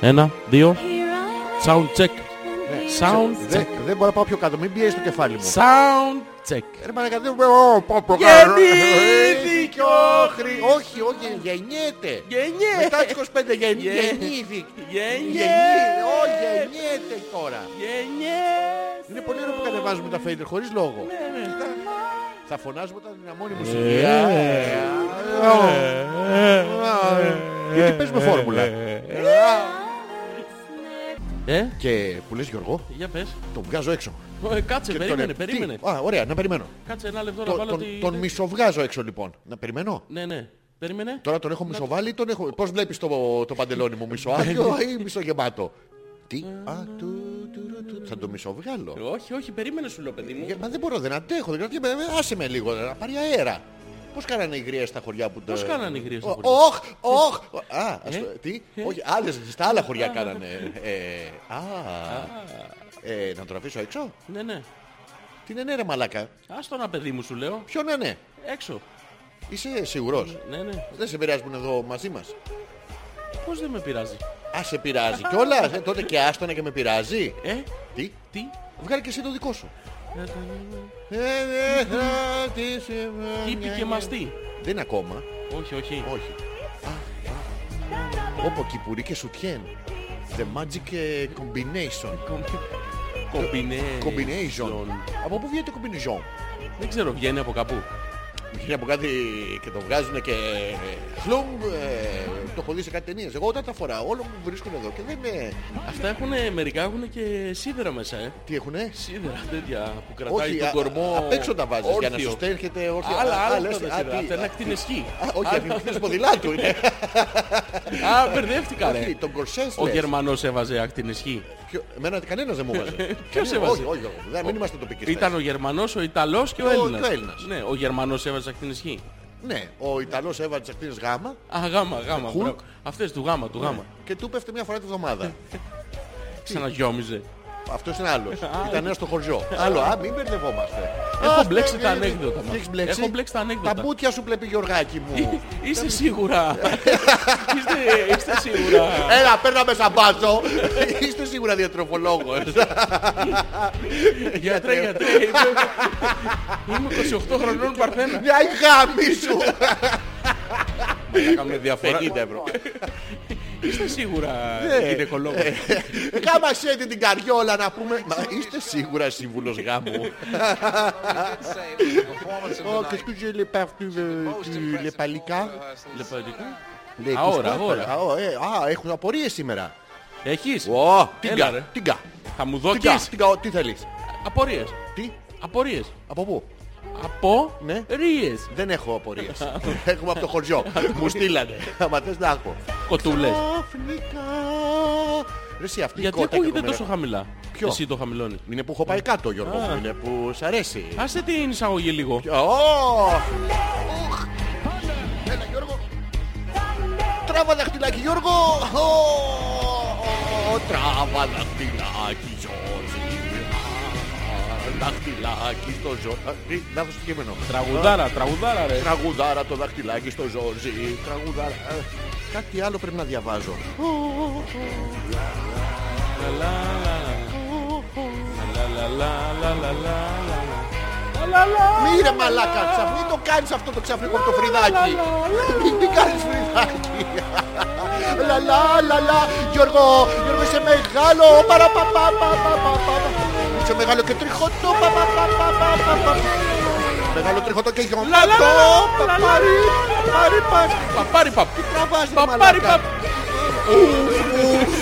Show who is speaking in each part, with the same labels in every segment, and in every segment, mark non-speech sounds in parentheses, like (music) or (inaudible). Speaker 1: Ένα, δύο. Sound check. Sound
Speaker 2: Δεν
Speaker 1: check.
Speaker 2: δεν μπορώ να πάω πιο κάτω. Μην πιέζει το κεφάλι μου.
Speaker 1: Sound check.
Speaker 2: Ρε μαλάκα, δεν μπορώ να πάω πιο κάτω.
Speaker 1: Γεννήθηκε ο Χρυσ-
Speaker 2: Ε, Όχι, όχι, γεννιέται.
Speaker 1: Γενιέ.
Speaker 2: Μετά τις 25 γεν-
Speaker 1: Γεν-
Speaker 2: γεννήθηκε.
Speaker 1: Γενιέ.
Speaker 2: Γεννή- Ω, γεννιέται τώρα.
Speaker 1: Γενιές.
Speaker 2: Είναι πολύ ωραίο που κατεβάζουμε τα φέιντερ χωρίς λόγο. Θα φωνάζουμε όταν δυναμώνει η μουσική.
Speaker 1: Ναι, Ε,
Speaker 2: Α,
Speaker 1: ε,
Speaker 2: ε,
Speaker 1: ε, ε,
Speaker 2: α, ε. Γιατί παίζουμε φόρμουλα.
Speaker 1: Ε,
Speaker 2: Και που λες Γιώργο,
Speaker 1: για πες.
Speaker 2: τον βγάζω έξω.
Speaker 1: Ε, Κάτσε,
Speaker 2: Και
Speaker 1: περίμενε,
Speaker 2: τον-
Speaker 1: περίμενε.
Speaker 2: Τι? Α, ωραία, να περιμένω.
Speaker 1: Κάτσε ένα λεπτό να
Speaker 2: Τον,
Speaker 1: βάλω
Speaker 2: τον,
Speaker 1: τη...
Speaker 2: τον μισοβγάζω έξω λοιπόν. Να περιμένω.
Speaker 1: Ναι, ναι. Περίμενε.
Speaker 2: Τώρα τον έχω μισοβάλει ή τον έχω... Πώς βλέπεις το, το παντελόνι μου,
Speaker 1: (laughs)
Speaker 2: μισοάδιο ή μισογεμάτο. Τι, α, του, του, του, του. θα το μισοβγάλω.
Speaker 1: Όχι, όχι, περίμενε σου λέω παιδί μου.
Speaker 2: Ε, Μα δεν μπορώ, δεν αντέχω. Δεν κρατιέμαι. Ε, Άσε με λίγο, να πάρει αέρα. Πώς κάνανε οι γριές στα χωριά που... τα-
Speaker 1: Πώς κάνανε οι γριές στα
Speaker 2: Ο-
Speaker 1: χωριά? Ε?
Speaker 2: Όχ, όχ. Α, ας το- τι. Όχι, άλλες, στα άλλα χωριά κάνανε. Ε, Α, Ε, να τον αφήσω έξω.
Speaker 1: Ναι, ναι.
Speaker 2: Τι είναι ναι, ρε μαλάκα.
Speaker 1: Άστο ένα παιδί μου σου λέω.
Speaker 2: Ποιο να είναι.
Speaker 1: Έξω.
Speaker 2: Είσαι σίγουρος.
Speaker 1: Ναι, ναι.
Speaker 2: Δεν σε πειράζουν εδώ μαζί μας.
Speaker 1: Πώς δεν με πειράζει.
Speaker 2: Α, σε πειράζει κιόλας. Ε, τότε και άστονα και με πειράζει.
Speaker 1: Ε,
Speaker 2: Τι.
Speaker 1: τι.
Speaker 2: Βγάλε και εσύ το δικό σου.
Speaker 1: Ε, ε,
Speaker 2: Ε, δε θα τη σημαίνω.
Speaker 1: Τύπη και μαστί.
Speaker 2: Δεν είναι ακόμα.
Speaker 1: Όχι, όχι.
Speaker 2: Όχι. Όπω κυπουρί και σουτιέν. The magic ε, combination.
Speaker 1: Κομπινέ.
Speaker 2: Combination. Από πού βγαίνει το combination.
Speaker 1: Δεν ξέρω, βγαίνει από κάπου.
Speaker 2: Βγαίνει από κάτι και το βγάζουν και ε, χλουμ. ε, Το έχω δει σε κάτι ταινίες. Εγώ όταν τα φοράω όλο μου βρίσκουν εδώ και δεν με...
Speaker 1: Αυτά έχουν, μερικά έχουν και σίδερα μέσα, ε.
Speaker 2: Τι έχουνε.
Speaker 1: Σίδερα τέτοια που κρατάει
Speaker 2: Όχι,
Speaker 1: τον
Speaker 2: α-
Speaker 1: κορμό.
Speaker 2: απ' έξω τα βάζεις για να
Speaker 1: όρθιο.
Speaker 2: σου στέρχεται όρθιο.
Speaker 1: Άλλα,
Speaker 2: Α,
Speaker 1: άλλα ναι,
Speaker 2: λες,
Speaker 1: αυτά τα
Speaker 2: α,
Speaker 1: σίδερα.
Speaker 2: τι,
Speaker 1: Αυτά είναι
Speaker 2: α,
Speaker 1: ακτινεσκή.
Speaker 2: α, Όχι,
Speaker 1: ναι.
Speaker 2: ακτινές ποδηλάτου είναι.
Speaker 1: (laughs) Α, μπερδεύτηκα, ρε.
Speaker 2: Όχι, τον κορσές
Speaker 1: Ναι. Ο
Speaker 2: λες.
Speaker 1: Γερμανός έβαζε ακτινεσκή.
Speaker 2: Ποιο- Εμένα
Speaker 1: (laughs)
Speaker 2: κανένας δεν μου έβαζε. Κανένας-
Speaker 1: έβαζε?
Speaker 2: Όχι, όχι, όχι, δεν- Ε, μην είμαστε τοπικιστές.
Speaker 1: Ήταν ο Γερμανός, ο Ιταλός και ο
Speaker 2: Και ο-
Speaker 1: Έλληνας.
Speaker 2: και ο Έλληνας.
Speaker 1: Ναι, ο Γερμανός έβαζε ακτινεσκή.
Speaker 2: Ναι, ο Ιταλός έβαλε τις ακτίνες γάμα
Speaker 1: Α, γάμα, γάμα.
Speaker 2: Χουλ.
Speaker 1: μπράβο. Αυτές του γάμα,
Speaker 2: Ε,
Speaker 1: του γάμα. Ναι.
Speaker 2: και του πέφτει μια φορά τη βδομάδα.
Speaker 1: Ξαναγιόμιζε.
Speaker 2: Αυτός είναι άλλος. Ήταν ένας στο χωριό. Άλλο, α, μην μπερδευόμαστε.
Speaker 1: Έχω
Speaker 2: Αχ,
Speaker 1: μπλέξει
Speaker 2: ναι,
Speaker 1: τα
Speaker 2: ναι, ναι.
Speaker 1: ανέκδοτα, μας.
Speaker 2: Έχεις μπλέξει.
Speaker 1: Έχω μπλέξει τα ανέκδοτα.
Speaker 2: Τα μπουτια σου πλέπει Γιωργάκη μου.
Speaker 1: Είστε σίγουρα.
Speaker 2: (laughs)
Speaker 1: Είστε- Είστε σίγουρα.
Speaker 2: Έλα, παίρνα με σαμπάτσο. (laughs) Είστε σίγουρα
Speaker 1: (laughs)
Speaker 2: διατροφολόγος. Ε,
Speaker 1: Γιατρέ, γιατρέ. είμαι- Είμαι 28 χρονών παρθένα.
Speaker 2: Μια η γάμη σου.
Speaker 1: Κάμε διαφορά. 50 ευρώ. (laughs) Είστε σίγουρα
Speaker 2: Ναι.
Speaker 1: γυναικολόγο.
Speaker 2: Ε. (laughs) Γάμασέ την την καριόλα να πούμε. Μα είστε σίγουρα σύμβουλος γάμου.
Speaker 3: say it was the performance of the
Speaker 2: Oh,
Speaker 3: night.
Speaker 2: qu'est-ce que j'ai les partout euh,
Speaker 3: Most
Speaker 2: du- les
Speaker 3: impressive
Speaker 2: palika
Speaker 3: rehearsals.
Speaker 2: Les
Speaker 1: Α, ώρα,
Speaker 2: Gustave.
Speaker 1: ώρα.
Speaker 2: Α, ω, ε, Α, έχουν απορίες σήμερα.
Speaker 1: Έχεις.
Speaker 2: Ω,
Speaker 1: Έλα, ρε.
Speaker 2: τίγκα, τίγκα.
Speaker 1: Θα μου
Speaker 2: Τίγκα,
Speaker 1: δώσεις
Speaker 2: τίγκα, τι θέλεις.
Speaker 1: απορίες.
Speaker 2: Τι,
Speaker 1: Απορίες.
Speaker 2: από πού.
Speaker 1: Από
Speaker 2: Ναι.
Speaker 1: ρίες.
Speaker 2: Δεν έχω
Speaker 1: (laughs)
Speaker 2: απορίες. Έχουμε από το χωριό. Μου στείλανε. Άμα θες να έχω.
Speaker 1: Κοτούλες.
Speaker 2: Ξαφνικά. Ρε εσύ αυτή η
Speaker 1: Γιατί
Speaker 2: κότα και
Speaker 1: ακούγεται
Speaker 2: το
Speaker 1: τόσο
Speaker 2: μέρα.
Speaker 1: χαμηλά.
Speaker 2: Ποιο?
Speaker 1: Εσύ το χαμηλώνεις.
Speaker 2: Είναι που έχω πάει κάτω Γιώργο μου. Είναι που σ' αρέσει.
Speaker 1: Άσε την εισαγωγή λίγο.
Speaker 2: Ω! Οχ! Έλα Γιώργο! Τράβα δαχτυλάκι Γιώργο! Ω, ω, ω, Τράβα δαχτυλάκι Γιώργο! Α, Δαχτυλάκι στο Ζόρζι. Λάθος το κείμενο.
Speaker 1: Τραγουδάρα, τραγουδάρα ρε.
Speaker 2: Τραγουδάρα το δαχτυλάκι στο Ζόρζι. Τραγουδάρα. Ε, Κάτι άλλο πρέπει να διαβάζω.
Speaker 1: Λα, λα, λα, λα, λα, λα, λα, λα, λα, λα, λα, λα.
Speaker 2: Μύρε μαλάκα, ξαφ- μην το κάνεις αυτό το ξαφνικό από το φρυδάκι. Μην μην κάνεις φρυδάκι. (laughs) Λα λα λα λα, Γιώργο, Γιώργο είσαι μεγάλο, παραπαπαπαπαπαπα. Είσαι μεγάλο και τριχωτό, παπαπαπαπαπα. Μεγάλο τριχωτό και
Speaker 1: Λα, λα,
Speaker 2: γιονάτο,
Speaker 1: λα, λα, λα, λα, λα.
Speaker 2: παπάρι,
Speaker 1: Παπάρι
Speaker 2: παπάρι, παπ.
Speaker 1: παπ.
Speaker 2: Τραβάς ρε
Speaker 1: Παπάρι
Speaker 2: μαλάκα.
Speaker 1: παπ.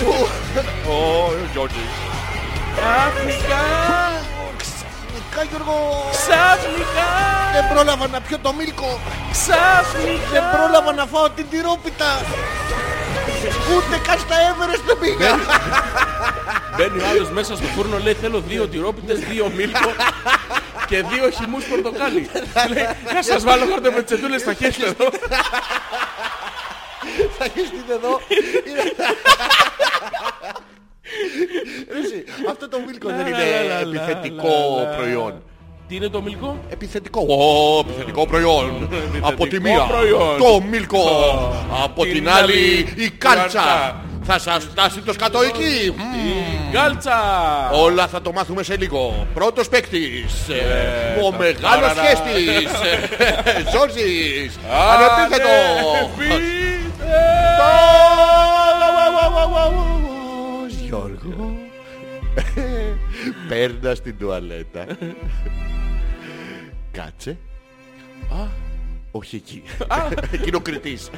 Speaker 2: Ω, Γιώργη.
Speaker 1: Ξαφνικά,
Speaker 2: Ξαφνικά Γιώργο,
Speaker 1: ξαφνικά,
Speaker 2: δεν πρόλαβα να πιω το μίλκο. Δεν
Speaker 1: ξαφνικά.
Speaker 2: πρόλαβα να φάω την τυρόπιτα. Ούτε καν στα Everest δεν πήγα.
Speaker 1: Μπαίνει ο άλλος μέσα στο φούρνο, λέει θέλω δύο τυρόπιτες, δύο μίλκο και δύο χυμούς πορτοκάλι. λέει, να σας βάλω χαρτο με τσετούλες στα χέρια εδώ.
Speaker 2: Θα έχεις δει εδώ. Ρε εσύ, Αυτό το μίλκο δεν είναι
Speaker 1: Λα, λα, λα,
Speaker 2: επιθετικό
Speaker 1: λα, λα.
Speaker 2: προϊόν.
Speaker 1: Τι είναι το μίλκο?
Speaker 2: Επιθετικό. Ω, επιθετικό προϊόν. Από τη μία
Speaker 1: προϊόν.
Speaker 2: το μίλκο. Από
Speaker 1: την
Speaker 2: την άλλη
Speaker 1: άλλη,
Speaker 2: η
Speaker 1: η
Speaker 2: κάλτσα.
Speaker 1: κάλτσα.
Speaker 2: Θα σας φτάσει το σκατοϊκή.
Speaker 1: Γκάλτσα!
Speaker 2: Όλα θα το μάθουμε σε λίγο. Πρώτος παίκτης. ε, Ο μεγάλος
Speaker 1: ταραρα.
Speaker 2: χέστης. ε, (laughs) Ζόρζης.
Speaker 1: Ανε,
Speaker 2: Ανεπίθετο.
Speaker 1: πείτε.
Speaker 2: Γιώργο. Παίρνα στην τουαλέτα. Κάτσε. Όχι εκεί. Εκείνο κριτής.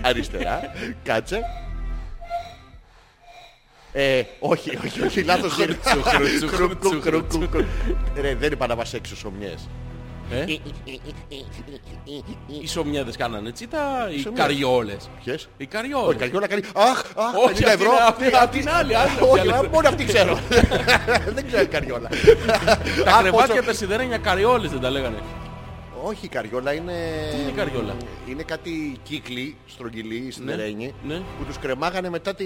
Speaker 2: Αριστερά. Κάτσε. Ε, όχι, όχι, όχι, λάθος
Speaker 1: Χρούτσου, χρούτσου,
Speaker 2: Κρουκ, κρουκ,
Speaker 1: χρούτσου,
Speaker 2: κρουκ, κρουκ. Ρε, δεν είπα να μας έξω σομιές.
Speaker 1: Ε, Οι σομιάδες κάνανε έτσι ή τα... οι
Speaker 2: Σομιάδες.
Speaker 1: καριόλες.
Speaker 2: Ποιες?
Speaker 1: Οι
Speaker 2: Όχι,
Speaker 1: καριόλες.
Speaker 2: καριόλα καλή. Αχ, αχ,
Speaker 1: Όχι,
Speaker 2: 50 ευρώ.
Speaker 1: αυτή είναι- αυτή είναι άλλη, άλλη, αυτή
Speaker 2: (laughs) Όχι,
Speaker 1: άλλη.
Speaker 2: μα, μόνο αυτή
Speaker 1: (laughs)
Speaker 2: ξέρω. Δεν ξέρω η καριόλα.
Speaker 1: Τα
Speaker 2: Α,
Speaker 1: κρεβάτια
Speaker 2: πόσο-
Speaker 1: τα σιδερένια καριόλες δεν τα λέγανε.
Speaker 2: Όχι, η καριόλα είναι...
Speaker 1: Τι είναι η καριόλα?
Speaker 2: Είναι κάτι κύκλοι, στρογγυλοί, σιδερένιοι,
Speaker 1: ναι.
Speaker 2: που τους κρεμάγανε μετά τη...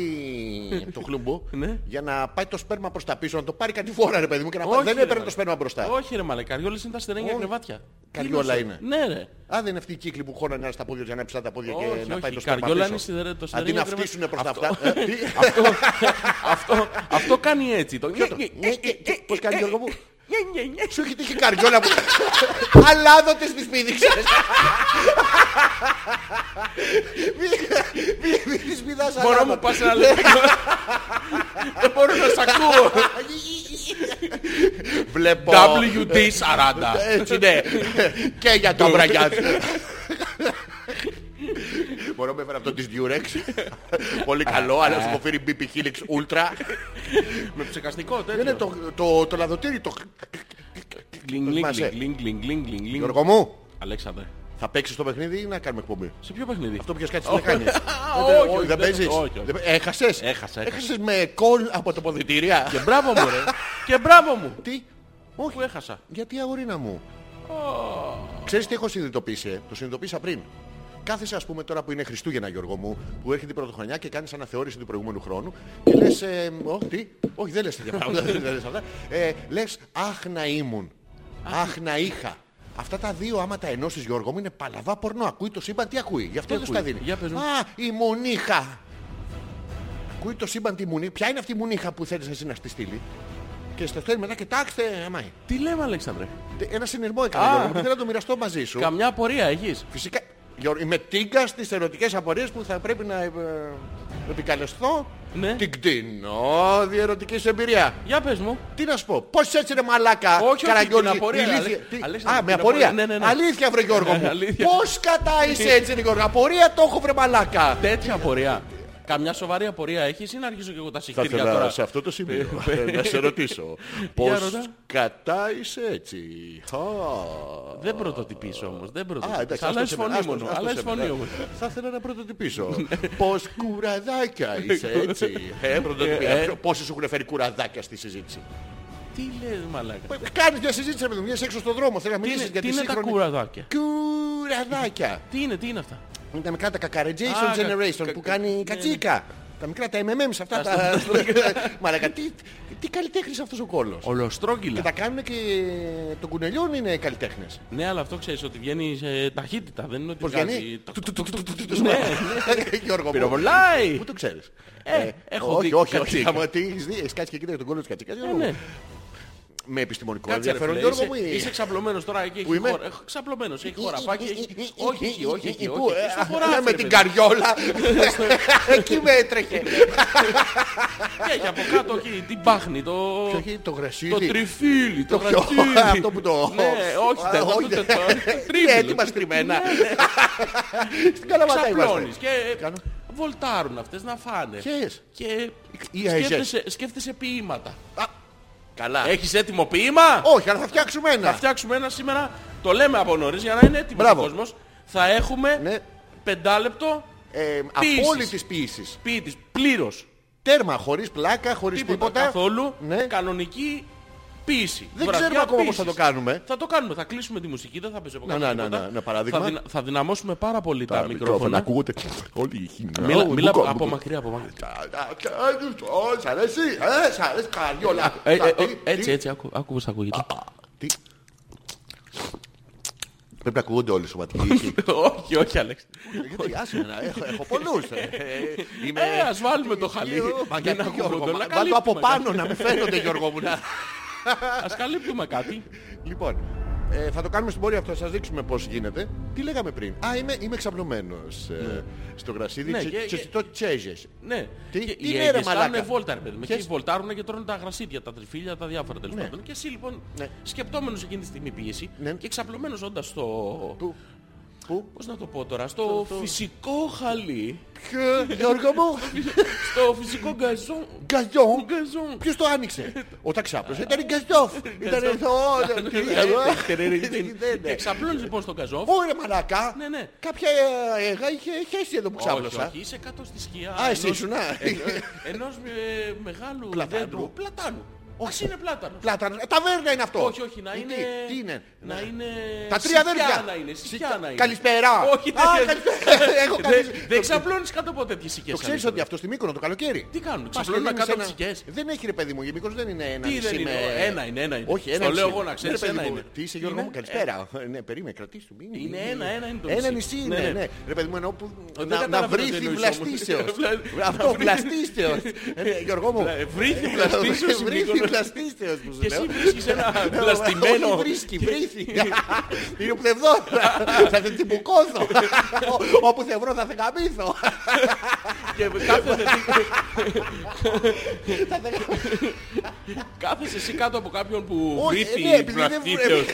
Speaker 2: το χλούμπο,
Speaker 1: (laughs) Ναι.
Speaker 2: για να πάει το σπέρμα προς τα πίσω, να το πάρει κάτι φορά, ρε παιδί μου, και να
Speaker 1: Όχι,
Speaker 2: πάει. Δεν
Speaker 1: ρε,
Speaker 2: έπαιρνε
Speaker 1: μα.
Speaker 2: το σπέρμα μπροστά.
Speaker 1: Όχι ρε μαλε, καριόλες είναι τα σιδερένια
Speaker 2: Όχι.
Speaker 1: κρεβάτια.
Speaker 2: Καριόλα
Speaker 1: Τι
Speaker 2: είναι.
Speaker 1: Ναι ρε. (laughs)
Speaker 2: Α, δεν είναι αυτή η κύκλη που χώνανε ένα στα πόδια για να ψάχνει τα πόδια
Speaker 1: Όχι,
Speaker 2: και να
Speaker 1: όχι,
Speaker 2: πάει
Speaker 1: η
Speaker 2: το σπέρμα
Speaker 1: καριόλα
Speaker 2: πίσω.
Speaker 1: είναι σιδερέ- το
Speaker 2: Αντί
Speaker 1: σιδερένιο
Speaker 2: να
Speaker 1: κρεβάτι.
Speaker 2: φτύσουνε προς τα
Speaker 1: Αυτό-
Speaker 2: αυτά. Ε, τι-
Speaker 1: (laughs) Αυτό, αυτό, αυτό κάνει έτσι. Το...
Speaker 2: Ναι,
Speaker 1: Ε,
Speaker 2: και- και- Πώς κάνει Γιώργο μου.
Speaker 1: Νιε, νιε, νιε.
Speaker 2: Σου έχει τύχει καριόλα που... Αλάδοτες τις πήδηξες. Μη- μη- Μη τις πηδάς
Speaker 1: Μπορώ να
Speaker 2: αλάδοτες.
Speaker 1: μου πας ένα
Speaker 2: (laughs)
Speaker 1: λεπτό. Δεν μπορώ να σ' ακούω.
Speaker 2: Βλέπω...
Speaker 1: WD40.
Speaker 2: Έτσι ναι. Και για τον Μπραγκιάτ. Μπορώ να με έφερε αυτό της Durex. Πολύ καλό, αλλά σου αποφέρει BP Helix Ultra.
Speaker 1: Με ψεκαστικό τέτοιο.
Speaker 2: Είναι το, το, το λαδοτήρι, το...
Speaker 1: Γκλινγκ, γκλινγκ,
Speaker 2: Θυμάσαι.
Speaker 1: γκλινγκ, γκλινγκ, γκλινγκ, γκλινγκ, γκλινγκ.
Speaker 2: Γιώργο μου,
Speaker 1: Αλέξανδρε,
Speaker 2: θα παίξεις το παιχνίδι ή να κάνουμε εκπομπή.
Speaker 1: σε ποιο παιχνίδι.
Speaker 2: Αυτό ποιος κάτσε να κάνει.
Speaker 1: όχι, όχι,
Speaker 2: Δεν
Speaker 1: δεν-
Speaker 2: παίζεις.
Speaker 1: όχι, όχι.
Speaker 2: Δεν- Έχασες.
Speaker 1: Έχασα, έχασα.
Speaker 2: Έχασες με κόλ από τα ποδητήρια.
Speaker 1: Και μπράβο μου ρε. (laughs) Και μπράβο μου.
Speaker 2: Τι.
Speaker 1: Όχι. Που έχασα.
Speaker 2: Γιατί αγορίνα μου. Ξέρεις τι έχω συνειδητοποιήσει. ε? Το συνειδητοποίησα πριν. Κάθεσαι ας πούμε τώρα που είναι Χριστούγεννα Γιώργο μου που έρχεται η πρωτοχρονιά και κάνεις αναθεώρηση του προηγούμενου χρόνου και λες ε, ο, τι, όχι δεν λες τέτοια
Speaker 1: (laughs)
Speaker 2: πράγματα, δεν λες αυτά. Ε, λες αχ να ήμουν, αχ να είχα. Αυτά τα δύο άμα τα ενώσεις Γιώργο μου είναι παλαβά πορνό. Ακούει το σύμπαν τι ακούει. Γι' αυτό
Speaker 1: Τι
Speaker 2: δεν σου τα
Speaker 1: ακούει?
Speaker 2: δίνει.
Speaker 1: Για πες μου.
Speaker 2: Α, η μονίχα. Ακούει το σύμπαν τη μουνή. Ποια είναι αυτή η μουνίχα που θέλεις εσύ να στη στείλει. Και στο θέλει μετά κοιτάξτε, αμάι.
Speaker 1: Τι λέμε Αλέξανδρε.
Speaker 2: Ένα συνειρμό έκανα
Speaker 1: Α.
Speaker 2: Γιώργο μου και θέλω να το μοιραστώ μαζί σου.
Speaker 1: Καμιά απορία έχεις.
Speaker 2: Φυσικά. Γιώργο, Είμαι τίγκα στις ερωτικές απορίες που θα πρέπει να ε, ε, επικαλεστώ
Speaker 1: Ναι.
Speaker 2: την κτηνόδη ερωτική σου εμπειρία.
Speaker 1: Για πες μου.
Speaker 2: Τι να σου πω, πώς έτσι ρε μαλάκα,
Speaker 1: Όχι, όχι,
Speaker 2: Καραγκιόζη,
Speaker 1: την απορία,
Speaker 2: ηλίθεια.
Speaker 1: Αλέξ-
Speaker 2: Τι-
Speaker 1: Αλέξανδρε,
Speaker 2: Α, με
Speaker 1: την
Speaker 2: απορία.
Speaker 1: απορία, ναι, ναι, ναι.
Speaker 2: Αλήθεια βρε Γιώργο μου.
Speaker 1: αλήθεια.
Speaker 2: Πώς κατά είσαι έτσι ρε Γιώργο, απορία το έχω βρε μαλάκα.
Speaker 1: Τέτοια απορία. Καμιά σοβαρή απορία έχεις ή να αρχίσω και εγώ τα
Speaker 2: Θα
Speaker 1: συχτήρια
Speaker 2: ήθελα
Speaker 1: τώρα.
Speaker 2: σε αυτό το σημείο
Speaker 1: Ε,
Speaker 2: να σε ρωτήσω. Πώς
Speaker 1: ρωτά.
Speaker 2: κατά είσαι έτσι. Α.
Speaker 1: Δεν πρωτοτυπείς όμως. Δεν
Speaker 2: Α,
Speaker 1: πρωτοτυπείς.
Speaker 2: εντάξει,
Speaker 1: Αλλά
Speaker 2: αλλάζει
Speaker 1: έχεις φωνή μόνο. Αλλά έχεις φωνή όμως.
Speaker 2: Θα ήθελα ναι. να πρωτοτυπήσω. Πώς κουραδάκια είσαι έτσι. Ε, πρωτοτυπία. Πόσοι σου έχουν φέρει κουραδάκια στη συζήτηση.
Speaker 1: Τι λέει μαλάκα.
Speaker 2: Κάνεις μια συζήτηση, ρε παιδί μου, βγαίνεις έξω στον δρόμο. Θέλω να
Speaker 1: Τι
Speaker 2: μιλήσεις
Speaker 1: είναι,
Speaker 2: για
Speaker 1: τι
Speaker 2: τη
Speaker 1: είναι τα
Speaker 2: σύγχρονη...
Speaker 1: κουραδάκια.
Speaker 2: Κουραδάκια.
Speaker 1: Τι είναι, τι είναι αυτά.
Speaker 2: Είναι τα μικρά τα
Speaker 1: Α,
Speaker 2: κακαρετζέισον
Speaker 1: κα-
Speaker 2: generation
Speaker 1: κα-
Speaker 2: που κάνει
Speaker 1: ναι, ναι.
Speaker 2: κατσίκα. Τα μικρά τα MMM αυτά
Speaker 1: Τα
Speaker 2: τα... (laughs) Μαλακα, τι, τι καλλιτέχνης αυτός ο κόλος. Και
Speaker 1: Ολοστρόγγυλα.
Speaker 2: τα κάνουν και των κουνελιών είναι καλλιτέχνες.
Speaker 1: Ναι, αλλά αυτό ξέρεις ότι βγαίνει σε ταχύτητα. Δεν είναι ότι
Speaker 2: Πώς
Speaker 1: βγάζει...
Speaker 2: βγαίνει.
Speaker 1: το-
Speaker 2: Του- του- του- του- του- του- του- (laughs)
Speaker 1: Ναι,
Speaker 2: Γιώργο μου.
Speaker 1: Πυροβολάει.
Speaker 2: Πού το ξέρεις.
Speaker 1: Ε, έχω
Speaker 2: όχι,
Speaker 1: δει
Speaker 2: όχι, όχι.
Speaker 1: κατσίκα.
Speaker 2: Άμα τι έχεις δει, έχεις κάτσει και κοίταγε τον κόλλο της κατσίκας. Γιώργο
Speaker 1: ναι.
Speaker 2: μου. Με επιστημονικό
Speaker 1: Κάτσε ρε
Speaker 2: ενδιαφέρον,
Speaker 1: φίλε,
Speaker 2: Γιώργο
Speaker 1: είσαι,
Speaker 2: μου. ή-
Speaker 1: είσαι ξαπλωμένος τώρα εκεί.
Speaker 2: Πού
Speaker 1: Έχει
Speaker 2: είμαι?
Speaker 1: χώρα, έχω- ξαπλωμένος, έχει χωραπάκι. έχει- Όχι, εκεί, όχι, εκεί,
Speaker 2: Πού,
Speaker 1: όχι.
Speaker 2: ε,
Speaker 1: εκεί, Στο
Speaker 2: α,
Speaker 1: χωράφι.
Speaker 2: Με
Speaker 1: ρε παιδί.
Speaker 2: την καριόλα. Εκεί με έτρεχε.
Speaker 1: Και έχει από κάτω εκεί την πάχνη, το...
Speaker 2: Και όχι το
Speaker 1: Το
Speaker 2: γρασίδι.
Speaker 1: τριφύλι, το
Speaker 2: Το πιο-
Speaker 1: γρατήλι.
Speaker 2: (laughs) αυτό που το-
Speaker 1: Ναι, όχι,
Speaker 2: Α,
Speaker 1: δεν
Speaker 2: όχι, Ε,
Speaker 1: το
Speaker 2: δεν- (laughs)
Speaker 1: τρίφυλλο.
Speaker 2: Έτοιμα στριμμένα.
Speaker 1: Ναι, ναι.
Speaker 2: Στην Καλαμάτα
Speaker 1: Ξαπλώνεις
Speaker 2: είμαστε.
Speaker 1: και
Speaker 2: Κάνω.
Speaker 1: βολτάρουν αυτές να φάνε.
Speaker 2: Ποιες?
Speaker 1: Και
Speaker 2: Οι ΑΕΖΕΣ.
Speaker 1: σκέφτεσαι- σκέφτεσαι ποίηματα.
Speaker 2: Καλά.
Speaker 1: Έχεις έτοιμο ποίημα?
Speaker 2: Όχι, αλλά θα φτιάξουμε
Speaker 1: Θα
Speaker 2: ένα.
Speaker 1: φτιάξουμε ένα σήμερα. Το λέμε από νωρίς για να είναι έτοιμος ο
Speaker 2: Μπράβο.
Speaker 1: κόσμος. Θα έχουμε
Speaker 2: Ναι.
Speaker 1: πεντάλεπτο
Speaker 2: Ε,
Speaker 1: Ποίησης.
Speaker 2: Απόλυτης ποιήσης.
Speaker 1: ποιητή. Πλήρως.
Speaker 2: Τέρμα, χωρίς πλάκα, χωρίς
Speaker 1: Τίποτα,
Speaker 2: τίποτα.
Speaker 1: καθόλου.
Speaker 2: Ναι.
Speaker 1: κανονική ποιήση.
Speaker 2: Δεν
Speaker 1: Βραδιά
Speaker 2: ξέρουμε ακόμα πώς
Speaker 1: ποιήσης.
Speaker 2: θα το κάνουμε.
Speaker 1: Θα το κάνουμε. Θα κλείσουμε τη μουσική, δεν θα πέσει από
Speaker 2: Να,
Speaker 1: κάτω.
Speaker 2: να, να,
Speaker 1: τίποτα.
Speaker 2: να, ένα παράδειγμα.
Speaker 1: Θα, δυνα- θα δυναμώσουμε πάρα πολύ τα,
Speaker 2: μικρόφωνα.
Speaker 1: μικρόφωνα.
Speaker 2: Ακούγονται όλοι οι χειμώνα.
Speaker 1: Μίλα, μίλα από μακριά, από μακριά.
Speaker 2: Σ' αρέσει, ε, σ' αρέσει καριόλα.
Speaker 1: Ε, ε,
Speaker 2: Τι,
Speaker 1: ε, έτσι,
Speaker 2: τι,
Speaker 1: έτσι, άκου, άκου πώς ακούγεται.
Speaker 2: τι. Πρέπει να ακούγονται όλοι οι
Speaker 1: (laughs)
Speaker 2: σωματικοί εκεί.
Speaker 1: όχι, όχι, Αλέξ.
Speaker 2: Ε, Γιατί, άσε με να- έχω- Έχω πολλούς. ε, Λοιπόν. ε, είμαι-
Speaker 1: Ε, ας βάλουμε το χαλί.
Speaker 2: Μα
Speaker 1: Δεν
Speaker 2: γιατί Γιώργο,
Speaker 1: ακούγονται
Speaker 2: μα-
Speaker 1: όλα.
Speaker 2: βάλω από
Speaker 1: καλύπτουμε κάτι.
Speaker 2: πάνω να με φαίνονται Γιώργο μου. να-
Speaker 1: Ας καλύπτουμε κάτι.
Speaker 2: (laughs) Λοιπόν, ε, θα το κάνουμε στην πορεία αυτό, θα σας δείξουμε πώς γίνεται. Τι λέγαμε πριν. Α, είμαι, είμαι ξαπλωμένος ε, στο γρασίδι
Speaker 1: Ναι,
Speaker 2: και,
Speaker 1: και-
Speaker 2: και ζητώ τσέζες.
Speaker 1: Ναι.
Speaker 2: Τι-
Speaker 1: Και
Speaker 2: τι
Speaker 1: οι
Speaker 2: είναι,
Speaker 1: Αίγες
Speaker 2: ρε μαλάκα?
Speaker 1: κάνουν βόλτα, ρε παιδί μου. Και
Speaker 2: Ποιες?
Speaker 1: βολτάρουν και τρώνε τα γρασίδια, τα τριφύλια, τα διάφορα τέλος
Speaker 2: Ναι.
Speaker 1: πάντων. Και εσύ λοιπόν,
Speaker 2: Ναι.
Speaker 1: σκεπτόμενος εκείνη τη στιγμή πίεση
Speaker 2: Ναι.
Speaker 1: και ξαπλωμένος όντας στο...
Speaker 2: Πού, πού,
Speaker 1: Πώς να το πω τώρα, στο φυσικό χαλί,
Speaker 2: ποιο, Γιώργο μου,
Speaker 1: στο φυσικό γκαζόν,
Speaker 2: γκαζιόν.
Speaker 1: γκαζόν,
Speaker 2: Ποιος το (laughs) άνοιξε. Όταν ξάπλωσε ήταν η γκαζιόφ. Ήταν (laughs) εδώ.
Speaker 1: Ναι,
Speaker 2: τι-
Speaker 1: ναι,
Speaker 2: εδώ.
Speaker 1: ναι,
Speaker 2: (laughs)
Speaker 1: ναι, ναι,
Speaker 2: Τι
Speaker 1: ναι.
Speaker 2: δεν
Speaker 1: Και
Speaker 2: είναι.
Speaker 1: ξαπλώνεις λοιπόν στον καζόφ.
Speaker 2: Ωραία μαλακά.
Speaker 1: Ναι, ναι.
Speaker 2: Κάποια ε, έγα είχε χέσει εδώ που
Speaker 1: Όχι,
Speaker 2: ξάπλωσα.
Speaker 1: όχι, είσαι κάτω στη σκιά.
Speaker 2: Α, εσύ
Speaker 1: ενός-
Speaker 2: ήσουν, α.
Speaker 1: ενός- Ενός ε, μεγάλου
Speaker 2: Πλατάνου.
Speaker 1: δέντρου. Πλατάνου. Όχι, είναι πλάτανο.
Speaker 2: Πλάτα, ε, ταβέρνα είναι αυτό.
Speaker 1: Όχι, όχι, να
Speaker 2: Τι,
Speaker 1: είναι.
Speaker 2: Ε, Τι είναι. Ναι.
Speaker 1: Να είναι.
Speaker 2: Τα τρία
Speaker 1: Σικιά
Speaker 2: αδέρφια.
Speaker 1: να είναι, σικιά
Speaker 2: Σικιά.
Speaker 1: να είναι.
Speaker 2: Καλησπέρα.
Speaker 1: Όχι,
Speaker 2: Α,
Speaker 1: (laughs)
Speaker 2: καλησπέρα. Έχω
Speaker 1: δεν.
Speaker 2: καλή-
Speaker 1: Δεν ξαπλώνει κάτω από τέτοιες οικίε.
Speaker 2: Το ξέρεις ότι αυτό στη Μύκονο το καλοκαίρι.
Speaker 1: Τι κάνουν,
Speaker 2: Μας
Speaker 1: ξαπλώνουν
Speaker 2: στέλνουν
Speaker 1: κάτω
Speaker 2: σε
Speaker 1: από τις
Speaker 2: ένα-
Speaker 1: οικιές.
Speaker 2: Δεν έχει ρε παιδί μου, η Μύκονος δεν είναι ένα
Speaker 1: Τι
Speaker 2: νησί
Speaker 1: δεν είναι,
Speaker 2: με-
Speaker 1: ο- ένα είναι, ένα είναι.
Speaker 2: Όχι, ένα
Speaker 1: Το
Speaker 2: νησί
Speaker 1: λέω
Speaker 2: είναι.
Speaker 1: εγώ να ξέρεις,
Speaker 2: Ναι, παιδί
Speaker 1: ένα
Speaker 2: μου,
Speaker 1: είναι.
Speaker 2: Τι είσαι Γιώργο
Speaker 1: Είναι-
Speaker 2: μου, καλησπέρα. Ναι, περίμενε, κρατήσου. μην-
Speaker 1: Είναι ένα, ένα είναι το
Speaker 2: Ένα
Speaker 1: νησί.
Speaker 2: νησί είναι,
Speaker 1: Ναι.
Speaker 2: ναι. Ρε παιδί μου, εννοώ που
Speaker 1: Δεν
Speaker 2: να- να
Speaker 1: καταλαβαίνω τι
Speaker 2: βρήθη
Speaker 1: εννοείς (laughs)
Speaker 2: βλαστήσεως.
Speaker 1: όμως.
Speaker 2: Αυτό, βλαστήσεως. Ε, Γιώργο μου.
Speaker 1: Ε, Βρήθη πλαστήσιο στην
Speaker 2: Βρήθη
Speaker 1: Μύκονο.
Speaker 2: βλαστήσεως που σου
Speaker 1: Και
Speaker 2: λέω. Ναι,
Speaker 1: εσύ βρίσκεις ένα (laughs) πλαστημένο.
Speaker 2: Όχι, βρίσκει,
Speaker 1: (laughs)
Speaker 2: βρίσκει. Είναι πλευδόρα. Θα την τσιμπουκώσω. Ό- Όπου σε βρω θα σε καμίσω.
Speaker 1: Και κάθεσαι εσύ-
Speaker 2: Θα σε γαμίσω.
Speaker 1: κάθεσαι εσύ κάτω από κάποιον που
Speaker 2: Όχι,
Speaker 1: βρήθη
Speaker 2: ναι, επειδή δεν
Speaker 1: πλαστήσιος.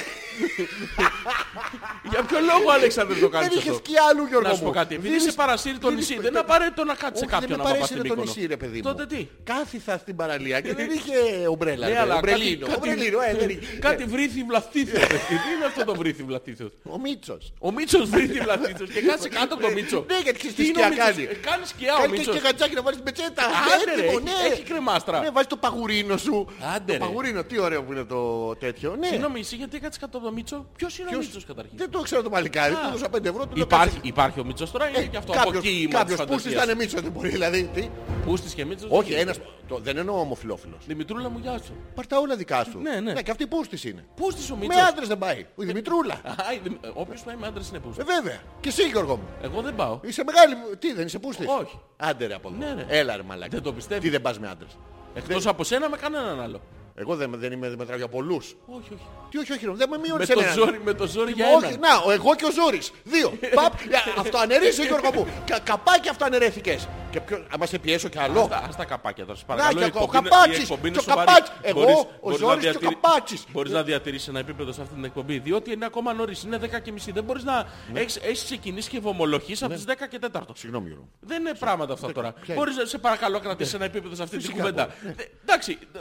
Speaker 1: Για ποιο λόγο, Αλέξανδρε, το
Speaker 2: Δεν
Speaker 1: κάνεις
Speaker 2: είχε
Speaker 1: αυτό.
Speaker 2: σκιά αλλού, Γιώργο
Speaker 1: Να σου πω
Speaker 2: μου.
Speaker 1: κάτι. Επειδή
Speaker 2: Δεν
Speaker 1: σε
Speaker 2: είσαι-
Speaker 1: παρασύρει το
Speaker 2: δεν
Speaker 1: νησί,
Speaker 2: είσαι-
Speaker 1: δεν είναι απαραίτητο να κάτσε
Speaker 2: Όχι, δεν
Speaker 1: κάποιον
Speaker 2: με
Speaker 1: να πάει
Speaker 2: παρέσυρε
Speaker 1: στην
Speaker 2: το
Speaker 1: Μύκονο.
Speaker 2: νησί, ρε παιδί μου.
Speaker 1: Τότε τι. Ε,
Speaker 2: Κάθιθα στην παραλία και δεν είχε ομπρέλα.
Speaker 1: Ναι,
Speaker 2: ρε,
Speaker 1: αλλά
Speaker 2: ομπρελίνο.
Speaker 1: κάτι- κάτι-
Speaker 2: Ομπρελίνο, ε, δεν είχε.
Speaker 1: Κάτι βρήθη βλαστήθιος. Τι είναι αυτό το βρήθη βλαστήθιος.
Speaker 2: Ε, Ο Μίτσος.
Speaker 1: Ο Μίτσος βρήθη βλαστήθιος και κάτσε κάτω από τον Μίτσο.
Speaker 2: Ναι, γιατί ξέρεις
Speaker 1: Τι
Speaker 2: τι
Speaker 1: είναι ο
Speaker 2: σκιά
Speaker 1: Μίτσος.
Speaker 2: κάνει.
Speaker 1: Ε, Κάνει σκιά ο
Speaker 2: Κάνει και- και
Speaker 1: Μίτσος.
Speaker 2: γατζάκι να βάλεις την πετσέτα.
Speaker 1: Άντε ρε,
Speaker 2: Έτοιμο,
Speaker 1: έχει-
Speaker 2: ναι.
Speaker 1: έχει κρεμάστρα.
Speaker 2: Ναι, βάζεις το παγουρίνο σου.
Speaker 1: Άντε,
Speaker 2: Το
Speaker 1: ρε.
Speaker 2: παγουρίνο, τι ωραίο που είναι το τέτοιο. Ναι.
Speaker 1: Συγγνώμη, εσύ γιατί κάτσε κάτω από τον Μίτσο. Ποιος είναι ο
Speaker 2: Ποιος-
Speaker 1: Μίτσος καταρχήν.
Speaker 2: Δεν το ξέρω το παλικάρι. Του δώσα 5 ευρώ. του λέω,
Speaker 1: Υπάρχει, υπάρχει ο Μίτσος τώρα ή είναι
Speaker 2: κάτσε.
Speaker 1: και αυτό.
Speaker 2: Ε,
Speaker 1: Από
Speaker 2: κάποιος-
Speaker 1: εκεί είμαστε
Speaker 2: Κάποιος πούσης
Speaker 1: φαντασίας.
Speaker 2: ήταν Μίτσος, δεν μπορεί. Δηλαδή, τι.
Speaker 1: Πούστης και Μίτσος.
Speaker 2: Όχι,
Speaker 1: δεν
Speaker 2: ένας...
Speaker 1: γίνεται.
Speaker 2: το- Δεν εννοώ ομοφιλόφιλος.
Speaker 1: Δημητρούλα μου, γεια σου.
Speaker 2: Πάρ' τα όλα δικά σου.
Speaker 1: Ναι, ναι.
Speaker 2: και αυτή πούστης είναι.
Speaker 1: Πούστης ο
Speaker 2: Με
Speaker 1: Μίτσος.
Speaker 2: άντρες δεν πάει. Η Δημητρούλα.
Speaker 1: Α, η Δημη- ε, Όποιος πάει με άντρες είναι
Speaker 2: Ε,
Speaker 1: πούστης.
Speaker 2: βέβαια. Και εσύ Γιώργο μου.
Speaker 1: Εγώ δεν πάω.
Speaker 2: Είσαι μεγάλη. μου- Τι δεν είσαι πούστης.
Speaker 1: Όχι.
Speaker 2: Άντε ρε από
Speaker 1: Ναι,
Speaker 2: εδώ.
Speaker 1: ρε.
Speaker 2: Έλα ρε μαλάκα.
Speaker 1: Δεν το πιστεύω.
Speaker 2: Ε, Τι δεν πας με άντρες.
Speaker 1: Εκτός από σένα με κανέναν άλλο.
Speaker 2: Εγώ δεν, δεν είμαι μετράω για πολλούς.
Speaker 1: Όχι, όχι.
Speaker 2: Τι όχι όχι. ρε, Δεν με
Speaker 1: Με
Speaker 2: μείωνες
Speaker 1: το
Speaker 2: έναν. Ε,
Speaker 1: ζόρι, με το ζόρι για
Speaker 2: Όχι,
Speaker 1: έναν.
Speaker 2: να, ο- εγώ και ο Ζόρις.
Speaker 1: (laughs)
Speaker 2: Δύο. Παπ, αυτό ανερίζει Γιώργο μου. Κα, καπάκι αυτό ανερέθηκες. Και ποιο, άμα σε πιέσω κι άλλο.
Speaker 1: Α τα καπάκια τώρα, σας
Speaker 2: Να
Speaker 1: παρακαλώ. η
Speaker 2: και ο
Speaker 1: εκπομπή είναι- η
Speaker 2: Καπάτσης
Speaker 1: εκπομπή είναι
Speaker 2: και ο
Speaker 1: σοβαρή.
Speaker 2: Καπάτσης. Εγώ,
Speaker 1: Μπορείς-
Speaker 2: ο
Speaker 1: μπορείς να
Speaker 2: Ζόρις και ο
Speaker 1: διατηρη-
Speaker 2: Καπάτσης.
Speaker 1: Μπορείς να διατηρήσεις ένα επίπεδο σε αυτή την εκπομπή, διότι είναι ακόμα νωρίς, είναι 10 και μισή. Δεν μπορείς να
Speaker 2: Ναι.
Speaker 1: έχεις, έχεις ξεκινήσει και βομολογείς από τις 10 και 4.
Speaker 2: Συγγνώμη Γιώργο. μου.
Speaker 1: Δεν είναι πράγματα αυτά τώρα.
Speaker 2: Ναι. Ποια είναι? Ναι.
Speaker 1: Μπορείς να σε παρακαλώ κρατήσεις ένα επίπεδο σε αυτή την
Speaker 2: Φυσικά Ναι.
Speaker 1: κουβέντα. Δε- Εντάξει, ε,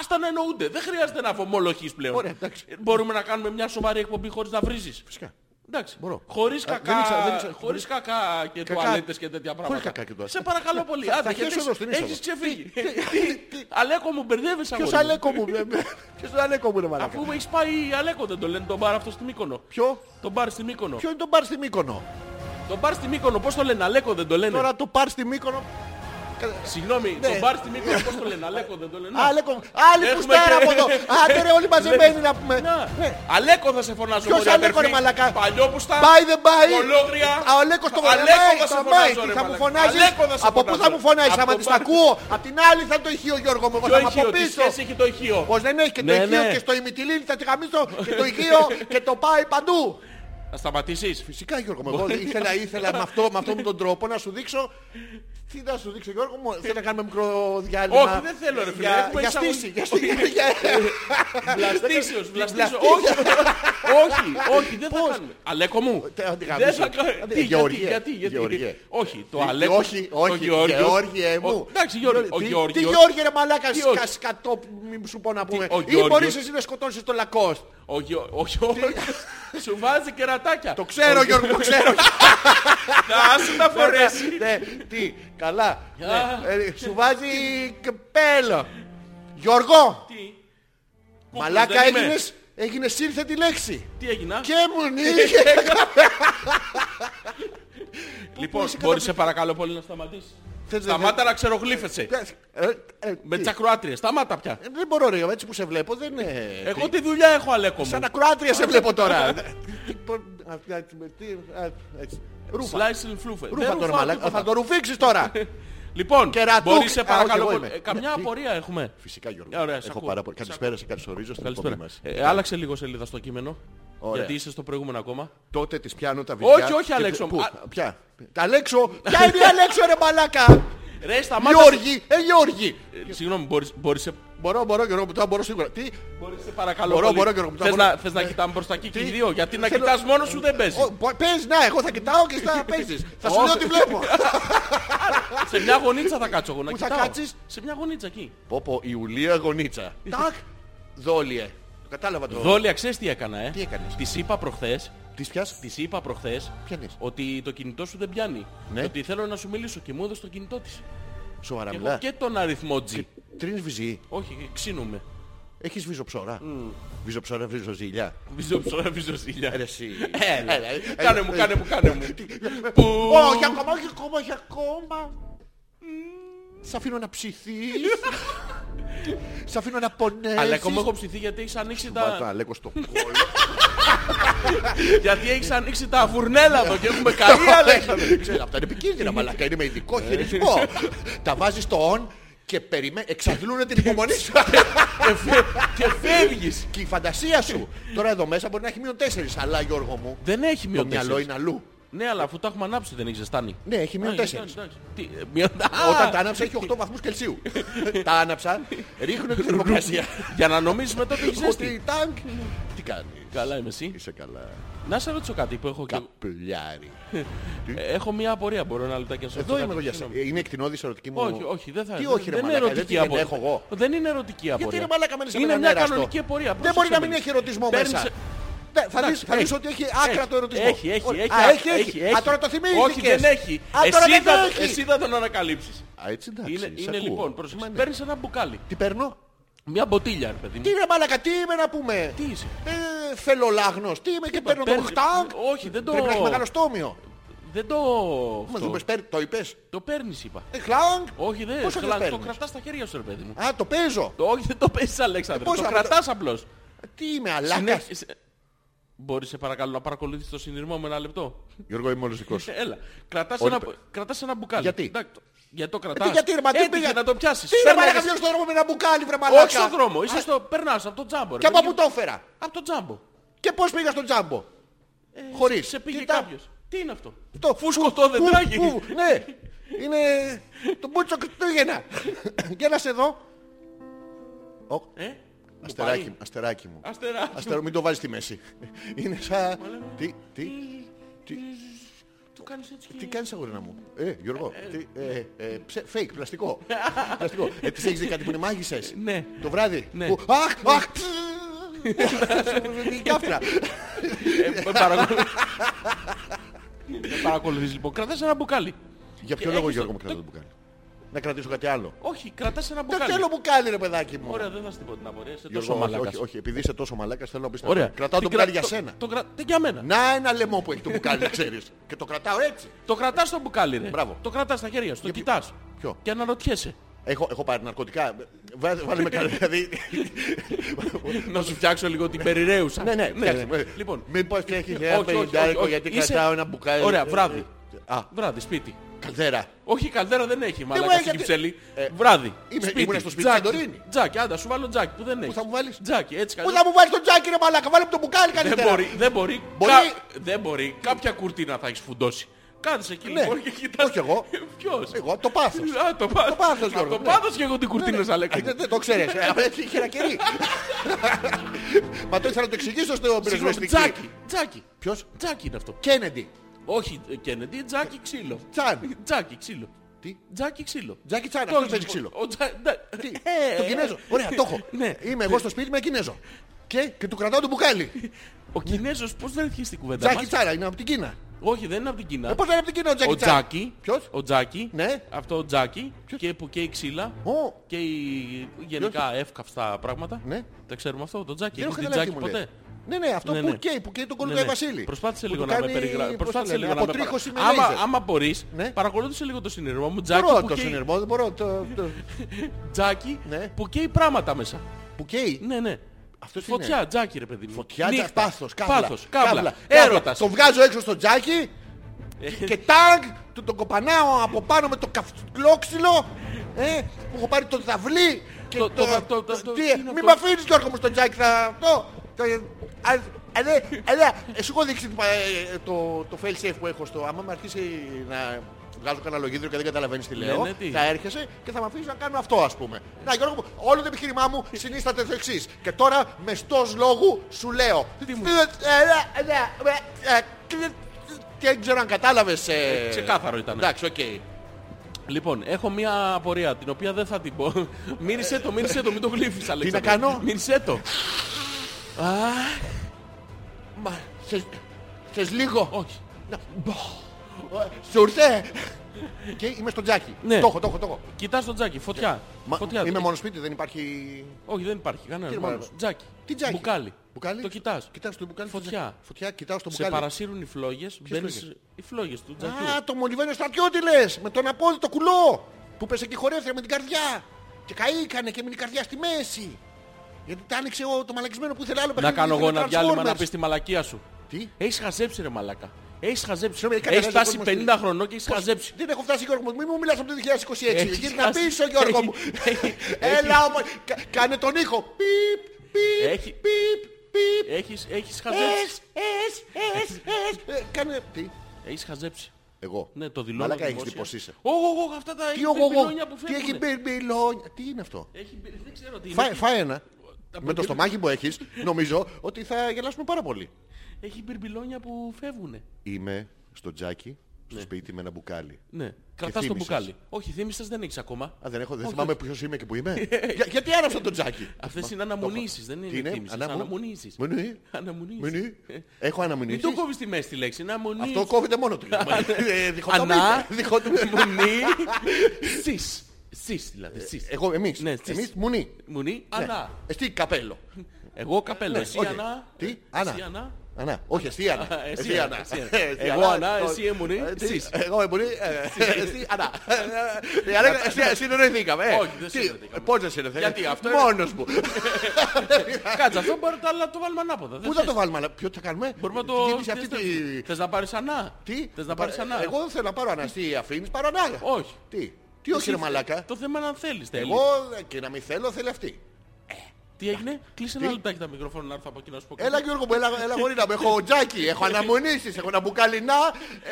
Speaker 1: άστα να εννοούνται. Δεν χρειάζεται να βομολογείς πλέον.
Speaker 2: Ωραία, εντάξει.
Speaker 1: Ε, Μπορούμε να κάνουμε μια σοβαρή εκπομπή χωρίς να βρίζεις.
Speaker 2: Φυσικά.
Speaker 1: Εντάξει.
Speaker 2: Μπορώ.
Speaker 1: Χωρίς
Speaker 2: Α, δεν ήξερα, δεν
Speaker 1: κακά,
Speaker 2: ήξερα.
Speaker 1: χωρίς κακά και
Speaker 2: Κακά.
Speaker 1: τουαλέτες και τέτοια πράγματα.
Speaker 2: κακά και τουαλέτες.
Speaker 1: Σε παρακαλώ πολύ.
Speaker 2: Θα- θα
Speaker 1: Άντε, γιατί
Speaker 2: χέσω εδώ στην είσοδο.
Speaker 1: έχεις ξεφύγει. Τι, Αλέκο μου, μπερδεύεσαι
Speaker 2: Ποιος
Speaker 1: αγόρι μου.
Speaker 2: αλέκο μου. ε, Ποιος αλέκο μου είναι μαλάκα.
Speaker 1: Αφού έχεις πάει Αλέκο δεν το λένε τον μπαρ αυτό στην Μύκονο.
Speaker 2: Ποιο.
Speaker 1: Τον μπαρ στην Μύκονο.
Speaker 2: Ποιο είναι το μπαρ στη Μύκονο.
Speaker 1: Ναι. Τον μπαρ στη Μύκονο πώς το λένε, Αλέκο δεν το λένε.
Speaker 2: Τώρα το μπαρ στη Μύκονο.
Speaker 1: Συγγνώμη, τον μπαρ στη Μύκονο πώς το λένε, Αλέκο δεν το λένε.
Speaker 2: Αλέκο. Άλλη
Speaker 1: Έχουμε
Speaker 2: κουστάρα
Speaker 1: και- Ναι.
Speaker 2: από εδώ. Άντε ρε όλοι μαζεμένοι να
Speaker 1: Να.
Speaker 2: πούμε. Ναι.
Speaker 1: Αλέκο θα σε φωνάζω.
Speaker 2: Ποιος
Speaker 1: μωρέ,
Speaker 2: Αλέκο,
Speaker 1: αδερφή.
Speaker 2: ρε μαλακά.
Speaker 1: Παλιόπουστα.
Speaker 2: Πάει δεν πάει.
Speaker 1: Κολόγρια.
Speaker 2: Α, Ο Λέκος το
Speaker 1: Αλέκο
Speaker 2: βολεύει,
Speaker 1: θα
Speaker 2: το
Speaker 1: σε
Speaker 2: βάει.
Speaker 1: φωνάζω,
Speaker 2: Τι
Speaker 1: ρε
Speaker 2: θα μου
Speaker 1: μαλάκα.
Speaker 2: φωνάζεις.
Speaker 1: Αλέκο θα σε
Speaker 2: Από πού θα
Speaker 1: φωνάζω.
Speaker 2: μου φωνάζεις,
Speaker 1: Από
Speaker 2: άμα τις
Speaker 1: πάνω.
Speaker 2: ακούω. Απ' την άλλη θα το ηχείο Γιώργο μου, εγώ
Speaker 1: Το
Speaker 2: θα είμαι από
Speaker 1: ηχείο, τι
Speaker 2: πίσω.
Speaker 1: σχέση έχει το ηχείο.
Speaker 2: Πως δεν έχει και το
Speaker 1: Ναι,
Speaker 2: ηχείο
Speaker 1: ναι.
Speaker 2: και στο ημιτιλίνι θα τη γαμίσω και το
Speaker 1: (laughs)
Speaker 2: ηχείο και το πάει παντού.
Speaker 1: Θα σταματήσεις.
Speaker 2: Φυσικά Γιώργο μου, εγώ ήθελα, ήθελα με, αυτό, με αυτόν τον τρόπο να σου δείξω τι να σου δείξω Γιώργο μου, θέλω να κάνουμε μικρό διάλειμμα.
Speaker 1: Όχι, δεν θέλω, ρε φίλε,
Speaker 2: Για-
Speaker 1: έχουμε
Speaker 2: Για
Speaker 1: εισαγωγή.
Speaker 2: στήση, για στήση.
Speaker 1: Βλαστήσεως, βλαστήσεως.
Speaker 2: Βλαστήσεως.
Speaker 1: Όχι, όχι, όχι, δεν θα κάνουμε. Αλέκο μου,
Speaker 2: (laughs) Τε, να τη
Speaker 1: δεν
Speaker 2: γαμίσω.
Speaker 1: θα κάνουμε.
Speaker 2: Άντε,
Speaker 1: Τι, γιατί,
Speaker 2: Γεωργία,
Speaker 1: γιατί, γιατί.
Speaker 2: Γεωργία.
Speaker 1: Όχι, το
Speaker 2: Τι-
Speaker 1: Αλέκο.
Speaker 2: Όχι,
Speaker 1: το
Speaker 2: όχι,
Speaker 1: Γεώργιος-
Speaker 2: Γεώργιε μου.
Speaker 1: Ο- Εντάξει, Γεώργιο, ο
Speaker 2: Τι-
Speaker 1: Γεώργιος.
Speaker 2: Τι Γεώργιε ρε μαλάκα,
Speaker 1: Τι όχι.
Speaker 2: σκας- κατόπι, μη σου πω να πούμε.
Speaker 1: ο
Speaker 2: Ή
Speaker 1: Γεώργιος.
Speaker 2: μπορείς εσύ να σκοτώσεις το λακός.
Speaker 1: Ο Γεω- ο Γεώργιος σου βάζει κερατάκια.
Speaker 2: Το ξέρω Γιώργο, το
Speaker 1: (laughs)
Speaker 2: ξέρω.
Speaker 1: Θα σου τα φορέσει.
Speaker 2: Ναι, τι, καλά.
Speaker 1: Α.
Speaker 2: Ναι, ε, Σου βάζει καπέλο. Γιώργο,
Speaker 1: Τι, κούκλος
Speaker 2: μαλάκα
Speaker 1: δεν είμαι.
Speaker 2: έγινες, έγινες σύνθετη λέξη.
Speaker 1: Τι έγινα.
Speaker 2: Και μου (laughs) νύχε.
Speaker 1: Λοιπόν,
Speaker 2: είσαι
Speaker 1: μπορείς σε παρακαλώ πολύ να σταματήσεις.
Speaker 2: Θες, δεν-
Speaker 1: Σταμάτα να ξερογλύφεσαι.
Speaker 2: Ε, ε,
Speaker 1: Με
Speaker 2: τι.
Speaker 1: τις ακροάτριες. Σταμάτα πια.
Speaker 2: Ε, Δεν μπορώ ρε, έτσι που σε βλέπω δεν είναι... Ε,
Speaker 1: Εγώ τι δουλειά έχω, Αλέκο μου.
Speaker 2: Σαν ακροάτρια σε βλέπω τώρα. ε, Τι- πο- α, α, τι- α, έτσι. Ρούφα.
Speaker 1: Slice and floofer.
Speaker 2: Ρούφα
Speaker 1: Δεν
Speaker 2: τον
Speaker 1: ρουφάω
Speaker 2: μαλάκα. Ε,
Speaker 1: τίποτα.
Speaker 2: Θα το ρουφήξεις τώρα.
Speaker 1: Λοιπόν,
Speaker 2: Κερατούκ.
Speaker 1: μπορείς σε
Speaker 2: Α, όχι,
Speaker 1: παρακαλώ.
Speaker 2: εγώ
Speaker 1: πολύ-
Speaker 2: είμαι.
Speaker 1: ε, Καμιά απορία έχουμε.
Speaker 2: Φυσικά Γιώργο.
Speaker 1: Ε, ωραία, σ'
Speaker 2: Έχω
Speaker 1: ακούω.
Speaker 2: πάρα πολύ.
Speaker 1: Σ'
Speaker 2: Καλησπέρα σε καλωσορίζω στην εκπομπή
Speaker 1: Καλησπέρα.
Speaker 2: μας.
Speaker 1: Ε, άλλαξε λίγο σελίδα στο κείμενο.
Speaker 2: Ωραία.
Speaker 1: Γιατί είσαι στο προηγούμενο ακόμα.
Speaker 2: Τότε τις πιάνω τα βιβλιά.
Speaker 1: Όχι, όχι,
Speaker 2: και-
Speaker 1: Αλέξο μου.
Speaker 2: Πού,
Speaker 1: Α-
Speaker 2: Ποια. Τα Αλέξο. Ποια είναι η Αλέξο ρε μαλάκα.
Speaker 1: Ρε, σταμάτα.
Speaker 2: Γιώργη. Ε, Γιώργη.
Speaker 1: Ε, Συγγνώμη, μπορείς- μπορείς σε-
Speaker 2: Μπορώ, μπορώ Γιώργο μου. Τώρα μπορώ σίγουρα. Τι.
Speaker 1: μπορείς σε παρακαλώ.
Speaker 2: Μπορώ,
Speaker 1: πολύ.
Speaker 2: μπορώ, Γιώργο, μπορώ. Ναι.
Speaker 1: Θες να- Θες να κοιτάμε προς τα εκεί και οι δύο. Γιατί να
Speaker 2: Θέλω- Ε,
Speaker 1: κοιτάς μόνος σου δεν παίζεις.
Speaker 2: Ο, μπο- Πες, ναι, εγώ θα κοιτάω και εσύ θα παίζεις. Θα σου λέω τι βλέπω.
Speaker 1: Σε μια γωνίτσα θα κάτσω εγώ να
Speaker 2: Πού θα
Speaker 1: κοιτάω.
Speaker 2: κάτσεις?
Speaker 1: Σε μια γωνίτσα εκεί.
Speaker 2: Πω πω, Ιουλία Γονίτσα. Τάκ. Δόλιε. Το κατάλαβα το.
Speaker 1: Δόλια, ξέρεις τι έκανα, ε.
Speaker 2: Τι έκανες?
Speaker 1: Της είπα προχθές
Speaker 2: Τις πιάσεις.
Speaker 1: Της είπα προχθές
Speaker 2: Πιανείς.
Speaker 1: ότι το κινητό σου δεν πιάνει.
Speaker 2: Ναι.
Speaker 1: Και Ότι θέλω να σου μιλήσω και μου έδωσες το κινητό της.
Speaker 2: Σοβαρά
Speaker 1: Και έχω
Speaker 2: μιλά.
Speaker 1: και τον αριθμό G.
Speaker 2: Τρεις βυζί.
Speaker 1: Όχι, ξύνομαι.
Speaker 2: Έχεις βυζοψώρα. Βυζοψώρα, βυζοζήλια. Ε,
Speaker 1: Βυζοψώρα, βυζοζήλια.
Speaker 2: Ρε εσύ.
Speaker 1: Έλα.
Speaker 2: Έλα, ε,
Speaker 1: Κάνε
Speaker 2: ε,
Speaker 1: μου,
Speaker 2: ε,
Speaker 1: κάνε μου, κάνε μου. Που-
Speaker 2: Όχι ακόμα, όχι ακόμα, όχι ακόμα. Σ' αφήνω να (laughs) ψηθείς. Σ' αφήνω να πονέσεις.
Speaker 1: Αλλά ακόμα έχω ψηθεί γιατί έχεις ανοίξει
Speaker 2: Βάτα,
Speaker 1: τα...
Speaker 2: Αλέκο στο (laughs) κόλλο.
Speaker 1: γιατί έχεις ανοίξει τα φουρνέλα εδώ και έχουμε (laughs) καλή Αλέξανδρο.
Speaker 2: Ξέρω, αυτά είναι επικίνδυνα, μαλακά. Είναι με ειδικό χειρισμό. Τα βάζεις στο on και περιμέ... εξαντλούν την υπομονή
Speaker 1: (laughs)
Speaker 2: σου.
Speaker 1: Και φε- και φεύγεις.
Speaker 2: και η φαντασία σου. Τώρα εδώ μέσα μπορεί να έχει μείον τέσσερις, αλλά Γιώργο μου,
Speaker 1: Δεν έχει
Speaker 2: το
Speaker 1: μείον
Speaker 2: μυαλό
Speaker 1: τέσσερις.
Speaker 2: είναι αλλού.
Speaker 1: Ναι, αλλά αφού τα έχουμε ανάψει δεν έχει ζεστάνει.
Speaker 2: Ναι, έχει μείον
Speaker 1: Α,
Speaker 2: τέσσερις.
Speaker 1: εντάξει, εντάξει. Τι, ε, μείον-
Speaker 2: Όταν
Speaker 1: Α,
Speaker 2: τα άναψα έχει 8 βαθμούς Κελσίου. τα άναψα, ρίχνω τη θερμοκρασία.
Speaker 1: ναι, Για να νομίζεις μετά ότι έχεις
Speaker 2: ναι. Ότι
Speaker 1: ζέστη.
Speaker 2: η τάγκ. Τι κάνει.
Speaker 1: Καλά είμαι εσύ.
Speaker 2: Είσαι καλά.
Speaker 1: Να σε ρωτήσω κάτι που έχω και...
Speaker 2: Καπλιάρι.
Speaker 1: Ε, Έχω μια απορία, μπορώ ένα λεπτάκι να σου
Speaker 2: Εδώ
Speaker 1: ρωτήσω
Speaker 2: είμαι εγώ
Speaker 1: κάτι.
Speaker 2: για σένα.
Speaker 1: Συγγνώμη.
Speaker 2: Ε, Είναι εκτινώδης ερωτική μου.
Speaker 1: Όχι, όχι, δεν θα
Speaker 2: Τι όχι, ρε
Speaker 1: δεν είναι
Speaker 2: μαλάκα,
Speaker 1: ερωτική
Speaker 2: δεν την
Speaker 1: απορία.
Speaker 2: έχω εγώ.
Speaker 1: Δεν είναι ερωτική απορία.
Speaker 2: Γιατί ρε μαλάκα μένεις σε
Speaker 1: Είναι
Speaker 2: έναν
Speaker 1: μια
Speaker 2: εραστό.
Speaker 1: κανονική απορία.
Speaker 2: Δεν
Speaker 1: Πρόσεξε
Speaker 2: μπορεί να
Speaker 1: με.
Speaker 2: μην έχει ερωτισμό
Speaker 1: Παίρνεις-
Speaker 2: μέσα. Ναι, θα δεις,
Speaker 1: Εντάξει,
Speaker 2: θα δεις
Speaker 1: έχει.
Speaker 2: ότι έχει άκρα το ερωτισμό.
Speaker 1: Έχει, έχει,
Speaker 2: Ω,
Speaker 1: έχει.
Speaker 2: Α, έχει, έχει.
Speaker 1: έχει.
Speaker 2: Α, τώρα το θυμήθηκες.
Speaker 1: Όχι, δεν έχει.
Speaker 2: Α, τώρα
Speaker 1: Εσύ
Speaker 2: δεν
Speaker 1: θα-
Speaker 2: έχει.
Speaker 1: Εσύ θα τον ανακαλύψεις.
Speaker 2: Α, έτσι εντάξει.
Speaker 1: Είναι,
Speaker 2: σ'
Speaker 1: είναι
Speaker 2: ακούω.
Speaker 1: λοιπόν, πρόσεξε. Παίρνεις ένα μπουκάλι.
Speaker 2: Τι παίρνω.
Speaker 1: Μια μποτίλια, ρε παιδί μου.
Speaker 2: Τι ρε μαλακα, τι είμαι να πούμε.
Speaker 1: Τι είσαι.
Speaker 2: Ε, φελολάγνος, τι είμαι και παίρνω το
Speaker 1: παίρνεις-
Speaker 2: χτάκ.
Speaker 1: Όχι, δεν το...
Speaker 2: Πρέπει να έχεις μεγάλο στόμιο.
Speaker 1: Δεν το...
Speaker 2: Μα
Speaker 1: αυτό.
Speaker 2: το είπες, παίρ- το είπες.
Speaker 1: Το παίρνεις, είπα.
Speaker 2: Ε, Χλάγκ.
Speaker 1: Όχι, δεν.
Speaker 2: Πόσο
Speaker 1: χλα-
Speaker 2: το
Speaker 1: Το
Speaker 2: παίρνεις?
Speaker 1: κρατάς στα χέρια σου, ρε παιδί μου.
Speaker 2: Α, το παίζω.
Speaker 1: Το όχι, δεν το παίζεις, Αλέξανδρε.
Speaker 2: Ε, πώς
Speaker 1: Το
Speaker 2: θα το-
Speaker 1: κρατάς απλώς.
Speaker 2: Τι είμαι, αλάκας.
Speaker 1: Μπορεί σε παρακαλώ να παρακολουθήσει το συνειρμό με ένα λεπτό.
Speaker 2: Γιώργο, είμαι όλος δικός σου.
Speaker 1: (laughs) Έλα. Κρατάς
Speaker 2: Όλοι
Speaker 1: ένα,
Speaker 2: παι-
Speaker 1: κρατάς ένα μπουκάλι.
Speaker 2: Γιατί? Ε,
Speaker 1: Εντάξει, το- γιατί το κρατάς.
Speaker 2: Τι γιατί ρε, μα τι πήγα-
Speaker 1: να το πιάσεις.
Speaker 2: Τι ρε μαλάκα, βγαίνω στον δρόμο με ένα μπουκάλι βρε μαλάκα.
Speaker 1: Όχι στον δρόμο, είσαι στο. Περνάς από το τζάμπο. ρε
Speaker 2: Και από
Speaker 1: παιδί
Speaker 2: πού
Speaker 1: μου.
Speaker 2: το έφερα.
Speaker 1: Από το τζάμπο.
Speaker 2: Και πώς πήγα στον τζάμπο. Χωρίς.
Speaker 1: Ε, Σε πήγε
Speaker 2: Κοίτα,
Speaker 1: κάποιος. Τι είναι αυτό.
Speaker 2: Το
Speaker 1: Φούσκο το
Speaker 2: Πού,
Speaker 1: δεντράκι.
Speaker 2: πού, ναι. Είναι το μπούτσο Χριστούγεννα. Γέλασε εδώ. Ω,
Speaker 1: Ε, μου
Speaker 2: αστεράκι,
Speaker 1: πάει.
Speaker 2: μου, αστεράκι μου.
Speaker 1: Αστεράκι.
Speaker 2: Αστερό, μην το βάζεις στη μέση. Είναι σαν... Τι, τι,
Speaker 1: Του κάνεις έτσι.
Speaker 2: τι
Speaker 1: και-
Speaker 2: κάνεις αγορίνα μου. Ε, Γιώργο, τι, ε, ε, ψε- fake, πλαστικό. πλαστικό. Ε, τις έχεις δει κάτι που είναι μάγισσες.
Speaker 1: Ναι.
Speaker 2: Το βράδυ.
Speaker 1: Ναι.
Speaker 2: Που, αχ, αχ, ψ, (laughs) η κάφτρα.
Speaker 1: Ε, Παρακολουθείς λοιπόν. Κρατάς ένα μπουκάλι.
Speaker 2: Για
Speaker 1: Και
Speaker 2: ποιο λόγο
Speaker 1: Ε, έχεις το-
Speaker 2: Γιώργο μου κρατάς το μπουκάλι. Να κρατήσω κάτι άλλο.
Speaker 1: Όχι, κρατάς ένα
Speaker 2: Δεν
Speaker 1: μπουκάλι.
Speaker 2: θέλω μπουκάλι ρε παιδάκι μου.
Speaker 1: Ωραία, δεν θα σου την πω την απορία. Είσαι
Speaker 2: Γιώργο,
Speaker 1: τόσο
Speaker 2: όχι,
Speaker 1: μαλακά.
Speaker 2: όχι, όχι, επειδή είσαι τόσο μαλάκας, θέλω να πεις.
Speaker 1: Ωραία.
Speaker 2: Κρατάω
Speaker 1: Την
Speaker 2: το μπουκάλι
Speaker 1: κρα-
Speaker 2: για σένα.
Speaker 1: Το, κρα- δεν για μένα.
Speaker 2: Να ένα λαιμό που έχει το μπουκάλι, να ξέρεις. Και το κρατάω έτσι.
Speaker 1: Το κρατάς στο μπουκάλι, ρε.
Speaker 2: Μπράβο.
Speaker 1: Το κρατάς στα χέρια σου, το κοιτάς.
Speaker 2: ποιο?
Speaker 1: Και αναρωτιέσαι.
Speaker 2: Έχω, έχω πάρει ναρκωτικά. Βά- Βάλε με κάτι. Δηλαδή.
Speaker 1: να σου φτιάξω λίγο την περιραίουσα.
Speaker 2: ναι, ναι, φτιάξτε με.
Speaker 1: Λοιπόν.
Speaker 2: Μήπως έχει
Speaker 1: όχι,
Speaker 2: ένα
Speaker 1: όχι, όχι,
Speaker 2: πενιντάρικο
Speaker 1: όχι.
Speaker 2: γιατί
Speaker 1: Είσαι-
Speaker 2: κρατάω ένα μπουκάλι. Ε,
Speaker 1: Ωραία, βράδυ.
Speaker 2: Α,
Speaker 1: Βράδυ, σπίτι.
Speaker 2: καλδέρα.
Speaker 1: Όχι, καλδέρα δεν έχει,
Speaker 2: μου
Speaker 1: μαλάκα
Speaker 2: έχει,
Speaker 1: στην Κυψέλη.
Speaker 2: ε,
Speaker 1: Βράδυ.
Speaker 2: είμαι-
Speaker 1: σπίτι.
Speaker 2: ήμουνα στο σπίτι
Speaker 1: τζάκι,
Speaker 2: της Σαντορίνη.
Speaker 1: Τζάκι, άντα, σου βάλω τζάκι που δεν έχει.
Speaker 2: θα μου βάλεις?
Speaker 1: Τζάκι, έτσι
Speaker 2: Πού
Speaker 1: καλώς.
Speaker 2: θα μου βάλεις τον τζάκι, ρε μαλάκα, βάλε μου το μπουκάλι
Speaker 1: Δεν
Speaker 2: καλύτερα.
Speaker 1: μπορεί, δεν μπορεί.
Speaker 2: Μπορεί.
Speaker 1: Δεν μπορεί. Κάποια κουρτίνα θα έχεις φουντώσει. Κάτσε εκεί
Speaker 2: Ναι.
Speaker 1: λοιπόν και κοιτάς.
Speaker 2: Όχι εγώ.
Speaker 1: (laughs) Ποιος.
Speaker 2: Εγώ, το πάθος.
Speaker 1: Α, το πάθος.
Speaker 2: Το πάθος, Γιώργο,
Speaker 1: Το
Speaker 2: ναι.
Speaker 1: πάθος και εγώ την κουρτίνα, Αλέξη.
Speaker 2: Δεν το ε, ξέρει. Έτσι είχε ένα κερί. Μα το ήθελα να το εξηγήσω στο
Speaker 1: Συγγνώμη,
Speaker 2: πυροσβεστικό.
Speaker 1: Τζάκι, τζάκι.
Speaker 2: Ποιος?
Speaker 1: Τζάκι είναι αυτό.
Speaker 2: Κένεντι.
Speaker 1: Όχι ε, Κέννεντι, τζάκι ξύλο.
Speaker 2: Τσάν.
Speaker 1: Τζάκι ξύλο.
Speaker 2: Τι?
Speaker 1: Τζάκι ξύλο.
Speaker 2: Τζάκι Τσάν,
Speaker 1: Το
Speaker 2: αυτός
Speaker 1: έχεις
Speaker 2: παίζει ξύλο.
Speaker 1: Ο Τζα- ναι.
Speaker 2: Τι,
Speaker 1: Ε,
Speaker 2: τον
Speaker 1: ε,
Speaker 2: Κινέζο.
Speaker 1: ε,
Speaker 2: Ωραία, το έχω.
Speaker 1: (laughs) Ναι.
Speaker 2: Είμαι εγώ στο σπίτι με Κινέζο. Και, και του κρατάω το μπουκάλι.
Speaker 1: Ο Κινέζος πώς δεν έρχεται στην κουβέντα
Speaker 2: Τζάκι
Speaker 1: μας.
Speaker 2: Τσάρα είναι από την Κίνα.
Speaker 1: Όχι, δεν είναι από την Κίνα.
Speaker 2: Ε, πώς λένε από την Κίνα ο Τζάκι
Speaker 1: Ο
Speaker 2: Τσάρα.
Speaker 1: Τζάκι.
Speaker 2: Ποιος?
Speaker 1: Ο Τζάκι.
Speaker 2: Ναι.
Speaker 1: Αυτό ο Τζάκι. Και που και η ξύλα.
Speaker 2: Ω.
Speaker 1: Και οι γενικά εύκαυστα πράγματα.
Speaker 2: Ναι.
Speaker 1: Τα ξέρουμε αυτό. Το Τζάκι.
Speaker 2: Δεν
Speaker 1: Έχεις
Speaker 2: Ναι. έχω
Speaker 1: δει
Speaker 2: καταλάβει
Speaker 1: Τζάκι
Speaker 2: τι μου λες.
Speaker 1: ποτέ.
Speaker 2: Ναι, ναι, αυτό
Speaker 1: Ναι,
Speaker 2: που
Speaker 1: ναι.
Speaker 2: καίει, που καίει τον κολυμπάει
Speaker 1: Ναι, ναι.
Speaker 2: Βασίλη.
Speaker 1: Προσπάθησε
Speaker 2: Που
Speaker 1: λίγο
Speaker 2: του
Speaker 1: να με
Speaker 2: κάνει,
Speaker 1: περιγράψει.
Speaker 2: πώς
Speaker 1: Προσπάθησε
Speaker 2: το
Speaker 1: λίγο
Speaker 2: λένε,
Speaker 1: να με
Speaker 2: αποτρίχωση με
Speaker 1: Άμα,
Speaker 2: λέιζερ.
Speaker 1: άμα μπορείς,
Speaker 2: Ναι.
Speaker 1: παρακολούθησε λίγο το συνειρμό μου. Τζάκι
Speaker 2: Μπορώ
Speaker 1: που,
Speaker 2: το
Speaker 1: καίει,
Speaker 2: συνειρμό, δεν μπορώ. το- το-
Speaker 1: τζάκι
Speaker 2: Ναι.
Speaker 1: που καίει πράγματα μέσα.
Speaker 2: Που καίει.
Speaker 1: Ναι, ναι.
Speaker 2: Αυτός τι
Speaker 1: Φωτιά, τζάκι ρε παιδί μου.
Speaker 2: Φωτιά,
Speaker 1: Νύχτα.
Speaker 2: τζα- πάθος, κάβλα.
Speaker 1: Πάθος, κάβλα.
Speaker 2: κάβλα.
Speaker 1: Έρωτας. Ε.
Speaker 2: Τον βγάζω έξω στο τζάκι και τάγκ, του τον κοπανάω από πάνω με το καφτλόξυλο ε, που έχω πάρει το ταυλί και
Speaker 1: Το-
Speaker 2: το...
Speaker 1: το- το- το- το-
Speaker 2: τι,
Speaker 1: τι είναι
Speaker 2: Μη
Speaker 1: αυτό?
Speaker 2: με αφήνεις Γιώργο μου στο τζάκι, θα... Το... το- α, α, ναι, α, ναι. Ε, σου έχω δείξει το, ε, το, το fail safe που έχω στο... Άμα με αρχίσει να βγάζω κανένα λογίδριο και δεν καταλαβαίνεις τι λέω,
Speaker 1: ναι, τι.
Speaker 2: θα έρχεσαι και θα με αφήσεις να κάνω αυτό, ας πούμε. Να, Γιώργο, μου, όλο το επιχείρημά μου συνίσταται το εξής. Και τώρα με στός λόγου σου λέω.
Speaker 1: Τι μου-
Speaker 2: Ε, ε, ε, ε, ε, ε, Δεν ξέρω αν κατάλαβες. ε.
Speaker 1: ξεκάθαρο ήταν.
Speaker 2: Εντάξει, οκ.
Speaker 1: Λοιπόν, έχω μία απορία την οποία δεν θα την πω. (laughs) Μύρισε το, μύρισε το, μην το γλύφεις Αλέξανδρε.
Speaker 2: να κάνω?
Speaker 1: Μύρισε το.
Speaker 2: Μα, θες- θες λίγο.
Speaker 1: Όχι.
Speaker 2: Να- Μπο. Ε, Σου ήρθε. Και είμαι στο τζάκι.
Speaker 1: Ναι.
Speaker 2: Το έχω, το έχω, το έχω.
Speaker 1: Κοιτάς το τζάκι, φωτιά.
Speaker 2: Μα,
Speaker 1: φωτιά.
Speaker 2: είμαι μόνο σπίτι, δεν υπάρχει...
Speaker 1: Όχι, δεν υπάρχει κανένα.
Speaker 2: Κύριε
Speaker 1: μόνος.
Speaker 2: Μάνο.
Speaker 1: Τζάκι.
Speaker 2: Τι τζάκι.
Speaker 1: Μπουκάλι.
Speaker 2: Μπουκάλι.
Speaker 1: Το κοιτάς.
Speaker 2: Κοιτάς το μπουκάλι. στο
Speaker 1: Φωτιά.
Speaker 2: τζάκι. Φωτιά, κοιτάω στο
Speaker 1: Σε
Speaker 2: μπουκάλι.
Speaker 1: παρασύρουν οι φλόγες. Μπαίνεις...
Speaker 2: φλόγες?
Speaker 1: Οι φλόγες του τζακιού.
Speaker 2: Α, το μολυβένιο στρατιώτη λες, με τον απόδειτο κουλό που πέσε και χορεύτρια με την καρδιά. Και καήκανε και μείνει η καρδιά στη μέση. Γιατί τα άνοιξε ο, το μαλακισμένο που ήθελε άλλο
Speaker 1: Να
Speaker 2: παιχνίδι.
Speaker 1: κάνω εγώ
Speaker 2: ήθελε
Speaker 1: ένα διάλειμμα να
Speaker 2: Transformers.
Speaker 1: πεις τη μαλακία σου.
Speaker 2: Τι?
Speaker 1: Έχεις χαζέψει ρε μαλάκα. Έχεις χαζέψει.
Speaker 2: Συγγνώμη,
Speaker 1: Έχεις
Speaker 2: καταλαβαίνεις
Speaker 1: φτάσει
Speaker 2: ο
Speaker 1: 50
Speaker 2: κόσμος τι-
Speaker 1: χρονών και έχεις χαζέψει.
Speaker 2: Δεν έχω φτάσει Γιώργο μου, μην μου μιλάς από το 2026.
Speaker 1: Έχεις
Speaker 2: Γύρνα
Speaker 1: χάσει-
Speaker 2: πίσω Γιώργο μου.
Speaker 1: Έχει-
Speaker 2: Έλα όμως, κα- κάνε τον ήχο. Πιπ, πιπ,
Speaker 1: Έχει-
Speaker 2: πιπ, πιπ.
Speaker 1: Έχεις, έχεις χαζέψει.
Speaker 2: Εσ, εσ, εσ, εσ. Ε, Κάνε... Τι?
Speaker 1: Έχεις χαζέψει.
Speaker 2: Εγώ.
Speaker 1: Ναι, το δηλώνω.
Speaker 2: Μαλάκα έχεις δει
Speaker 1: δημόσια.
Speaker 2: πως είσαι.
Speaker 1: Ω, ω, ω, αυτά τα
Speaker 2: Τι ο γογό,
Speaker 1: μπιρμπιλόνια που
Speaker 2: τι
Speaker 1: φεύγουν.
Speaker 2: έχει μπιρμπιλόνια, τι είναι αυτό.
Speaker 1: Έχει μπει- δεν ξέρω τι
Speaker 2: Φάε,
Speaker 1: είναι.
Speaker 2: φάε ένα. Με το στομάχι που έχεις,
Speaker 1: (laughs)
Speaker 2: νομίζω ότι θα γελάσουμε πάρα πολύ.
Speaker 1: Έχει μπιρμπιλόνια που φεύγουνε.
Speaker 2: Είμαι στο τζάκι, στο σπίτι με ένα μπουκάλι.
Speaker 1: Ναι. Κρατάς το
Speaker 2: θύμισες.
Speaker 1: μπουκάλι. Όχι, θύμισες δεν έχεις ακόμα.
Speaker 2: Α, δεν έχω, δεν
Speaker 1: Όχι,
Speaker 2: θυμάμαι ποιος είμαι και που
Speaker 1: (laughs)
Speaker 2: είμαι. Για- γιατί άναψα το τζάκι.
Speaker 1: Αυτές
Speaker 2: Μα,
Speaker 1: είναι
Speaker 2: το έχω.
Speaker 1: αναμονήσεις, δεν
Speaker 2: Τι
Speaker 1: είναι
Speaker 2: είναι,
Speaker 1: θύμισες.
Speaker 2: αναμο-
Speaker 1: Αναμονήσεις.
Speaker 2: Μουνί.
Speaker 1: Αναμονήσεις.
Speaker 2: Μουνί.
Speaker 1: Ε,
Speaker 2: Έχω
Speaker 1: Μην το
Speaker 2: αναμονήσεις.
Speaker 1: κόβεις τη μέση τη λέξη. Είναι αμονήσεις.
Speaker 2: Αυτό κόβεται
Speaker 1: (laughs)
Speaker 2: μόνο του. Ε, διχοτομία.
Speaker 1: Ανά.
Speaker 2: Διχοτομία.
Speaker 1: Μουνί. Σεις. Σεις δηλαδή. Σεις.
Speaker 2: Ε, Εγώ, εμείς.
Speaker 1: Ναι, στις.
Speaker 2: Εμείς, μουνί.
Speaker 1: Μουνί. Ανά.
Speaker 2: Εστί καπέλο.
Speaker 1: Εγώ καπέλο.
Speaker 2: Ναι,
Speaker 1: Εσύ
Speaker 2: όχι.
Speaker 1: ανά.
Speaker 2: Τι,
Speaker 1: Εσύ
Speaker 2: ανά.
Speaker 1: ανά.
Speaker 2: Ανά. Ε, ναι. Όχι, εσύ ανά.
Speaker 1: εσύ
Speaker 2: Εσύ
Speaker 1: ανά,
Speaker 2: ανά.
Speaker 1: εσύ ανά.
Speaker 2: Εσύ
Speaker 1: Εγώ
Speaker 2: ανά,
Speaker 1: ανά,
Speaker 2: το-
Speaker 1: εσύ εμμουνή,
Speaker 2: Ε, τι,
Speaker 1: εσείς.
Speaker 2: Εγώ εμμουνή, ε, εσύ ανά. Ε, Αλέκα, εσύ- Εσύ νοηθήκαμε. ε.
Speaker 1: Όχι, δεν
Speaker 2: Τι,
Speaker 1: συνεννοηθήκαμε.
Speaker 2: ε, Πώς δεν συνεννοηθήκαμε.
Speaker 1: Γιατί αυτό είναι-
Speaker 2: Μόνος μου.
Speaker 1: Κάτσε αυτό μπορεί να το- το βάλουμε ανάποδα. Δεν
Speaker 2: Πού θα το βάλουμε, αλλά ποιο θα κάνουμε.
Speaker 1: Μπορούμε να
Speaker 2: Την
Speaker 1: το.
Speaker 2: κίνηση αυτή
Speaker 1: θες
Speaker 2: τη-
Speaker 1: να- Θες να πάρεις ανά.
Speaker 2: Τι. Ε,
Speaker 1: Θες να πάρεις ανά.
Speaker 2: Εγώ θέλω να πάρω ανά. Τι αφήνεις, πάρω ανά.
Speaker 1: Όχι.
Speaker 2: Τι. Τι όχι ρε
Speaker 1: Εσύ-
Speaker 2: μαλάκα.
Speaker 1: Το θέμα είναι αν θέλεις. Τέλει.
Speaker 2: Εγώ ε, και να μην θέλω, θέλει αυτή.
Speaker 1: Τι έγινε. Κλείσε ένα
Speaker 2: Τι?
Speaker 1: λεπτάκι τα μικρόφωνα να έρθω από εκεί να σου πω κάτι.
Speaker 2: Έλα Γιώργο μου, έλα, έλα γορίνα μου, έχω τζάκι,
Speaker 1: (laughs)
Speaker 2: έχω αναμονήσεις, έχω ένα μπουκάλι να,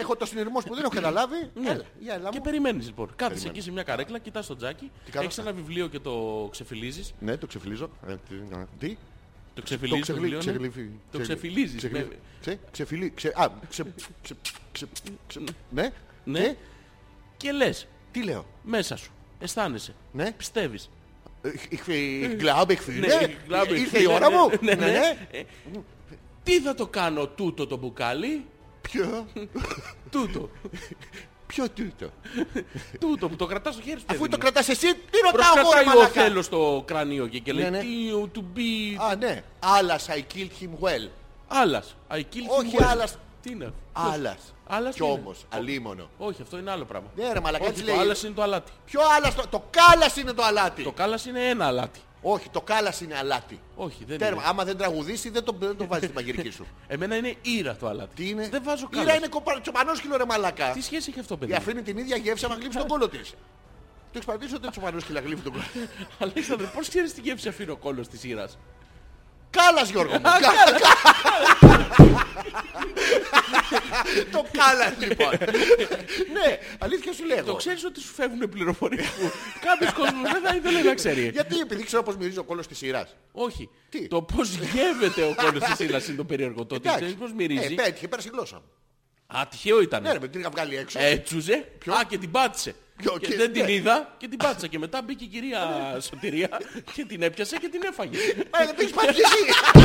Speaker 2: έχω το συνειρμό που δεν έχω καταλάβει.
Speaker 1: Ναι.
Speaker 2: Έλα, για έλα
Speaker 1: Και
Speaker 2: μου.
Speaker 1: περιμένεις λοιπόν. Κάθεσαι εκεί σε μια καρέκλα, κοιτάς το τζάκι,
Speaker 2: κάνω
Speaker 1: έχεις ένα βιβλίο και το ξεφυλίζεις.
Speaker 2: Ναι, το ξεφυλίζω. Ε, τι- Τι,
Speaker 1: Το
Speaker 2: το
Speaker 1: ξεφυλίζεις το βιβλίο.
Speaker 2: ξεφυλί,
Speaker 1: ναι.
Speaker 2: ξεφυλί,
Speaker 1: Το ξεφυλίζεις. ναι. με-
Speaker 2: Ξεφυλί, ξε, α, ξε, ξε, ξε, ξε, ναι,
Speaker 1: Ναι.
Speaker 2: και
Speaker 1: Και λες
Speaker 2: τι λέω,
Speaker 1: μέσα σου. Αισθάνεσαι.
Speaker 2: ναι,
Speaker 1: Πιστεύεις.
Speaker 2: ich will, glaube, ich will,
Speaker 1: Ναι,
Speaker 2: ναι,
Speaker 1: γλάμπη.
Speaker 2: ήρθε η ώρα μου,
Speaker 1: Ναι, ναι.
Speaker 2: ναι,
Speaker 1: Ε, Τι θα το κάνω τούτο το μπουκάλι.
Speaker 2: ποιο, (laughs)
Speaker 1: Τούτο.
Speaker 2: ποιο τούτο,
Speaker 1: τούτο που το κρατάς στο χέρι σου.
Speaker 2: αφού
Speaker 1: παιδί
Speaker 2: το
Speaker 1: μου.
Speaker 2: κρατάς εσύ, τι ρωτάω εγώ ρε
Speaker 1: Προσκρατάει ο
Speaker 2: μαλακά,
Speaker 1: Οθέλος στο κρανίο και, και λέει
Speaker 2: Ναι, ναι.
Speaker 1: «You to be
Speaker 2: α, ναι, άλλας, I killed him well,
Speaker 1: Άλλας. I killed him
Speaker 2: Όχι,
Speaker 1: well.
Speaker 2: άλλας.
Speaker 1: Τι είναι αυτό.
Speaker 2: άλλας,
Speaker 1: Άλλας
Speaker 2: κι
Speaker 1: τι είναι?
Speaker 2: όμως, αλίμονο,
Speaker 1: Όχι, αυτό είναι άλλο πράγμα.
Speaker 2: ναι ρε μαλακά,
Speaker 1: Όχι,
Speaker 2: τι
Speaker 1: το
Speaker 2: λέει,
Speaker 1: άλλας είναι το αλάτι.
Speaker 2: ποιο άλλας, το- το κάλας είναι το
Speaker 1: Το
Speaker 2: αλάτι,
Speaker 1: κάλας είναι ένα αλάτι.
Speaker 2: όχι, το κάλας είναι αλάτι,
Speaker 1: Όχι, δεν
Speaker 2: Τέρμα,
Speaker 1: είναι.
Speaker 2: άμα δεν τραγουδήσει δεν το- δεν το βάζεις στη μαγειρική
Speaker 1: (laughs)
Speaker 2: σου.
Speaker 1: Εμένα είναι ήρα το αλάτι.
Speaker 2: Τι είναι.
Speaker 1: Δεν βάζω κάλας.
Speaker 2: Ήρα είναι κοπα... τσοπανόσκυλο ρε μαλακά.
Speaker 1: Τι σχέση έχει αυτό, παιδί.
Speaker 2: Και
Speaker 1: μου?
Speaker 2: αφήνει την ίδια γεύση άμα γλύψει τον κόλο της. Το έχεις παρατηρήσει ότι τσοπανόσκυλα γλύφει τον κόλο.
Speaker 1: Αλέξανδρε, πώς ξέρεις τι γεύση αφήνει ο κόλλος της ήρας.
Speaker 2: Κάλας Γιώργο μου. Κα-
Speaker 1: (laughs)
Speaker 2: Το κάλας
Speaker 1: (laughs)
Speaker 2: λοιπόν. Ναι, αλήθεια σου
Speaker 1: Το
Speaker 2: λέγω.
Speaker 1: ξέρεις ότι σου φεύγουν πληροφορίες που κάποιος κόσμος δεν θα ήθελε να ξέρει.
Speaker 2: Γιατί επειδή ξέρω πώς μυρίζει ο κόλος της σειράς.
Speaker 1: Όχι.
Speaker 2: Τι?
Speaker 1: Το πώς γεύεται ο κόλλος της ήρας είναι το περίεργο. Το ότι
Speaker 2: Εντάξει.
Speaker 1: ξέρεις πώς μυρίζει.
Speaker 2: Ε, πέτυχε, πέρασε η γλώσσα μου.
Speaker 1: Α, τυχαίο ήταν.
Speaker 2: Ναι, ρε, με την είχα βγάλει έξω.
Speaker 1: Ε. Έτσουζε. Α, και την πάτησε.
Speaker 2: Ποιο,
Speaker 1: Και
Speaker 2: και-
Speaker 1: δεν την
Speaker 2: ναι.
Speaker 1: είδα και την πάτησα. Και μετά μπήκε η κυρία Σωτηρία και την έπιασε και την έφαγε.
Speaker 2: (laughs) Μα δεν έχεις πάρει κι εσύ.
Speaker 1: (laughs)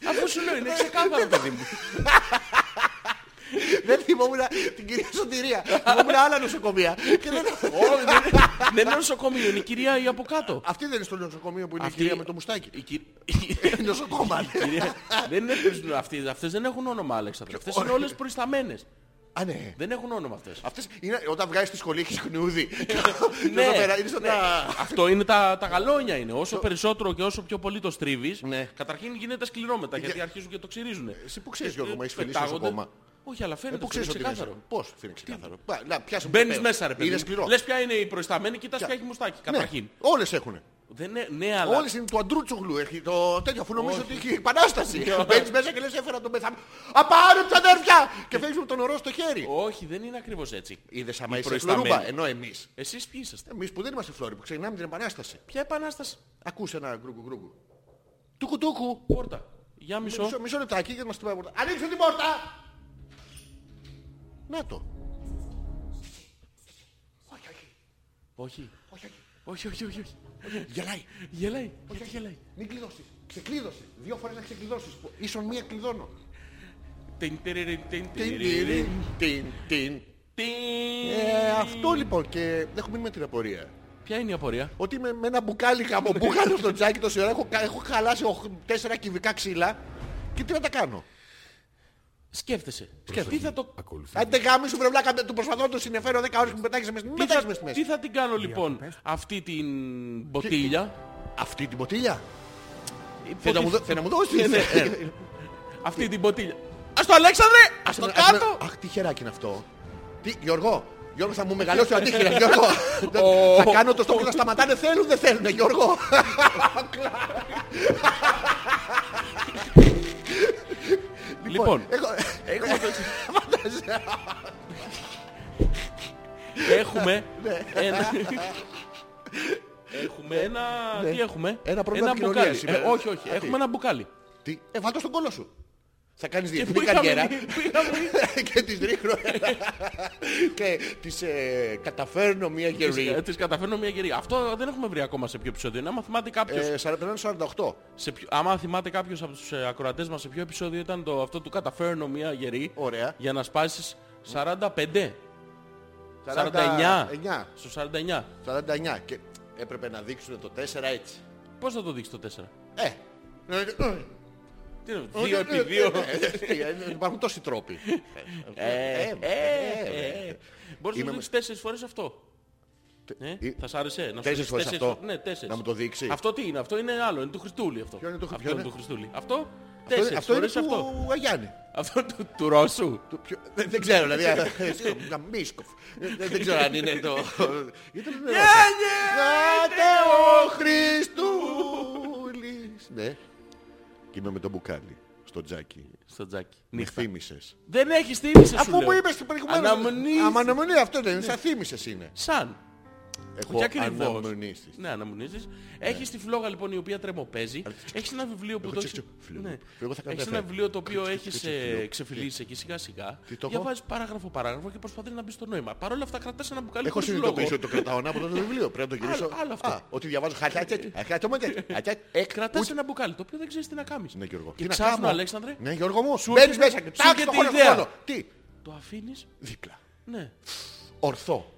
Speaker 2: Ναι. (laughs)
Speaker 1: Αφού σου λέω είναι ξεκάθαρο παιδί μου.
Speaker 2: Δεν θυμόμουν την κυρία
Speaker 1: (laughs)
Speaker 2: Σωτηρία. Θυμόμουν άλλα νοσοκομεία. Και δεν...
Speaker 1: Όχι, δεν είναι- δεν είναι νοσοκομείο, είναι η κυρία η από κάτω.
Speaker 2: Αυτή δεν είναι στο νοσοκομείο που είναι
Speaker 1: Αυτή-
Speaker 2: η κυρία με το μουστάκι.
Speaker 1: Η κυ- η-
Speaker 2: Νοσοκόμα. ναι.
Speaker 1: η κυρία- Δεν είναι αυτές, αυτές δεν έχουν όνομα Αλέξανδρε. Αυτές είναι όλες προϊσταμένες.
Speaker 2: Α, ναι.
Speaker 1: Δεν έχουν όνομα αυτές.
Speaker 2: Αυτές είναι όταν βγάζεις τη σχολή έχεις χνιούδι.
Speaker 1: Ναι,
Speaker 2: Είναι σαν
Speaker 1: ναι.
Speaker 2: τα...
Speaker 1: Αυτό είναι τα, τα γαλόνια είναι. Όσο περισσότερο και όσο πιο πολύ το στρίβεις,
Speaker 2: Ναι.
Speaker 1: καταρχήν γίνεται σκληρό μετά γιατί αρχίζουν και το ξυρίζουν.
Speaker 2: Εσύ που ξέρεις Γιώργο, μα έχεις φιλήσει
Speaker 1: Πετάγονται.
Speaker 2: νοσοκόμα.
Speaker 1: Όχι, αλλά φαίνεται.
Speaker 2: Ε, Πού
Speaker 1: ότι
Speaker 2: ξέρεις
Speaker 1: είναι
Speaker 2: ότι είναι
Speaker 1: ξεκάθαρο.
Speaker 2: Πώ είναι ξεκάθαρο. Πα- Να πιάσουμε το
Speaker 1: Μπαίνεις
Speaker 2: πέρα.
Speaker 1: μέσα, ρε παιδί.
Speaker 2: Είναι σκληρό. Ναι.
Speaker 1: Λες ποια είναι η προϊσταμένη, κοιτάς ποια έχει μουστάκι. Καταρχήν.
Speaker 2: Όλε έχουν.
Speaker 1: Δεν είναι, ναι, αλλά.
Speaker 2: Όλες είναι του αντρούτσουγλου. Έχει το τέτοιο αφού νομίζω ότι έχει
Speaker 1: (laughs)
Speaker 2: επανάσταση. Μπαίνεις μέσα και λες έφερα τον πεθαμένο. Απάρε τα αδέρφια! Και φεύγεις με τον ορό στο χέρι.
Speaker 1: Όχι, δεν είναι ακριβώς έτσι.
Speaker 2: Είδες
Speaker 1: Η
Speaker 2: άμα είσαι
Speaker 1: προϊσταμένη.
Speaker 2: φλωρούμπα, ενώ εμείς.
Speaker 1: Εσείς ποιοι είσαστε.
Speaker 2: Εμείς που δεν είμαστε φλόροι, που ξεκινάμε την επανάσταση.
Speaker 1: Ποια επανάσταση.
Speaker 2: Ακούσε ένα γκρούγκου γκρούγκου. Τούκου τούκου.
Speaker 1: Πόρτα. Για μισό.
Speaker 2: Μισό, μισό λεπτάκι γιατί μας την πάει η πόρτα. Ανοίξτε την πόρτα! Να το. Όχι, όχι,
Speaker 1: Όχι.
Speaker 2: όχι, όχι.
Speaker 1: Όχι, όχι, όχι. όχι.
Speaker 2: Γελάει.
Speaker 1: Γελάει. Γιατί γελάει.
Speaker 2: Μην κλειδώσεις. Ξεκλείδωσες. Δύο φορές να ξεκλειδώσεις. Ίσον μία κλειδώνω.
Speaker 1: Τιν, τιριριν, τιν,
Speaker 2: Τιν,
Speaker 1: τιριριν,
Speaker 2: τιν, τιν.
Speaker 1: τιν.
Speaker 2: Ε, Αυτό λοιπόν και έχω μείνει με την απορία.
Speaker 1: Ποια είναι η απορία.
Speaker 2: Ότι είμαι με ένα μπουκάλι γαμομπούκαλο στο τζάκι τόση ώρα. Έχω, κα- έχω χαλάσει οχ- τέσσερα κυβικά ξύλα. Και τι να τα κάνω.
Speaker 1: Σκέφτεσαι. Τι θα το.
Speaker 2: Αν δεν γάμισου βρε βλάκα, του προσπαθώ να το συνεφέρω 10 ώρες που με πετάξεις μέσα. Μην
Speaker 1: Τι
Speaker 2: πετάξεις
Speaker 1: θα,
Speaker 2: μέσα στη μέση.
Speaker 1: τι θα την κάνω λοιπόν αυτή την μποτίλια.
Speaker 2: Αυτή την ποτήλια.
Speaker 1: Θε
Speaker 2: Θέλει να μου δω- θέλει να μου δώσεις.
Speaker 1: Ναι,
Speaker 2: Ε,
Speaker 1: ναι. Αυτή την μποτίλια. Ας το Αλέξανδρε! Ας το
Speaker 2: Ας-
Speaker 1: κάτω!
Speaker 2: ας- Αχ, τι χεράκι είναι αυτό. Τι, Γιώργο, Γιώργο θα μου μεγαλώσει ο
Speaker 1: (laughs)
Speaker 2: αντίχειρα, Γιώργο. Δεν-
Speaker 1: Ο-
Speaker 2: θα κάνω το στόχο να σταματάνε, θέλουν, δεν θέλουν, Γιώργο.
Speaker 1: (laughs) Λοιπόν,
Speaker 2: Έχω,
Speaker 1: έχουμε το-
Speaker 2: ναι. (laughs)
Speaker 1: έχουμε ένα... Έχουμε ένα... Τι έχουμε?
Speaker 2: Ναι. Ένα πρόβλημα επικοινωνίας
Speaker 1: μπουκάλι.
Speaker 2: σήμερα.
Speaker 1: Ε, όχι, όχι.
Speaker 2: Α, τι.
Speaker 1: Έχουμε ένα μπουκάλι.
Speaker 2: τι, ε, βάλ' το στον κόλο σου. Θα κάνεις
Speaker 1: πού
Speaker 2: διεθνή
Speaker 1: είχαμε
Speaker 2: καριέρα
Speaker 1: μείνει, πού είχαμε μείνει.
Speaker 2: (laughs) και τις ρίχνω και τις ε, καταφέρνω μια γερή.
Speaker 1: Τις- Ε, Τις καταφέρνω μια γερή. Αυτό δεν έχουμε βρει ακόμα σε ποιο επεισόδιο. είναι. Άμα θυμάται κάποιος...
Speaker 2: Ε, 41-48.
Speaker 1: Σε ποιο, άμα θυμάται κάποιος από τους ε, ακροατές μας σε ποιο επεισόδιο ήταν το, αυτό του καταφέρνω μια γερή
Speaker 2: Ωραία.
Speaker 1: για να σπάσεις 45. 49.
Speaker 2: 49.
Speaker 1: Στο 49.
Speaker 2: 49. Και έπρεπε να δείξουν το 4 έτσι.
Speaker 1: Πώς θα το δείξεις το 4.
Speaker 2: Ε.
Speaker 1: Τι είναι, 2 επί 2.
Speaker 2: Ε, Υπάρχουν τόσοι τρόποι. Ε,
Speaker 1: ε. Μπορείς να
Speaker 2: Είμαι
Speaker 1: το δείξεις τέσσερις φορές αυτό. Ε,
Speaker 2: ε,
Speaker 1: θα σ' άρεσε να σου
Speaker 2: τέσσερις
Speaker 1: δείξεις
Speaker 2: φορές αυτό.
Speaker 1: Ναι, τέσσερις.
Speaker 2: Να μου το δείξεις.
Speaker 1: Αυτό τι είναι, αυτό είναι άλλο, είναι του Χριστούλη αυτό.
Speaker 2: Ποιο είναι το-
Speaker 1: αυτό
Speaker 2: ποιο
Speaker 1: είναι
Speaker 2: είναι?
Speaker 1: του Χριστούλη. Αυτό,
Speaker 2: Αυτό-
Speaker 1: τέσσερις
Speaker 2: Αυτό είναι
Speaker 1: φορές αυτό.
Speaker 2: του Αγιάννη.
Speaker 1: Αυτό του, του Ρώσου.
Speaker 2: Του ποιο- Δεν δεν ξέρω, δηλαδή. ε, ε, να Μίσκοφ. Ε, Δεν δεν ξέρω αν είναι το. Ήταν νερό. Κάτε ο Χριστούλης. Ναι. Και είμαι με τον μπουκάλι στο τζάκι.
Speaker 1: Στο τζάκι.
Speaker 2: Με
Speaker 1: Νύχτα.
Speaker 2: θύμησες.
Speaker 1: Δεν έχεις θύμησες σου
Speaker 2: Αφού μου
Speaker 1: λέω.
Speaker 2: είπες την προηγουμένη.
Speaker 1: Αναμονή.
Speaker 2: Αναμονή, αυτό δεν είναι. Σαν θύμησες είναι.
Speaker 1: Σαν.
Speaker 2: Έχω
Speaker 1: Όχι ακριβώς.
Speaker 2: αναμνήσεις.
Speaker 1: Ναι, αναμονήσεις. Έχεις τη φλόγα λοιπόν η οποία τρεμοπαίζει. Έχεις ένα βιβλίο που
Speaker 2: Εγώ
Speaker 1: το
Speaker 2: τσικ,
Speaker 1: έχεις...
Speaker 2: τσικ, φλου.
Speaker 1: Ναι.
Speaker 2: Εγώ θα κάνω
Speaker 1: Έχεις
Speaker 2: τα
Speaker 1: ένα
Speaker 2: φλου.
Speaker 1: βιβλίο το οποίο
Speaker 2: Τσικ, τσικ,
Speaker 1: έχεις
Speaker 2: τσικ,
Speaker 1: ε,
Speaker 2: φλου.
Speaker 1: ξεφυλίσει εκεί σιγά σιγά.
Speaker 2: Τι το έχω?
Speaker 1: Διαβάζεις παράγραφο παράγραφο και προσπαθείς να μπεις στο νόημα. Παρ' όλα αυτά κρατάς ένα μπουκάλι
Speaker 2: Έχω
Speaker 1: χωρίς λόγο.
Speaker 2: συνειδητοποιήσει ότι το κρατάω να από το βιβλίο. Πρέπει να το γυρίσω.
Speaker 1: Άλλο- άλλο αυτό.
Speaker 2: Α, Ότι διαβάζω χατσάτσετ. Χατσάτσετ.
Speaker 1: Κρατάς ένα μπουκάλι το οποίο δεν ξέρεις τι να κάνεις.
Speaker 2: Ναι, Γιώργο.
Speaker 1: Και
Speaker 2: Τι να
Speaker 1: ξάφνου
Speaker 2: κάνω?
Speaker 1: Αλέξανδρε
Speaker 2: Ναι, Γιώργο μου.
Speaker 1: Σου
Speaker 2: Μπαίνεις
Speaker 1: έρχεται-
Speaker 2: μέσα.
Speaker 1: σου
Speaker 2: Τάξε
Speaker 1: έρχεται
Speaker 2: το
Speaker 1: η
Speaker 2: χώρο
Speaker 1: ιδέα.
Speaker 2: χρόνο. Τι.
Speaker 1: το αφήνεις.
Speaker 2: Δίπλα.
Speaker 1: Ναι.
Speaker 2: Ορθό.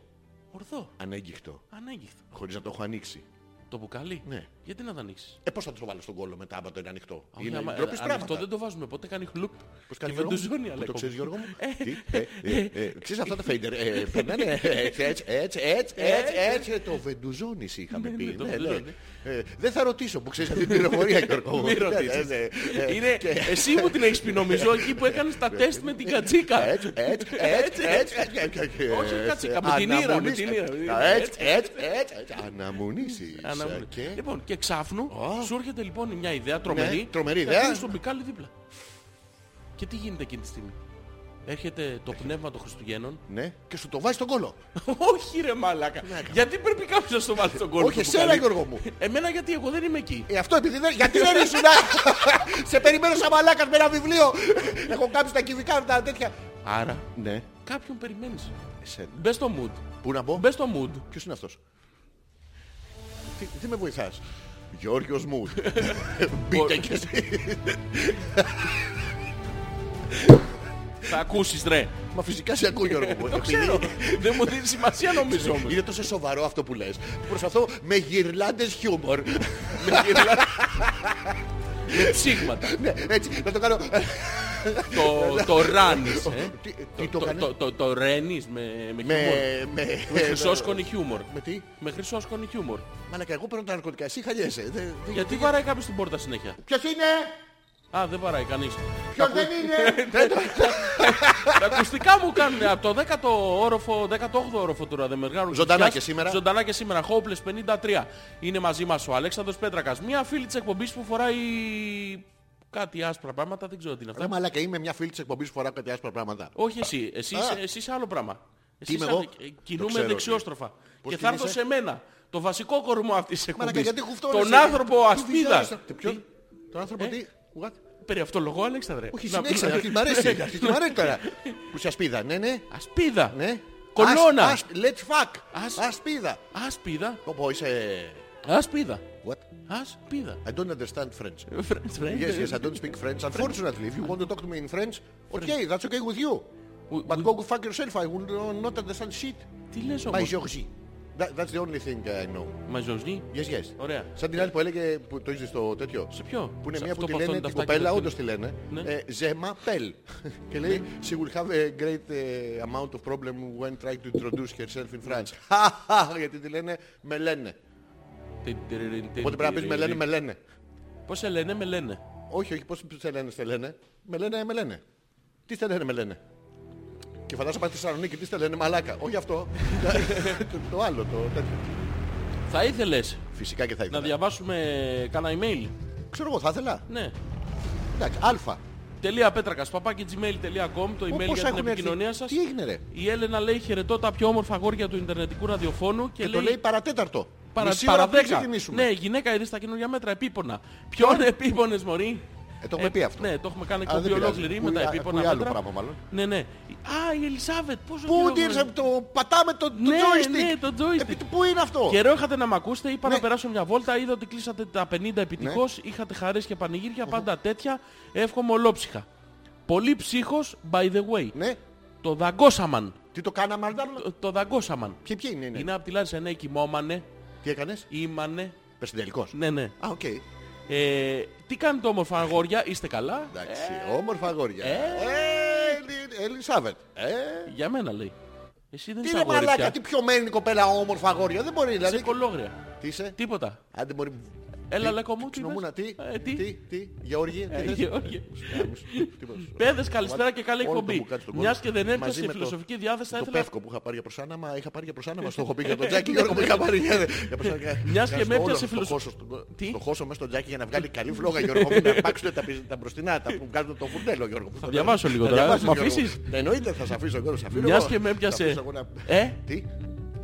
Speaker 1: Ορθό.
Speaker 2: Ανέγγιχτο.
Speaker 1: Ανέγγιχτο.
Speaker 2: Χωρίς να το έχω ανοίξει.
Speaker 1: Το μπουκάλι.
Speaker 2: Ναι.
Speaker 1: Γιατί να το ανοίξεις.
Speaker 2: Ε, πώς θα το βάλω στον κόλο μετά άμα το είναι ανοιχτό.
Speaker 1: Όχι,
Speaker 2: Είναι
Speaker 1: άμα-
Speaker 2: ντροπής
Speaker 1: ε,
Speaker 2: πράγματα.
Speaker 1: Αυτό δεν το βάζουμε ποτέ, κάνει χλουπ.
Speaker 2: Πώς
Speaker 1: Και
Speaker 2: κάνει
Speaker 1: με
Speaker 2: Γιώργο
Speaker 1: το
Speaker 2: μου?
Speaker 1: ζώνει,
Speaker 2: Πού
Speaker 1: Αλέκο.
Speaker 2: Το ξέρεις Γιώργο μου.
Speaker 1: Ε,
Speaker 2: Τι, ε, ε, ε, Ξέρεις αυτά τα φέιντερ. ε, Περνάνε έτσι,
Speaker 1: ε,
Speaker 2: έτσι, έτσι, έτσι, έτσι, έτσι. ε, Το βεντουζόνης είχαμε
Speaker 1: Ναι, ναι,
Speaker 2: πει.
Speaker 1: το
Speaker 2: ναι, ναι.
Speaker 1: βεντουζόνι.
Speaker 2: Ε, Δεν θα ρωτήσω που ξέρεις αυτή την πληροφορία Γιώργο μου.
Speaker 1: Μη
Speaker 2: Ναι, ναι,
Speaker 1: ρωτήσεις.
Speaker 2: ναι, ε,
Speaker 1: Είναι,
Speaker 2: και- Ναι.
Speaker 1: εσύ μου την έχεις πει νομίζω εκεί που έκανες τα τεστ με την κατσίκα.
Speaker 2: Έτσι, έτσι,
Speaker 1: ε,
Speaker 2: έτσι, έτσι, έτσι, έτσι.
Speaker 1: Όχι, κατσίκα, με την ήρα, με την ήρα.
Speaker 2: Έτσι, έτσι, έτσι, έτσι. Αναμονήσεις.
Speaker 1: Αναμονή.
Speaker 2: Και-
Speaker 1: Λοιπόν, και ξάφνου σου έρχεται λοιπόν μια ιδέα τρομερή.
Speaker 2: Ναι, τρομερή
Speaker 1: να
Speaker 2: ιδέα.
Speaker 1: κάνεις τον μπικάλι δίπλα. Και τι γίνεται εκείνη τη στιγμή. Έρχεται το πνεύμα των
Speaker 2: (laughs)
Speaker 1: Χριστουγέννων.
Speaker 2: Ναι, και σου το βάζει στον κόλο.
Speaker 1: Όχι ρε μαλάκα. Γιατί πρέπει κάποιος να στο βάλει στον κόλπο.
Speaker 2: Όχι,
Speaker 1: του
Speaker 2: εσένα,
Speaker 1: μπουκαλί.
Speaker 2: Γιώργο μου.
Speaker 1: Εμένα γιατί εγώ δεν είμαι εκεί.
Speaker 2: Ε, αυτό επειδή δεν... Γιατί δεν ήσουν (laughs) Σε περιμένω σαν μαλάκας με ένα βιβλίο. Έχω κάψει τα κυβικά τα τέτοια.
Speaker 1: Άρα
Speaker 2: Ναι,
Speaker 1: κάποιον περιμένεις.
Speaker 2: εσένα.
Speaker 1: Μπες στο mood.
Speaker 2: Πού να μπω.
Speaker 1: Μπες στο mood.
Speaker 2: Ποιος είναι αυτός. Τι, τι με βοηθάς. Γιώργος (laughs) μου. Μπήκε κι εσύ.
Speaker 1: Θα ακούσεις ρε.
Speaker 2: Μα φυσικά σε ακούω Γιώργο μου.
Speaker 1: Το ξέρω. Δεν μου δίνει σημασία νομίζω όμως.
Speaker 2: Είναι τόσο σοβαρό αυτό που λες. Προσπαθώ με γυρλάντες χιούμορ.
Speaker 1: Με ψήγματα.
Speaker 2: Ναι, έτσι, να το κάνω.
Speaker 1: Το, το ράνεις, ε.
Speaker 2: Τι- τι
Speaker 1: Το-
Speaker 2: το
Speaker 1: το-
Speaker 2: κάνεις?
Speaker 1: το- Το το ρένεις με, με
Speaker 2: Με. ε,
Speaker 1: χιούμορ.
Speaker 2: με-
Speaker 1: Με χρυσόσκονη χιούμορ.
Speaker 2: Με τι?
Speaker 1: Με χρυσόσκονη χιούμορ.
Speaker 2: Μαλακα, εγώ παίρνω τα ναρκωτικά. Εσύ χαλιέσαι. Δε- δε-
Speaker 1: Γιατί βαράει κάποιος την πόρτα συνέχεια.
Speaker 2: Ποιος είναι,
Speaker 1: Α, δεν βαράει κανείς.
Speaker 2: ποιος δεν είναι. Δεν το-
Speaker 1: Τα ακουστικά μου κάνουν από το 10ο όροφο, 18ο όροφο του Ραδεμεργάρου.
Speaker 2: Ζωντανά
Speaker 1: Ξησιάς.
Speaker 2: και σήμερα.
Speaker 1: Ζωντανά και σήμερα. Χόπλες 53. Είναι μαζί μας ο Αλέξανδρος Πέτρακας. Μία φίλη της εκπομπής που φοράει κάτι άσπρα πράγματα, δεν ξέρω τι είναι
Speaker 2: Ρε
Speaker 1: αυτά.
Speaker 2: μαλακα, είμαι μια φίλη της εκπομπής που φοράω κάτι άσπρα πράγματα.
Speaker 1: Όχι εσύ, εσύ,
Speaker 2: Α.
Speaker 1: είσαι, εσύ είσαι άλλο πράγμα. Εσύ
Speaker 2: είμαι
Speaker 1: είσαι
Speaker 2: εγώ?
Speaker 1: άλλο- ε,
Speaker 2: Το
Speaker 1: Κινούμε
Speaker 2: ξέρω,
Speaker 1: δεξιόστροφα.
Speaker 2: Πώς
Speaker 1: Και θα έρθω
Speaker 2: κινείσαι?
Speaker 1: σε μένα. Το βασικό κορμό αυτής της
Speaker 2: Μαλακα,
Speaker 1: εκπομπής.
Speaker 2: γιατί χουφτώνεσαι.
Speaker 1: Τον άνθρωπο
Speaker 2: Τι
Speaker 1: ασπίδα.
Speaker 2: βυζιάζεσαι. Τι- ποιον? Τον άνθρωπο τι. What?
Speaker 1: Περί αυτό λόγο, Αλέξανδρε.
Speaker 2: Όχι,
Speaker 1: Να-
Speaker 2: συνέχισε.
Speaker 1: (laughs)
Speaker 2: Αυτή μ' αρέσει. Αυτή μ' αρέσει τώρα. Που σε ασπίδα, ναι, ναι.
Speaker 1: Ασπίδα.
Speaker 2: ναι.
Speaker 1: Κολόνα.
Speaker 2: Ας- ας- Let's fuck.
Speaker 1: Ας-
Speaker 2: Ασπίδα.
Speaker 1: Ασπίδα.
Speaker 2: Πω πω, είσαι...
Speaker 1: Ασπίδα.
Speaker 2: What?
Speaker 1: Ασπίδα.
Speaker 2: I don't understand French.
Speaker 1: Friends, friends.
Speaker 2: Yes, yes, I don't speak French. Unfortunately, if you want to talk to me in French, okay, that's okay with you. But go fuck yourself, I will not understand shit.
Speaker 1: Τι λες
Speaker 2: My
Speaker 1: όμως.
Speaker 2: Georgie. That, that's the only thing I know.
Speaker 1: Μαζοζνή.
Speaker 2: Yes, yes.
Speaker 1: Ωραία.
Speaker 2: Σαν την άλλη που έλεγε, που το είδες στο τέτοιο.
Speaker 1: Σε ποιο?
Speaker 2: Που είναι
Speaker 1: Σε
Speaker 2: μία που
Speaker 1: αυτό
Speaker 2: τη
Speaker 1: αυτό
Speaker 2: λένε
Speaker 1: είναι
Speaker 2: την
Speaker 1: τα αυτάκια
Speaker 2: κοπέλα,
Speaker 1: που
Speaker 2: όντως τη
Speaker 1: θέλει.
Speaker 2: λένε.
Speaker 1: Ναι.
Speaker 2: ε, Zema Pell. Και λέει, she will have a great eh, amount of problem when trying to introduce herself in
Speaker 1: (laughs)
Speaker 2: France. Γιατί τη λένε, με λένε. Οπότε πρέπει να πεις με λένε, με λένε.
Speaker 1: Πώς σε λένε, με λένε.
Speaker 2: Όχι, όχι, πώς σε λένε, σε λένε. Με λένε, με λένε. Τι σε λένε, με λένε. Και φαντάζομαι πάτε στη Θεσσαλονίκη, τι σε λένε, μαλάκα. Όχι
Speaker 1: (laughs)
Speaker 2: αυτό. το, το άλλο, το τέτοιο.
Speaker 1: Θα ήθελες
Speaker 2: Φυσικά και θα
Speaker 1: να
Speaker 2: ήθελα.
Speaker 1: διαβάσουμε κάνα email.
Speaker 2: Ξέρω εγώ, θα ήθελα.
Speaker 1: Ναι.
Speaker 2: Εντάξει, αλφα.
Speaker 1: Τελεία πέτρακας, gmail.com, το email για την
Speaker 2: πόσα έχουν έρθει.
Speaker 1: επικοινωνία σας.
Speaker 2: Τι έγινε, ρε?
Speaker 1: Η Έλενα λέει χαιρετώ τα πιο όμορφα γόρια του Ιντερνετικού ραδιοφώνου και,
Speaker 2: Και το λέει παρατέταρτο.
Speaker 1: παρα,
Speaker 2: Μισή ώρα
Speaker 1: παρα
Speaker 2: πριν
Speaker 1: 10.
Speaker 2: ξεκινήσουμε.
Speaker 1: Ναι, γυναίκα είδε τα καινούργια μέτρα, επίπονα. Ποιο είναι επίπονες, Μωρή.
Speaker 2: Ε, το έχουμε πει αυτό.
Speaker 1: Ναι, το έχουμε κάνει
Speaker 2: Α,
Speaker 1: εκπομπή
Speaker 2: δεν πειράζει.
Speaker 1: ολόκληρη με τα
Speaker 2: Ακούει-
Speaker 1: επίπονα.
Speaker 2: ακούει άλλο
Speaker 1: μέτρα.
Speaker 2: πράγμα, μάλλον.
Speaker 1: Ναι, ναι. Α, η Ελισάβετ, πόσο
Speaker 2: Πού
Speaker 1: καιρό
Speaker 2: τι ήρθε,
Speaker 1: γνωρίζουμε.
Speaker 2: το πατάμε το, το
Speaker 1: Ναι,
Speaker 2: joystick.
Speaker 1: ναι, το joystick.
Speaker 2: Επί- πού είναι αυτό.
Speaker 1: Καιρό είχατε να με ακούσετε, είπα να
Speaker 2: Ναι.
Speaker 1: περάσω μια βόλτα, είδα ότι κλείσατε τα 50 επιτυχώς, είχατε χαρές και πανηγύρια, πάντα τέτοια. Εύχομαι ολόψυχα. Πολύ ψύχος, by the way.
Speaker 2: Ναι,
Speaker 1: Το δαγκώσαμαν.
Speaker 2: τι το κάναμε, Αρντάρλο.
Speaker 1: Το, το δαγκώσαμαν.
Speaker 2: Ποιοι ποιοι είναι, είναι.
Speaker 1: Είναι από τη Λάρισα, ναι, κοιμόμανε,
Speaker 2: Τι έκανες,
Speaker 1: ήμανε.
Speaker 2: πες την τελικός.
Speaker 1: Ναι, ναι.
Speaker 2: Α, οκ.
Speaker 1: Ε, τι κάνετε όμορφα αγόρια, είστε καλά. Ε,
Speaker 2: Εντάξει, όμορφα αγόρια. Ε, Ελισάβετ. Ε,
Speaker 1: Για μένα λέει. Εσύ δεν
Speaker 2: Τι
Speaker 1: είσαι
Speaker 2: είναι μαλάκα,
Speaker 1: αγόρια.
Speaker 2: τι πιο μένει η κοπέλα όμορφα αγόρια. Δεν μπορεί
Speaker 1: Είσαι
Speaker 2: δηλαδή.
Speaker 1: κολόγρια.
Speaker 2: Τι είσαι.
Speaker 1: Τίποτα.
Speaker 2: Άντε μπορεί.
Speaker 1: Έλα λεκό μου, τι
Speaker 2: Ξινομούνα,
Speaker 1: είπες?
Speaker 2: τι.
Speaker 1: Ε, τι.
Speaker 2: Τι, τι. Γεώργη.
Speaker 1: Ε, Γεώργη.
Speaker 2: Πέδε
Speaker 1: Παιδες, καλησπέρα και καλή εκπομπή. Μιας και δεν έρχεσαι σε φιλοσοφική διάθεση, θα
Speaker 2: Το
Speaker 1: ήθελα Ε,
Speaker 2: πεύκο που είχα πάρει για προσάναμα, είχα πάρει για προσάναμα, στο έχω πει για τον Τζάκι Γιώργο που είχα πάρει για για προσάναμα.
Speaker 1: Μιας και με
Speaker 2: Όλο
Speaker 1: έπιασε
Speaker 2: στο
Speaker 1: φιλοσο-
Speaker 2: χώσο, στο-
Speaker 1: Τι?
Speaker 2: Στο χώσο μέσα στον Τζάκι για να βγάλει καλή φλόγα Γιώργο μου, να πάξουν τα, πι- τα μπροστινά, τα που βγάζουν το φουρνέλο Γιώργο. μου. Θα
Speaker 1: διαβάσω λίγο τώρα,
Speaker 2: διαβάσεις,
Speaker 1: μ'
Speaker 2: Γιώργο μου.
Speaker 1: αφήσεις?
Speaker 2: Ναι, εννοείται θα σε αφήσω Γιώργο, σε αφήνω
Speaker 1: Μιας
Speaker 2: εγώ.
Speaker 1: και με
Speaker 2: Θα
Speaker 1: έπιασε.
Speaker 2: αφήσω εγώ να-
Speaker 1: Ε,
Speaker 2: Τι,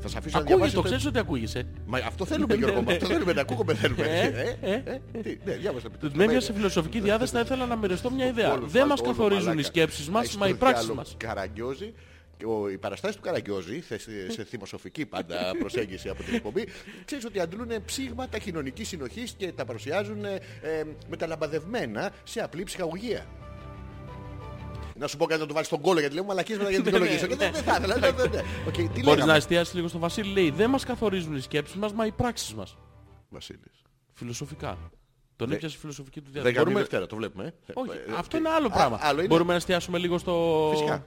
Speaker 2: θα σε αφήσω να
Speaker 1: ακούγεται,
Speaker 2: διαβάσεις.
Speaker 1: το
Speaker 2: το-
Speaker 1: ξέρεις ότι ακούγεσαι.
Speaker 2: Μα αυτό θέλουμε Γιώργο, μου, αυτό θέλουμε να ακούγουμε, θέλουμε.
Speaker 1: Ναι, Ε,
Speaker 2: Ε,
Speaker 1: ε,
Speaker 2: ε, Τι, ναι, διάβασα. Ναι.
Speaker 1: Με έπιασε σε φιλοσοφική διάθεση, θα ήθελα να μοιραστώ μια ιδέα.
Speaker 2: Όλο
Speaker 1: Δεν
Speaker 2: φάλτο,
Speaker 1: μας
Speaker 2: όλο
Speaker 1: καθορίζουν οι
Speaker 2: μαλάκα.
Speaker 1: σκέψεις μας,
Speaker 2: Έχει
Speaker 1: μα οι
Speaker 2: το
Speaker 1: πράξεις
Speaker 2: διάλογο
Speaker 1: μας.
Speaker 2: Καραγκιόζη, και ο- οι παραστάσεις του Καραγκιόζη, θε- σε, σε θυμοσοφική πάντα προσέγγιση από την εκπομπή, ξέρεις ότι αντλούν ψήγματα κοινωνικής συνοχής και τα παρουσιάζουν ε, ε, μεταλαμπαδευμένα σε απλή ψυχαγωγία. Να σου πω κάτι να το βάλεις στον κόλλο γιατί λέω μαλακίες μετά για την δικαιολογήσω. Και Δεν δεν θα ήθελα. δεν- δεν- δεν. Οκ, Τι
Speaker 1: Ναι, Μπορείς να
Speaker 2: λέγαμε.
Speaker 1: εστιάσεις λίγο στο Βασίλη, λέει, δεν μας καθορίζουν οι σκέψεις μας, μα οι πράξεις μας.
Speaker 2: Βασίλης.
Speaker 1: Φιλοσοφικά. Τον
Speaker 2: Ναι.
Speaker 1: έπιασε η φιλοσοφική του διάθεση. Ε,
Speaker 2: Δεκαμή
Speaker 1: Μπορούμε...
Speaker 2: Δευτέρα, το βλέπουμε. ε.
Speaker 1: Όχι,
Speaker 2: Ε,
Speaker 1: αυτό
Speaker 2: ε,
Speaker 1: είναι άλλο
Speaker 2: α,
Speaker 1: πράγμα.
Speaker 2: άλλο είναι.
Speaker 1: Μπορούμε να εστιάσουμε λίγο στο,
Speaker 2: Φυσικά. Δηλαδή,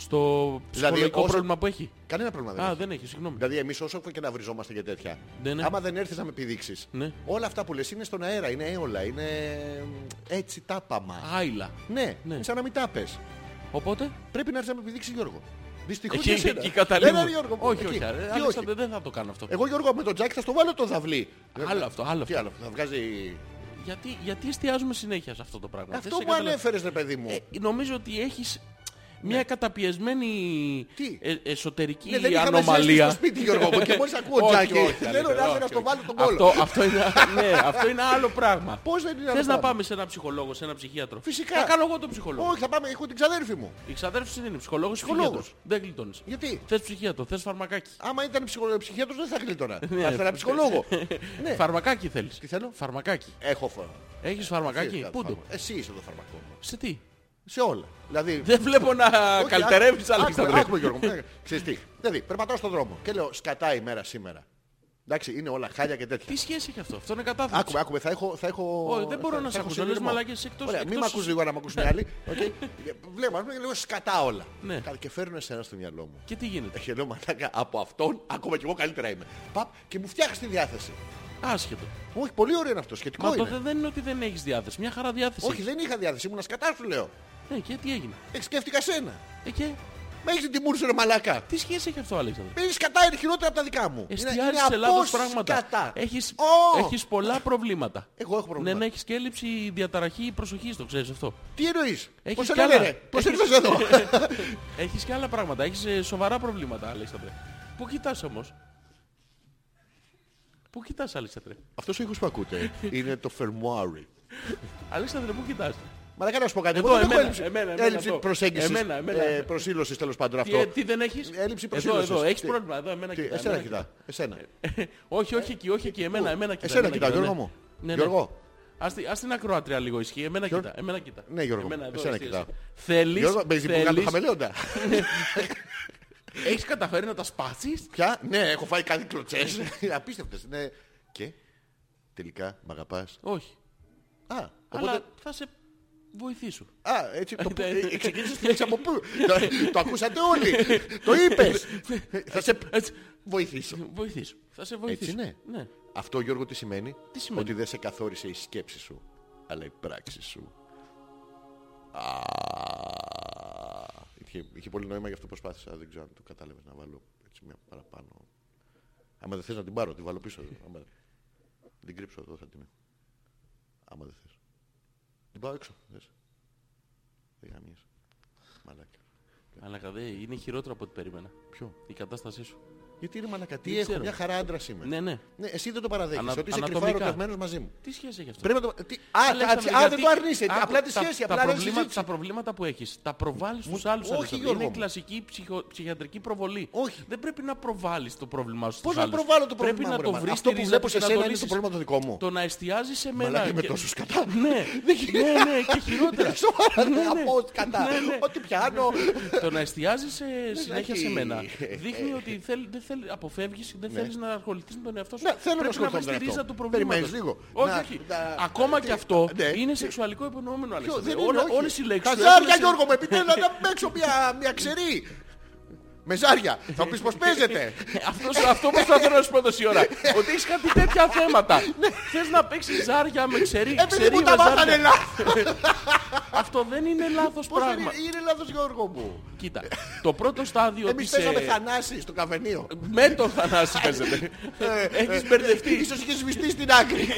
Speaker 1: στο ψυχολογικό
Speaker 2: όσο-
Speaker 1: πρόβλημα που έχει.
Speaker 2: Κανένα πρόβλημα δεν
Speaker 1: Α,
Speaker 2: έχει.
Speaker 1: δεν έχει, συγγνώμη.
Speaker 2: Δηλαδή, εμείς όσο και να βριζόμαστε για τέτοια,
Speaker 1: Ναι, ναι.
Speaker 2: άμα δεν έρθεις να με επιδείξεις,
Speaker 1: Ναι.
Speaker 2: όλα αυτά που λες είναι στον αέρα, είναι έολα, είναι ε, έτσι τάπαμα.
Speaker 1: Άιλα.
Speaker 2: Ναι,
Speaker 1: ναι.
Speaker 2: είναι σαν να μην τα πες.
Speaker 1: Οπότε.
Speaker 2: Πρέπει να έρθεις να με επιδείξεις Γιώργο. Δυστυχώς
Speaker 1: Εκεί, εκεί, εκεί
Speaker 2: Δεν
Speaker 1: καταλήγουμε.
Speaker 2: είναι Ε, ναι, Γιώργο. μου,
Speaker 1: όχι,
Speaker 2: εκεί.
Speaker 1: όχι,
Speaker 2: Τι
Speaker 1: αρέ,
Speaker 2: όχι.
Speaker 1: Αλέξανδρε, δεν θα το κάνω αυτό.
Speaker 2: Εγώ Γιώργο με τον Τζάκι θα στο βάλω το δαυλί.
Speaker 1: Άλλο αυτό, άλλο
Speaker 2: Τι
Speaker 1: αυτό.
Speaker 2: άλλο, θα βγάζει.
Speaker 1: Γιατί, γιατί εστιάζουμε συνέχεια σε αυτό το πράγμα.
Speaker 2: αυτό
Speaker 1: Δεν σε
Speaker 2: μου
Speaker 1: καταλαβαίνω.
Speaker 2: ανέφερες, ρε παιδί μου.
Speaker 1: Ε, νομίζω ότι έχεις μια καταπιεσμένη
Speaker 2: Τι?
Speaker 1: ε- εσωτερική
Speaker 2: Ναι, δεν είχαμε ζέστη
Speaker 1: ανομαλία.
Speaker 2: στο σπίτι Γιώργο μου και μόλις ακούω
Speaker 1: Όχι,
Speaker 2: Τζάκι.
Speaker 1: όχι,
Speaker 2: Λέω
Speaker 1: Αλέξανδρε,
Speaker 2: να έρθει να
Speaker 1: όχι,
Speaker 2: στο
Speaker 1: όχι.
Speaker 2: βάλω τον κόλλο.
Speaker 1: Αυτό, αυτό, είναι, ναι, αυτό είναι άλλο πράγμα.
Speaker 2: Πώς δεν είναι άλλο
Speaker 1: Θες να
Speaker 2: πράγμα.
Speaker 1: πάμε σε ένα ψυχολόγο, σε ένα ψυχίατρο.
Speaker 2: Φυσικά.
Speaker 1: Θα κάνω εγώ τον ψυχολόγο.
Speaker 2: Όχι, θα πάμε, έχω την ξαδέρφη μου.
Speaker 1: Η ξαδέρφηση δεν είναι ψυχολόγος,
Speaker 2: Ψυχολόγος.
Speaker 1: ψυχολόγο. Δεν γλιτώνεις.
Speaker 2: Γιατί?
Speaker 1: Θες ψυχίατρο, θες φαρμακάκι.
Speaker 2: Άμα ήταν ψυχολο- ψυχίατρος δεν θα γλίτωνα.
Speaker 1: (laughs) Ναι.
Speaker 2: Θα ήθελα ψυχολόγο.
Speaker 1: (laughs)
Speaker 2: Ναι.
Speaker 1: Φαρμακάκι θέλεις.
Speaker 2: Τι θέλω?
Speaker 1: Φαρμακάκι.
Speaker 2: Έχω φα-
Speaker 1: Έχεις φαρμακάκι.
Speaker 2: Φυσικά
Speaker 1: Πού το.
Speaker 2: το φάρμακο. Εσύ είσαι το φαρμακό.
Speaker 1: Σε τι.
Speaker 2: Σε όλα. Δηλαδή,
Speaker 1: Δεν βλέπω να
Speaker 2: όχι,
Speaker 1: καλυτερεύεις
Speaker 2: άκου-
Speaker 1: Αλεξανδρέ.
Speaker 2: άκου- Άκου με, Γιώργο. μου. Ε, Ξέρεις τι. Δηλαδή, περπατάω στον δρόμο και λέω σκατά η μέρα σήμερα. Εντάξει, είναι όλα χάλια και τέτοια.
Speaker 1: Τι σχέση έχει αυτό, αυτό είναι κατάθλιψη.
Speaker 2: Άκουμε, άκουμε, θα έχω. Θα έχω
Speaker 1: Ω, δεν μπορώ
Speaker 2: θα-
Speaker 1: να
Speaker 2: θα
Speaker 1: σε
Speaker 2: έχω
Speaker 1: ακούσω, λες
Speaker 2: συνειδημό.
Speaker 1: μαλακίες εκτός-
Speaker 2: Ωραία, μην
Speaker 1: εκτός-
Speaker 2: με ακούσει λίγο να με ακούσουν οι
Speaker 1: (laughs)
Speaker 2: άλλοι. Okay. Βλέπω, ας πούμε, λίγο σκατά όλα.
Speaker 1: Ναι.
Speaker 2: Κάτι Και φέρνω εσένα στο μυαλό μου.
Speaker 1: Και τι γίνεται.
Speaker 2: Και λέω μαλάκα από αυτόν, ακόμα κι εγώ καλύτερα είμαι. Παπ, και μου φτιάχνεις τη διάθεση.
Speaker 1: Άσχετο.
Speaker 2: Όχι, πολύ ωραίο είναι αυτό, σχετικό
Speaker 1: Μα
Speaker 2: είναι.
Speaker 1: τότε δεν είναι ότι δεν έχεις διάθεση. Μια χαρά διάθεση.
Speaker 2: Όχι, δεν είχα διάθεση, ήμουν σκατά σου λέω.
Speaker 1: έχεις. Ναι, και τι έγινε.
Speaker 2: Ε, σκέφτηκα σένα.
Speaker 1: Ε, και
Speaker 2: Με έχεις την τιμούρη σου ρε μαλάκα.
Speaker 1: τι σχέση έχει αυτό, Αλέξανδρε.
Speaker 2: Πήγες κατά είναι χειρότερα από τα δικά μου.
Speaker 1: Εστιάζει σε λάθο πράγματα.
Speaker 2: Κατά.
Speaker 1: Έχεις,
Speaker 2: Ω! Ε,
Speaker 1: έχεις πολλά προβλήματα.
Speaker 2: Εγώ έχω πρόβλημα.
Speaker 1: Ναι, ναι, έχεις και έλλειψη διαταραχή προσοχής, το ξέρεις
Speaker 2: (laughs)
Speaker 1: αυτό.
Speaker 2: Τι εννοείς.
Speaker 1: Έχεις
Speaker 2: Πώς σε
Speaker 1: κι άλλα. (laughs)
Speaker 2: λένε ρε. Πώς
Speaker 1: Έχεις-
Speaker 2: ήρθες εδώ.
Speaker 1: Έχεις και άλλα πράγματα. Έχεις ε, σοβαρά προβλήματα, Αλέξανδρε. Πού κοιτάς όμως. Πού κοιτάς, Αλέξανδρε.
Speaker 2: Αυτός ο ήχος που ακούτε είναι το φερμουάρι.
Speaker 1: Αλέξανδρε, πού κοιτάς.
Speaker 2: Μαλάκα να σου πω κάτι.
Speaker 1: Εδώ,
Speaker 2: Εγώ δεν έχω
Speaker 1: εμένα,
Speaker 2: έλλειψη-
Speaker 1: εμένα, εμένα
Speaker 2: Έλλειψη
Speaker 1: αυτό.
Speaker 2: προσέγγισης.
Speaker 1: Εμένα, εμένα.
Speaker 2: ε, Προσήλωσης τέλος πάντων
Speaker 1: Τι, ε,
Speaker 2: αυτό.
Speaker 1: τι δεν έχεις.
Speaker 2: Έλλειψη
Speaker 1: Εδώ,
Speaker 2: προσήλωσης.
Speaker 1: εδώ. Έχεις
Speaker 2: Τι-
Speaker 1: πρόβλημα. Εδώ, εμένα
Speaker 2: τι,
Speaker 1: κοιτά. (laughs) Ε,
Speaker 2: Εσένα
Speaker 1: εμένα
Speaker 2: κοιτά. Εσένα.
Speaker 1: Όχι, όχι εκεί, όχι εκεί. Εμένα, εμένα κοιτά.
Speaker 2: Εσένα
Speaker 1: εμένα
Speaker 2: κοιτά, Γιώργο
Speaker 1: ναι.
Speaker 2: μου.
Speaker 1: Ναι, ναι.
Speaker 2: Γιώργο.
Speaker 1: Ας, τη- ας την ακροάτρια λίγο ισχύει. Εμένα
Speaker 2: Γιώργο.
Speaker 1: κοιτά. Εμένα κοιτά.
Speaker 2: Ναι, Γιώργο μου,
Speaker 1: Εμένα εδώ,
Speaker 2: εσένα
Speaker 1: εσύ,
Speaker 2: κοιτά.
Speaker 1: εσύ. Θέλεις,
Speaker 2: Γιώργο, παίζει που κάτω
Speaker 1: θέλεις,
Speaker 2: χαμελέοντα.
Speaker 1: έχεις καταφέρει να τα σπάσεις.
Speaker 2: Πια, ναι, έχω φάει κάτι κλωτσές. Απίστευτες. ναι. Και τελικά μ' αγαπάς.
Speaker 1: Όχι.
Speaker 2: Α, οπότε
Speaker 1: Αλλά θα σε βοηθήσω.
Speaker 2: Α, έτσι το που-
Speaker 1: Ναι.
Speaker 2: ε, ξεκίνησες τη λέξη από πού. Το- Το ακούσατε όλοι. Το είπες. Θα σε
Speaker 1: Ναι. Έτσι.
Speaker 2: βοηθήσω.
Speaker 1: Βοηθήσω. Ε, Θα σε βοηθήσω.
Speaker 2: είναι.
Speaker 1: Ναι.
Speaker 2: Αυτό Γιώργο τι σημαίνει.
Speaker 1: Τι σημαίνει?
Speaker 2: Ότι δεν σε καθόρισε η σκέψη σου, αλλά η πράξη σου. Α, Είχε, είχε πολύ νόημα γι' αυτό προσπάθησα. Δεν ξέρω αν το κατάλαβες να βάλω έτσι μια παραπάνω. Άμα δεν θες να την πάρω, τη βάλω πίσω. Άμα... Την κρύψω εδώ θα την έχω. Άμα δεν θες. Την πάω έξω. Θες. Δεν γαμιέσαι. Μαλάκα.
Speaker 1: Αλλά καδέ, είναι χειρότερο από ό,τι περίμενα.
Speaker 2: Ποιο.
Speaker 1: Η κατάστασή σου.
Speaker 2: Γιατί είναι μαλακά. Τι
Speaker 1: Δεν
Speaker 2: έχω,
Speaker 1: ξέρω.
Speaker 2: μια χαρά άντρας είμαι.
Speaker 1: Ναι, ναι.
Speaker 2: Ναι, εσύ δεν το παραδέχεσαι.
Speaker 1: Ανα-
Speaker 2: ότι είσαι κρυφά
Speaker 1: ανατομικά.
Speaker 2: ερωτευμένος μαζί μου.
Speaker 1: Τι σχέση έχει αυτό.
Speaker 2: Πρέπει να το. Τι... Α,
Speaker 1: Αλέξανδρε,
Speaker 2: α, α, δεν
Speaker 1: γιατί-
Speaker 2: το αρνείσαι.
Speaker 1: άκου,
Speaker 2: απλά τη
Speaker 1: τα-
Speaker 2: σχέση.
Speaker 1: τα
Speaker 2: απλά δεν
Speaker 1: προβλήματα-
Speaker 2: συζήτηση.
Speaker 1: Τα προβλήματα που έχεις, τα προβάλλεις στους άλλους.
Speaker 2: όχι,
Speaker 1: Αλέξανδρε.
Speaker 2: Γιώργο
Speaker 1: Είναι
Speaker 2: μου.
Speaker 1: κλασική ψυχο- ψυχιατρική προβολή.
Speaker 2: Όχι.
Speaker 1: Δεν πρέπει να προβάλλεις το πρόβλημά σου
Speaker 2: Πώς
Speaker 1: στους
Speaker 2: να
Speaker 1: άλλους.
Speaker 2: προβάλλω το πρόβλημα.
Speaker 1: Πρέπει να το βρεις
Speaker 2: Αυτό
Speaker 1: στη
Speaker 2: που
Speaker 1: ρίζα
Speaker 2: βλέπω
Speaker 1: του
Speaker 2: σε
Speaker 1: και να
Speaker 2: σένα είναι το
Speaker 1: λύσεις.
Speaker 2: πρόβλημα το δικό μου.
Speaker 1: Το να εστιάζεις σε μένα.
Speaker 2: Μαλάκα, είμαι
Speaker 1: και-
Speaker 2: τόσο σκατά.
Speaker 1: Ναι, ναι, ναι, και χειρότερα.
Speaker 2: Σοβαρά,
Speaker 1: Ναι, ναι.
Speaker 2: από κατά.
Speaker 1: Ναι, ναι.
Speaker 2: Ό,τι πιάνω.
Speaker 1: Το να εστιάζει σε συνέχεια
Speaker 2: έχει-
Speaker 1: σε μένα δείχνει ότι θέλ, δεν θέλ, αποφεύγεις, δεν θέλεις να ασχοληθείς με τον εαυτό σου.
Speaker 2: Ναι, θέλω να
Speaker 1: Πρέπει να
Speaker 2: ασχοληθώ
Speaker 1: βρεις
Speaker 2: με
Speaker 1: τη
Speaker 2: τον
Speaker 1: ρίζα
Speaker 2: εαυτό
Speaker 1: του
Speaker 2: μου.
Speaker 1: προβλήματος.
Speaker 2: Περιμένεις λίγο.
Speaker 1: Όχι,
Speaker 2: Να-
Speaker 1: όχι.
Speaker 2: να-
Speaker 1: Ακόμα
Speaker 2: τι-
Speaker 1: και αυτό
Speaker 2: ναι.
Speaker 1: είναι σεξουαλικό υπονοούμενο,
Speaker 2: Ποιο,
Speaker 1: Αλέξανδρε.
Speaker 2: δεν είναι,
Speaker 1: Όλα-
Speaker 2: όχι.
Speaker 1: Όλες οι λέξεις...
Speaker 2: Τα
Speaker 1: έχουν
Speaker 2: ζάρια,
Speaker 1: σε-
Speaker 2: Γιώργο μου, επιτέλους να παίξω μια, μια ξερή. Με ζάρια. Θα μου πεις πώς παίζεται. Ε,
Speaker 1: Αυτός, αυτό προσπαθώ να σου πω τόση ώρα. Ότι έχεις κάτι τέτοια θέματα. Θες να παίξεις ζάρια με ξερή.
Speaker 2: Επειδή
Speaker 1: ξερή
Speaker 2: μου τα
Speaker 1: με
Speaker 2: μάθανε
Speaker 1: ζάρια.
Speaker 2: λάθος.
Speaker 1: Αυτό δεν είναι λάθος
Speaker 2: Πώς δεν είναι,
Speaker 1: πράγμα.
Speaker 2: είναι λάθος Γιώργο μου.
Speaker 1: Κοίτα, το πρώτο στάδιο
Speaker 2: Εμείς
Speaker 1: της...
Speaker 2: παίζαμε
Speaker 1: ε,
Speaker 2: χανάση στο καφενείο.
Speaker 1: Με τον Θανάση παίζεται. Έχεις μπερδευτεί.
Speaker 2: Ίσως είχες σβηστεί στην
Speaker 1: (laughs)
Speaker 2: άκρη.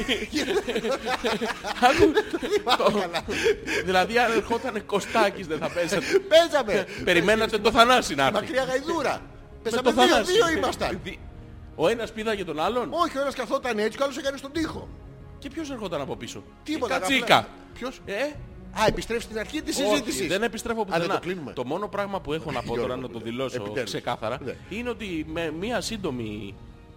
Speaker 1: Άκου, το- δηλαδή αν ερχόταν Κωστάκης δεν θα παίζατε.
Speaker 2: Παίζαμε.
Speaker 1: Περιμένατε το Θανάση να έρθει.
Speaker 2: Μακριά γαϊδούρα.
Speaker 1: Με
Speaker 2: Πέσαμε
Speaker 1: το
Speaker 2: δύο,
Speaker 1: Θανάση.
Speaker 2: δύο ήμασταν.
Speaker 1: Δι- Ο ένας πήδαγε τον άλλον
Speaker 2: Όχι, ο ένας καθόταν έτσι και ο άλλος έκανε στον τοίχο.
Speaker 1: και ποιος ερχόταν από πίσω.
Speaker 2: Τίποτα.
Speaker 1: Η Κατσίκα.
Speaker 2: Ποιος?
Speaker 1: Ε,
Speaker 2: Α, επιστρέφει στην αρχή της
Speaker 1: όχι,
Speaker 2: συζήτησης.
Speaker 1: δεν επιστρέφω
Speaker 2: δεν το
Speaker 1: πουθενά.
Speaker 2: κλείνουμε.
Speaker 1: Το μόνο πράγμα που έχω να
Speaker 2: (laughs)
Speaker 1: πω τώρα,
Speaker 2: Γιώργο,
Speaker 1: να το
Speaker 2: ναι.
Speaker 1: δηλώσω
Speaker 2: Επιτέλους.
Speaker 1: ξεκάθαρα,
Speaker 2: Ναι.
Speaker 1: είναι ότι με μία σύντομη...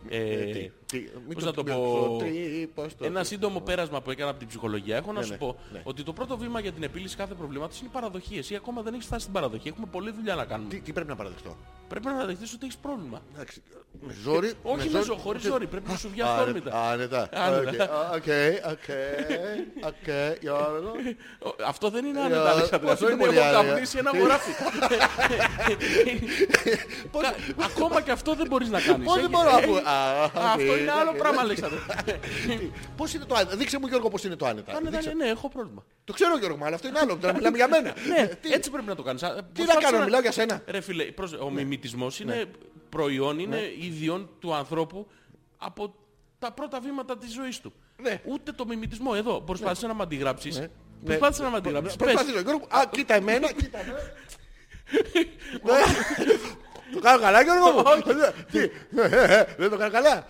Speaker 2: Ε,
Speaker 1: Ε,
Speaker 2: τι- τι- μην
Speaker 1: πώς να το
Speaker 2: το
Speaker 1: πω...
Speaker 2: τρύπος, το-
Speaker 1: Ένα σύντομο πέρασμα που έκανα από την ψυχολογία. Έχω να
Speaker 2: Ναι,
Speaker 1: σου
Speaker 2: ναι,
Speaker 1: πω
Speaker 2: ναι.
Speaker 1: ότι το πρώτο βήμα για την επίλυση κάθε προβλήματος είναι η παραδοχή. Εσύ ακόμα δεν έχεις φτάσει στην παραδοχή. Έχουμε πολλή δουλειά να κάνουμε.
Speaker 2: Τι, τι πρέπει να παραδεχτώ.
Speaker 1: Πρέπει να αναδεχθεί ότι έχεις πρόβλημα.
Speaker 2: Εντάξει, Με ζόρι.
Speaker 1: Ε, Όχι με ζω, χωρί ζόρι. Πρέπει να σου βγει αυθόρμητα.
Speaker 2: Άνετα.
Speaker 1: Άνετα.
Speaker 2: Οκ, οκ, οκ,
Speaker 1: (laughs)
Speaker 2: Γιώργο.
Speaker 1: Ο- Αυτό δεν είναι
Speaker 2: Ε,
Speaker 1: άνετα, Αλέξανδρε.
Speaker 2: όχι,
Speaker 1: Αυτό
Speaker 2: είναι
Speaker 1: είναι
Speaker 2: πολύ
Speaker 1: εγώ
Speaker 2: άνετα.
Speaker 1: καπνίσει ένα
Speaker 2: Τι- (laughs)
Speaker 1: βουράφι. Κα- Ακόμα και αυτό δεν μπορείς να κάνεις.
Speaker 2: Πώς δεν μπορώ να πω. Α,
Speaker 1: Αυτό
Speaker 2: οκ,
Speaker 1: είναι άλλο πράγμα,
Speaker 2: (laughs)
Speaker 1: Αλέξανδρε.
Speaker 2: Πώς είναι το άνετα. Δείξε μου Γιώργο πώς είναι το άνετα.
Speaker 1: Άνετα,
Speaker 2: Δείξε.
Speaker 1: ναι, ναι, έχω πρόβλημα.
Speaker 2: Το ξέρω Γιώργο μου, αλλά αυτό είναι άλλο. Τώρα μιλάμε για μένα.
Speaker 1: Ναι, έτσι πρέπει να το κάνεις.
Speaker 2: Τι να κάνω, μιλάω για σένα.
Speaker 1: Ρε φίλε, πρόσε-
Speaker 2: Ναι.
Speaker 1: ο μιμητισμός είναι προϊόν, είναι ιδιών του ανθρώπου από τα πρώτα βήματα της ζωής του.
Speaker 2: Ναι.
Speaker 1: Ούτε το μιμητισμό εδώ. Προσπάθησε να μ' αντιγράψεις.
Speaker 2: Ναι.
Speaker 1: Προσπάθησε να μ' αντιγράψεις. Πες.
Speaker 2: Προσπαθείς, Γιώργο μου. Α, κοίτα εμένα,
Speaker 1: (laughs)
Speaker 2: κοίτα εμένα. Ναι. Το κάνω καλά Γιώργο μου. Τι, ε, ε, ε, Δεν το κάνω καλά.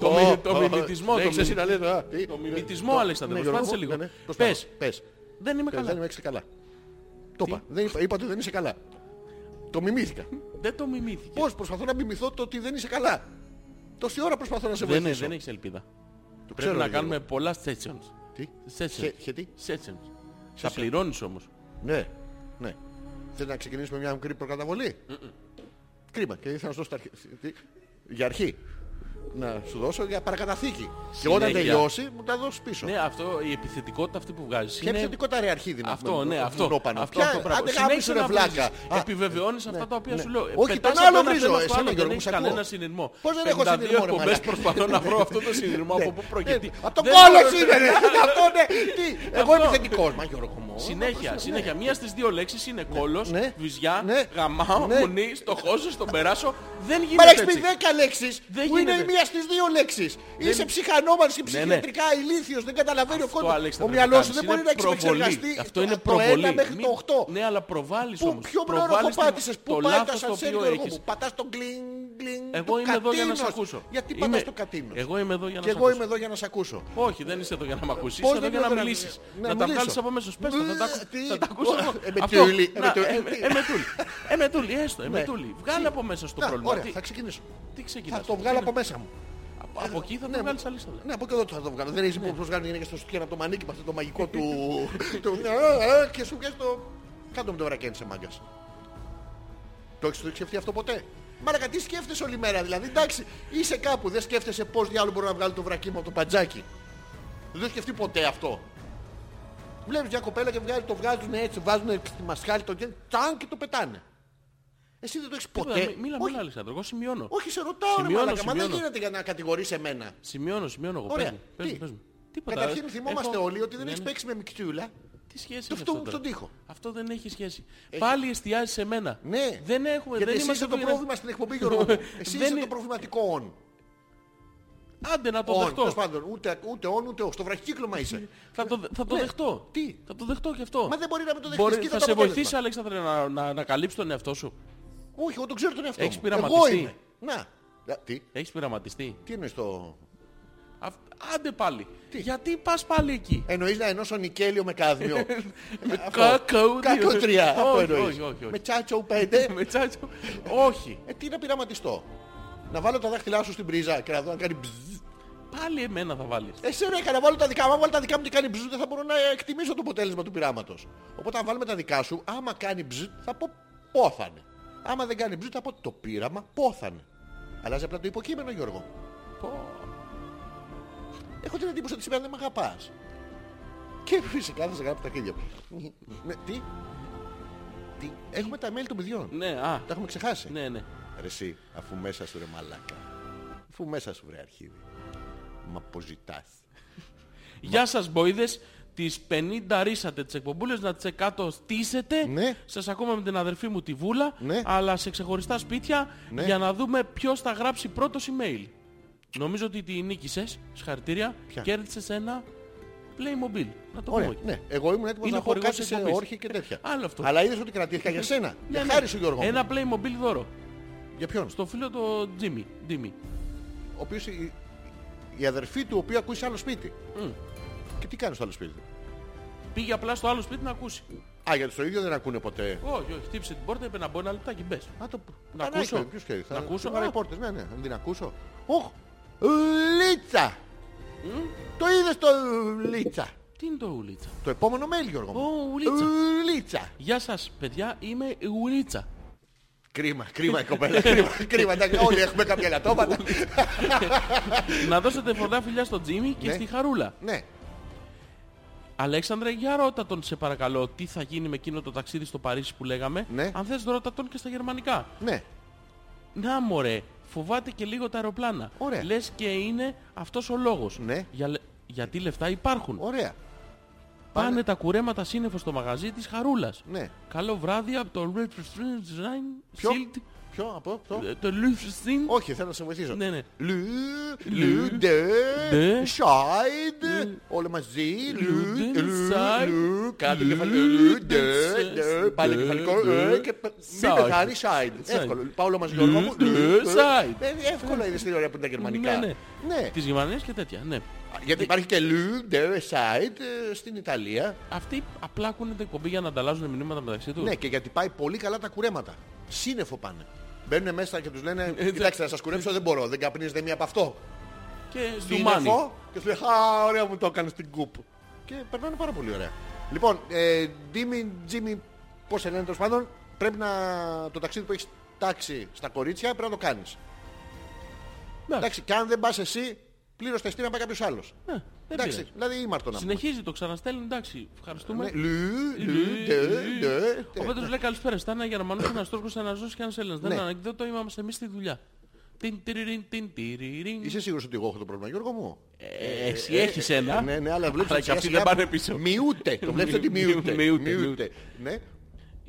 Speaker 1: Το μι- το μιμητισμός,
Speaker 2: Ναι,
Speaker 1: το μι-
Speaker 2: μιμητισμό.
Speaker 1: Το μιμητισμό,
Speaker 2: Ναι,
Speaker 1: Αλέξανδρε, προσπάθησε λίγο. Πες,
Speaker 2: Πες. Πες.
Speaker 1: δεν είμαι
Speaker 2: Ναι, Δεν
Speaker 1: καλά.
Speaker 2: είμαι έξι καλά. Το είπα. Δεν είπα. Είπα ότι δεν είσαι καλά. Το μιμήθηκα.
Speaker 1: Δεν το μιμήθηκες.
Speaker 2: Πώς προσπαθώ να μιμηθώ το ότι δεν είσαι καλά. Τόση ώρα προσπαθώ να σε
Speaker 1: Δεν,
Speaker 2: βοηθήσω.
Speaker 1: δεν έχεις ελπίδα.
Speaker 2: Το ξέρω,
Speaker 1: Πρέπει να
Speaker 2: ρε, Γιώργο.
Speaker 1: κάνουμε πολλά sessions.
Speaker 2: Τι?
Speaker 1: Sessions.
Speaker 2: Σε- σε τι?
Speaker 1: Sessions. Θα πληρώνεις όμως.
Speaker 2: Ναι, ναι. Θέλετε να ξεκινήσουμε μια μικρή προκαταβολή. Κρίμα. Και ήθελα να σου δώσω τα αρχή- τι- για αρχή. Να σου δώσω για παρακαταθήκη. Και όταν
Speaker 1: Συνέχεια.
Speaker 2: τελειώσει, μου τα δώσεις πίσω.
Speaker 1: Ναι, αυτό, η επιθετικότητα αυτή που βγάζεις.
Speaker 2: Ποια επιθετικότητα ρε αρχή δίνει.
Speaker 1: Αυτό, ναι, αυτό.
Speaker 2: Πουνόπανο.
Speaker 1: Αυτό,
Speaker 2: Ποια-
Speaker 1: αυτό πράγμα.
Speaker 2: Άντε γάμισε,
Speaker 1: Συνέχισε
Speaker 2: ρε
Speaker 1: να
Speaker 2: βλάκα.
Speaker 1: βρίζεις.
Speaker 2: Α, Ναι.
Speaker 1: Επιβεβαιώνεις αυτά τα οποία σου λέω.
Speaker 2: Όχι,
Speaker 1: Πετάς
Speaker 2: τον άλλο
Speaker 1: από ένα
Speaker 2: βρίζω,
Speaker 1: θέμα στο
Speaker 2: εσένα,
Speaker 1: άλλο,
Speaker 2: Γιώργο,
Speaker 1: Δεν
Speaker 2: μου
Speaker 1: έχεις
Speaker 2: σ' ακούω.
Speaker 1: κανένα συνειδημό.
Speaker 2: Πώς δεν έχω
Speaker 1: 52
Speaker 2: συνειδημό, ρε
Speaker 1: εκπομπές
Speaker 2: μαλάκα.
Speaker 1: προσπαθώ να βρω αυτό το συνειδημό από πού προκύπτει.
Speaker 2: ναι, Από τον
Speaker 1: Δεν
Speaker 2: κόλο
Speaker 1: μπορώ,
Speaker 2: είναι,
Speaker 1: ρε.
Speaker 2: ρε. Αυτό, ναι. Τι, εγώ
Speaker 1: (laughs) Αυτό.
Speaker 2: επιθετικός. Μα Γιώργο μου.
Speaker 1: Συνέχεια, συνέχεια. Μία στις δύο λέξεις είναι κόλος,
Speaker 2: Ναι.
Speaker 1: βυζιά,
Speaker 2: Ναι.
Speaker 1: γαμάω,
Speaker 2: Ναι.
Speaker 1: μονή, στοχώσω, στον περάσω. Δεν
Speaker 2: Μα
Speaker 1: γίνεται
Speaker 2: έχεις πει
Speaker 1: έτσι.
Speaker 2: 10 λέξεις
Speaker 1: Δεν
Speaker 2: που είναι η
Speaker 1: γίνεται.
Speaker 2: μία στις δύο λέξεις. Είσαι ψυχανόμανος και
Speaker 1: ναι.
Speaker 2: ψυχιατρικά ηλίθιος. Δεν καταλαβαίνει ο
Speaker 1: Αυτό, Αλέξη,
Speaker 2: κόσμος.
Speaker 1: θα
Speaker 2: Ο
Speaker 1: πρέπει να
Speaker 2: μυαλός σου δεν
Speaker 1: κάνεις.
Speaker 2: μπορεί να
Speaker 1: Είναι προβολή.
Speaker 2: εξεπεξεργαστεί
Speaker 1: Αυτό είναι
Speaker 2: το
Speaker 1: προβολή.
Speaker 2: 1 μέχρι το
Speaker 1: Μην-
Speaker 2: 8.
Speaker 1: Ναι, αλλά προβάλλεις
Speaker 2: Πού,
Speaker 1: όμως.
Speaker 2: ποιο
Speaker 1: Προβάλλεις
Speaker 2: πρόνοχο
Speaker 1: την-
Speaker 2: πάτησες, πού
Speaker 1: το
Speaker 2: πάει τα
Speaker 1: λάθος το
Speaker 2: σανσέρ
Speaker 1: οποίο
Speaker 2: Γιώργο
Speaker 1: έχεις.
Speaker 2: μου, πατάς τον κλιν, κλιν,
Speaker 1: Εγώ
Speaker 2: τον
Speaker 1: είμαι εδώ για να σε
Speaker 2: κατίνος.
Speaker 1: ακούσω.
Speaker 2: Γιατί
Speaker 1: Είμαι-
Speaker 2: πατάς τον κατίνος.
Speaker 1: Εγώ είμαι εδώ για να
Speaker 2: Και
Speaker 1: σε
Speaker 2: εγώ
Speaker 1: ακούσω.
Speaker 2: είμαι εδώ για να σε ακούσω.
Speaker 1: Όχι, δεν είσαι εδώ για να με ακούσεις.
Speaker 2: Πώς
Speaker 1: Είσαι εδώ
Speaker 2: δεν
Speaker 1: για να
Speaker 2: είμαι εδώ να
Speaker 1: μιλήσεις.
Speaker 2: μιλήσω? Να
Speaker 1: Να τα
Speaker 2: μιλήσω.
Speaker 1: βγάλεις από μέσα σου. Πες το, θα τα ακού-
Speaker 2: Τι?
Speaker 1: θα τα ακούσω.
Speaker 2: Ε,
Speaker 1: εγώ.
Speaker 2: με
Speaker 1: Αυτό.
Speaker 2: τούλι, ε, με
Speaker 1: Να,
Speaker 2: τούλι.
Speaker 1: ε, ε, ε, με τούλι. Ε, με τούλι, έστω, ε, με τούλι. Βγάλε από μέσα σου το
Speaker 2: Να,
Speaker 1: πρόβλημα.
Speaker 2: ωραία,
Speaker 1: Τι-
Speaker 2: θα ξεκινήσω.
Speaker 1: Τι ξεκινάς.
Speaker 2: Θα το βγάλω από μέσα μου.
Speaker 1: Από- Από εκεί θα το βγάλει άλλη σαλά.
Speaker 2: Ναι, από και εδώ θα το βγάλω. Δεν έχει πώ βγάλουν οι γυναίκε στο σουτιέν από το μανίκι με αυτό το μαγικό
Speaker 1: (laughs)
Speaker 2: του. του- Ε, ε, Και σου βγάζει το. Κάτω με το βρακέν σε μάγκας. Το έχεις σκεφτεί αυτό ποτέ. Μάρακα, τι σκέφτεσαι όλη μέρα. Δηλαδή, εντάξει, είσαι κάπου. Δεν σκέφτεσαι πώς διάλογο μπορεί να βγάλει το βρακί μου από το παντζάκι. Δεν το έχεις σκεφτεί ποτέ αυτό. Βλέπεις μια κοπέλα και βγάζει, το βγάζουν έτσι, βάζουν στη μασχάλη το γεν, τσάν και το πετάνε. Εσύ δεν το έχεις
Speaker 1: Τίποτα,
Speaker 2: ποτέ.
Speaker 1: μι- Μίλα,
Speaker 2: όχι,
Speaker 1: μίλα, Αλέξανδρο. Εγώ σημειώνω.
Speaker 2: όχι, σε ρωτάω, ρε
Speaker 1: Σημειώνω,
Speaker 2: μαλάκα, μα δεν
Speaker 1: σημειώνω.
Speaker 2: γίνεται για να κατηγορείς εμένα.
Speaker 1: Σημειώνω, σημειώνω εγώ.
Speaker 2: Ωραία.
Speaker 1: Πες μου, πες
Speaker 2: Τι?
Speaker 1: μου, πες μου. Τίποτα.
Speaker 2: Καταρχήν
Speaker 1: ε,
Speaker 2: θυμόμαστε
Speaker 1: έχω-
Speaker 2: όλοι ότι δεν
Speaker 1: ναι,
Speaker 2: έχεις
Speaker 1: ναι.
Speaker 2: παίξει με μικτιούλα.
Speaker 1: Τι σχέση
Speaker 2: Το
Speaker 1: έχει
Speaker 2: αυτό
Speaker 1: αυτό
Speaker 2: μου
Speaker 1: τώρα?
Speaker 2: στον τοίχο.
Speaker 1: Αυτό δεν έχει σχέση. Πάλι εστιάζεις σε μένα.
Speaker 2: Ναι.
Speaker 1: Δεν έχουμε,
Speaker 2: Γιατί
Speaker 1: δεν
Speaker 2: εσύ
Speaker 1: είμαστε
Speaker 2: είσαι το
Speaker 1: εδώ για να-
Speaker 2: πρόβλημα στην εκπομπή, Γιώργο.
Speaker 1: (laughs)
Speaker 2: μου. Εσύ
Speaker 1: Δεν
Speaker 2: είσαι
Speaker 1: είναι-
Speaker 2: το προβληματικό on.
Speaker 1: Άντε να το
Speaker 2: On, τέλος
Speaker 1: δεχτώ.
Speaker 2: πάντων. Ούτε, ούτε on, ούτε off. Στο βραχικύκλωμα είσαι.
Speaker 1: Θα το, δε- θα το
Speaker 2: Ναι.
Speaker 1: δεχτώ.
Speaker 2: Τι?
Speaker 1: Θα το δεχτώ και αυτό.
Speaker 2: Μα δεν μπορεί να με το δεχτείς.
Speaker 1: Μπορεί-
Speaker 2: Κοίτα
Speaker 1: θα
Speaker 2: το
Speaker 1: σε
Speaker 2: αποτέλεσμα.
Speaker 1: βοηθήσει, Αλέξανδρε, να, να ανακαλύψεις τον εαυτό σου.
Speaker 2: Όχι, εγώ τον ξέρω τον εαυτό
Speaker 1: Έχεις
Speaker 2: μου. Εγώ
Speaker 1: πειραματιστεί?
Speaker 2: είμαι. Να. Ε, Τι,
Speaker 1: Έχεις πειραματιστεί.
Speaker 2: τι εννοείς το...
Speaker 1: Αυ- Άντε πάλι. Γιατί πας πάλι
Speaker 2: (laughs)
Speaker 1: εκεί.
Speaker 2: Εννοείς να ενώσω νικέλιο με
Speaker 1: (laughs)
Speaker 2: κάδμιο. Αυτό.
Speaker 1: κακαούδιο.
Speaker 2: Κακό τρία. Αυτό
Speaker 1: Όχι,
Speaker 2: εννοείς.
Speaker 1: όχι, όχι, όχι.
Speaker 2: Με τσάτσο πέντε.
Speaker 1: (laughs) Με τσάτσο. Όχι.
Speaker 2: Ε, τι να πειραματιστώ. Να βάλω τα δάχτυλά σου στην πρίζα και να δω αν κάνει μπζζ.
Speaker 1: Πάλι εμένα θα βάλεις.
Speaker 2: Εσένα έκανα, να βάλω τα δικά μου. Αν βάλω τα δικά μου και κάνει μπζζ, δεν θα μπορώ να εκτιμήσω το αποτέλεσμα του πειράματος. Οπότε αν βάλουμε τα δικά σου, άμα κάνει μπζζ, θα πω πόθανε. Άμα δεν κάνει μπζζ, θα πω το πείραμα πόθανε. Αλλάζει απλά το υποκείμενο, Γιώργο. Έχω την εντύπωση ότι σήμερα δεν με αγαπάς. Και φυσικά θα σε γράψω τα χέρια μου. Ναι, τι? τι. Έχουμε τα mail των παιδιών.
Speaker 1: Ναι, α.
Speaker 2: Τα έχουμε ξεχάσει.
Speaker 1: Ναι, ναι.
Speaker 2: Ρε εσύ, αφού μέσα σου ρε μαλάκα. Αφού μέσα σου βρε αρχίδι. Μα αποζητάς.
Speaker 1: Γεια σας, μποίδες. Τις 50 ρίσατε τις εκπομπούλες να τις εκατοστήσετε.
Speaker 2: Ναι.
Speaker 1: Σας ακούμε με την αδερφή μου τη Βούλα.
Speaker 2: Ναι.
Speaker 1: Αλλά σε ξεχωριστά σπίτια
Speaker 2: Ναι.
Speaker 1: για να δούμε ποιος θα γράψει πρώτος email. Νομίζω ότι τη νίκησες. Συγχαρητήρια.
Speaker 2: Ποια?
Speaker 1: Κέρδισες ένα Playmobil. Να το
Speaker 2: Ωραία,
Speaker 1: πούμε.
Speaker 2: ναι. Εγώ ήμουν έτοιμος
Speaker 1: Είναι
Speaker 2: να πω
Speaker 1: χορηγός
Speaker 2: κάτι
Speaker 1: της
Speaker 2: σε
Speaker 1: εκπομπής. Ε,
Speaker 2: όρχη και τέτοια.
Speaker 1: Άλλο αυτό.
Speaker 2: Αλλά είδες ότι κρατήθηκα για σένα.
Speaker 1: Ναι,
Speaker 2: για
Speaker 1: ναι.
Speaker 2: χάρη σου Γιώργο. μου.
Speaker 1: Ένα Playmobil δώρο.
Speaker 2: Για ποιον.
Speaker 1: Στο φίλο το Jimmy. Jimmy.
Speaker 2: Ο οποίος, η, η αδερφή του, ο οποίος ακούει σε άλλο σπίτι. Και τι κάνει στο άλλο σπίτι.
Speaker 1: Πήγε απλά στο άλλο σπίτι να ακούσει.
Speaker 2: Α, γιατί στο ίδιο δεν ακούνε ποτέ.
Speaker 1: Όχι, όχι, χτύπησε την πόρτα, είπε να μπω ένα λεπτάκι, μπες.
Speaker 2: Α, το...
Speaker 1: Να
Speaker 2: Κανάκι,
Speaker 1: ακούσω.
Speaker 2: Ποιος ξέρει.
Speaker 1: Να ακούσω.
Speaker 2: Άρα οι
Speaker 1: Α.
Speaker 2: πόρτες. Ναι, ναι. Να την ακούσω. Οχ. Λίτσα. Το είδες το Λίτσα.
Speaker 1: Τι είναι το ουλίτσα.
Speaker 2: Το επόμενο mail Γιώργο. μου.
Speaker 1: Ω, Ουλίτσα.
Speaker 2: Ε. Ουλίτσα.
Speaker 1: Γεια σας παιδιά, είμαι η ουλίτσα.
Speaker 2: Κρίμα, κρίμα η κοπέλα. κρίμα, κρίμα. εντάξει, Όλοι έχουμε κάποια λατώματα.
Speaker 1: να δώσετε πολλά φιλιά στον Τζίμι και
Speaker 2: Ναι.
Speaker 1: στη Χαρούλα.
Speaker 2: ναι.
Speaker 1: Αλέξανδρε, για ρώτα τον σε παρακαλώ τι θα γίνει με εκείνο το ταξίδι στο Παρίσι που λέγαμε.
Speaker 2: Ναι.
Speaker 1: Αν θες ρώτα τον και στα γερμανικά.
Speaker 2: Ναι.
Speaker 1: Να μωρέ, φοβάται και λίγο τα αεροπλάνα.
Speaker 2: Ωραία.
Speaker 1: Λες και είναι αυτός ο λόγος.
Speaker 2: Ναι.
Speaker 1: Για λε- Γιατί λεφτά υπάρχουν.
Speaker 2: Ωραία.
Speaker 1: Πάνε τα κουρέματα σύννεφος στο μαγαζί της Χαρούλας.
Speaker 2: Ναι.
Speaker 1: Καλό βράδυ από το Liechtenstein
Speaker 2: Ποιο?
Speaker 1: Schild.
Speaker 2: Ποιο από το.
Speaker 1: Ε, Το Liechtenstein.
Speaker 2: Όχι, θέλω να σε βοηθήσω.
Speaker 1: Ναι, ναι.
Speaker 2: Λου,
Speaker 1: Λου,
Speaker 2: λου, ντε,
Speaker 1: ντε,
Speaker 2: σάιντ,
Speaker 1: ντε,
Speaker 2: όλα μαζί, λου,
Speaker 1: ντε,
Speaker 2: λου,
Speaker 1: σάιντ,
Speaker 2: λου, κάτω
Speaker 1: λου,
Speaker 2: κεφαλικό, λου,
Speaker 1: ντε,
Speaker 2: ντε, ντε, πάλι
Speaker 1: ντε,
Speaker 2: κεφαλικό,
Speaker 1: ντε,
Speaker 2: ε, και πε- μην
Speaker 1: σάιντ.
Speaker 2: πεθάνει, σάιντ.
Speaker 1: Σάιντ.
Speaker 2: Εύκολο. Πάω όλα μαζί,
Speaker 1: Λου,
Speaker 2: Γιώργο μου, λου,
Speaker 1: ντε,
Speaker 2: ε,
Speaker 1: σάιντ.
Speaker 2: ε, Εύκολα είδες την ωραία που είναι τα γερμανικά.
Speaker 1: Ναι, ναι.
Speaker 2: Ναι.
Speaker 1: Της Γερμανίας και τέτοια, ναι.
Speaker 2: Γιατί υπάρχει και Λου Ντε Σάιτ ε, στην Ιταλία.
Speaker 1: Αυτοί απλά ακούνε την εκπομπή για να ανταλλάσσουν μηνύματα μεταξύ τους.
Speaker 2: Ναι, και γιατί πάει πολύ καλά τα κουρέματα. Σύννεφο πάνε. Μπαίνουν μέσα και τους
Speaker 1: Ε,
Speaker 2: λένε Κοιτάξτε, να σας κουρέψω δεν μπορώ. Δεν καπνίζετε μία από αυτό.
Speaker 1: Και στο μάνι.
Speaker 2: Σύννεφο και σου λέει Χα, ωραία μου το έκανες την κούπ. Και περνάνε πάρα πολύ ωραία. Λοιπόν, ε, Ντίμι, Τζίμι, πώς σε λένε τέλος πάντων, πρέπει να το ταξίδι που έχεις τάξει στα κορίτσια πρέπει να το κάνεις. Εντάξει, και αν δεν πας εσύ, πλήρω τα εστία να πάει κάποιος άλλος.
Speaker 1: Ναι, δεν
Speaker 2: Εντάξει,
Speaker 1: πειράζει.
Speaker 2: δηλαδή ήμαρτο να πούμε.
Speaker 1: Συνεχίζει, το ξαναστέλνει, εντάξει. Ευχαριστούμε.
Speaker 2: Ναι, λου, λου, Ε, ντε, ντε,
Speaker 1: Ο
Speaker 2: ντε.
Speaker 1: Πέτρος λέει καλησπέρα. Ήταν ένα Γερμανό, ένα Τούρκο, ένα Ζώσο και ένα Έλληνα. Δεν
Speaker 2: Ναι.
Speaker 1: είναι ανεκδότο, είμαστε εμείς στη δουλειά. Τιν τυριριν, τιν τυριριν.
Speaker 2: Είσαι σίγουρος ότι εγώ έχω το πρόβλημα, Γιώργο μου.
Speaker 1: Ε, Εσύ έχεις ένα.
Speaker 2: Ναι, ναι, αλλά βλέπεις
Speaker 1: Αλλά
Speaker 2: ότι
Speaker 1: και αυτοί δεν
Speaker 2: σιγά σιγά
Speaker 1: πάνε πίσω.
Speaker 2: Μειούται. Το βλέπεις ότι
Speaker 1: Μει-
Speaker 2: μειούται.
Speaker 1: μειούται, μειούται.
Speaker 2: Ναι.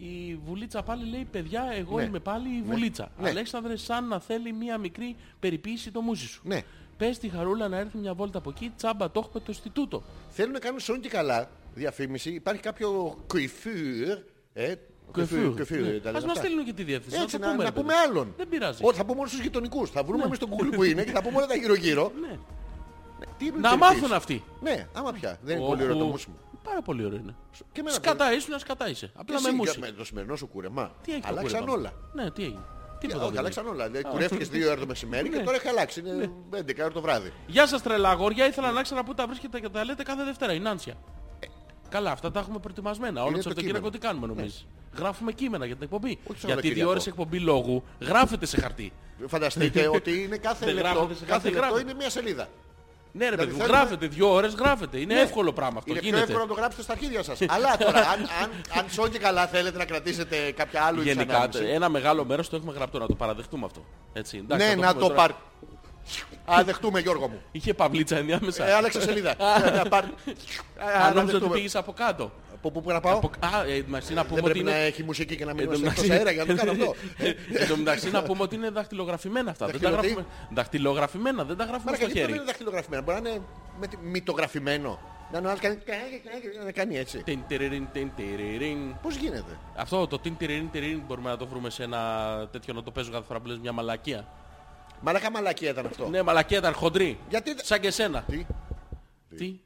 Speaker 1: Η Βουλίτσα πάλι λέει: Παιδιά, εγώ
Speaker 2: Ναι.
Speaker 1: είμαι πάλι η Βουλίτσα.
Speaker 2: Ναι.
Speaker 1: Αλέξανδρε, σαν να θέλει μία μικρή περιποίηση το μουσί σου.
Speaker 2: Ναι.
Speaker 1: Πες τη χαρούλα να έρθει μια βόλτα από εκεί, τσάμπα το έχουμε το Ινστιτούτο.
Speaker 2: Θέλουν να κάνουν σώνη και καλά διαφήμιση. Υπάρχει κάποιο κουιφούρ. Ε,
Speaker 1: Κεφύρ.
Speaker 2: κουιφούρ, τα λένε
Speaker 1: Ας μας
Speaker 2: αυτά.
Speaker 1: Ναι. στείλουν και τη διεύθυνση.
Speaker 2: Έτσι,
Speaker 1: το
Speaker 2: να,
Speaker 1: πούμε,
Speaker 2: να
Speaker 1: ρε παιδί.
Speaker 2: πούμε άλλον.
Speaker 1: Δεν πειράζει.
Speaker 2: Όχι, θα πούμε όλους τους γειτονικούς. Θα βρούμε εμείς τον Google που είναι και θα πούμε όλα τα γύρω-γύρω.
Speaker 1: Ναι.
Speaker 2: Ναι, τι είναι
Speaker 1: Να
Speaker 2: το
Speaker 1: μάθουν
Speaker 2: επίσης.
Speaker 1: αυτοί.
Speaker 2: Ναι, άμα πια. Δεν είναι
Speaker 1: Όπου-
Speaker 2: πολύ ωραίο το μουσί μου.
Speaker 1: Πάρα πολύ ωραίο είναι.
Speaker 2: Και εμένα
Speaker 1: Σκατά ήσουν, σκατά είσαι.
Speaker 2: Και
Speaker 1: Απλά
Speaker 2: εσύ,
Speaker 1: με
Speaker 2: για-
Speaker 1: μουσί.
Speaker 2: με το σημερινό σου κούρεμα.
Speaker 1: Τι έχει το
Speaker 2: Αλλάξαν
Speaker 1: κούρεμα.
Speaker 2: όλα.
Speaker 1: Ναι, τι έγινε.
Speaker 2: Ε,
Speaker 1: Τίποτα.
Speaker 2: Όχι,
Speaker 1: δεν έγινε.
Speaker 2: αλλάξαν όλα. Δηλαδή, Κουρεύτηκες δύο ώρα το μεσημέρι και
Speaker 1: Ναι.
Speaker 2: τώρα έχει αλλάξει. Είναι 11 ώρα το βράδυ.
Speaker 1: Γεια σας τρελά αγόρια, ήθελα να ξέρω πού τα βρίσκετε και τα λέτε κάθε Δευτέρα, η Νάνσια. Καλά, αυτά τα έχουμε προετοιμασμένα. Όλο
Speaker 2: Ε. Είναι
Speaker 1: το
Speaker 2: το
Speaker 1: Σαββατοκύριακο
Speaker 2: κείμενο.
Speaker 1: τι κάνουμε νομίζεις. Γράφουμε κείμενα για την εκπομπή.
Speaker 2: το
Speaker 1: Γιατί δύο
Speaker 2: Σαββατοκύριακο.
Speaker 1: ώρες εκπομπή λόγου γράφεται σε χαρτί.
Speaker 2: Φανταστείτε ότι είναι
Speaker 1: Ναι.
Speaker 2: κάθε
Speaker 1: Δεν
Speaker 2: λεπτό,
Speaker 1: γράφονται σε
Speaker 2: κάθε
Speaker 1: κάθε
Speaker 2: λεπτό
Speaker 1: γράφη.
Speaker 2: είναι μία σελίδα.
Speaker 1: Ναι, ρε
Speaker 2: Δηλαδή
Speaker 1: παιδί μου,
Speaker 2: θέλουμε- Ναι.
Speaker 1: γράφεται δύο ώρες, γράφεται. Είναι εύκολο πράγμα αυτό.
Speaker 2: Είναι πιο
Speaker 1: Γίνεται.
Speaker 2: εύκολο να το γράψετε στα αρχίδια σας. Αλλά τώρα, αν, αν, αν σώνει και καλά θέλετε να κρατήσετε κάποια άλλη
Speaker 1: Γενικά,
Speaker 2: εξανάμιση.
Speaker 1: ένα μεγάλο μέρος το έχουμε γραπτό, να το παραδεχτούμε αυτό. Έτσι, εντάξει,
Speaker 2: Ναι,
Speaker 1: θα
Speaker 2: να
Speaker 1: πούμε
Speaker 2: το
Speaker 1: τώρα.
Speaker 2: πάρ... Α, δεχτούμε Γιώργο μου.
Speaker 1: Είχε παυλίτσα ενδιάμεσα.
Speaker 2: Ε,
Speaker 1: (laughs)
Speaker 2: άλλαξε σελίδα. Ε, να πάρ- Α,
Speaker 1: Αν
Speaker 2: να
Speaker 1: νόμιζα ότι
Speaker 2: δεχτούμε.
Speaker 1: πήγες από κάτω.
Speaker 2: Πού πού- πού να πάω.
Speaker 1: Από... Α, ε, μαζί να πούμε
Speaker 2: Δεν
Speaker 1: ότι
Speaker 2: πρέπει να
Speaker 1: είναι... Ε,
Speaker 2: έχει μουσική και να μην
Speaker 1: Εν τω
Speaker 2: είμαστε εκτός
Speaker 1: μεταξύ-
Speaker 2: αέρα για να το κάνω
Speaker 1: (laughs)
Speaker 2: αυτό. Ε,
Speaker 1: Εν τω μεταξύ να πούμε ότι είναι δαχτυλογραφημένα αυτά. Δεν τα
Speaker 2: Δαχτυλωτή.
Speaker 1: γράφουμε. Δαχτυλογραφημένα, δεν τα γράφουμε
Speaker 2: Μα
Speaker 1: στο
Speaker 2: γιατί δεν
Speaker 1: χέρι.
Speaker 2: είναι δαχτυλογραφημένο. Μπορεί να είναι με τη- μυτογραφημένο. Να είναι ο άλλος κάνει- να κάνει έτσι.
Speaker 1: Τιν, τυριριν, τιν, τυριριν.
Speaker 2: Πώς γίνεται.
Speaker 1: Αυτό το τιν τυριριν τυριριν μπορούμε να το βρούμε σε ένα τέτοιο να το παίζω κάθε φορά που λες μια μαλακία.
Speaker 2: Μαλάκα μαλακία ήταν αυτό.
Speaker 1: Ναι, μαλακία ήταν χοντρή.
Speaker 2: Γιατί τα-
Speaker 1: Σαν και εσένα.
Speaker 2: Τι,
Speaker 1: Τι.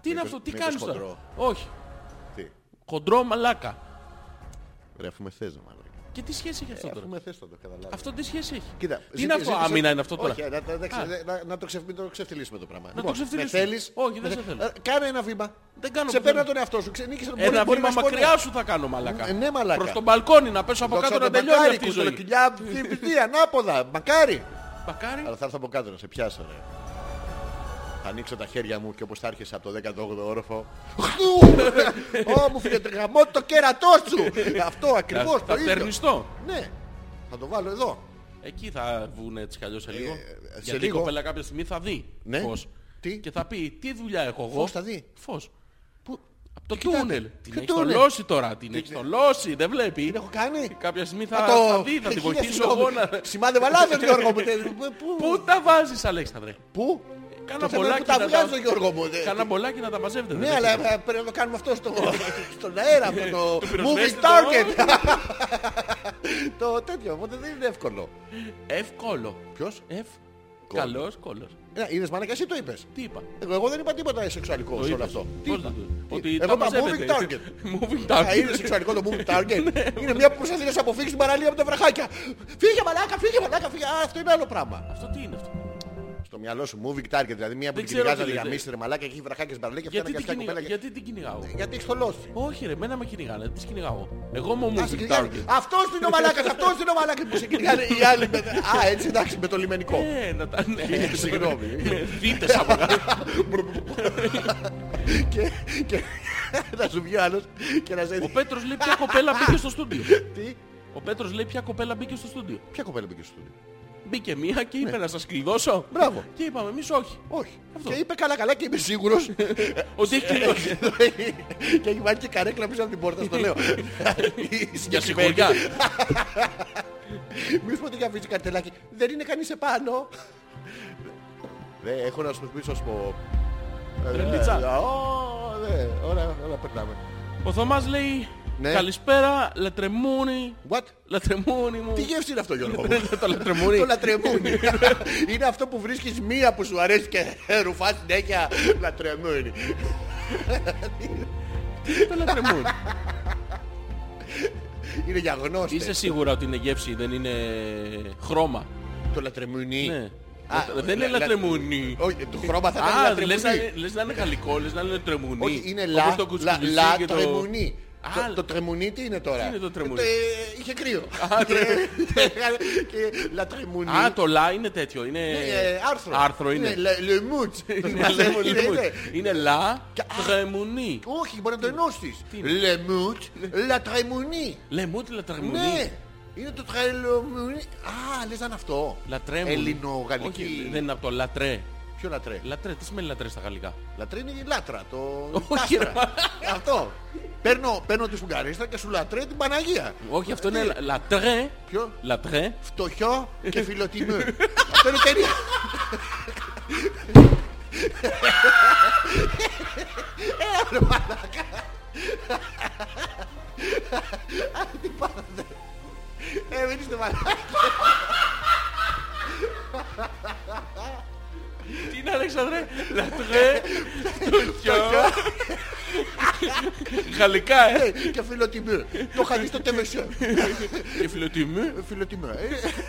Speaker 1: Τι είναι
Speaker 2: Μήπως-
Speaker 1: αυτό, τι
Speaker 2: μήπως
Speaker 1: κάνεις τώρα.
Speaker 2: χοντρό.
Speaker 1: Όχι.
Speaker 2: τι.
Speaker 1: Χοντρό μαλάκα.
Speaker 2: Ρε, αφού με θες, μαλάκα.
Speaker 1: Και τι σχέση έχει αυτό
Speaker 2: Ε, Αφού
Speaker 1: τώρα.
Speaker 2: με θες θα το καταλάβω.
Speaker 1: Αυτό τι σχέση έχει.
Speaker 2: Κοίτα,
Speaker 1: Τι είναι αυτό, άμυνα είναι αυτό τώρα.
Speaker 2: Όχι, ε, να, να-
Speaker 1: Α.
Speaker 2: να- να- να το, ξεφ, μην το ξεφτυλίσουμε το πράγμα. Να
Speaker 1: το ξεφτυλίσουμε.
Speaker 2: Με θέλεις,
Speaker 1: Όχι, δεν
Speaker 2: με
Speaker 1: σε
Speaker 2: θε-
Speaker 1: θέλω.
Speaker 2: Ε, Κάνε ένα βήμα.
Speaker 1: Δεν κάνω
Speaker 2: Σε
Speaker 1: που δεν-
Speaker 2: παίρνα τον εαυτό σου. Ξενίκησε τον
Speaker 1: Ένα Ε, βήμα μακριά σου θα κάνω μαλακά.
Speaker 2: Ε, ναι, μαλάκα.
Speaker 1: Προς τον μπαλκόνι να πέσω από κάτω να τελειώνει αυτή η ζωή.
Speaker 2: Κουλιά, τι ανάποδα. Μακάρι.
Speaker 1: Μακάρι.
Speaker 2: Αλλά θα έρθω από κάτω να σε πιάσω, ρε. Θα ανοίξω τα χέρια μου και όπως θα άρχισα από το 18ο όροφο. Χτου! Ω, μου φύγε το γαμό το κέρατός σου! Αυτό
Speaker 1: Θα,
Speaker 2: ακριβώς
Speaker 1: θα
Speaker 2: το ίδιο.
Speaker 1: τερνιστώ.
Speaker 2: Ναι, θα το βάλω εδώ.
Speaker 1: Εκεί θα βγουν έτσι κι αλλιώς σε λίγο.
Speaker 2: Ε, σε
Speaker 1: Γιατί
Speaker 2: λίγο.
Speaker 1: η κοπέλα κάποια στιγμή θα δει
Speaker 2: Ναι.
Speaker 1: φως.
Speaker 2: Τι?
Speaker 1: Και θα πει τι δουλειά έχω εγώ.
Speaker 2: Φως θα δει. Ε,
Speaker 1: Φως.
Speaker 2: Πού?
Speaker 1: Από το
Speaker 2: κοιτάτε.
Speaker 1: τούνελ. Την
Speaker 2: Ποιο
Speaker 1: έχει
Speaker 2: τούνελ?
Speaker 1: θολώσει τώρα. Την έχει θολώσει. Δεν βλέπει.
Speaker 2: Την έχω κάνει.
Speaker 1: Κάποια στιγμή
Speaker 2: Α,
Speaker 1: θα,
Speaker 2: το-
Speaker 1: θα δει. Θα την
Speaker 2: χίλια
Speaker 1: βοηθήσω
Speaker 2: συγγνώμη.
Speaker 1: εγώ να...
Speaker 2: Σημάδευα λάθος,
Speaker 1: (laughs)
Speaker 2: Γιώργο μου. Τε- Πού?
Speaker 1: Πού τα βάζεις Αλέξανδρε.
Speaker 2: Πού?
Speaker 1: Κάνα
Speaker 2: Το θέμα είναι
Speaker 1: μπολάκι
Speaker 2: που τα
Speaker 1: να τα-
Speaker 2: βγάζω, Γιώργο μου. Τε-
Speaker 1: Κάνα μπολάκι να τα μαζεύετε.
Speaker 2: Ε, Ναι, αλλά ε, πρέπει να το κάνουμε αυτό στο, στον αέρα με το
Speaker 1: πυροσβέστη
Speaker 2: moving
Speaker 1: το-
Speaker 2: target. (laughs) το τέτοιο, οπότε δεν είναι εύκολο.
Speaker 1: Εύκολο.
Speaker 2: Ποιος?
Speaker 1: Ευ...
Speaker 2: Κόλος.
Speaker 1: Καλός κόλος.
Speaker 2: Ε, είδες μάνα και εσύ το είπες.
Speaker 1: Τι είπα.
Speaker 2: Εγώ, εγώ δεν είπα τίποτα σεξουαλικό σε όλο
Speaker 1: είπες.
Speaker 2: αυτό.
Speaker 1: Πώς να το-
Speaker 2: Τι- Ε,
Speaker 1: Ότι
Speaker 2: Εγώ
Speaker 1: τα
Speaker 2: είπα moving
Speaker 1: μαζεύετε. Ναι,
Speaker 2: target.
Speaker 1: Moving
Speaker 2: Α, είναι
Speaker 1: target.
Speaker 2: σεξουαλικό το moving
Speaker 1: (laughs)
Speaker 2: target. είναι μια που προσπαθεί να σε αποφύγεις την παραλία από τα βραχάκια. Φύγε μαλάκα, φύγε μαλάκα, φύγε. Α, αυτό είναι άλλο πράγμα.
Speaker 1: Αυτό τι είναι αυτό.
Speaker 2: Στο μυαλό σου moving target, δηλαδή μια που
Speaker 1: Δεν
Speaker 2: την
Speaker 1: ξέρω
Speaker 2: κυνηγάζει
Speaker 1: τι
Speaker 2: να τη
Speaker 1: λέτε.
Speaker 2: γαμίσει ρε μαλάκα και έχει βραχάκια στην παραλία και
Speaker 1: Γιατί
Speaker 2: φτάνει
Speaker 1: την,
Speaker 2: κάποια
Speaker 1: κυνηγα...
Speaker 2: κοπέλα. και-
Speaker 1: γιατί την κυνηγάω.
Speaker 2: Γιατί έχει θολώσει.
Speaker 1: Όχι ρε, μένα με κυνηγάνε, τις κυνηγάω. Εγώ μου
Speaker 2: Α, σε
Speaker 1: moving
Speaker 2: κυνηγάνε.
Speaker 1: target.
Speaker 2: Αυτός είναι ο μαλάκας, αυτός είναι ο μαλάκας
Speaker 1: (laughs)
Speaker 2: που σε κυνηγάνε οι άλλοι. με- Α, έτσι εντάξει, με το λιμενικό.
Speaker 1: Ε, να τα...
Speaker 2: Ε, Συγγνώμη.
Speaker 1: Δείτε από κάτω.
Speaker 2: Και- Και (laughs) να σου βγει ο άλλος και να σε
Speaker 1: Ο
Speaker 2: δει.
Speaker 1: Πέτρος λέει ποια κοπέλα μπήκε στο στούντιο.
Speaker 2: Τι,
Speaker 1: Ο Πέτρος λέει ποια κοπέλα μπήκε στο στούντιο.
Speaker 2: ποια κοπέλα μπήκε στο στούντιο.
Speaker 1: Μπήκε μία και είπε να σας κλειδώσω.
Speaker 2: Μπράβο.
Speaker 1: Και είπαμε εμείς όχι.
Speaker 2: Όχι.
Speaker 1: Αυτό.
Speaker 2: Και είπε καλά καλά και είμαι σίγουρος
Speaker 1: (laughs) Ότι έχει κλειδώσει.
Speaker 2: και έχει βάλει και καρέκλα πίσω από την πόρτα, στο
Speaker 1: (laughs)
Speaker 2: λέω. (laughs)
Speaker 1: Για σιγουριά.
Speaker 2: Μη σου πω ότι για αφήσει καρτελάκι. Δεν είναι κανείς επάνω. Δε, έχω να σου πει, να σου πω.
Speaker 1: Τρελίτσα.
Speaker 2: Ε, ω, δε, Ωραία, όλα περνάμε.
Speaker 1: Ο Θωμάς λέει
Speaker 2: Ναι.
Speaker 1: καλησπέρα, λατρεμούνι.
Speaker 2: What?
Speaker 1: Λατρεμούνι μου.
Speaker 2: Τι γεύση είναι αυτό, Γιώργο μου?
Speaker 1: Το λατρεμούνι.
Speaker 2: Ναι, Το λατρεμούνι. είναι αυτό που βρίσκεις μία που σου αρέσει και ρουφάς συνέχεια. Λατρεμούνι.
Speaker 1: Το λατρεμούνι.
Speaker 2: Είναι για γνώστες.
Speaker 1: Είσαι σίγουρα ότι είναι γεύση, δεν είναι χρώμα.
Speaker 2: Το λατρεμούνι.
Speaker 1: Ναι. Δεν είναι
Speaker 2: λα- λα-
Speaker 1: λατρεμούνι.
Speaker 2: Όχι, το χρώμα θα
Speaker 1: Α,
Speaker 2: ήταν
Speaker 1: λες να,
Speaker 2: λατρεμουνί.
Speaker 1: λες να είναι γαλλικό, λες να είναι τρεμουνί.
Speaker 2: Όχι, είναι
Speaker 1: Όπως
Speaker 2: λα,
Speaker 1: το
Speaker 2: λα,
Speaker 1: κουτσουκουτσί
Speaker 2: λα
Speaker 1: και το-
Speaker 2: τρεμουνί.
Speaker 1: Α,
Speaker 2: Το, το τρεμουνί τι είναι τώρα.
Speaker 1: Τι είναι το τρεμουνί?
Speaker 2: Ε, είχε κρύο.
Speaker 1: Α,
Speaker 2: και,
Speaker 1: τρε-
Speaker 2: και λα τρεμουνί.
Speaker 1: Α, το λα είναι τέτοιο. Είναι
Speaker 2: Ε, άρθρο.
Speaker 1: Άρθρο είναι.
Speaker 2: Le, le Mouch.
Speaker 1: (laughs) Είναι,
Speaker 2: Μας
Speaker 1: λε-
Speaker 2: λέμε,
Speaker 1: είναι-
Speaker 2: είναι.
Speaker 1: Είναι λα
Speaker 2: Και- α.
Speaker 1: τρεμουνί.
Speaker 2: Όχι, μπορεί να το ενώσεις.
Speaker 1: είναι?
Speaker 2: Le Mouch, la Tremounie.
Speaker 1: Λεμούτ λατρεμουνί.
Speaker 2: Ναι, είναι το τρελομουνί. Α, λες να είναι αυτό.
Speaker 1: Λατρέμουν.
Speaker 2: Ελληνογαλλική.
Speaker 1: Όχι, δεν είναι από το λατρέ.
Speaker 2: Ποιο λατρέ.
Speaker 1: Λατρέ, τι σημαίνει λατρέ στα γαλλικά.
Speaker 2: Λατρέ είναι η λάτρα. Το η
Speaker 1: Όχι,
Speaker 2: πάστρα. Αυτό. Παίρνω, παίρνω τη σουγγαρίστρα και σου λατρέ την Παναγία. Ε,
Speaker 1: Όχι, αυτό
Speaker 2: Τι?
Speaker 1: είναι λα- λατρέ.
Speaker 2: Ποιο?
Speaker 1: Λατρέ.
Speaker 2: Φτωχιό και φιλοτιμού. Αυτό είναι ταινία. Έλα, βρε, Ε, μαλάκα. Α, Τι πάθατε. Ε, μην είστε μαλάκα.
Speaker 1: Τι είναι, Αλέξανδρε. Λατρέ. Φτωχιό. Γαλλικά, ε.
Speaker 2: Και φιλοτιμού. Το είχα δει στο τεμεσέ.
Speaker 1: Και φιλοτιμού.
Speaker 2: Φιλοτιμέ.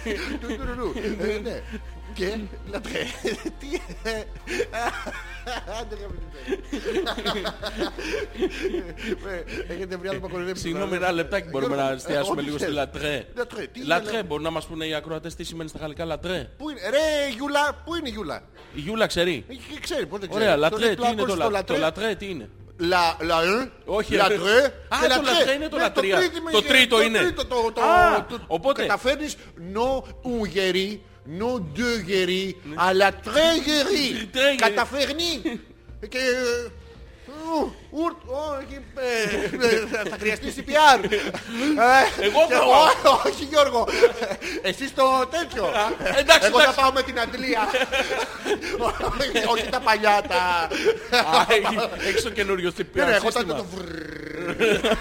Speaker 2: Ε, Του τουρουρού. Ε, ναι. Και λατρέ. Τι. ε, άντε, ρε, μην Ε, Έχετε βρει άτομα κοροϊδέψει.
Speaker 1: Συγγνώμη, ένα λεπτάκι μπορούμε να
Speaker 2: Γιώργο,
Speaker 1: εστιάσουμε
Speaker 2: ε,
Speaker 1: λίγο
Speaker 2: ό,τι
Speaker 1: στη
Speaker 2: θέλεις.
Speaker 1: λατρέ.
Speaker 2: Λατρέ, τι είναι
Speaker 1: Λατρέ,
Speaker 2: λα-
Speaker 1: μπορεί να μας πούνε οι ακροατές τι σημαίνει στα γαλλικά λατρέ.
Speaker 2: Πού είναι, ρε Γιούλα, πού είναι η Γιούλα.
Speaker 1: Η Γιούλα ξέρει.
Speaker 2: Ε, Ξέρει, πώς δεν ξέρει.
Speaker 1: Ωραία,
Speaker 2: Το
Speaker 1: λατρέ, τι
Speaker 2: διπλά
Speaker 1: είναι το
Speaker 2: κόστος
Speaker 1: λα- το λατρέ, τι
Speaker 2: (laughs)
Speaker 1: είναι.
Speaker 2: Λα, λα, ε,
Speaker 1: Όχι,
Speaker 2: λατρέ.
Speaker 1: ρε.
Speaker 2: και
Speaker 1: Α, το λατρέ είναι το
Speaker 2: Ναι,
Speaker 1: λατρεία.
Speaker 2: τρίτο
Speaker 1: Το
Speaker 2: είναι-
Speaker 1: τρίτο είναι.
Speaker 2: Το τρίτο, το, το,
Speaker 1: Α,
Speaker 2: το-
Speaker 1: οπότε-
Speaker 2: Καταφέρνεις no ουγερί, no deux γερί,
Speaker 1: Ναι.
Speaker 2: αλλά τρε γερί.
Speaker 1: Τρε γερί.
Speaker 2: Καταφέρνει.
Speaker 1: (laughs)
Speaker 2: Και... ε, ου, Ουρτ, όχι, ε, ε, θα χρειαστεί CPR. Ε,
Speaker 1: Εγώ
Speaker 2: και
Speaker 1: πάω.
Speaker 2: εγώ, Όχι Γιώργο, εσύ το τέτοιο.
Speaker 1: εντάξει,
Speaker 2: Εγώ θα
Speaker 1: εντάξει.
Speaker 2: πάω με
Speaker 1: (laughs)
Speaker 2: την Αντλία. Όχι, Όχι τα παλιά τα...
Speaker 1: Α, έχει- Έχεις το καινούριο
Speaker 2: Ναι,
Speaker 1: CPR
Speaker 2: ναι, έχω τότε
Speaker 1: σύστημα.
Speaker 2: το βρρρρ.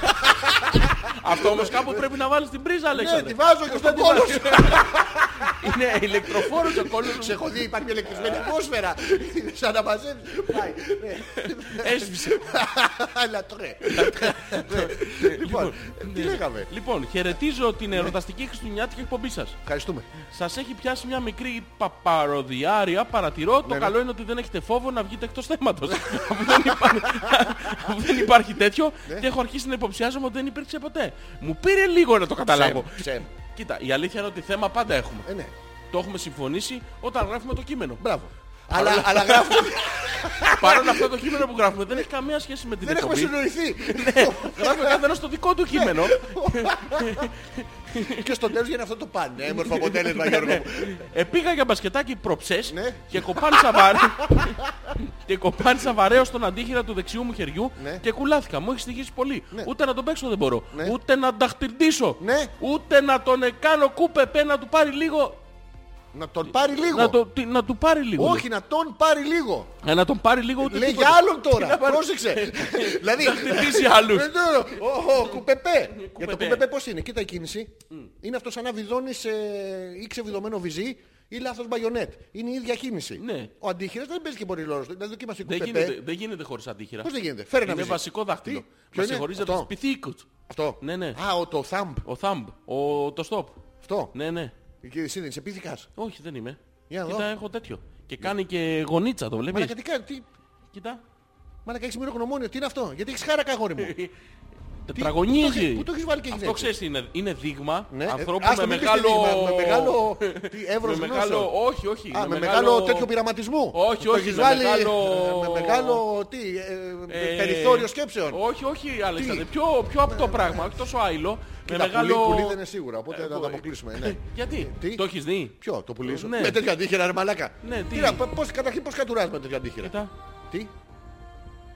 Speaker 1: Αυτό όμως κάπου πρέπει να βάλεις την πρίζα,
Speaker 2: Ναι, τη
Speaker 1: Αλέξανδρε.
Speaker 2: βάζω και στον κόλλο σου.
Speaker 1: Είναι ηλεκτροφόρος
Speaker 2: (laughs)
Speaker 1: ο κόλλος.
Speaker 2: Σε έχω δει, υπάρχει μια ηλεκτρισμένη ατμόσφαιρα. Σαν να μαζεύεις. Πάει. (laughs) Ναι.
Speaker 1: Έσβησε.
Speaker 2: Λατρέ. Λοιπόν, τι λέγαμε.
Speaker 1: Λοιπόν, χαιρετίζω την ερωταστική χριστουγεννιάτικη εκπομπή σας.
Speaker 2: Ευχαριστούμε.
Speaker 1: Σας έχει πιάσει μια μικρή παπαροδιάρια, παρατηρώ. Το
Speaker 2: ναι.
Speaker 1: καλό είναι ότι δεν έχετε φόβο να βγείτε εκτός θέματος. (laughs) Αφού δεν υπά- Αφού δεν υπάρχει τέτοιο
Speaker 2: Ναι.
Speaker 1: και έχω αρχίσει να υποψιάζομαι ότι δεν υπήρξε ποτέ. Μου πήρε λίγο να το καταλάβω.
Speaker 2: Ψεμ, ψεμ.
Speaker 1: Κοίτα, η αλήθεια είναι ότι θέμα πάντα έχουμε.
Speaker 2: Ναι. Ε, ναι.
Speaker 1: Το έχουμε συμφωνήσει όταν γράφουμε το κείμενο.
Speaker 2: Μπράβο. Αλλά, αλλά (laughs) γράφουμε.
Speaker 1: Παρόλο αυτό το κείμενο που γράφουμε δεν έχει καμία σχέση με την
Speaker 2: Ναι. Δεν έχουμε Ναι.
Speaker 1: εκπομπή.
Speaker 2: συνοηθεί. (laughs)
Speaker 1: Γράφουμε καθένας το δικό του κείμενο.
Speaker 2: Και στο τέλος γίνεται αυτό το πανέμορφο αποτέλεσμα, Γιώργο. μου.
Speaker 1: Ε, πήγα για μπασκετάκι προψές
Speaker 2: Ναι.
Speaker 1: και κοπάνισα βαρέω. (laughs) και κοπάνισα βαρέω στον αντίχειρα του δεξιού μου χεριού
Speaker 2: Ναι.
Speaker 1: και κουλάθηκα. Μου έχει στοιχήσει πολύ.
Speaker 2: Ναι.
Speaker 1: Ούτε να τον παίξω δεν μπορώ.
Speaker 2: Ναι.
Speaker 1: Ούτε να ταχτυρντήσω.
Speaker 2: Ναι.
Speaker 1: Ούτε να τον ε, κάνω κούπεπε να του πάρει λίγο.
Speaker 2: Να τον πάρει
Speaker 1: Να,
Speaker 2: λίγο.
Speaker 1: το, τι- να του πάρει λίγο.
Speaker 2: Όχι, να τον πάρει λίγο.
Speaker 1: Ε, να τον πάρει λίγο ούτε
Speaker 2: Λέει
Speaker 1: τίποτα.
Speaker 2: για άλλον τώρα.
Speaker 1: να πάρει- (laughs)
Speaker 2: Πρόσεξε. δηλαδή.
Speaker 1: Να χτυπήσει άλλους.
Speaker 2: Ε, ναι, ο, ο, Κουπεπέ. Για το
Speaker 1: κουπεπέ.
Speaker 2: κουπεπέ πώς είναι. Κοίτα η κίνηση. Είναι αυτό σαν να βιδώνεις ε, ή ξεβιδωμένο βυζί ή λάθος μπαγιονέτ. Είναι η ίδια κίνηση.
Speaker 1: Ναι.
Speaker 2: Ο αντίχειρας δεν παίζει και πολύ ρόλο. Δεν δοκίμασε η
Speaker 1: Δεν
Speaker 2: κουπεπέ.
Speaker 1: γίνεται, δεν γίνεται χωρίς αντίχειρα.
Speaker 2: Πώς δεν γίνεται. Φέρε ένα
Speaker 1: είναι
Speaker 2: βυζί.
Speaker 1: βασικό δάχτυλο.
Speaker 2: Τι, ποιο
Speaker 1: Με
Speaker 2: είναι?
Speaker 1: συγχωρείς για
Speaker 2: Αυτό.
Speaker 1: το σπιθίκο.
Speaker 2: Αυτό.
Speaker 1: Ναι, ναι.
Speaker 2: Α, ο, το thumb.
Speaker 1: Ο thumb. Ο, το stop.
Speaker 2: Αυτό.
Speaker 1: Ναι, ναι.
Speaker 2: Και Εσύ δεν είσαι πίθηκας.
Speaker 1: Όχι, δεν είμαι.
Speaker 2: Για να δω.
Speaker 1: Κοίτα, έχω τέτοιο. Και κάνει και γονίτσα, το βλέπεις.
Speaker 2: Μαλακα τι κάνει. Τι...
Speaker 1: Κοίτα.
Speaker 2: Μαλακα έχεις μυρογνωμόνιο. Τι είναι αυτό. Γιατί έχεις χάρακα αγόρι
Speaker 1: (laughs)
Speaker 2: μου. Πού το έχεις-
Speaker 1: Τετραγωνίζει.
Speaker 2: Πού το έχεις βάλει και
Speaker 1: Αυτό
Speaker 2: γυναίκα.
Speaker 1: ξέρεις είναι, είναι δείγμα
Speaker 2: Ναι, ε,
Speaker 1: ανθρώπου
Speaker 2: ας
Speaker 1: με
Speaker 2: το μην πεις
Speaker 1: μεγάλο...
Speaker 2: τι δείγμα, με μεγάλο-
Speaker 1: (laughs)
Speaker 2: τι, εύρος
Speaker 1: με
Speaker 2: γνώσεων.
Speaker 1: μεγάλο... Όχι, όχι.
Speaker 2: Α, με μεγάλο τέτοιο πειραματισμό.
Speaker 1: Όχι,
Speaker 2: Το
Speaker 1: όχι,
Speaker 2: έχεις
Speaker 1: με
Speaker 2: βάλει- ε,
Speaker 1: μεγάλο-
Speaker 2: με μεγάλο τι, ε,
Speaker 1: Ε,
Speaker 2: περιθώριο σκέψεων.
Speaker 1: Όχι, όχι, Αλέξανδρε. Πιο, πιο απτό πράγμα, όχι τόσο άειλο. Με
Speaker 2: Κοίτα,
Speaker 1: μεγάλο...
Speaker 2: πουλί, πουλί δεν είναι σίγουρα, οπότε
Speaker 1: Ε,
Speaker 2: να
Speaker 1: ε,
Speaker 2: τα αποκλείσουμε.
Speaker 1: (laughs)
Speaker 2: Ναι.
Speaker 1: Γιατί,
Speaker 2: Τι?
Speaker 1: το έχεις δει.
Speaker 2: Ποιο, το πουλί σου.
Speaker 1: Ναι.
Speaker 2: Με τέτοια αντίχειρα, ρε μαλάκα.
Speaker 1: Ναι, τι.
Speaker 2: να- πώς, καταρχήν πώς κατουράς με τέτοια αντίχειρα.
Speaker 1: Κοίτα.
Speaker 2: Τι,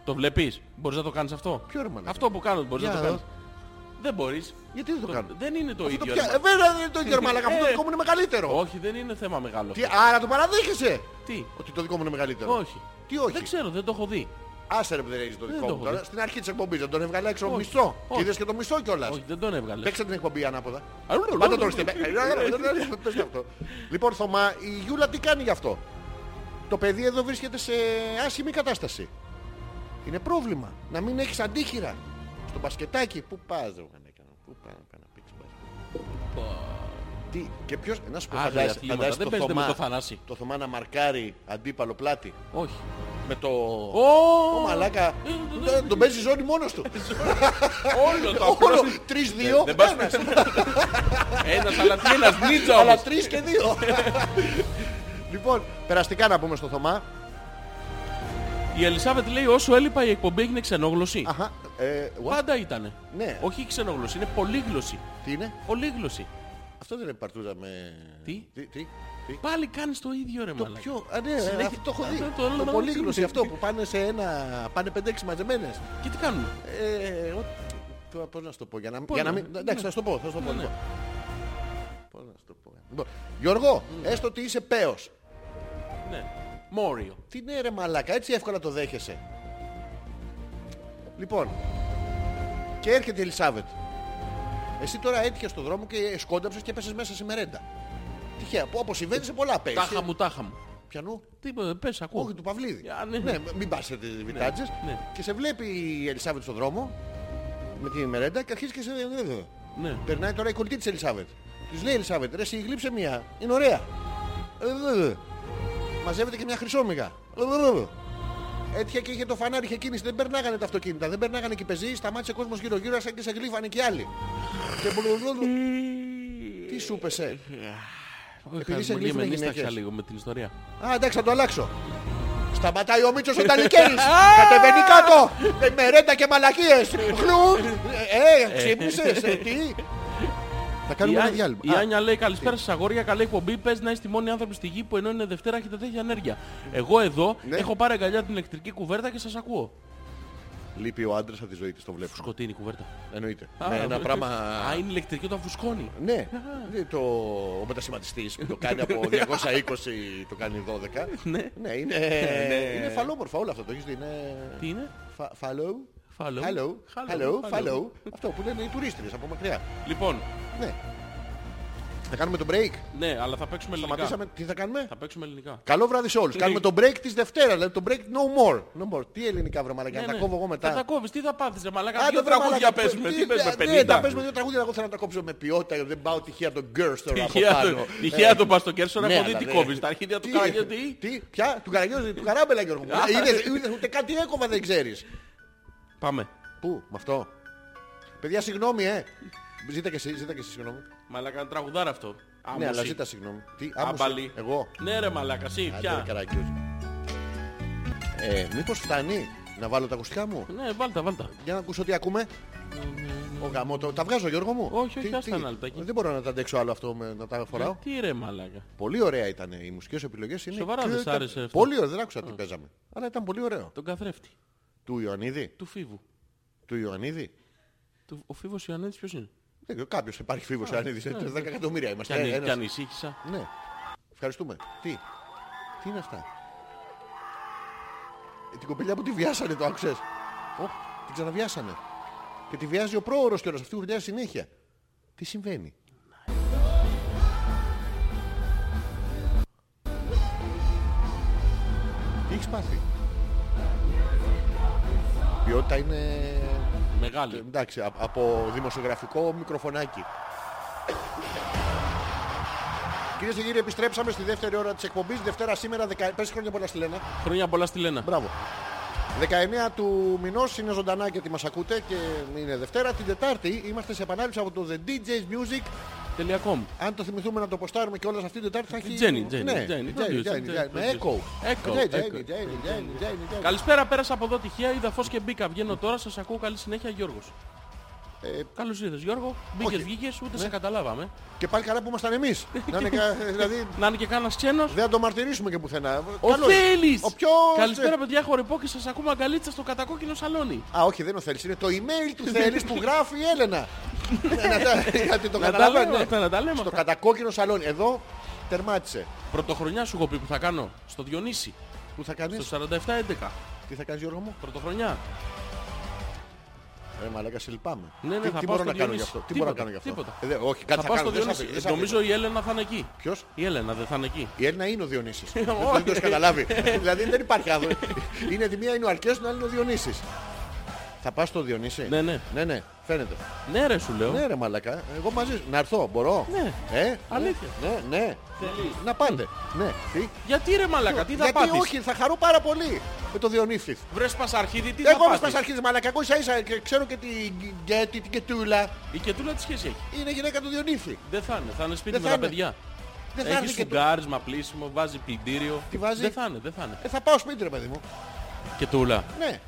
Speaker 1: Το βλέπεις. Μπορείς να το κάνεις αυτό.
Speaker 2: Ποιο, ρε μαλάκα?
Speaker 1: Αυτό που κάνω μπορείς
Speaker 2: Για
Speaker 1: να το
Speaker 2: να
Speaker 1: κάνεις.
Speaker 2: δω.
Speaker 1: Δεν μπορείς.
Speaker 2: γιατί δεν το κάνω.
Speaker 1: Δεν είναι το
Speaker 2: Το
Speaker 1: ίδιο.
Speaker 2: πια-
Speaker 1: ρε
Speaker 2: ε, βέβαια δεν είναι το ίδιο ρε μαλάκα, αυτό το
Speaker 1: Ε,
Speaker 2: δικό μου είναι μεγαλύτερο.
Speaker 1: Όχι, δεν είναι θέμα μεγάλο.
Speaker 2: Τι, άρα το παραδέχεσαι.
Speaker 1: Τι.
Speaker 2: Ότι το δικό μου είναι μεγαλύτερο.
Speaker 1: Όχι.
Speaker 2: Τι όχι.
Speaker 1: Δεν ξέρω, δεν το έχω δει.
Speaker 2: Άσε ρε που δεν έχεις το
Speaker 1: Δεν
Speaker 2: δικό
Speaker 1: το
Speaker 2: μου
Speaker 1: έχω
Speaker 2: τώρα.
Speaker 1: δει.
Speaker 2: Στην αρχή της εκπομπής δεν τον έβγαλα έξω
Speaker 1: Όχι.
Speaker 2: μισό. Και
Speaker 1: Όχι.
Speaker 2: είδες και το μισό κιόλας.
Speaker 1: Όχι, δεν τον έβγαλε.
Speaker 2: Παίξτε την εκπομπή ανάποδα.
Speaker 1: Αρούλα,
Speaker 2: Πάντα
Speaker 1: αρούλα.
Speaker 2: το Ε, ορίστε. Πες το αυτό. Λοιπόν, Θωμά, η Γιούλα τι κάνει γι' αυτό. Το παιδί εδώ βρίσκεται σε άσχημη κατάσταση. Είναι πρόβλημα να μην έχεις αντίχειρα στο μπασκετάκι. Πού πας, ρε μαλάκα, πού πάω να παίξω μπασκετ. Τι, και ποιος, να σου πω,
Speaker 1: Άλλο οι
Speaker 2: φαντάζεσαι,
Speaker 1: αθλήματα,
Speaker 2: φαντάζεσαι
Speaker 1: δεν
Speaker 2: το,
Speaker 1: παίζετε με
Speaker 2: Θωμά,
Speaker 1: το Θανάση.
Speaker 2: το Θωμά να μαρκάρει αντίπαλο πλάτη
Speaker 1: Όχι.
Speaker 2: με το...
Speaker 1: Ω,
Speaker 2: Ω, μαλάκα,
Speaker 1: ε,
Speaker 2: τον παίζει ζώνη μόνος του.
Speaker 1: Όλο το
Speaker 2: Όλο,
Speaker 1: απλό.
Speaker 2: τρεις, δύο,
Speaker 1: Δεν- Δεν πας
Speaker 2: ένας.
Speaker 1: Ένας αλλά τι ένας νίτσα
Speaker 2: (laughs) Αλλά
Speaker 1: όμως.
Speaker 2: τρεις και δύο. Λοιπόν, περαστικά να πούμε στο Θωμά.
Speaker 1: Η Ελισάβετ λέει όσο έλειπα η εκπομπή έγινε ξενόγλωση.
Speaker 2: Αχα, ε, what?
Speaker 1: Πάντα ήτανε.
Speaker 2: Ναι.
Speaker 1: Όχι ξενόγλωση, είναι πολύγλωση.
Speaker 2: Τι είναι,
Speaker 1: Πολύγλωση.
Speaker 2: αυτό δεν είναι παρτούζα με...
Speaker 1: Τι?
Speaker 2: τι, τι.
Speaker 1: Πάλι κάνεις το ίδιο ρε
Speaker 2: Το
Speaker 1: μαλάκα.
Speaker 2: πιο, α, ναι,
Speaker 1: Συνέχεια-
Speaker 2: αυτό το έχω δει.
Speaker 1: Αυτό το-
Speaker 2: Το,
Speaker 1: το-
Speaker 2: πολύγνωση
Speaker 1: το-
Speaker 2: αυτό που πάνε σε ένα, πάνε 5-6 μαζεμένες.
Speaker 1: Και τι κάνουν.
Speaker 2: Ε, ο- τώρα Πώς να σου το πω, για να,
Speaker 1: Πώς
Speaker 2: για να
Speaker 1: να-
Speaker 2: μην...
Speaker 1: ναι.
Speaker 2: Εντάξει, θα σου το πω, θα σου το πω.
Speaker 1: Ναι, ναι.
Speaker 2: λοιπόν. Πώς να σου το πω. ε. Λοιπόν, Γιώργο, έστω ότι είσαι πέος.
Speaker 1: Ναι. Μόριο.
Speaker 2: Τι ναι ρε μαλάκα, έτσι εύκολα το δέχεσαι. Λοιπόν, και έρχεται η Ελισάβετ. Εσύ τώρα έτυχες στον δρόμο και σκόνταψες και πέσες μέσα σε μερέντα. Τυχαία, που όπως συμβαίνει σε πολλά πέσει.
Speaker 1: Τάχα μου, τάχα μου.
Speaker 2: Πιανού.
Speaker 1: Τίποτα, πες, ακούω.
Speaker 2: Όχι, του Παυλίδη.
Speaker 1: Α, ναι.
Speaker 2: μην πας σε βιτάτζες.
Speaker 1: ναι.
Speaker 2: Και σε βλέπει η Ελισάβετ στον δρόμο με τη μερέντα και αρχίζει και σε...
Speaker 1: Ναι.
Speaker 2: Περνάει τώρα η κολλητή της Ελισάβετ. Της λέει η Ελισάβετ, ρε εσύ γλύψε μία. Είναι ωραία. Ε, ε, ε. Μαζεύεται και μια χρυσόμυγα. Ε, ε, ε. Έτυχε και είχε το φανάρι, είχε κίνηση. Δεν περνάγανε τα αυτοκίνητα, δεν περνάγανε και οι πεζοί. Σταμάτησε κόσμος γύρω-γύρω, σαν και σε γλύφανε και οι άλλοι. και μπλουλουλου. Τι σου πέσε.
Speaker 1: Επειδή
Speaker 2: σε
Speaker 1: σε
Speaker 2: γλύφουνε οι γυναίκες.
Speaker 1: λίγο με την ιστορία.
Speaker 2: Α, εντάξει, θα το αλλάξω. Σταματάει ο Μίτσος όταν νικαίνεις. Κατεβαίνει κάτω. Ε, Μερέντα και μαλακίες. Χλουμ. Ε, ξύπνησες. Ε, Τι. Θα
Speaker 1: Η,
Speaker 2: κάνουμε ένα
Speaker 1: Άν-
Speaker 2: διάλειμμα.
Speaker 1: η
Speaker 2: Α,
Speaker 1: Άνια λέει καλησπέρα σας αγόρια, καλή εκπομπή. Πες να είστε οι μόνοι άνθρωποι στη γη που ενώ είναι Δευτέρα έχετε τέτοια ενέργεια. Εγώ εδώ
Speaker 2: Ναι.
Speaker 1: έχω πάρει αγκαλιά την ηλεκτρική κουβέρτα και σας ακούω.
Speaker 2: Λείπει ο άντρας από τη ζωή της, το βλέπω.
Speaker 1: Σκοτεινή κουβέρτα.
Speaker 2: Εννοείται.
Speaker 1: Α,
Speaker 2: Ναι, ένα
Speaker 1: βλέπεις.
Speaker 2: πράγμα...
Speaker 1: Α, είναι ηλεκτρική όταν φουσκώνει.
Speaker 2: Ναι, Ναι, το... ο μετασχηματιστής που το κάνει από
Speaker 1: (laughs)
Speaker 2: 220 το κάνει 12.
Speaker 1: Ναι.
Speaker 2: Ναι, είναι, είναι φαλόμορφα όλο αυτό, το έχεις δει. Είναι...
Speaker 1: Τι είναι?
Speaker 2: Φα- Follow.
Speaker 1: Follow.
Speaker 2: Hello.
Speaker 1: Hello.
Speaker 2: Hello.
Speaker 1: Follow.
Speaker 2: Follow. Αυτό που λένε οι τουρίστρες από μακριά.
Speaker 1: Λοιπόν,
Speaker 2: Ναι. Θα κάνουμε το break.
Speaker 1: ναι, αλλά θα παίξουμε ελληνικά.
Speaker 2: Σταματήσαμε. Τι θα κάνουμε.
Speaker 1: Θα παίξουμε ελληνικά.
Speaker 2: Καλό βράδυ σε όλους. Κάνουμε το break της Δευτέρα. Δηλαδή το break no more. No more. Τι ελληνικά βρε μαλακά.
Speaker 1: Ναι,
Speaker 2: Τα
Speaker 1: ναι.
Speaker 2: κόβω εγώ
Speaker 1: Θα τα
Speaker 2: μετά.
Speaker 1: κόβεις, τι θα πάθεις ρε μαλάκα,
Speaker 2: Άντε,
Speaker 1: δύο
Speaker 2: βρε,
Speaker 1: τραγούδια
Speaker 2: μαλάκα,
Speaker 1: παίζουμε, τι
Speaker 2: τι-
Speaker 1: παίζουμε,
Speaker 2: Ναι, τα
Speaker 1: 50.
Speaker 2: παίζουμε δύο τραγούδια. Εγώ θέλω να τα κόψω με ποιότητα. γιατί Δεν πάω τυχαία τον Γκέρστορ από
Speaker 1: Τυχαία
Speaker 2: πάνω.
Speaker 1: το- Τυχαία
Speaker 2: Ε,
Speaker 1: το πας στο Κέρσον,
Speaker 2: ναι,
Speaker 1: έχω δει
Speaker 2: αλλά
Speaker 1: τι
Speaker 2: δεν-
Speaker 1: κόβεις. Τα αρχίδια του Καραγιώτη.
Speaker 2: Τι, πια, του Καραγιώτη, του Καράμπελα Γιώργο.
Speaker 1: (laughs)
Speaker 2: μου. Είδες, είδες, ούτε κάτι έκοβα δεν ξέρεις.
Speaker 1: Πάμε.
Speaker 2: Πού, με αυτό. Παιδιά, συγγνώμη, ε. Ζήτα και εσύ, ζήτα και εσύ, συγγνώμη.
Speaker 1: Μαλάκα τραγουδάρα αυτό.
Speaker 2: Ναι, αλλά
Speaker 1: Άμμωση.
Speaker 2: ζήτα συγγνώμη. Τι, άμμωση.
Speaker 1: Άμπαλη.
Speaker 2: Εγώ.
Speaker 1: Ναι ρε μαλάκα, εσύ
Speaker 2: Άντε, ρε,
Speaker 1: πια.
Speaker 2: καραγκιόζη. Ε, μήπως φτάνει να βάλω τα ακουστικά μου.
Speaker 1: Ναι, βάλτα, βάλτα.
Speaker 2: Για να ακούσω τι ακούμε. Ο γαμό, το- τα βγάζω Γιώργο μου.
Speaker 1: Όχι, όχι,
Speaker 2: Τι-
Speaker 1: άστα
Speaker 2: τι.
Speaker 1: ένα Ναι. λεπτάκι.
Speaker 2: Δεν μπορώ να τα αντέξω άλλο αυτό με, να τα φοράω.
Speaker 1: Τι ρε μαλάκα.
Speaker 2: Πολύ ωραία ήταν οι μουσικές επιλογές. Είναι
Speaker 1: Σοβαρά δεν σ'
Speaker 2: ήταν-
Speaker 1: άρεσε αυτό.
Speaker 2: Πολύ ωραία, δεν άκουσα τι παίζαμε. Αλλά ήταν πολύ ωραίο.
Speaker 1: Τον καθρέφτη.
Speaker 2: Του Ιωαννίδη.
Speaker 1: Του φίβου.
Speaker 2: Του Ιωαννίδη.
Speaker 1: Του- Ο φίβος Ιωαννίδης ποιος είναι.
Speaker 2: Δεν ξέρω, κάποιος υπάρχει φίβος Ιωαννίδης. 10 εκατομμύρια
Speaker 1: ναι. Κι
Speaker 2: είμαστε.
Speaker 1: αν-
Speaker 2: Ε,
Speaker 1: Κι
Speaker 2: ένας-
Speaker 1: ανησύχησα.
Speaker 2: Ναι. Ευχαριστούμε. Τι. Τι είναι αυτά. Ε, Την κοπελιά που τη βιάσανε το άκουσες. Ω, την ξαναβιάσανε. Και τη βιάζει ο πρόωρος κιόλας. Αυτή γουρλιάζει συνέχεια. Τι συμβαίνει. Τι έχεις πάθει. Η ποιότητα είναι...
Speaker 1: Μεγάλη.
Speaker 2: Ε, Εντάξει, α- από δημοσιογραφικό μικροφωνάκι. Κυρίες και κύριοι, επιστρέψαμε στη δεύτερη ώρα της εκπομπής. Δευτέρα σήμερα, 10... πες χρόνια πολλά στη Λένα.
Speaker 1: Χρόνια πολλά στη Λένα.
Speaker 2: Μπράβο. 19 του μηνός είναι ζωντανά γιατί μας ακούτε και είναι Δευτέρα. Την Τετάρτη είμαστε σε επανάληψη από το The DJ's Music.
Speaker 1: Τελεία.com.
Speaker 2: Αν το θυμηθούμε να το ποστάρουμε και όλα αυτή την Τετάρτη θα έχει.
Speaker 1: Τζένι, Τζένι,
Speaker 2: Ναι,
Speaker 1: Τζένι,
Speaker 2: Τζένι,
Speaker 1: producer,
Speaker 2: Τζένι,
Speaker 1: Τζένι,
Speaker 2: Τζένι, Με
Speaker 1: producer.
Speaker 2: echo.
Speaker 1: Echo,
Speaker 2: Τζένι,
Speaker 1: echo.
Speaker 2: Τζένι, Τζένι, Τζένι, Τζένι, Τζένι.
Speaker 1: Καλησπέρα, πέρασα από εδώ τυχαία, είδα φως και μπήκα. Βγαίνω τώρα, σας ακούω, καλή συνέχεια Γιώργος.
Speaker 2: Ε,
Speaker 1: Καλώς ήρθες Γιώργο, μπήκες,
Speaker 2: Όχι. Ναι.
Speaker 1: βγήκες, ούτε σε καταλάβαμε.
Speaker 2: Και πάλι καλά που ήμασταν εμείς.
Speaker 1: (laughs)
Speaker 2: Δηλαδή
Speaker 1: Να είναι και κανένας ξένος.
Speaker 2: δεν θα το μαρτυρήσουμε και πουθενά.
Speaker 1: Ο ε.
Speaker 2: Καλό είναι.
Speaker 1: Θέλης!
Speaker 2: Ο ποιος.
Speaker 1: Καλησπέρα παιδιά, χορεπώ και σας ακούμε αγκαλίτσα στο κατακόκκινο σαλόνι.
Speaker 2: Α, όχι, δεν είναι ο Θέλης. Είναι το email
Speaker 1: (laughs)
Speaker 2: του Θέλης που γράφει η Έλενα. Να τα- Γιατί το
Speaker 1: Ναι. Να τα
Speaker 2: καταλαβαίνω.
Speaker 1: λέμε
Speaker 2: ναι.
Speaker 1: αυτά, να τα λέμε
Speaker 2: Στο
Speaker 1: αυτά.
Speaker 2: κατακόκκινο σαλόνι. Εδώ τερμάτισε.
Speaker 1: Πρωτοχρονιά σου έχω πει που θα κάνω στο Διονύση,
Speaker 2: Πού θα κάνεις.
Speaker 1: στο 4711.
Speaker 2: Τι θα κάνεις Γιώργο μου.
Speaker 1: Πρωτοχρονιά.
Speaker 2: Ρε μαλάκα, σε λυπάμαι.
Speaker 1: Ναι, ναι,
Speaker 2: τι,
Speaker 1: θα
Speaker 2: τι
Speaker 1: πάω
Speaker 2: μπορώ
Speaker 1: στο
Speaker 2: να κάνω γι'
Speaker 1: Διονύση.
Speaker 2: αυτό. Τι μπορώ να
Speaker 1: Τίποτα,
Speaker 2: κάνω γι' αυτό.
Speaker 1: τίποτα.
Speaker 2: Ε, δε- όχι, κάτι
Speaker 1: Θα πάω στο
Speaker 2: κάνω. δεν σ'
Speaker 1: Διονύση.
Speaker 2: αφήνω, δεν σ'
Speaker 1: Ε, Νομίζω η Έλενα θα είναι εκεί.
Speaker 2: αφήνω. Ποιος?
Speaker 1: Η Έλενα δεν θα είναι εκεί.
Speaker 2: Η Έλληνα είναι ο Διονύσης. δεν
Speaker 1: (laughs) Όχι.
Speaker 2: δεν το έχεις καταλάβει. δηλαδή δεν υπάρχει άλλο. είναι τη μία είναι ο Αρκές, την άλλη είναι ο Διονύσης. Θα Θα πας στο Διονύση.
Speaker 1: Ναι, ναι.
Speaker 2: Ναι, ναι, φαίνεται.
Speaker 1: Ναι, ρε, σου λέω.
Speaker 2: Ναι, ρε μαλακά. Εγώ μαζί σου. Να έρθω, μπορώ.
Speaker 1: Ναι.
Speaker 2: Ε,
Speaker 1: Αλήθεια.
Speaker 2: Ναι, ναι.
Speaker 1: Θέλει.
Speaker 2: Να πάτε. Ναι. Τι.
Speaker 1: Γιατί ρε μαλακά, τι θα
Speaker 2: Γιατί
Speaker 1: πάθεις.
Speaker 2: όχι, θα χαρώ πάρα πολύ με το Διονύση.
Speaker 1: Βρες πασαρχίδι, τι
Speaker 2: Εγώ είμαι
Speaker 1: θα
Speaker 2: πας
Speaker 1: πάθεις.
Speaker 2: αρχίζει μαλακά. Εγώ ίσα ίσα και ξέρω και την Γκέτη, την Κετούλα.
Speaker 1: Η κετούλα τι σχέση έχει.
Speaker 2: Είναι γυναίκα του Διονύση.
Speaker 1: Δεν θα είναι, θα είναι σπίτι
Speaker 2: Δεν
Speaker 1: με
Speaker 2: θα
Speaker 1: τα
Speaker 2: είναι.
Speaker 1: παιδιά.
Speaker 2: Δεν θα έρθει
Speaker 1: Έχει
Speaker 2: και του-
Speaker 1: σουγκάρισμα, πλήσιμο, βάζει πλυντήριο.
Speaker 2: Τι βάζει?
Speaker 1: Δεν θα είναι, δεν θα είναι.
Speaker 2: Ε, θα πάω σπίτι ρε παιδί μου.
Speaker 1: Κετούλα.
Speaker 2: Ναι.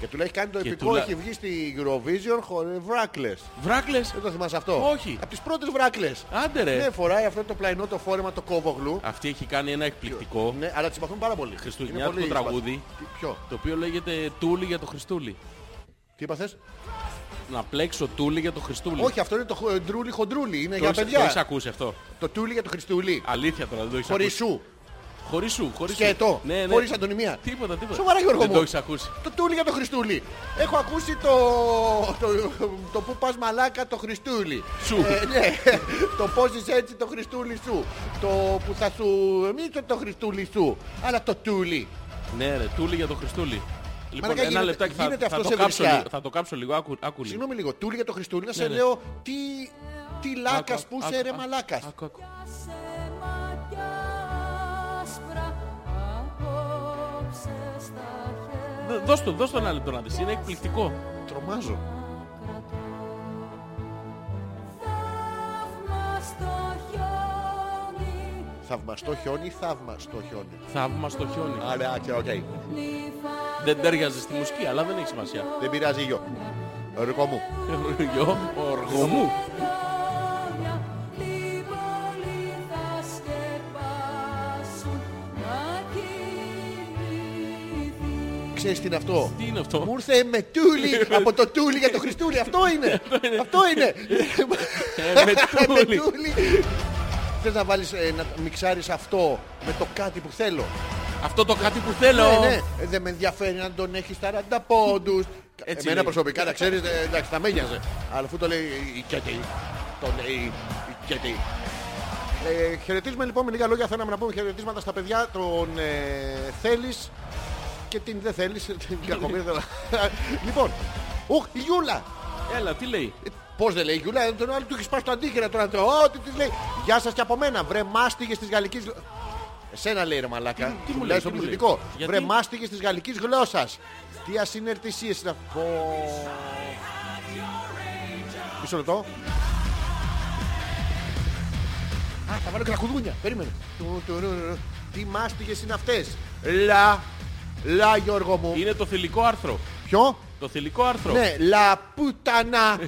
Speaker 2: Και του λέει έχει κάνει το
Speaker 1: Και
Speaker 2: επικό,
Speaker 1: του λέ-
Speaker 2: έχει βγει στη Eurovision χωρί βράκλες.
Speaker 1: Βράκλες.
Speaker 2: Δεν το θυμάσαι αυτό.
Speaker 1: Όχι. ε.
Speaker 2: Από τις πρώτες βράκλες.
Speaker 1: Άντε ρε.
Speaker 2: Ναι, φοράει αυτό το πλαϊνό το φόρεμα το κόβογλου.
Speaker 1: Αυτή έχει κάνει ένα εκπληκτικό.
Speaker 2: Ναι, αλλά τις συμπαθούν πάρα πολύ.
Speaker 1: Χριστουγεννιάτικο
Speaker 2: Είναι πολύ
Speaker 1: τραγούδι.
Speaker 2: συμπαθ- Τι- Ποιο,
Speaker 1: Το οποίο λέγεται Τούλι για το Χριστούλι.
Speaker 2: τι είπα θες?
Speaker 1: Να πλέξω Τούλι για το Χριστούλι.
Speaker 2: Όχι, αυτό είναι το χο- ε, ντρούλι χοντρούλι.
Speaker 1: Το
Speaker 2: Είναι για
Speaker 1: έχεις- Το έχεις
Speaker 2: παιδιά.
Speaker 1: ακούσει αυτό.
Speaker 2: Το τούλι για το Χριστούλι.
Speaker 1: Αλήθεια τώρα δεν το έχεις
Speaker 2: Χωρίς
Speaker 1: ακούσει.
Speaker 2: σου.
Speaker 1: Χωρίς σου. Χωρίς σου.
Speaker 2: Σκέτο.
Speaker 1: Ναι, ναι.
Speaker 2: Χωρίς αντωνυμία.
Speaker 1: Τίποτα, τίποτα.
Speaker 2: Σοβαρά, Γιώργο
Speaker 1: Δεν
Speaker 2: μου.
Speaker 1: το έχεις ακούσει.
Speaker 2: Το τούλι για το Χριστούλι. Έχω ακούσει το, το, το που πας μαλάκα το Χριστούλι.
Speaker 1: Σου.
Speaker 2: Ε, ναι. το πόσεις έτσι το Χριστούλι σου. Το που θα σου μίσω το Χριστούλι σου. Αλλά το τούλι.
Speaker 1: Ναι, ρε, τούλι για το Χριστούλι. Λοιπόν,
Speaker 2: Μαλάκα,
Speaker 1: ένα
Speaker 2: γίνεται-
Speaker 1: λεπτάκι θα,
Speaker 2: γίνεται
Speaker 1: θα
Speaker 2: αυτό
Speaker 1: το
Speaker 2: σε
Speaker 1: κάψω
Speaker 2: βρισιά.
Speaker 1: λίγο. Θα το κάψω λίγο, άκου, άκου λίγο.
Speaker 2: Συγγνώμη λίγο. Τούλι για το Χριστούλι. Να σε
Speaker 1: ναι.
Speaker 2: λέω τι, τι λάκας
Speaker 1: Άκου,
Speaker 2: που
Speaker 1: άκου,
Speaker 2: είσαι ρε
Speaker 1: άκου,
Speaker 2: μαλάκας.
Speaker 1: άκου, άκου.
Speaker 4: σε μάτια άσπρα απόψε στα χέρια
Speaker 1: Δ- Δώσ' το, δώσ' το ένα λεπτό να δεις. Είναι εκπληκτικό.
Speaker 2: Τρομάζω.
Speaker 4: θαύμα στο χιόνι
Speaker 2: Θαυμαστό χιόνι, θαύμαστο χιόνι.
Speaker 1: Θαύμα στο χιόνι.
Speaker 2: Άρα, άκυρα, οκ.
Speaker 4: νυφά
Speaker 1: Δεν τέριαζε στη μουσική, αλλά δεν έχει σημασία. (laughs)
Speaker 2: Δεν πειράζει γιο. Ρικό μου.
Speaker 1: Γιο, οργό μου.
Speaker 4: χρόνια την πόλη θα σκεπάσουν να κυλήθει
Speaker 2: Ξέρεις τι είναι αυτό.
Speaker 1: Τι είναι αυτό.
Speaker 2: Μου ήρθε με τούλι από το τούλι για το Χριστούλι. Αυτό
Speaker 1: (laughs)
Speaker 2: είναι. Αυτό είναι.
Speaker 1: Ε,
Speaker 2: (laughs)
Speaker 1: με
Speaker 2: Με
Speaker 1: τούλι.
Speaker 2: τούλι. Θες να βάλεις, ε, να μιξάρεις αυτό με το κάτι που θέλω.
Speaker 1: Αυτό το κάτι που θέλω.
Speaker 2: Ναι, ναι. Ε, Δεν με ενδιαφέρει να τον έχεις 40 πόντους.
Speaker 1: Έτσι
Speaker 2: Εμένα
Speaker 1: λέει.
Speaker 2: προσωπικά, να ξέρεις, ε, εντάξει, θα με νοιάζε. Αλλά αφού το λέει η Κέτη. Το λέει η Κέτη. Ε, χαιρετίζουμε λοιπόν με λίγα λόγια. Θέλαμε να πούμε χαιρετίσματα στα παιδιά. Τον ε, θέλεις και την δεν θέλεις. (laughs) Την κακομοίρα. δεν- λοιπόν, ουχ, η Γιούλα.
Speaker 1: Έλα, τι λέει.
Speaker 2: Ε, Πώς δεν λέει η Γιούλα, ε, τον άλλο του έχεις σπάσει το αντίχειρα τώρα. το- Ω, τι της λέει. Γεια σας και από μένα. Βρε μάστιγες της γαλλικής γλ- Εσένα λέει ρε μαλάκα.
Speaker 1: τι μου
Speaker 2: Σου
Speaker 1: λέει,
Speaker 2: λέει
Speaker 1: τι
Speaker 2: στο
Speaker 1: μου λέει.
Speaker 2: πληθυντικό.
Speaker 1: Γιατί?
Speaker 2: Βρε μάστιγες της γαλλικής γλώσσας. Τι ασυνερτησίες είναι αυτό. Μισό λεπτό. Α, θα βάλω κρακουδούνια. Περίμενε. Του, του, ρου, ρου. Τι μάστιγες είναι αυτές. Λα. Λα Γιώργο μου.
Speaker 1: Είναι το θηλυκό άρθρο.
Speaker 2: Ποιο?
Speaker 1: Το θηλυκό άρθρο.
Speaker 2: Ναι, λα
Speaker 1: (laughs)
Speaker 2: πουτανά.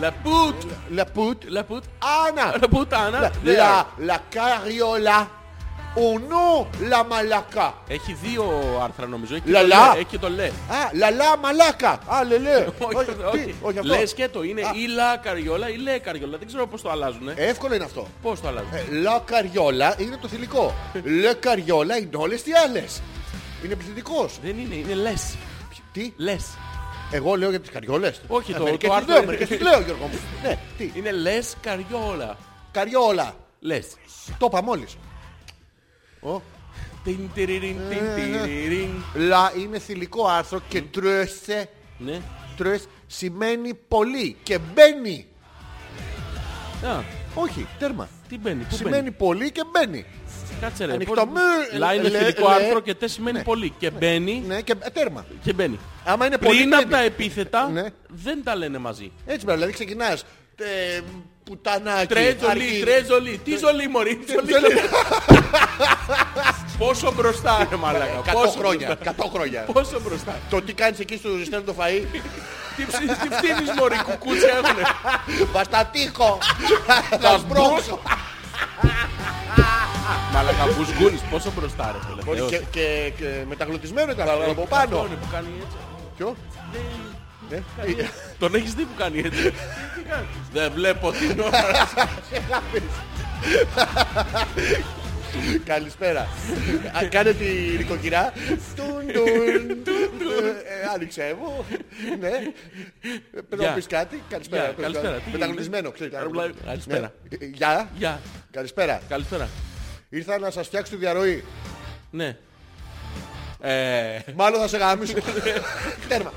Speaker 1: Λαπουτ.
Speaker 2: Λα πουτ.
Speaker 1: Λαπουτ.
Speaker 2: Άνα.
Speaker 1: Λαπουτ, άνα.
Speaker 2: La,
Speaker 1: there.
Speaker 2: la, la cariola. Oh non, la malaka.
Speaker 1: Έχει δύο άρθρα νομίζω. Έχει και
Speaker 2: Λα,
Speaker 1: το
Speaker 2: λα.
Speaker 1: λε, Έχει και το λε.
Speaker 2: Α, Ah, la la malaka. Α, λε, λε.
Speaker 1: (laughs) Όχι,
Speaker 2: τι, όχι
Speaker 1: όχι.
Speaker 2: αυτό.
Speaker 1: Λες και το είναι
Speaker 2: Α.
Speaker 1: ή λα καριόλα ή λε καριόλα. Δεν ξέρω πώς το αλλάζουν.
Speaker 2: Εύκολο είναι αυτό.
Speaker 1: Πώς το αλλάζουν.
Speaker 2: Ε, La cariola είναι το θηλυκό. Le cariola είναι όλες οι άλλες. Είναι πληθυντικός.
Speaker 1: Δεν είναι, είναι λες.
Speaker 2: Τι,
Speaker 1: Λες.
Speaker 2: εγώ λέω για τις καριόλες.
Speaker 1: Όχι, το-
Speaker 2: Μερικές
Speaker 1: το
Speaker 2: τις
Speaker 1: άρθρο
Speaker 2: λέω,
Speaker 1: είναι-
Speaker 2: μερικές τις λέω, Γιώργο μου. Ναι, τι,
Speaker 1: Είναι λες καριόλα.
Speaker 2: καριόλα.
Speaker 1: Λες.
Speaker 2: Το είπα μόλις. Ω.
Speaker 1: Τιν τυρίριν,
Speaker 2: Ε.
Speaker 1: τιν τυρίριν.
Speaker 2: Λα είναι θηλυκό άρθρο και τρέσε
Speaker 1: Ναι.
Speaker 2: Τρες σημαίνει πολύ και μπαίνει.
Speaker 1: Α,
Speaker 2: Όχι, τέρμα.
Speaker 1: τι μπαίνει, πού
Speaker 2: σημαίνει
Speaker 1: μπαίνει.
Speaker 2: πολύ και μπαίνει.
Speaker 1: Κάτσε ρε.
Speaker 2: Ανοιχτό
Speaker 1: πώς-
Speaker 2: μου,
Speaker 1: Λα είναι
Speaker 2: λε,
Speaker 1: θηλυκό
Speaker 2: λε.
Speaker 1: άρθρο και τες σημαίνει πολύ. Και μπαίνει.
Speaker 2: Ναι, και ε, τέρμα.
Speaker 1: Και μπαίνει.
Speaker 2: Άμα είναι πολύ.
Speaker 1: Πριν από
Speaker 2: μπαίνει.
Speaker 1: τα επίθετα
Speaker 2: Ναι.
Speaker 1: δεν τα λένε μαζί.
Speaker 2: Έτσι πρέπει, δηλαδή ξεκινάς. Ε, πουτανάκι.
Speaker 1: Τρέζολι,
Speaker 2: αρχή.
Speaker 1: τρέζολι, τι ζολί μωρή, Ναι. τι ζολί.
Speaker 2: Τρέζολι.
Speaker 1: Πόσο μπροστά ρε μαλάκα,
Speaker 2: Εκατό
Speaker 1: πόσο
Speaker 2: χρόνια.
Speaker 1: μπροστά.
Speaker 2: Εκατό χρόνια.
Speaker 1: Πόσο μπροστά.
Speaker 2: Το τι κάνεις εκεί στο ζεσταίνω το
Speaker 1: (laughs)
Speaker 2: φαΐ.
Speaker 1: Τι ψήνεις, τι φτύνεις μωρή, κουκούτσια έχουνε.
Speaker 2: Βαστατίχο. Θα σπρώξω.
Speaker 1: Μαλάκα, βουσγούνεις, πόσο μπροστά ρε φίλε.
Speaker 2: Μπορεί
Speaker 1: Θεός.
Speaker 2: και- Και και μεταγλωτισμένο ήταν αλλά από
Speaker 1: Αυτό
Speaker 2: πάνω.
Speaker 1: είναι που κάνει έτσι.
Speaker 2: Ποιο? Ναι.
Speaker 1: Τον έχεις δει που κάνει έτσι. Δεν βλέπω την ώρα.
Speaker 2: Καλησπέρα. Α, Κάνε τη νοικοκυρά. Τουν, τουν, Ε, Άνοιξε μου. Ναι. Ε, Πρέπει να
Speaker 1: Γεια.
Speaker 2: πεις κάτι. Καλησπέρα.
Speaker 1: Γεια, καλησπέρα. Τι
Speaker 2: Μεταγλωτισμένο.
Speaker 1: γίνεται?
Speaker 2: ξέρεις,
Speaker 1: Απλά-
Speaker 2: ναι.
Speaker 1: καλησπέρα.
Speaker 2: Ε, Γεια.
Speaker 1: Γεια,
Speaker 2: Καλησπέρα.
Speaker 1: καλησπέρα.
Speaker 2: Ήρθα να σας φτιάξω τη διαρροή.
Speaker 1: Ναι. Ε,
Speaker 2: Μάλλον θα σε γάμισω. Τέρμα.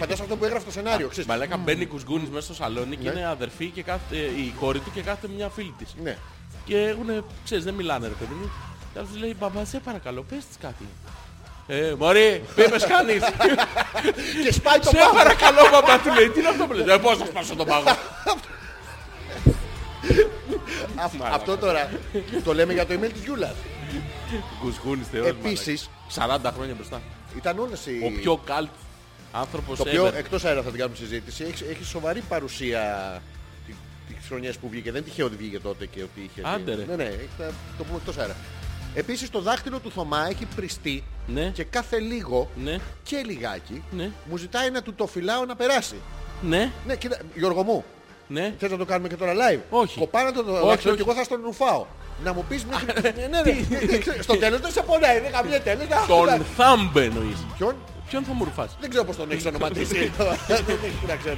Speaker 2: Φαντάζομαι αυτό που έγραφε το σενάριο. ξέρεις.
Speaker 1: Μαλάκα μπαίνει κουσγούνης μέσα στο σαλόνι και είναι αδερφή και κάθε, ε, η κόρη του και κάθε μια φίλη της.
Speaker 2: Ναι.
Speaker 1: Και έχουν, ξέρεις, δεν μιλάνε ρε παιδί μου. Και άλλος λέει, μπαμπά, σε παρακαλώ, πες της κάτι. Ε, μωρή, πίπες κάνεις.
Speaker 2: Και σπάει (laughs) το
Speaker 1: σε
Speaker 2: πάγο.
Speaker 1: παρακαλώ, μπαμπά, του λέει. Τι είναι αυτό που λέει. Ε, πώς θα σπάσω τον πάγο.
Speaker 2: Αυτό- Αυτό τώρα το λέμε για το email της Γιούλας.
Speaker 1: Κουσγούνης θεός.
Speaker 2: Επίσης-
Speaker 1: μαλάκα. 40 χρόνια μπροστά.
Speaker 2: Ήταν όλες οι...
Speaker 1: Ο πιο καλτ άνθρωπος
Speaker 2: Το οποίο
Speaker 1: ever.
Speaker 2: εκτός αέρα θα την κάνουμε συζήτηση. Έχεις, έχεις σοβαρή παρουσία τη- τις χρονιές που βγήκε. Δεν είναι τυχαίο ότι βγήκε τότε και ότι είχε...
Speaker 1: Άντε ρε.
Speaker 2: Ναι, ναι, έχει- θα το πούμε εκτός αέρα. Επίσης το δάχτυλο του Θωμά έχει πριστεί
Speaker 1: Ναι.
Speaker 2: και κάθε λίγο
Speaker 1: Ναι,
Speaker 2: και λιγάκι
Speaker 1: Ναι.
Speaker 2: μου ζητάει να του το φυλάω να περάσει.
Speaker 1: ναι,
Speaker 2: Ναι, κοίτα, Γιώργο μου,
Speaker 1: ναι.
Speaker 2: θες να το κάνουμε και τώρα live.
Speaker 1: Όχι.
Speaker 2: Κοπάνα το
Speaker 1: Όχι,
Speaker 2: δάχτυλο
Speaker 1: όχι.
Speaker 2: και εγώ θα στον ρουφάω. Να μου πεις μέχρι... ναι, (laughs) ναι, ναι, Στο τέλος δεν σε πονάει, δεν καμιέται. δεν τα-
Speaker 1: Τον θάμπ εννοείς.
Speaker 2: Ποιον?
Speaker 1: Ποιον θα μου ρουφάς.
Speaker 2: Δεν ξέρω πώς τον έχεις ονοματίσει. Δεν έχει να ξέρω.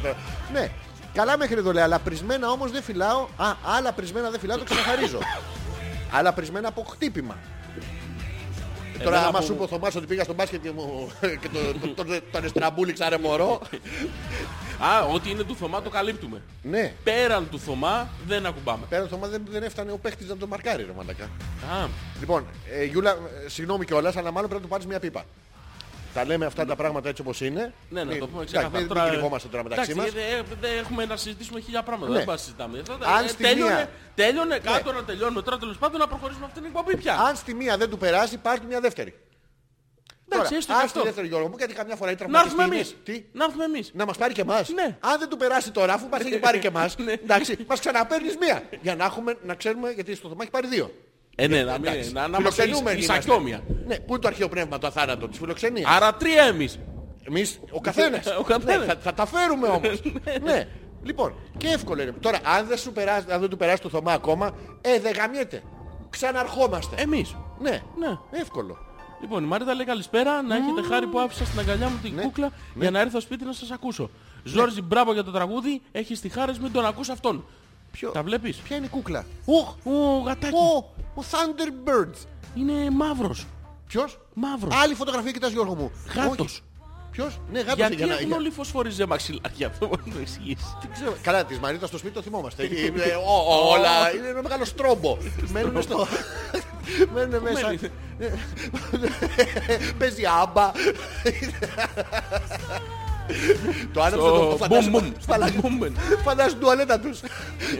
Speaker 2: Ναι. Καλά μέχρι εδώ λέει, αλλά πρισμένα όμως δεν φυλάω. Α, άλλα πρισμένα δεν φυλάω, το ξεκαθαρίζω. Άλλα πρισμένα από χτύπημα. Τώρα
Speaker 1: Εμένα
Speaker 2: άμα
Speaker 1: που-
Speaker 2: σου είπε ο Θωμάς ότι πήγα στο μπάσκετ και, μου... και το- το- το- τον εστραμπούληξα ρε μωρό.
Speaker 1: Α, ό,τι είναι του Θωμά το καλύπτουμε.
Speaker 2: Ναι.
Speaker 1: Πέραν του Θωμά δεν ακουμπάμε.
Speaker 2: Πέρα ο Θωμά δεν, δεν έφτανε ο παίχτης να τον μαρκάρει ρε μαλακά.
Speaker 1: Α,
Speaker 2: Λοιπόν, ε, Γιούλα, ε, συγγνώμη κιόλας, αλλά μάλλον πρέπει να του πάρεις μια πίπα. Τα λέμε αυτά τα πράγματα έτσι όπως είναι.
Speaker 1: ναι, να
Speaker 2: Μην-
Speaker 1: το πούμε
Speaker 2: εντάξει,
Speaker 1: ξεκάθαρα.
Speaker 2: Μην, μην κρυβόμαστε τώρα ε, μεταξύ
Speaker 1: Εντάξει,
Speaker 2: μας.
Speaker 1: γιατί, ε, Δεν έχουμε να συζητήσουμε χίλια πράγματα.
Speaker 2: Ναι.
Speaker 1: Δεν μας συζητάμε. Θα-
Speaker 2: Αν
Speaker 1: ε,
Speaker 2: στη μία- Ναι.
Speaker 1: Τέλειωνε, τέλειωνε κάτω να τελειώνουμε. Τώρα τέλος πάντων να προχωρήσουμε αυτή την εκπομπή πια.
Speaker 2: Αν στη μία δεν του περάσει, πάρ' του μια δεύτερη.
Speaker 1: Εντάξει, έστω
Speaker 2: Τώρα,
Speaker 1: και
Speaker 2: αν στη
Speaker 1: αυτό.
Speaker 2: δεύτερη Γιώργο μου, γιατί καμιά φορά είναι
Speaker 1: Να
Speaker 2: τραυματιστή.
Speaker 1: έρθουμε εμείς.
Speaker 2: Τι,
Speaker 1: Να έρθουμε εμείς.
Speaker 2: να μας πάρει και εμάς.
Speaker 1: Ναι.
Speaker 2: Αν δεν του περάσει τώρα, αφού μας έχει πάρει και εμάς,
Speaker 1: (laughs) Ναι.
Speaker 2: εντάξει, μας ξαναπαίρνεις μία. Για να, έχουμε, να ξέρουμε, γιατί στο Θωμά έχει πάρει δύο.
Speaker 1: Ε, ναι, να
Speaker 2: Εντάξει.
Speaker 1: μην- να να είμαστε
Speaker 2: Φιλοξενούμενοι
Speaker 1: εις-
Speaker 2: είμαστε.
Speaker 1: ισακιόμια.
Speaker 2: Ναι, πού είναι το αρχαίο πνεύμα, το αθάνατο της φιλοξενίας.
Speaker 1: Άρα τρία εμείς.
Speaker 2: Εμείς, ο καθένας.
Speaker 1: (laughs) Ο καθένας.
Speaker 2: Ναι, θα, θα τα
Speaker 1: (laughs)
Speaker 2: φέρουμε όμως. ναι. Λοιπόν, και εύκολο είναι. Τώρα, αν δεν, σου περάσει, αν δεν του περάσει το Θωμά ακόμα, ε, δεν γαμιέται. Ξαναρχόμαστε.
Speaker 1: Εμείς.
Speaker 2: ναι.
Speaker 1: Ε, Ναι.
Speaker 2: Εύκολο.
Speaker 1: Λοιπόν, η Μαρίτα λέει καλησπέρα. Να έχετε χάρη που άφησα στην αγκαλιά μου
Speaker 2: Ναι.
Speaker 1: την κούκλα για να έρθω στο σπίτι να σας ακούσω. Ζόρζι, μπράβο για το τραγούδι. Έχεις τη χάρη, μην τον ακούς αυτόν.
Speaker 2: Ποιο-
Speaker 1: Τα βλέπεις.
Speaker 2: Ποια είναι η κούκλα. Ουχ,
Speaker 1: Ω, γατάκι.
Speaker 2: Ω, ο Thunderbirds.
Speaker 1: Είναι μαύρος.
Speaker 2: Ποιος?
Speaker 1: Μαύρος.
Speaker 2: Άλλη φωτογραφία κοιτάς Γιώργο μου.
Speaker 1: Γάτος.
Speaker 2: Όχι. Ποιος? Ναι, γάτος
Speaker 1: Γιατί
Speaker 2: για να-
Speaker 1: έχουν όλοι φωσφοριζέ μαξιλάρια. Αυτό μπορείς να το εξηγήσεις.
Speaker 2: Δεν ξέρω. Καλά, της Μαρίτας στο σπίτι το
Speaker 1: (laughs)
Speaker 2: θυμόμαστε. Ε, ε, ό, ό, Όλα. Είναι ένα μεγάλο στρόμπο. Μένουν στο... (laughs) Μένουν μέσα.
Speaker 1: μένει?
Speaker 2: Ε, (laughs) Παίζει άμπα. (laughs) Το άναψε το το
Speaker 1: Το boom
Speaker 2: φαντάζομαι.
Speaker 1: boom. Στα λαγκούμεν.
Speaker 2: Φαντάζομαι την τουαλέτα τους.
Speaker 1: Ε.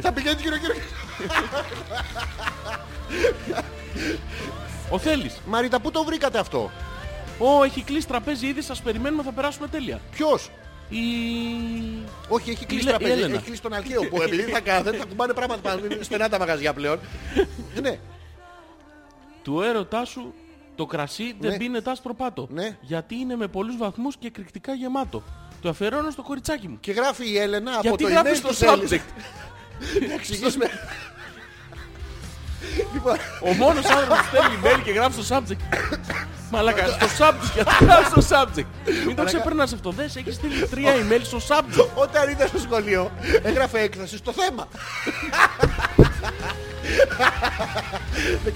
Speaker 2: Θα πηγαίνεις γύρω γύρω.
Speaker 1: Ο Θέλης.
Speaker 2: Μαρίτα, πού το βρήκατε αυτό.
Speaker 1: Ω, έχει κλείσει τραπέζι ήδη. Σας περιμένουμε, θα περάσουμε τέλεια.
Speaker 2: Ποιος.
Speaker 1: Η...
Speaker 2: Όχι, έχει κλείσει
Speaker 1: Λε- η
Speaker 2: τραπέζι.
Speaker 1: Έλενα.
Speaker 2: Έχει κλείσει τον αρχαίο που επειδή θα κάθεται, θα κουμπάνε πράγματα πάνω. Είναι στενά τα μαγαζιά πλέον. ναι,
Speaker 1: Του έρωτά σου το κρασί
Speaker 2: Ναι.
Speaker 1: δεν πίνεται άσπρο πάτο.
Speaker 2: Ναι.
Speaker 1: Γιατί είναι με πολλούς βαθμούς και εκρηκτικά γεμάτο. Το αφιερώνω στο κοριτσάκι μου.
Speaker 2: και γράφει η Έλενα από
Speaker 1: Γιατί
Speaker 2: το
Speaker 1: γράφεις
Speaker 2: email
Speaker 1: στο
Speaker 2: του Έλλη.
Speaker 1: subject.
Speaker 2: Να εξηγήσουμε. Λοιπόν,
Speaker 1: Ο μόνος άνθρωπος που στέλνει email και γράφει στο
Speaker 2: (coughs)
Speaker 1: subject. Μαλάκα, στο subject. Γιατί γράφει στο subject. Μην το ξεπερνάς αυτό. Δες, έχεις στείλει τρία email στο
Speaker 2: (coughs)
Speaker 1: subject.
Speaker 2: όταν ήταν στο σχολείο, έγραφε έκθεση στο θέμα.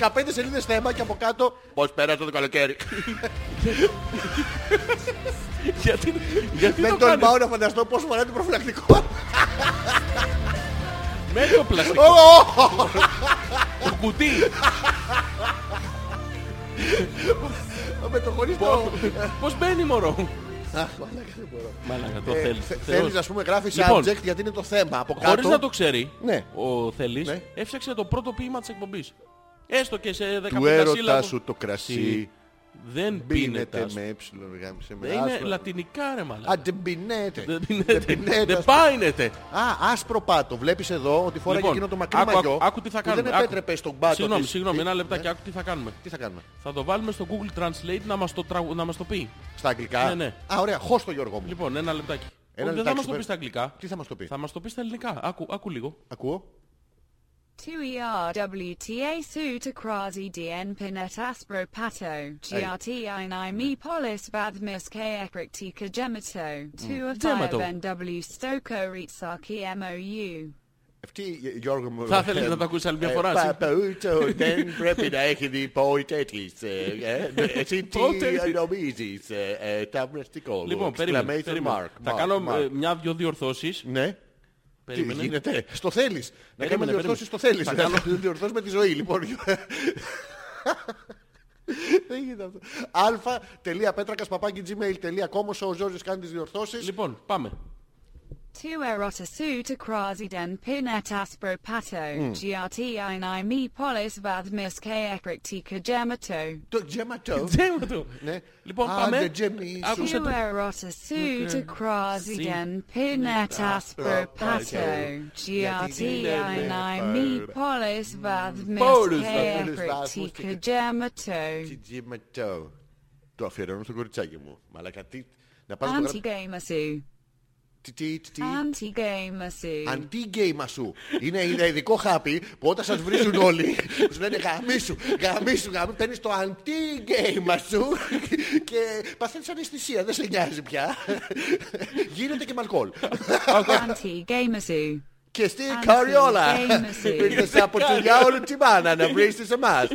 Speaker 2: 15 σελίδες θέμα και από κάτω Πώς πέρασε το καλοκαίρι
Speaker 1: Γιατί, γιατί το
Speaker 2: Δεν τολμάω
Speaker 1: κάνεις.
Speaker 2: να φανταστώ πόσο φορά το προφυλακτικό
Speaker 1: Με το πλαστικό. Το κουτί.
Speaker 2: Με το χωρίς το
Speaker 1: Πώς μπαίνει μωρό.
Speaker 2: Αχ, μαλάκα, δεν μπορώ.
Speaker 1: Μαλάκα το
Speaker 2: Ε,
Speaker 1: θέλεις.
Speaker 2: θε- Θέλεις να πούμε γράφεις
Speaker 1: Λοιπόν.
Speaker 2: subject γιατί είναι το θέμα από κάτω
Speaker 1: Χωρίς να το ξέρει
Speaker 2: Ναι.
Speaker 1: ο Θέλης,
Speaker 2: Ναι.
Speaker 1: έφτιαξε το πρώτο ποίημα της εκπομπής. Έστω και σε 15
Speaker 2: Του έρωτα
Speaker 1: σύλλαβο.
Speaker 2: σου το κρασί
Speaker 1: Δεν πίνεται.
Speaker 2: Μπίνεται
Speaker 1: ας
Speaker 2: με έψιλον γάμισε με
Speaker 1: πούμε. Είναι
Speaker 2: άσπρο.
Speaker 1: λατινικά ρε
Speaker 2: Α,
Speaker 1: μαλάκα.
Speaker 2: δεν πίνεται.
Speaker 1: Δεν πίνεται.
Speaker 2: πίνεται,
Speaker 1: Δεν
Speaker 2: ας
Speaker 1: πίνεται.
Speaker 2: Α, άσπρο πάτο. Βλέπεις εδώ ότι φοράει
Speaker 1: Λοιπόν,
Speaker 2: εκείνο το μακρύ
Speaker 1: άκου-
Speaker 2: μαγιό
Speaker 1: άκου- Άκου τι θα
Speaker 2: που
Speaker 1: κάνουμε.
Speaker 2: Δεν
Speaker 1: άκου.
Speaker 2: επέτρεπε στον πάτο
Speaker 1: Συγγνώμη,
Speaker 2: της.
Speaker 1: συγγνώμη,
Speaker 2: Τι-
Speaker 1: ένα λεπτάκι.
Speaker 2: ναι.
Speaker 1: Άκου τι θα κάνουμε.
Speaker 2: Τι θα κάνουμε.
Speaker 1: Θα το βάλουμε στο Google Translate να μας το, τραγου- να μας το πει.
Speaker 2: Στα αγγλικά.
Speaker 1: Ναι, ναι.
Speaker 2: Α, ωραία. Χώστο Γιώργο μου.
Speaker 1: Λοιπόν, ένα λεπτάκι.
Speaker 2: Ένα
Speaker 1: Όχι, Δεν θα
Speaker 2: λεπτάκι,
Speaker 1: μας το
Speaker 2: super.
Speaker 1: πεις στα αγγλικά.
Speaker 2: Τι θα μας το πει.
Speaker 1: Θα μας το πεις στα ελληνικά. Άκου, άκου λίγο.
Speaker 2: Ακούω.
Speaker 5: E 2ERWTA su takrazi dn pinet aspro pato GRT i mi polis badmis k ekriktika gemato 2
Speaker 1: Γέμματο.
Speaker 5: of w stoko ritsaki mou
Speaker 2: Αυτή, Γιώργο μου...
Speaker 1: Θα ήθελες να το ακούσεις άλλη μια
Speaker 2: Ε,
Speaker 1: φορά, εσύ.
Speaker 2: Παπαούτσο, δεν πρέπει να έχει δει ποτέ της. ε, ε.
Speaker 1: (laughs)
Speaker 2: Εσύ τι
Speaker 1: Ποτέ της.
Speaker 2: νομίζεις, ε, ε, ταυριστικό.
Speaker 1: Λοιπόν, περίμενε.
Speaker 2: Exclamation
Speaker 1: περίμενε.
Speaker 2: mark,
Speaker 1: Θα
Speaker 2: mark,
Speaker 1: κάνω
Speaker 2: mark.
Speaker 1: ε, μια-δυο διορθώσεις.
Speaker 2: Ναι. Τι
Speaker 1: Περίμενε.
Speaker 2: γίνεται. Στο θέλεις. Να
Speaker 1: Περίμενε,
Speaker 2: κάνουμε διορθώσεις στο
Speaker 1: περίμενε.
Speaker 2: θέλεις.
Speaker 1: Θα
Speaker 2: Να
Speaker 1: κάνω-
Speaker 2: (laughs) διορθώσεις με τη ζωή λοιπόν. (laughs) Δεν γίνεται αυτό. Αλφα.πέτρακας παπάκι gmail.com όσο ο Ζόρζης κάνει τις διορθώσεις.
Speaker 1: Λοιπόν,
Speaker 2: (laughs)
Speaker 1: πάμε.
Speaker 5: Tu erotasu to krasi den pinet aspro pato, giarti me E polis vath miske ekriktika gemato.
Speaker 2: Το γεματό.
Speaker 1: Τζέμα του.
Speaker 2: Ναι.
Speaker 1: Λοιπόν,
Speaker 2: Α,
Speaker 1: πάμε.
Speaker 2: δεν τζεμίσω.
Speaker 5: Tu
Speaker 1: Άκουσε το.
Speaker 5: erotasu to krasi den pinet aspro pato, giarti me polis vath
Speaker 1: Polis
Speaker 5: miske
Speaker 2: vath-
Speaker 5: ekriktika gemato.
Speaker 2: Τι γεματό. Το αφιερώνω στο κοριτσάκι μου. Μαλακα τι... Να πας να το γράψεις.
Speaker 5: Anti-gamasu.
Speaker 2: Τι, τι, τι, τι.
Speaker 5: Anti-gamasu.
Speaker 2: Αντί-γκέιμα σου. Είναι ένα ειδικό χάπι που όταν σας βρίζουν όλοι, σου λένε γαμίσου, γαμίσου, γαμίσου. Παίρνεις το αντί-γκέιμα σου και παθαίνεις αναισθησία. Δεν σε νοιάζει πια. Γίνεται και με αλκοόλ.
Speaker 5: Anti-gamasu.
Speaker 2: και στη Καριόλα.
Speaker 5: Anti-gamasu.
Speaker 2: Ήρθες από τσουλιά όλη τη μάνα να βρίσεις εμάς.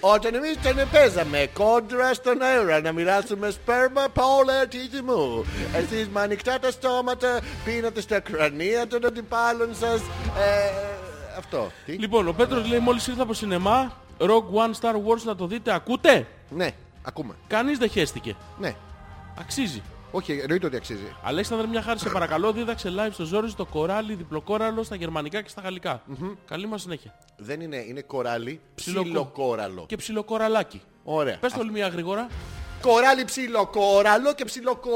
Speaker 2: Όταν εμείς τον παίζαμε κόντρα στον αέρα να μοιράσουμε σπέρμα παολέτη μου. Εσείς με ανοιχτά τα στόματα πίνατε στα κρανία των αντιπάλων σας. Ε, αυτό. Τι?
Speaker 1: Λοιπόν, ο Πέτρος λέει μόλις ήρθα από σινεμά. Rogue One Star Wars να το δείτε. Ακούτε.
Speaker 2: Ναι, ακούμε.
Speaker 1: Κανείς δεν χέστηκε.
Speaker 2: Ναι.
Speaker 1: Αξίζει.
Speaker 2: Όχι, εννοείται ότι αξίζει.
Speaker 1: Αλέξανδρε, μια χάρη σε παρακαλώ, δίδαξε live στο Ζόρι το κοράλι, διπλοκόραλο στα γερμανικά και στα γαλλικα Καλή μας συνέχεια.
Speaker 2: Δεν είναι, είναι κοράλι,
Speaker 1: Ψιλοκο-
Speaker 2: ψιλοκόραλο.
Speaker 1: Και ψιλοκοραλάκι.
Speaker 2: Ωραία.
Speaker 1: Πες το όλη μια γρήγορα.
Speaker 2: Κοράλι ψιλοκόραλο και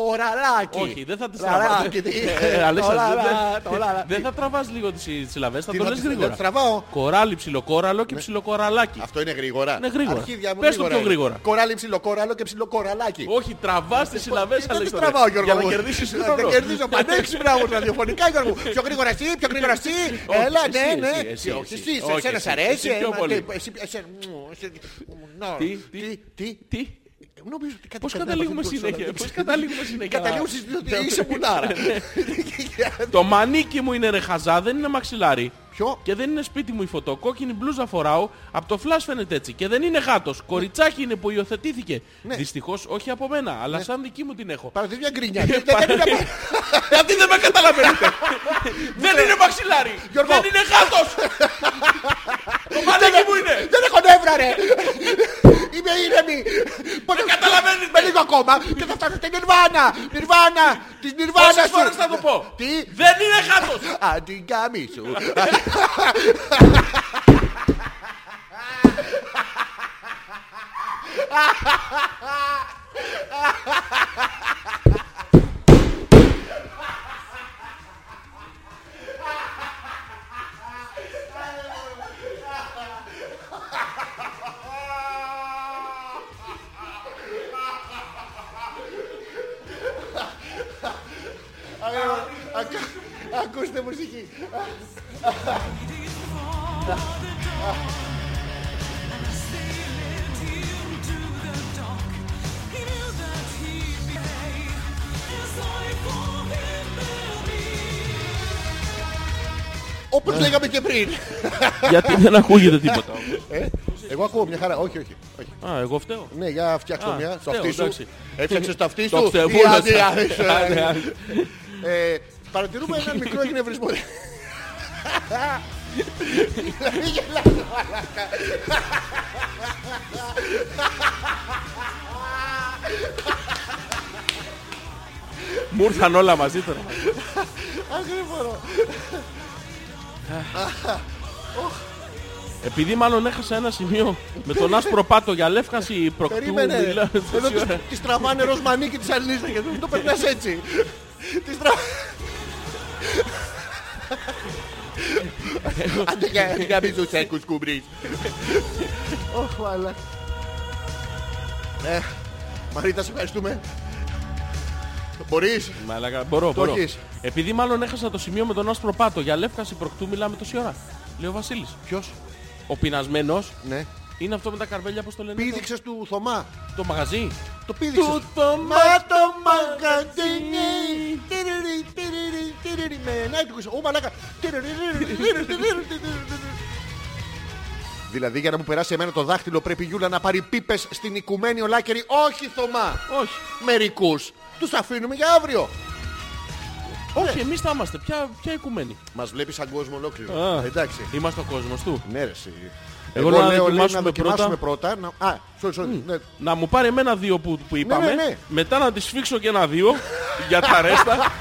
Speaker 2: ψιλοκοραλάκι.
Speaker 1: Όχι, δεν θα τις τραβάς.
Speaker 2: Ραράκι, τι-
Speaker 1: Ε, Αλέξανδρε,
Speaker 2: Το
Speaker 1: δεν-
Speaker 2: λαλά, το λαλά.
Speaker 1: Δεν θα τραβάς λίγο τις τις συλλαβές, θα
Speaker 2: Τι
Speaker 1: το
Speaker 2: θα
Speaker 1: λες
Speaker 2: τις- δεν
Speaker 1: γρήγορα.
Speaker 2: τις τραβάω. Ναι.
Speaker 1: Κοράλι, ψιλοκόραλο και ψιλοκοραλάκι.
Speaker 2: Αυτό είναι γρήγορα.
Speaker 1: Ναι, γρήγορα.
Speaker 2: Αρχίδια μου,
Speaker 1: Πες το πιο γρήγορα.
Speaker 2: είναι. Κοράλι ψιλοκόραλο και ψιλοκοραλάκι.
Speaker 1: Όχι, τραβάς τις συλλαβές,
Speaker 2: Δεν Ε, τις
Speaker 1: Αλέξανδρε.
Speaker 2: τραβάω, Γιώργο.
Speaker 1: Για να
Speaker 2: μου.
Speaker 1: κερδίσεις
Speaker 2: Δεν
Speaker 1: χρόνο. (laughs)
Speaker 2: κερδίζω πανέξυπνα όμως ραδιοφωνικά, Γιώργο. μου. Πιο γρήγορα εσύ, πιο γρήγορα εσύ.
Speaker 1: Όχι,
Speaker 2: Έλα,
Speaker 1: εσύ,
Speaker 2: ναι,
Speaker 1: εσύ, εσύ,
Speaker 2: ναι.
Speaker 1: εσύ,
Speaker 2: Τι, Όχι
Speaker 1: εσύ.
Speaker 2: εσύ, σε
Speaker 1: Όχι,
Speaker 2: εσένα
Speaker 1: εσύ,
Speaker 2: σ' αρέσει.
Speaker 1: εσύ πιο
Speaker 2: ε, μα,
Speaker 1: πολύ.
Speaker 2: τι, εσύ, εσύ, μου, εσύ, μου, να.
Speaker 1: Τι,
Speaker 2: τι,
Speaker 1: τι,
Speaker 2: τι.
Speaker 1: Τι.
Speaker 2: Νομίζω ότι κάτι
Speaker 1: Πώς
Speaker 2: περνάει
Speaker 1: καταλήγουμε
Speaker 2: από την
Speaker 1: συνέχεια.
Speaker 2: κονσόλα.
Speaker 1: Πώς καταλήγουμε συνέχεια. Ναι,
Speaker 2: Καταλήγουμε στις- ότι είσαι μουνάρα.
Speaker 1: Το μανίκι μου είναι ρε χαζά, δεν είναι μαξιλάρι.
Speaker 2: Ποιο?
Speaker 1: Και δεν είναι σπίτι μου η φωτοκόκκινη μπλούζα φοράω. Από το φλάσ φαίνεται έτσι. Και δεν είναι γάτος. Κοριτσάκι είναι που υιοθετήθηκε.
Speaker 2: Ναι.
Speaker 1: Δυστυχώς όχι από μένα, αλλά σαν δική μου την έχω.
Speaker 2: Παραδείς μια γκρινιά. Δεν είναι μια-
Speaker 1: Γιατί δεν με (laughs) καταλαβαίνετε. δεν είναι μαξιλάρι.
Speaker 2: Γιώργο.
Speaker 1: Δεν είναι (laughs) γάτος. το μανίκι μου είναι.
Speaker 2: Δεν έχω νεύρα, ρε! Είμαι ήρεμη! Πότε
Speaker 1: καταλαβαίνετε.
Speaker 2: Με λίγο ακόμα και θα φτάσω στην Νιρβάνα! Νιρβάνα! Τη Νιρβάνα
Speaker 1: Πόσες
Speaker 2: σου!
Speaker 1: φορές θα το πω.
Speaker 2: Τι?
Speaker 1: Δεν είναι γάτο.
Speaker 2: Αντικάμι σου! Ακούστε μουσική! Όπως λέγαμε και πριν!
Speaker 1: Γιατί δεν ακούγεται τίποτα.
Speaker 2: Ε, Εγώ ακούω μια χαρά. Όχι, όχι. όχι.
Speaker 1: Α, εγώ φταίω.
Speaker 2: Ναι, για φτιάξω
Speaker 1: Α,
Speaker 2: μια. Στο
Speaker 1: φταίω,
Speaker 2: αυτί σου.
Speaker 1: εντάξει.
Speaker 2: Έφτιαξες το αυτί σου.
Speaker 1: Το φταίω,
Speaker 2: Ή
Speaker 1: πού να
Speaker 2: άντε,
Speaker 1: στα-
Speaker 2: άντε, σου,
Speaker 1: (laughs) Άντε,
Speaker 2: ε.
Speaker 1: άντε.
Speaker 2: Ε, Παρατηρούμε έναν μικρό εκνευρισμό. Δηλαδή, γελάω, μαλάκα.
Speaker 1: Μου ήρθαν όλα μαζί τώρα.
Speaker 2: Αχ, δεν μπορώ.
Speaker 1: Επειδή μάλλον έχασα ένα σημείο με τον άσπρο πάτο για λεύκαση προκτού.
Speaker 2: Περίμενε.
Speaker 1: μιλάω τόση
Speaker 2: Εδώ τις-
Speaker 1: ώρα.
Speaker 2: τις τραβάνε ροζ μανίκι της Αλίστα γιατί δεν το περνάς έτσι. Τις τραβάνε. Άντε για για μη τους έκους κουμπρίς. Ωχ, μάλα. Ε, Μαρίτα, σε ευχαριστούμε. Μπορείς.
Speaker 1: Μαλάκα, μπορώ, μπορώ.
Speaker 2: έχεις.
Speaker 1: Επειδή μάλλον έχασα το σημείο με τον άσπρο πάτο για λεύκαση προκτού μιλάμε τόση ώρα. Λέω Βασίλης.
Speaker 2: Ποιος.
Speaker 1: Ο πεινασμένος
Speaker 2: Ναι.
Speaker 1: είναι αυτό με τα καρβέλια, πώς το λένε. το-
Speaker 2: Πήδηξες του Θωμά.
Speaker 1: Το μαγαζί.
Speaker 2: Το πήδηξες.
Speaker 1: το
Speaker 2: Μα το μαγαζίνι. Τιριρι, τιριρι, τιριρι, Τιριριρι με Nightwish. Ω μαλάκα. Δηλαδή για να μου περάσει εμένα το δάχτυλο πρέπει η Γιούλα να πάρει πίπες στην οικουμένη ολάκερη. Όχι Θωμά.
Speaker 1: Όχι.
Speaker 2: Μερικούς. Τους αφήνουμε για αύριο. Ναι.
Speaker 1: Όχι, εμείς θα είμαστε. Ποια, ποια οικουμένη.
Speaker 2: Μας βλέπεις σαν κόσμο ολόκληρο.
Speaker 1: Α.
Speaker 2: Εντάξει.
Speaker 1: Είμαστε ο κόσμος του.
Speaker 2: Ναι, ρε, εσύ.
Speaker 1: Εγώ λέω να
Speaker 2: λέει,
Speaker 1: δοκιμάσουμε
Speaker 2: δοκιμάσουμε πρώτα. να- Α, sorry, sorry. Ναι.
Speaker 1: Να μου πάρει εμένα δύο που, που είπαμε.
Speaker 2: ναι, ναι.
Speaker 1: Μετά να τη σφίξω και ένα
Speaker 2: (laughs)
Speaker 1: δύο για τα ρέστα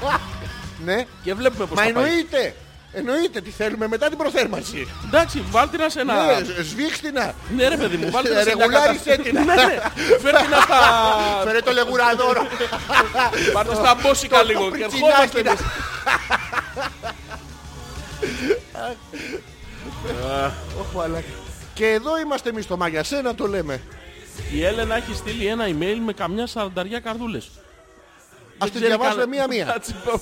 Speaker 2: Ναι.
Speaker 1: και βλέπουμε πώς
Speaker 2: Μα
Speaker 1: θα πάει.
Speaker 2: εννοείται. Εννοείται τι θέλουμε μετά την προθέρμανση.
Speaker 1: Εντάξει, βάλτε να σε ένα.
Speaker 2: Ναι, σ- σβήξτε να.
Speaker 1: Ναι, ρε παιδί μου, βάλτε να σε μια
Speaker 2: Ρεγουλάρισε
Speaker 1: κατάσταση.
Speaker 2: την.
Speaker 1: Ναι, ναι. Φέρτε να στα.
Speaker 2: Φέρε το
Speaker 1: (laughs)
Speaker 2: λεγουραδόρο.
Speaker 1: Πάρτε στα μπόσικα λίγο. Και
Speaker 2: πριτσινάκι
Speaker 1: ερχόμαστε
Speaker 2: να-
Speaker 1: εμείς.
Speaker 2: (laughs) Ωχ, μαλάκα. Και εδώ είμαστε εμείς στο μάγια. Σένα το λέμε.
Speaker 1: Η Έλενα έχει στείλει ένα email με καμιά σαρανταριά καρδούλες.
Speaker 2: Ας τη
Speaker 1: Δεν ξέρει
Speaker 2: διαβάσουμε
Speaker 1: καν-
Speaker 2: μία-μία.
Speaker 1: (laughs) Κάτσε, πω-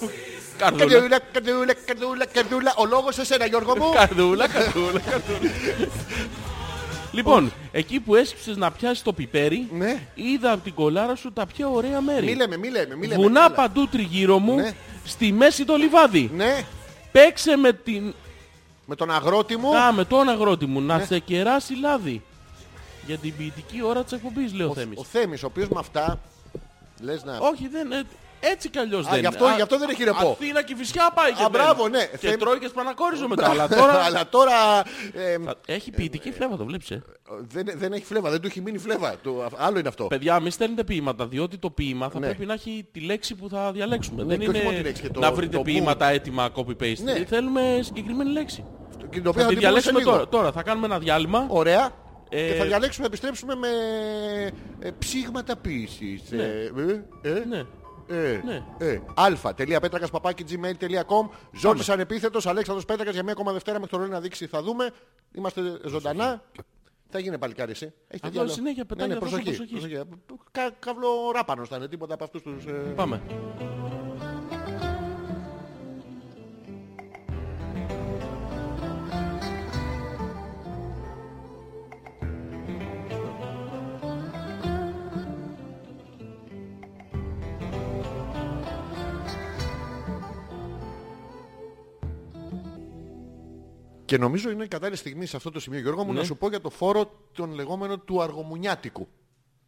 Speaker 1: Καρδούλα.
Speaker 2: Καρδούλα, καρδούλα, καρδούλα, καρδούλα. Ο λόγος σε σένα, Γιώργο μου.
Speaker 1: Καρδούλα, καρδούλα, καρδούλα. Λοιπόν, εκεί που έσυψες να πιάσεις το πιπέρι,
Speaker 2: Ναι.
Speaker 1: είδα από την κολάρα σου τα πιο ωραία
Speaker 2: Μη
Speaker 1: μέρη.
Speaker 2: λέμε, μη λέμε, μη λέμε.
Speaker 1: Βουνά
Speaker 2: Έλα.
Speaker 1: παντού τριγύρω μου,
Speaker 2: Ναι.
Speaker 1: στη μέση το λιβάδι.
Speaker 2: Ναι,
Speaker 1: Παίξε με την...
Speaker 2: με τον αγρότη μου.
Speaker 1: Α, με τον αγρότη μου,
Speaker 2: Ναι.
Speaker 1: να σε κεράσει λάδι. Για την ποιητική ώρα της εκπομπής, λέει ο Θέμης.
Speaker 2: Ο Θέμης, ο οποίος με αυτά... Λες να...
Speaker 1: Όχι, δεν... ε, Έτσι κι αλλιώς
Speaker 2: Α,
Speaker 1: δεν
Speaker 2: γι' αυτό- γι' αυτό δεν έχει ρεπό.
Speaker 1: Αθήνα και φυσικά πάει και
Speaker 2: Α,
Speaker 1: μπαίνει.
Speaker 2: μπράβο, ναι.
Speaker 1: Και
Speaker 2: Θε-
Speaker 1: τρώει και σπανακόριζο μετά. Αλλά τώρα...
Speaker 2: (laughs) Αλλά τώρα, ε,
Speaker 1: Έχει ποιητική φλέβα, το βλέπεις, ε.
Speaker 2: δεν, δεν έχει φλέβα, δεν του έχει μείνει φλέβα. Το, άλλο είναι αυτό.
Speaker 1: Παιδιά, μην στέλνετε ποίηματα, διότι το ποίημα θα
Speaker 2: Ναι.
Speaker 1: πρέπει να έχει τη λέξη που θα διαλέξουμε. Δεν
Speaker 2: και
Speaker 1: είναι
Speaker 2: όχι μόνο τη λέξη, και το-
Speaker 1: να βρείτε
Speaker 2: το
Speaker 1: ποίηματα έτοιμα copy-paste.
Speaker 2: Ναι.
Speaker 1: Θέλουμε συγκεκριμένη λέξη.
Speaker 2: Και το οποίο
Speaker 1: Θα
Speaker 2: θα
Speaker 1: τη
Speaker 2: την πούμε σε
Speaker 1: διαλέξουμε
Speaker 2: λίγο.
Speaker 1: τώρα. Τώρα θα κάνουμε ένα διάλειμμα.
Speaker 2: Ωραία.
Speaker 1: Ε,
Speaker 2: Και θα διαλέξουμε, επιστρέψουμε με ε, ψήγματα ποιησης.
Speaker 1: Ναι.
Speaker 2: Ε, ε, ε,
Speaker 1: Ναι.
Speaker 2: Ε,
Speaker 1: Ναι.
Speaker 2: ε, αλφα.πέτρακας.gmail.com Ζόρις ανεπίθετος, Αλέξανδρος Πέτρακας για μία ακόμα Δευτέρα μέχρι το ρολόι να δείξει. Θα δούμε. Είμαστε ζωντανά. Θα γίνει πάλι κάτι εσύ. Έχετε
Speaker 1: Αυτό
Speaker 2: διάλογο.
Speaker 1: συνέχεια πετάει αυτός ο
Speaker 2: Ναι, προσοχή.
Speaker 1: προσοχής.
Speaker 2: προσοχή. Κα, καύλο ράπανος θα είναι τίποτα από αυτούς τους... ε,
Speaker 1: Πάμε.
Speaker 2: Και νομίζω είναι η κατάλληλη στιγμή σε αυτό το σημείο, Γιώργο
Speaker 1: Ναι.
Speaker 2: μου, να σου πω για το φόρο τον λεγόμενο του αργομουνιάτικου.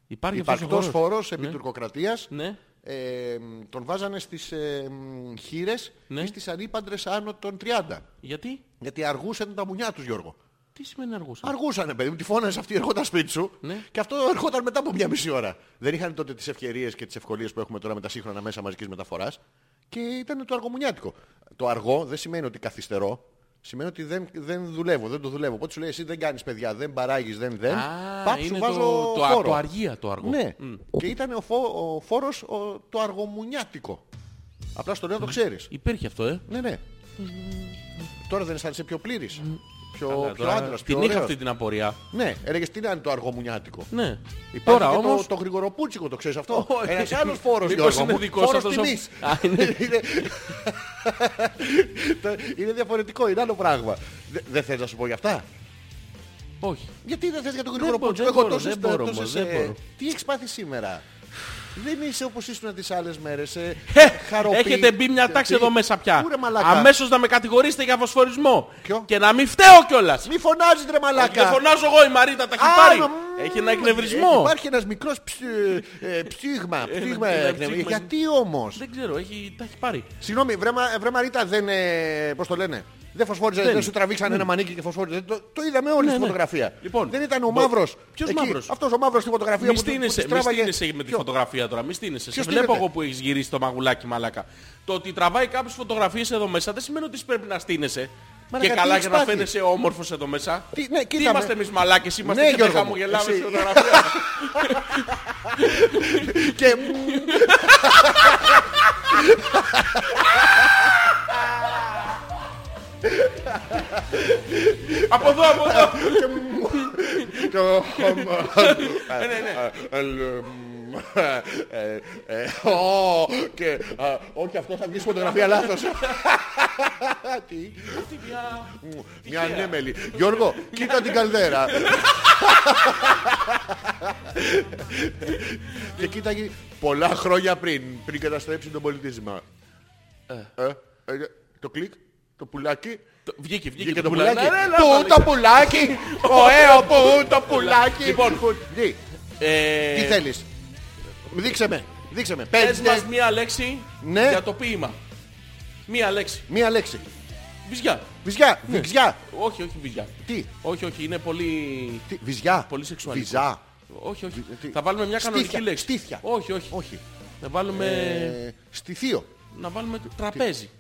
Speaker 1: Υπάρχει αυτός ο
Speaker 2: Υπαρκτός
Speaker 1: χώρος.
Speaker 2: φόρος επί τουρκοκρατίας.
Speaker 1: Ναι.
Speaker 2: Ε, μ, τον βάζανε στις ε, μ, χείρες
Speaker 1: Ναι.
Speaker 2: ή στις ανήπαντρες άνω των 30.
Speaker 1: Γιατί?
Speaker 2: Γιατί αργούσαν τα μουνιά τους Γιώργο.
Speaker 1: Τι σημαίνει αργούσα.
Speaker 2: Αργούσανε παιδί μου, τη φώνανε αυτή, ερχόταν σπίτι σου
Speaker 1: Ναι.
Speaker 2: και αυτό ερχόταν μετά από μια μισή ώρα. Δεν είχαν τότε τις ευκαιρίες και τις ευκολίες που έχουμε τώρα με τα σύγχρονα μέσα μαζικής μεταφοράς και ήταν το αργομουνιάτικο. Το αργό δεν σημαίνει ότι καθυστερώ, σημαίνει ότι δεν, δεν δουλεύω, δεν το δουλεύω. Οπότε σου λέει εσύ δεν κάνεις παιδιά, δεν παράγεις, δεν δεν.
Speaker 1: Α,
Speaker 2: Παπ, σου
Speaker 1: είναι
Speaker 2: ε. βάζω
Speaker 1: το, το,
Speaker 2: φόρο.
Speaker 1: το αργία το αργό.
Speaker 2: Ναι. Και ήταν ο, φο, ο φόρος ο- το αργομουνιάτικο. Απλά στο λέω να το ξέρεις.
Speaker 1: Υπήρχε αυτό, ε.
Speaker 2: Ναι, ναι. Τώρα δεν αισθάνεσαι πιο πλήρης. Πιο,
Speaker 1: Καλά,
Speaker 2: πιο
Speaker 1: τώρα
Speaker 2: άντρας, πιο
Speaker 1: Την είχα
Speaker 2: ωραίος.
Speaker 1: αυτή την απορία.
Speaker 2: Ναι, έλεγες τι να είναι το αργομουνιάτικο.
Speaker 1: Ναι.
Speaker 2: Υπάρχει
Speaker 1: Τώρα
Speaker 2: και το-
Speaker 1: όμως...
Speaker 2: Το, γρηγοροπούτσικο το ξέρεις αυτό.
Speaker 1: Όχι.
Speaker 2: Ένας άλλος φόρος,
Speaker 1: Μήπως
Speaker 2: Γιώργο
Speaker 1: είναι
Speaker 2: μου.
Speaker 1: δικός
Speaker 2: Φόρος
Speaker 1: αυτός ο-
Speaker 2: τιμής.
Speaker 1: Α, είναι.
Speaker 2: (laughs) Είναι- Το- Είναι διαφορετικό, είναι άλλο πράγμα. Δε- Δεν θες να σου πω για αυτά.
Speaker 1: Όχι.
Speaker 2: Γιατί δεν θες για τον
Speaker 1: Δεν
Speaker 2: γρηγορό
Speaker 1: μπορώ, δεν
Speaker 2: Έχω
Speaker 1: μπορώ,
Speaker 2: τόσες,
Speaker 1: δεν μπορώ,
Speaker 2: τόσες,
Speaker 1: δεν
Speaker 2: ε,
Speaker 1: μπορώ.
Speaker 2: Τι έχεις πάθει σήμερα. Δεν είσαι όπως ήσουν τις άλλες μέρες. Ε, χαροπή.
Speaker 1: Έχετε μπει μια τάξη εδώ μέσα πια.
Speaker 2: Ούρε μαλάκα.
Speaker 1: Αμέσως να με κατηγορήσετε για φωσφορισμό.
Speaker 2: Ποιο?
Speaker 1: Και να μην φταίω κιόλας.
Speaker 2: Μη φωνάζεις ρε μαλάκα.
Speaker 1: Δεν φωνάζω εγώ η Μαρίτα, τα έχει
Speaker 2: Α,
Speaker 1: πάρει.
Speaker 2: μ,
Speaker 1: Έχει ένα
Speaker 2: ε,
Speaker 1: εκνευρισμό.
Speaker 2: Υπάρχει ένας μικρός ψ, ε, ψήγμα. ψήγμα
Speaker 1: ένα
Speaker 2: εκνευρισμό.
Speaker 1: ψήγμα.
Speaker 2: Γιατί όμως.
Speaker 1: Δεν ξέρω, έχει, τα έχει πάρει.
Speaker 2: Συγγνώμη, βρε, Μα- βρε Μαρίτα δεν... ε, Πώς το λένε. Δεν φωσφόριζε, δεν, σου τραβήξαν ένα μανίκι και φωσφόριζε. Το, το είδαμε όλοι
Speaker 1: Ναι,
Speaker 2: στη
Speaker 1: ναι.
Speaker 2: φωτογραφία.
Speaker 1: Λοιπόν,
Speaker 2: δεν ήταν ο
Speaker 1: μπο-
Speaker 2: μαύρος.
Speaker 1: Ποιος
Speaker 2: εκεί.
Speaker 1: μαύρος?
Speaker 2: Αυτός ο μαύρος στη φωτογραφία
Speaker 1: Μη
Speaker 2: που, του- που
Speaker 1: στείνεσαι,
Speaker 2: της
Speaker 1: μη
Speaker 2: τράβαγε.
Speaker 1: στείνεσαι με τη
Speaker 2: Ποιος?
Speaker 1: φωτογραφία τώρα. Μη στείνεσαι. Σε
Speaker 2: Ποιος
Speaker 1: βλέπω
Speaker 2: στείνεται?
Speaker 1: εγώ που έχεις γυρίσει το μαγουλάκι μαλάκα. Το ότι τραβάει κάποιες φωτογραφίες εδώ μέσα δεν σημαίνει ότι εσύ πρέπει να στείνεσαι.
Speaker 2: Μαλάκα,
Speaker 1: Και
Speaker 2: τι
Speaker 1: καλά
Speaker 2: έχεις
Speaker 1: για να
Speaker 2: πάθει.
Speaker 1: φαίνεσαι όμορφος εδώ μέσα.
Speaker 2: Τι- ναι, κοίτα με.
Speaker 1: είμαστε εμείς μαλάκες, είμαστε
Speaker 2: Ναι,
Speaker 1: και δεν
Speaker 2: Γιώργο μου,
Speaker 1: χαμογελάμε στη
Speaker 2: εσύ.
Speaker 1: φωτογραφία. Ναι,
Speaker 2: Και...
Speaker 1: από εδώ, από
Speaker 2: (laughs)
Speaker 1: εδώ.
Speaker 2: Το- (laughs) Eh,
Speaker 1: Ε, ναι, ναι.
Speaker 2: Ελμ, ε, ε, ω, και, α, Όχι eh, αυτό θα βγει στη φωτογραφία λάθος. (laughs) Τι,
Speaker 1: Αυτή μια-
Speaker 2: Μια ανέμελη. Γιώργο, κοίτα την (laughs) καλδέρα. Και κοίταγε πολλά χρόνια πριν, πριν καταστρέψει τον πολιτισμό. Ε, ε, Το κλικ, το πουλάκι.
Speaker 1: Το- Βγήκε, βγήκε
Speaker 2: Βγήκε
Speaker 1: το
Speaker 2: το
Speaker 1: πουλάκι.
Speaker 2: πουλάκι.
Speaker 1: Ναι, ναι,
Speaker 2: Του
Speaker 1: λάβα,
Speaker 2: το πουλάκι. Ωραίο που το πουλάκι.
Speaker 1: (laughs) Λοιπόν.
Speaker 2: τι,
Speaker 1: ε,
Speaker 2: Ναι, τι θέλεις. Δείξε με. Δείξε με.
Speaker 1: Πες
Speaker 2: Πες
Speaker 1: μας
Speaker 2: μας
Speaker 1: μία λέξη
Speaker 2: Ναι.
Speaker 1: για το ποίημα. Μία λέξη.
Speaker 2: μία λέξη.
Speaker 1: Βυζιά.
Speaker 2: Βυζιά,
Speaker 1: Ναι.
Speaker 2: βυζιά.
Speaker 1: Όχι, όχι βυζιά.
Speaker 2: Τι,
Speaker 1: Όχι, όχι, είναι πολύ...
Speaker 2: τι, βυζιά.
Speaker 1: Πολύ σεξουαλικό.
Speaker 2: Βυζά.
Speaker 1: Όχι, όχι.
Speaker 2: Βυ- Ε, τι-
Speaker 1: Θα βάλουμε μια κανονική
Speaker 2: Στήθια,
Speaker 1: λέξη.
Speaker 2: στήθια.
Speaker 1: Όχι, όχι.
Speaker 2: Όχι.
Speaker 1: Να βάλουμε,
Speaker 2: Ε, στιθείο.
Speaker 1: να βάλουμε το τραπέζι.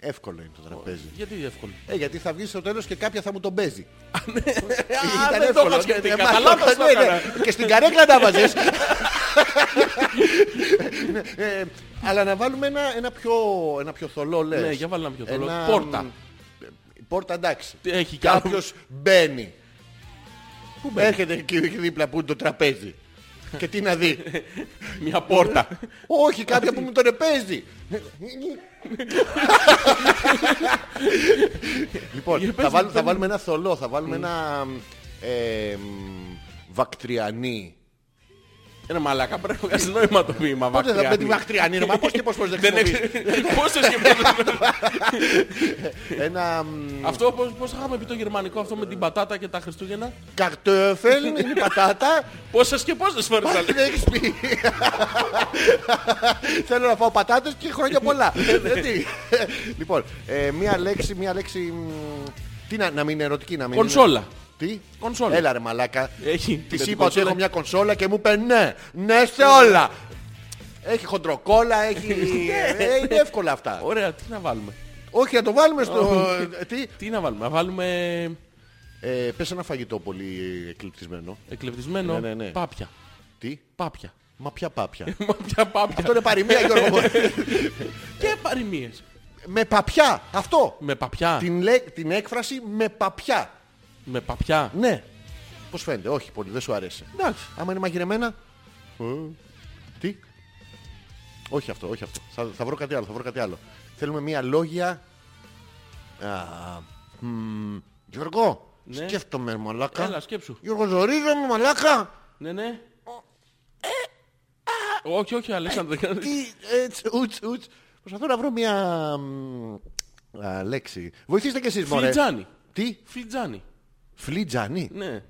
Speaker 2: Εύκολο είναι το τραπέζι.
Speaker 1: Γιατί εύκολο.
Speaker 2: Ε, γιατί θα βγεις στο τέλος και κάποια θα μου τον παίζει.
Speaker 1: Ε, Α,
Speaker 2: Ήταν
Speaker 1: δεν το
Speaker 2: εύκολο.
Speaker 1: είχα σκεφτεί.
Speaker 2: Ναι,
Speaker 1: Κατά
Speaker 2: μα, (laughs)
Speaker 1: λάθος το
Speaker 2: ναι, ναι.
Speaker 1: έκανα.
Speaker 2: Και στην καρέκλα
Speaker 1: (laughs)
Speaker 2: να βάζεις. Ε, Αλλά να βάλουμε ένα, ένα, πιο, ένα πιο θολό λες.
Speaker 1: Ναι, για βάλε ένα πιο θολό.
Speaker 2: Ένα,
Speaker 1: Πόρτα.
Speaker 2: μ, Πόρτα εντάξει.
Speaker 1: Έχει κι άλλο.
Speaker 2: Κάποιος μπαίνει. Πού μπαίνει. Έρχεται εκεί δίπλα που είναι το τραπέζι. Και τι να δει.
Speaker 1: Μια πόρτα.
Speaker 2: Όχι, κάποια που μου τον επέζει. λοιπόν,
Speaker 1: Επέζει,
Speaker 2: θα, βάλουμε,
Speaker 1: δεν-
Speaker 2: θα βάλουμε ένα θολό, θα βάλουμε ένα ε, μ, βακτριανή.
Speaker 1: Ένα μαλάκα πρέπει να βγάζει νόημα το ποίημα.
Speaker 2: Πότε θα
Speaker 1: Βακτριάνη.
Speaker 2: πει βακτριανή, ρε, μα πώς και πώς πώς δεν
Speaker 1: Δεν
Speaker 2: χρησιμοποιείς.
Speaker 1: έχει.
Speaker 2: (laughs)
Speaker 1: Πόσο σκεφτόμαστε.
Speaker 2: Ένα μ,
Speaker 1: Αυτό πώς, πώς είχαμε πει το γερμανικό αυτό με την πατάτα και τα Χριστούγεννα.
Speaker 2: καρτόφελ, είναι η πατάτα.
Speaker 1: Πόσες και πόσες φορές θα
Speaker 2: Πάλι
Speaker 1: λέει.
Speaker 2: δεν έχεις πει. (laughs) Θέλω να φάω πατάτες και χρόνια πολλά. Έτσι. λοιπόν, ε, μία λέξη, μία λέξη... μ, Τι να, να μην είναι ερωτική, να μην είναι-
Speaker 1: Κονσόλα.
Speaker 2: Τι?
Speaker 1: Κονσόλα.
Speaker 2: Έλα ρε μαλάκα.
Speaker 1: Έχει. Με την
Speaker 2: Τη είπα ότι
Speaker 1: κονσόλα.
Speaker 2: έχω μια κονσόλα και μου είπε ναι. Ναι σε όλα. Έχει χοντροκόλα, έχει...
Speaker 1: (laughs)
Speaker 2: ε, είναι εύκολα αυτά.
Speaker 1: Ωραία, τι να βάλουμε.
Speaker 2: Όχι, να το βάλουμε στο... ε, Τι?
Speaker 1: Τι να βάλουμε, να βάλουμε
Speaker 2: Ε, πες ένα φαγητό πολύ εκλειπτισμένο.
Speaker 1: εκλεπτισμένο
Speaker 2: Ναι, ναι, ναι.
Speaker 1: πάπια.
Speaker 2: Τι?
Speaker 1: Πάπια. (laughs)
Speaker 2: Μα ποια πάπια.
Speaker 1: Μα πια πάπια.
Speaker 2: Αυτό είναι
Speaker 1: (laughs)
Speaker 2: παροιμία, Γιώργο. μου.
Speaker 1: Και παροιμίες.
Speaker 2: Με παπιά, αυτό.
Speaker 1: Με παπιά.
Speaker 2: Την, λέ- την έκφραση με παπιά.
Speaker 1: Με παπιά.
Speaker 2: Ναι. Πώς φαίνεται, όχι πολύ, δεν σου αρέσει.
Speaker 1: Εντάξει.
Speaker 2: Άμα είναι μαγειρεμένα. ε, Τι. Όχι αυτό, όχι αυτό. Θα, θα βρω κάτι άλλο, θα βρω κάτι άλλο. Θέλουμε μία λόγια. Α, μ, Γιώργο,
Speaker 1: Ναι.
Speaker 2: σκέφτομαι μαλάκα.
Speaker 1: Έλα, σκέψου.
Speaker 2: Γιώργο, ζορίζομαι μαλάκα.
Speaker 1: Ναι, ναι. Όχι, όχι, Αλέξανδρο. δεν κάνεις.
Speaker 2: Ε, Τι, έτσι, ούτς, ούτς. Προσπαθώ να βρω μία μ, α, λέξη. Βοηθήστε κι εσείς,
Speaker 1: (laughs)
Speaker 2: μωρέ.
Speaker 1: Φλιτζάνι.
Speaker 2: Τι,
Speaker 1: Φλιτζάνι.
Speaker 2: φλιτζάνι.
Speaker 1: Ναι.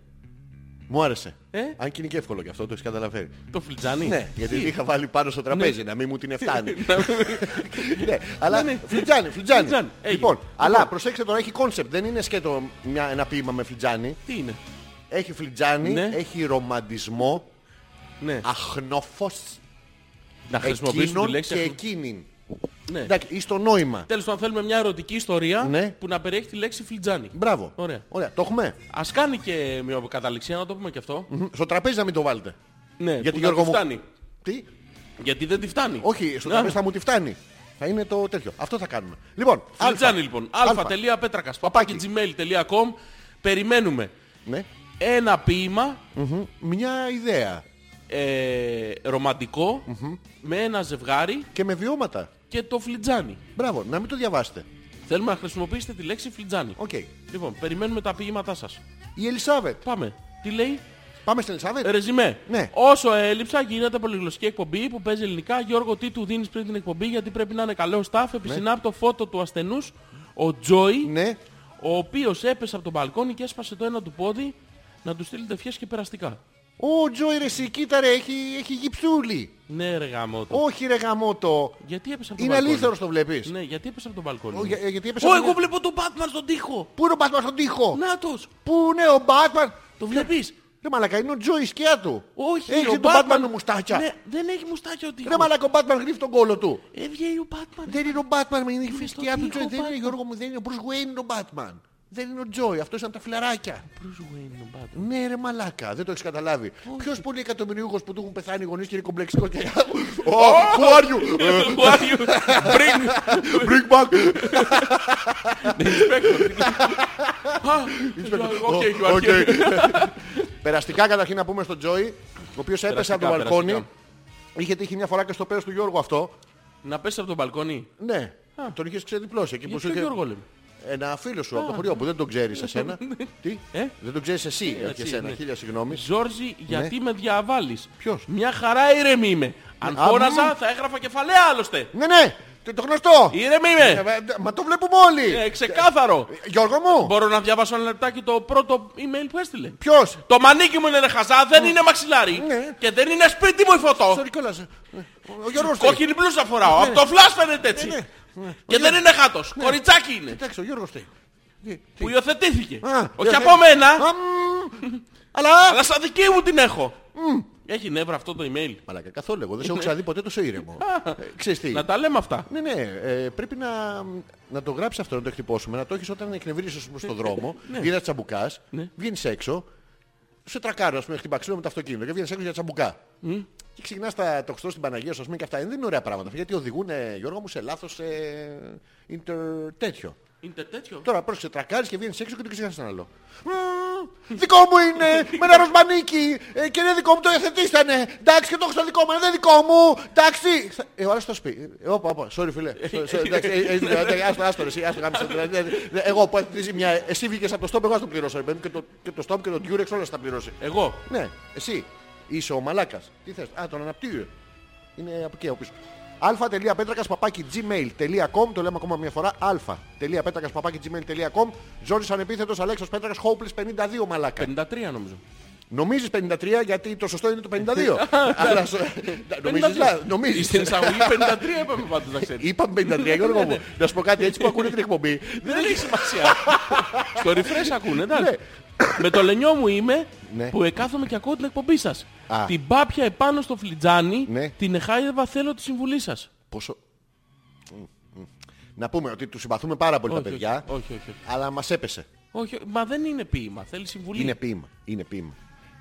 Speaker 2: Μου άρεσε.
Speaker 1: Ε?
Speaker 2: Αν και είναι και εύκολο γι' αυτό, το έχεις καταλαβαίνει.
Speaker 1: Το φλιτζάνι.
Speaker 2: Ναι, γιατί
Speaker 1: Τι?
Speaker 2: την είχα βάλει πάνω στο τραπέζι, να μην μου την
Speaker 1: (laughs)
Speaker 2: εφτάνει. ναι, αλλά φλιτζάνι,
Speaker 1: Φλιτζάνι,
Speaker 2: φλιτζάνι.
Speaker 1: έγινε.
Speaker 2: Λοιπόν, αλλά προσέξτε τώρα, έχει κόνσεπτ. Δεν είναι σκέτο μια, ένα ποίημα με φλιτζάνι.
Speaker 1: Τι είναι.
Speaker 2: Έχει φλιτζάνι,
Speaker 1: Ναι.
Speaker 2: έχει ρομαντισμό,
Speaker 1: Ναι.
Speaker 2: αχνόφος,
Speaker 1: Να χρησιμοποιήσουμε τη
Speaker 2: εκείνον και
Speaker 1: λέξη.
Speaker 2: εκείνην.
Speaker 1: Ναι.
Speaker 2: Εντάξει, ή στο νόημα.
Speaker 1: Τέλος πάντων, θέλουμε μια ερωτική ιστορία
Speaker 2: Ναι.
Speaker 1: που να περιέχει τη λέξη φλιτζάνι.
Speaker 2: Μπράβο.
Speaker 1: Ωραία.
Speaker 2: Το έχουμε.
Speaker 1: Ας κάνει και μια καταληξία, να το πούμε και αυτό.
Speaker 2: Μμμ. Στο τραπέζι να μην το βάλετε.
Speaker 1: Ναι,
Speaker 2: Γιατί,
Speaker 1: που να
Speaker 2: Γιώργο
Speaker 1: τη
Speaker 2: μου-
Speaker 1: φτάνει.
Speaker 2: Τι.
Speaker 1: Γιατί δεν τη φτάνει.
Speaker 2: Όχι, στο
Speaker 1: Να.
Speaker 2: τραπέζι θα μου τη φτάνει. Θα είναι το τέτοιο. Αυτό θα κάνουμε. Λοιπόν,
Speaker 1: Φλιτζάνι λοιπόν. αλφα.πέτρακας. Παπάκι gmail.com. Περιμένουμε
Speaker 2: Ναι.
Speaker 1: ένα ποίημα
Speaker 2: Μμμ. Μια ιδέα.
Speaker 1: ε, ρομαντικο με ένα ζευγάρι
Speaker 2: Και με βιώματα.
Speaker 1: και το φλιτζάνι.
Speaker 2: Μπράβο, να μην το διαβάσετε.
Speaker 1: Θέλουμε να χρησιμοποιήσετε τη λέξη φλιτζάνι.
Speaker 2: Οκ.
Speaker 1: Λοιπόν, περιμένουμε τα ποίηματά σας.
Speaker 2: Η Ελισάβετ.
Speaker 1: Πάμε. Τι λέει,
Speaker 2: Πάμε στην Ελισάβετ.
Speaker 1: Ρεζιμέ.
Speaker 2: Ναι.
Speaker 1: Όσο έλειψα, γίνεται πολυγλωσσική εκπομπή που παίζει ελληνικά. Γιώργο, τι του δίνεις πριν την εκπομπή, γιατί πρέπει να είναι καλό staff. Επισυνάπτω φώτο του ασθενούς, ο Τζόι,
Speaker 2: Ναι.
Speaker 1: ο οποίος έπεσε από τον μπαλκόνι και έσπασε το ένα του πόδι να του στείλετε ευχές και περαστικά.
Speaker 2: Ω, Τζόι, ρε, εσύ, κοίτα, ρε, έχει, έχει γυψούλη.
Speaker 1: Ναι, ρε γαμότο.
Speaker 2: Όχι, ρε, γαμότο.
Speaker 1: Γιατί έπεσε από τον
Speaker 2: Είναι
Speaker 1: μπαλκόνι.
Speaker 2: αλήθωρος το βλέπεις.
Speaker 1: Ναι, γιατί έπεσε από τον μπαλκόνι.
Speaker 2: Ω, για- ε, γιατί έπεσε
Speaker 1: Ω,
Speaker 2: από
Speaker 1: εγώ
Speaker 2: μια-
Speaker 1: βλέπω Ναι. τον Batman στον τοίχο.
Speaker 2: Πού είναι ο Μπάτμαν στον τοίχο.
Speaker 1: Νάτος.
Speaker 2: Πού είναι ο Μπάτμαν.
Speaker 1: Το βλέπεις.
Speaker 2: Ρε μαλακά, είναι ο Τζόι η σκιά του.
Speaker 1: Όχι,
Speaker 2: έχει
Speaker 1: ο
Speaker 2: τον Μπάτμαν ο μουστάκια.
Speaker 1: Ναι, δεν έχει μουστάκια ο τοίχος.
Speaker 2: Ρε μαλακά, ο Μπάτμαν γρήφει τον κόλο του.
Speaker 1: Έβγαινε ο Batman.
Speaker 2: Δεν είναι ο Μπάτμαν, είναι η
Speaker 1: Είναι
Speaker 2: σκιά
Speaker 1: στον
Speaker 2: του Τζόι.
Speaker 1: τοίχο ο
Speaker 2: Δεν είναι
Speaker 1: Batman.
Speaker 2: Γιώργο μου, δεν είναι ο Μπρουζ Γουέιν είναι ο Μπάτμαν. Δεν είναι ο Τζόι, αυτός ήταν τα φιλαράκια.
Speaker 1: Bruce Wayne είναι ο Batman. (laughs)
Speaker 2: Ναι, ρε μαλάκα, δεν το έχεις καταλάβει. Ποιος πολύ εκατομμυριούχος που του έχουν πεθάνει οι γονείς και είναι κομπλεξικό και.
Speaker 1: (laughs)
Speaker 2: Ω, who are you? Ε,
Speaker 1: Who are you? Bring
Speaker 2: Bring
Speaker 1: (laughs)
Speaker 2: back.
Speaker 1: the inspector. Α, οκ, you are
Speaker 2: Okay.
Speaker 1: here.
Speaker 2: (laughs) Περαστικά καταρχήν να πούμε στον Τζόι, ο οποίος έπεσε
Speaker 1: Περαστικά,
Speaker 2: από το μπαλκόνι.
Speaker 1: περαστικά.
Speaker 2: Είχε τύχει μια φορά και στο πέρας του Γιώργου αυτό.
Speaker 1: Να πέσει από τον μπαλκόνι.
Speaker 2: Ναι, τον είχες ξεδιπλώσει εκεί που
Speaker 1: Γιατί
Speaker 2: σου
Speaker 1: τον
Speaker 2: είχε.
Speaker 1: Γιώργο λέμε.
Speaker 2: Ένα φίλο σου από το χωριό που δεν τον
Speaker 1: (laughs)
Speaker 2: ξέρεις εσένα. Τι?
Speaker 1: Ε?
Speaker 2: Δεν τον ξέρεις εσύ, όχι
Speaker 1: έτσι,
Speaker 2: εσένα.
Speaker 1: ναι.
Speaker 2: Χίλια συγγνώμη.
Speaker 1: Ζόρζι, γιατί με διαβάλεις.
Speaker 2: Ε. Ναι. Ποιος?
Speaker 1: Μια χαρά ήρεμη είμαι. Αν
Speaker 2: Α,
Speaker 1: φώναζα
Speaker 2: μ.
Speaker 1: θα έγραφα κεφαλαία άλλωστε.
Speaker 2: Ναι, ναι. Το, το γνωστό.
Speaker 1: Ήρεμη είμαι.
Speaker 2: Ε, ε, Μα το βλέπουμε όλοι.
Speaker 1: Ε, ξεκάθαρο.
Speaker 2: Ε, Γιώργο μου,
Speaker 1: Μπορώ να διαβάσω ένα λεπτάκι το πρώτο email που έστειλε.
Speaker 2: ποιος.
Speaker 1: Το μανίκι μου είναι ρε χαζά, δεν είναι μαξιλάρι.
Speaker 2: Ναι.
Speaker 1: Και δεν είναι σπίτι μου η φωτό.
Speaker 2: Sorry κιόλας. Ε, Ο Γιώργος. φταίει.
Speaker 1: Κόκκινη μπλούζα φοράω. Από το φλάσ φαίνεται έτσι.
Speaker 2: Ναι,
Speaker 1: Και δεν είναι γάτος. Κοριτσάκι είναι.
Speaker 2: Εντάξει, ο Γιώργος φταίει. Τι, τι.
Speaker 1: Που υιοθετήθηκε.
Speaker 2: Α,
Speaker 1: Όχι
Speaker 2: δεν-
Speaker 1: από μένα,
Speaker 2: Α, μμμ. Αλλά...
Speaker 1: αλλά σαν δική μου την έχω. Έχει νεύρα αυτό το email.
Speaker 2: Μαλάκα, καθόλου εγώ. Δεν σε έχω ξαναδεί ποτέ τόσο ήρεμο. Ε, Ξέρεις τι.
Speaker 1: Ναι. Να τα λέμε αυτά.
Speaker 2: Ναι, ναι, ε, πρέπει να, να το γράψει αυτό, να το εκτυπώσουμε. Να το έχεις όταν εκνευρίζεις στον
Speaker 1: Ναι.
Speaker 2: δρόμο, γύρω τσαμπουκά, βγαίνεις έξω, σε τρακάρω, ας πούμε, χτυπαξίνο με το αυτοκίνητο και βγαίνεις έξω για τσαμπουκά. Και ξεκινάς τα, το χτυπώ στην Παναγία σου, ας πούμε, και αυτά. Ε, Δεν είναι ωραία πράγματα. Γιατί οδηγούν, ε, Γιώργο μου, σε λάθος ε, inter... τέτοιο.
Speaker 1: Είναι τέτοιο.
Speaker 2: Τώρα πρόσεξε, τρακάρεις και βγαίνεις έξω και το ξεχάσεις ένα άλλο. Μμμ, δικό μου είναι, με ένα ροσμανίκι. Ε, και είναι δικό μου, το εθετήσανε. Εντάξει, και το έχω στο δικό μου, αλλά δεν είναι δικό μου. Εντάξει. Θα- Ε, ο άλλος θα σου πει. Ε, όπα, όπα, sorry φίλε. So- so- εντάξει, ε, ε, ε, Άστο, άστο, ρε, εσύ, άστο, γάμισε. Ε, ε, ε, Εγώ που έχω τη ζημιά, εσύ βγήκες από το στόμπ, εγώ θα το πληρώσω. ρε παιδί μου, Και το, και το στόμπ και το τιούρεξ όλα θα τα πληρώσει.
Speaker 1: Εγώ.
Speaker 2: Ναι, εσύ. Είσαι ο μαλάκας. Τι θες. Α, τον αναπτύριο. Είναι από εκεί, από πίσω. αλφα.πέτρακας παπάκι gmail.com Το λέμε ακόμα μια φορά. αλφα.πέτρακας παπάκι gmail.com Ζόρις ανεπίθετος Αλέξος Πέτρακας Hopeless 52 μαλάκα.
Speaker 1: 53 νομίζω.
Speaker 2: Νομίζεις 53 γιατί το σωστό είναι το
Speaker 1: (laughs)
Speaker 2: 52. Αλλά σο- (laughs) νομίζεις,
Speaker 1: 53.
Speaker 2: λα- νομίζεις.
Speaker 1: Στην εισαγωγή 53 είπαμε πάντως να ξέρεις.
Speaker 2: Είπαμε
Speaker 1: Ναι,
Speaker 2: 53 Γιώργο μου. Να σου πω κάτι έτσι που ακούνε την εκπομπή.
Speaker 1: Δεν έχει σημασία. Στο refresh ακούνε, εντάξει.
Speaker 2: Ναι.
Speaker 1: Με το λενιό μου είμαι
Speaker 2: Ναι.
Speaker 1: που εκάθομαι και ακούω την εκπομπή σας.
Speaker 2: Α.
Speaker 1: Την πάπια επάνω στο φλιτζάνι,
Speaker 2: Ναι.
Speaker 1: την εχάιδευα θέλω τη συμβουλή σας.
Speaker 2: Πόσο... Μμ, μμ. Να πούμε ότι του συμπαθούμε πάρα πολύ τα
Speaker 1: Όχι,
Speaker 2: παιδιά.
Speaker 1: όχι, όχι, όχι, όχι.
Speaker 2: Αλλά μας έπεσε.
Speaker 1: Όχι, μα δεν είναι ποίημα, θέλει συμβουλή.
Speaker 2: Είναι ποίημα. Είναι ποίημα.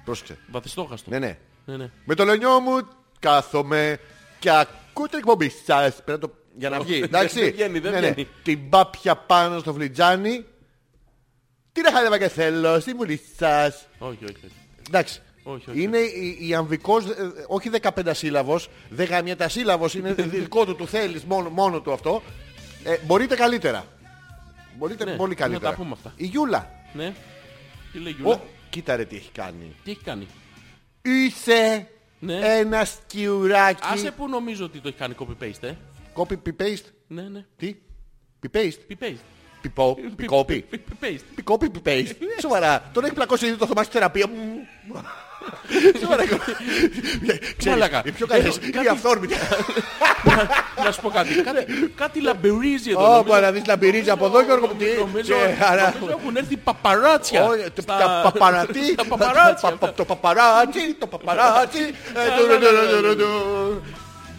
Speaker 2: Πρόσεξε.
Speaker 1: Βαθιστόχαστο.
Speaker 2: Ναι, ναι.
Speaker 1: ναι, ναι.
Speaker 2: Με το λενιό μου κάθομαι και ακούω την εκπομπή σας. Πρέπει να το... Για να βγει. Εντάξει.
Speaker 1: Δεν βγαίνει, δεν
Speaker 2: Ναι, ναι.
Speaker 1: βγαίνει.
Speaker 2: Την πάπια πάνω στο φλιτζάνι. Τι να χάλευα και θέλω. Συμβουλή σας.
Speaker 1: Όχι, όχι, όχι.
Speaker 2: Εντάξει.
Speaker 1: Όχι, όχι.
Speaker 2: Είναι η, η αμβικός, ε, ε, όχι 15 σύλλαβος, 17 σύλλαβος
Speaker 1: (laughs)
Speaker 2: είναι δικό του, του θέλεις μόνο, μόνο του αυτό. Ε, μπορείτε καλύτερα. Μπορείτε
Speaker 1: Ναι,
Speaker 2: πολύ
Speaker 1: να τα
Speaker 2: καλύτερα.
Speaker 1: πούμε αυτά.
Speaker 2: Η Γιούλα.
Speaker 1: Ναι. Τι λέει Γιούλα.
Speaker 2: Ω, κοίτα ρε τι έχει κάνει.
Speaker 1: Τι έχει κάνει.
Speaker 2: Είσαι
Speaker 1: Ναι.
Speaker 2: ένα σκιουράκι.
Speaker 1: Άσε που νομίζω ότι το έχει κάνει copy-paste, ε.
Speaker 2: Copy, pi, paste.
Speaker 1: Ναι, ναι.
Speaker 2: Τι. Pi, paste.
Speaker 1: P-paste.
Speaker 2: Pi, po, pi, copy.
Speaker 1: P-paste.
Speaker 2: Pi, copy, pi, paste. Σοβαρά. Τον έχει πλακώσει ήδη το θωμά στη θεραπεία. Μμμ. Σοβαρά.
Speaker 1: Μαλάκα.
Speaker 2: Οι πιο καλές.
Speaker 1: Έχω
Speaker 2: Οι
Speaker 1: κάτι-
Speaker 2: αυθόρμητοι.
Speaker 1: (laughs) Να σου πω κάτι. Κάτι, κάτι λαμπερίζει εδώ. νομίζω.
Speaker 2: Ω, να δεις λαμπυρίζει από εδώ Γιώργο. μου, τι-
Speaker 1: Νομίζω,
Speaker 2: και- άρα-
Speaker 1: νομίζω έχουν έρθει παπαράτσια.
Speaker 2: Όχι,
Speaker 1: στα-
Speaker 2: Τα
Speaker 1: (laughs)
Speaker 2: παπαρατή.
Speaker 1: τα παπαράτσια. αυτά.
Speaker 2: Το παπαράτσι. Το παπαράτσι. Ε, του- του- του- του- του-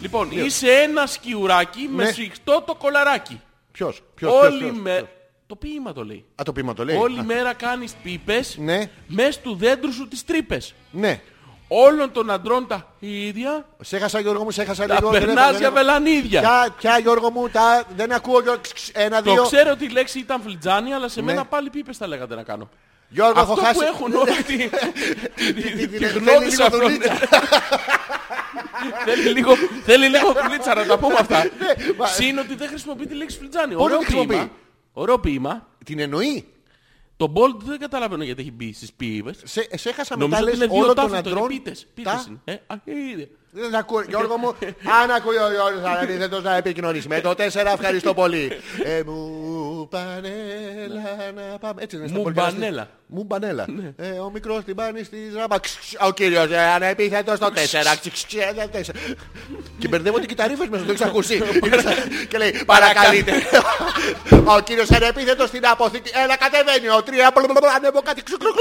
Speaker 1: Λοιπόν, είσαι ένα σκιουράκι με
Speaker 2: Ναι.
Speaker 1: σφιχτό το κολαράκι.
Speaker 2: Ποιος. Ποιος. ποιος,
Speaker 1: Όλη
Speaker 2: ποιος,
Speaker 1: μέρα.
Speaker 2: ποιος.
Speaker 1: Το ποίημα το λέει.
Speaker 2: Α, το πείμα το λέει.
Speaker 1: Όλη
Speaker 2: Α,
Speaker 1: μέρα κάνεις πίπες
Speaker 2: Ναι.
Speaker 1: μες του δέντρου σου τις τρύπες.
Speaker 2: Ναι.
Speaker 1: Όλων των αντρών τα ίδια
Speaker 2: Σε έχασα Γιώργο μου, σε έχασα
Speaker 1: τα
Speaker 2: λίγο.
Speaker 1: περνάς για βελανίδια.
Speaker 2: Ποια, ποια Γιώργο μου, τα... δεν ακούω Γιώργο. Ξ, ξ, Ένα,
Speaker 1: Το
Speaker 2: δύο.
Speaker 1: ξέρω ότι η λέξη ήταν φλιτζάνι, αλλά σε
Speaker 2: Ναι.
Speaker 1: μένα πάλι πίπες θα λέγατε να κάνω.
Speaker 2: Γιώργο, έχω
Speaker 1: Αυτό
Speaker 2: χάσει. Ναι.
Speaker 1: που έχουν όλοι
Speaker 2: (laughs)
Speaker 1: τη, τη, τη,
Speaker 2: τη-
Speaker 1: τη
Speaker 2: θέλει
Speaker 1: γνώμη
Speaker 2: λίγο
Speaker 1: σε αυτόν.
Speaker 2: δουλίτσα.
Speaker 1: (laughs) Θέλει λίγο, θέλει λίγο δουλίτσα να τα πούμε
Speaker 2: (laughs)
Speaker 1: αυτά.
Speaker 2: Ναι, μα-
Speaker 1: Συν ότι δεν χρησιμοποιεί τη λέξη φλιτζάνι.
Speaker 2: Πώς δεν
Speaker 1: Ωραίο
Speaker 2: τη χρησιμοποιεί?
Speaker 1: ποίημα. Ωραίο ποίημα.
Speaker 2: Την εννοεί.
Speaker 1: Το bold δεν καταλαβαίνω γιατί έχει μπει στις ποίηβες.
Speaker 2: Σε, σε έχασα μετά
Speaker 1: Νομίζω ότι
Speaker 2: λες
Speaker 1: είναι δύο
Speaker 2: όλων των
Speaker 1: τάφοι τώρα.
Speaker 2: αντρών.
Speaker 1: Πίτες.
Speaker 2: Τα-
Speaker 1: Πίτες είναι. Ε, α, είδε.
Speaker 2: Δεν ακούω, Γιώργο μου. Αν ακούει ο Γιώργος Αναπίθετος να επικοινωνήσει. Με το 4 ευχαριστώ πολύ. Ε, μου πανέλα να πάμε. Έτσι είναι στα
Speaker 1: Μου
Speaker 2: πολυκαταστή-
Speaker 1: μπανέλα. Ναι.
Speaker 2: Μου μπανέλα. Ε, ο μικρός την πάνει στη ράμπα. Ξ, ξ, Ο κύριος ε, Αναπίθετος το 4. Ξ, ξ, ξ, ε, το τέσσερα. Και μπερδεύω την κυταρίφες μέσα, το έχεις ακούσει. Και λέει παρακαλείτε. Ο κύριος Αναπίθετος στην αποθήκη. Έλα κατεβαίνει ο 3. Ανέβω κάτι. Ξ, ξ, ξ,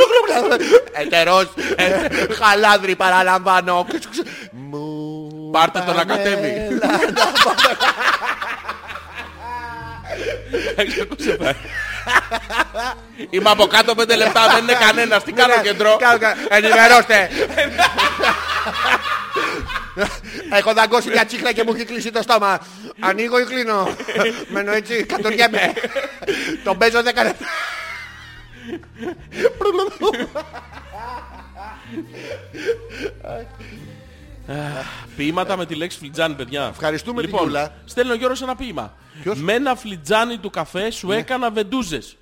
Speaker 2: ξ, ξ. Ετερός. Ε, Χαλάδρι παραλαμβάνω. Ξ, ξ, ξ. Μου
Speaker 1: Πάρτε τον να κατέβει.
Speaker 2: Πανέλα.
Speaker 1: Έχεις ακούσει αυτά. Είμαι από κάτω πέντε λεπτά, δεν είναι κανένας. Τι
Speaker 2: Ναι,
Speaker 1: κάνω κεντρό.
Speaker 2: Κάνω, κάνω. Ενημερώστε. Έχω δαγκώσει μια τσίχλα και μου έχει κλείσει το στόμα. Ανοίγω ή κλείνω. Μένω έτσι, κατοριέμαι. Τον παίζω δέκα λεπτά.
Speaker 1: Ποίηματα με τη λέξη φλιτζάνι, παιδιά.
Speaker 2: Ευχαριστούμε την
Speaker 1: λοιπόν,
Speaker 2: Γιούλα.
Speaker 1: Στέλνει ο Γιώργος ένα ποίημα.
Speaker 2: Ποιος? Ναι.
Speaker 1: Με ένα φλιτζάνι του καφέ σου έκανα βεντούζες.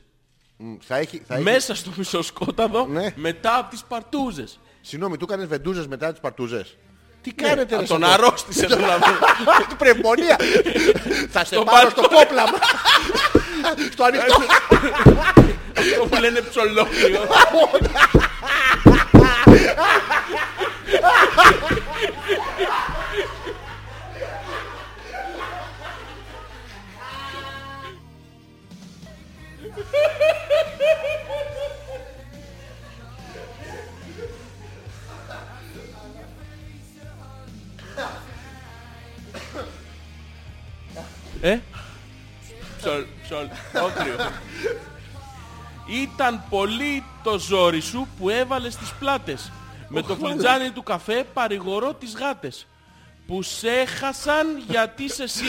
Speaker 2: Θα έχει, θα έχει.
Speaker 1: Μέσα στο μισοσκόταδο,
Speaker 2: Ναι.
Speaker 1: μετά από τις παρτούζες.
Speaker 2: Συγγνώμη, του έκανες βεντούζες μετά τις παρτούζες. Τι κάνετε, ρε.
Speaker 1: Ναι, Τον
Speaker 2: σωτό?
Speaker 1: αρρώστησε το λαό.
Speaker 2: Την
Speaker 1: (laughs)
Speaker 2: πνευμονία. Θα σε
Speaker 1: Στον
Speaker 2: πάρω στο
Speaker 1: μπαλκόνι. (laughs)
Speaker 2: κόπλαμα. Στο ανοιχτό.
Speaker 1: Αυτό που λένε ψολόκιο. Ε, ψολ, ψολ, όκριο. Ήταν πολύ το ζόρι σου που έβαλες στις πλάτες. Με το φλιτζάνι του καφέ παρηγορώ τις γάτες. Που σε έχασαν γιατί είσαι εσύ...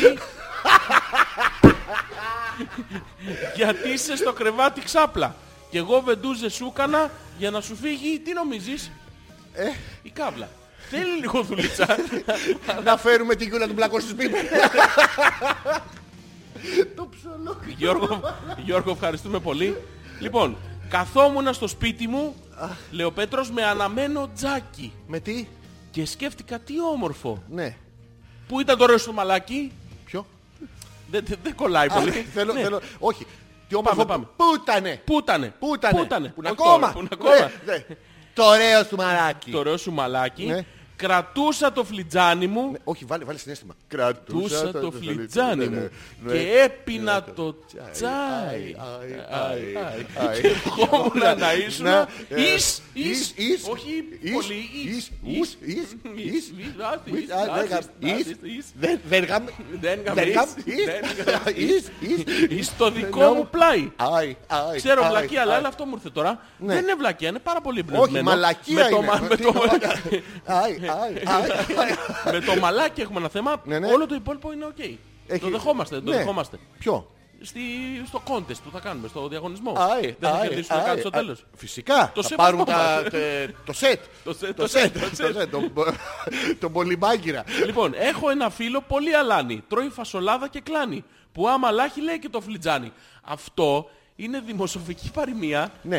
Speaker 1: γιατί είσαι στο κρεβάτι ξάπλα. Και εγώ βεντούζε σου έκανα για να σου φύγει, τι νομίζεις, η κάβλα. Θέλει λίγο δουλίτσα.
Speaker 2: Να φέρουμε την κιούλα του μπλακό στις πίπες. Το ψωλό.
Speaker 1: Γιώργο, Γιώργο, ευχαριστούμε πολύ. Λοιπόν, καθόμουν στο σπίτι μου, λέει ο Πέτρος, με αναμένο τζάκι.
Speaker 2: Με τι.
Speaker 1: Και σκέφτηκα τι όμορφο.
Speaker 2: Ναι.
Speaker 1: Πού ήταν το ωραίο στο μαλάκι.
Speaker 2: Ποιο.
Speaker 1: Δεν δεν- δεν κολλάει πολύ.
Speaker 2: Θέλω,
Speaker 1: Ναι.
Speaker 2: θέλω. Όχι. Τι όμορφο.
Speaker 1: Πάμε, πάμε.
Speaker 2: Πού ήτανε.
Speaker 1: Πού ήτανε.
Speaker 2: Πού ήτανε. Πού είναι
Speaker 1: Όχι
Speaker 2: ακόμα.
Speaker 1: τώρα, Πού είναι ακόμα.
Speaker 2: Ναι, ναι. Το ωραίο του μαράκι.
Speaker 1: Το ωραίο σου μαλάκι.
Speaker 2: Ναι.
Speaker 1: Κρατούσα το φλιτζάνι μου.
Speaker 2: Όχι, βάλε, βάλε συνέστημα. Κρατούσα
Speaker 1: Ναι, Κρατούσα το φλιτζάνι ναι, μου. Και έπινα το τσάι. Και ερχόμουν να ήσουν εις, Ναι, εις, όχι πολύ εις, εις, εις, εις, εις, εις,
Speaker 2: Δεν γαμ...
Speaker 1: Δεν
Speaker 2: Δεν γαμ...
Speaker 1: γαμίσεις, δεν εις το δικό μου πλάι. Ξέρω βλακία, αλλά έλα, αυτό μου ήρθε τώρα. Δεν είναι βλακία, είναι πάρα πολύ εμπνευσμένο.
Speaker 2: ναι. Όχι, μαλακία
Speaker 1: με το,
Speaker 2: είναι.
Speaker 1: μα- με το,
Speaker 2: Άι, άι, άι.
Speaker 1: (laughs) με το μαλάκι έχουμε ένα θέμα.
Speaker 2: Ναι, ναι.
Speaker 1: Όλο το υπόλοιπο είναι οκ. Το
Speaker 2: Έχει-
Speaker 1: δεχόμαστε, το
Speaker 2: Ναι.
Speaker 1: δεχόμαστε.
Speaker 2: Ποιο.
Speaker 1: Στη, στο κόντες που θα κάνουμε, στο διαγωνισμό.
Speaker 2: Άι,
Speaker 1: Δεν θα
Speaker 2: άι,
Speaker 1: κερδίσουμε κάτι
Speaker 2: άι,
Speaker 1: στο
Speaker 2: άι.
Speaker 1: τέλος.
Speaker 2: Φυσικά.
Speaker 1: Το
Speaker 2: θα
Speaker 1: σεβασμό
Speaker 2: πάρουν τα,
Speaker 1: μας.
Speaker 2: τε- το σετ.
Speaker 1: Το σετ,
Speaker 2: Το
Speaker 1: το
Speaker 2: σετ.
Speaker 1: σετ,
Speaker 2: το
Speaker 1: το
Speaker 2: σετ, τον- Τον πολυμπάγκυρα.
Speaker 1: Λοιπόν, έχω ένα φίλο πολύ αλάνι. Τρώει φασολάδα και κλάνει. Που άμα λάχει λέει και το φλιτζάνι. Αυτό είναι δημοσιοφική παροιμία.
Speaker 2: Ναι.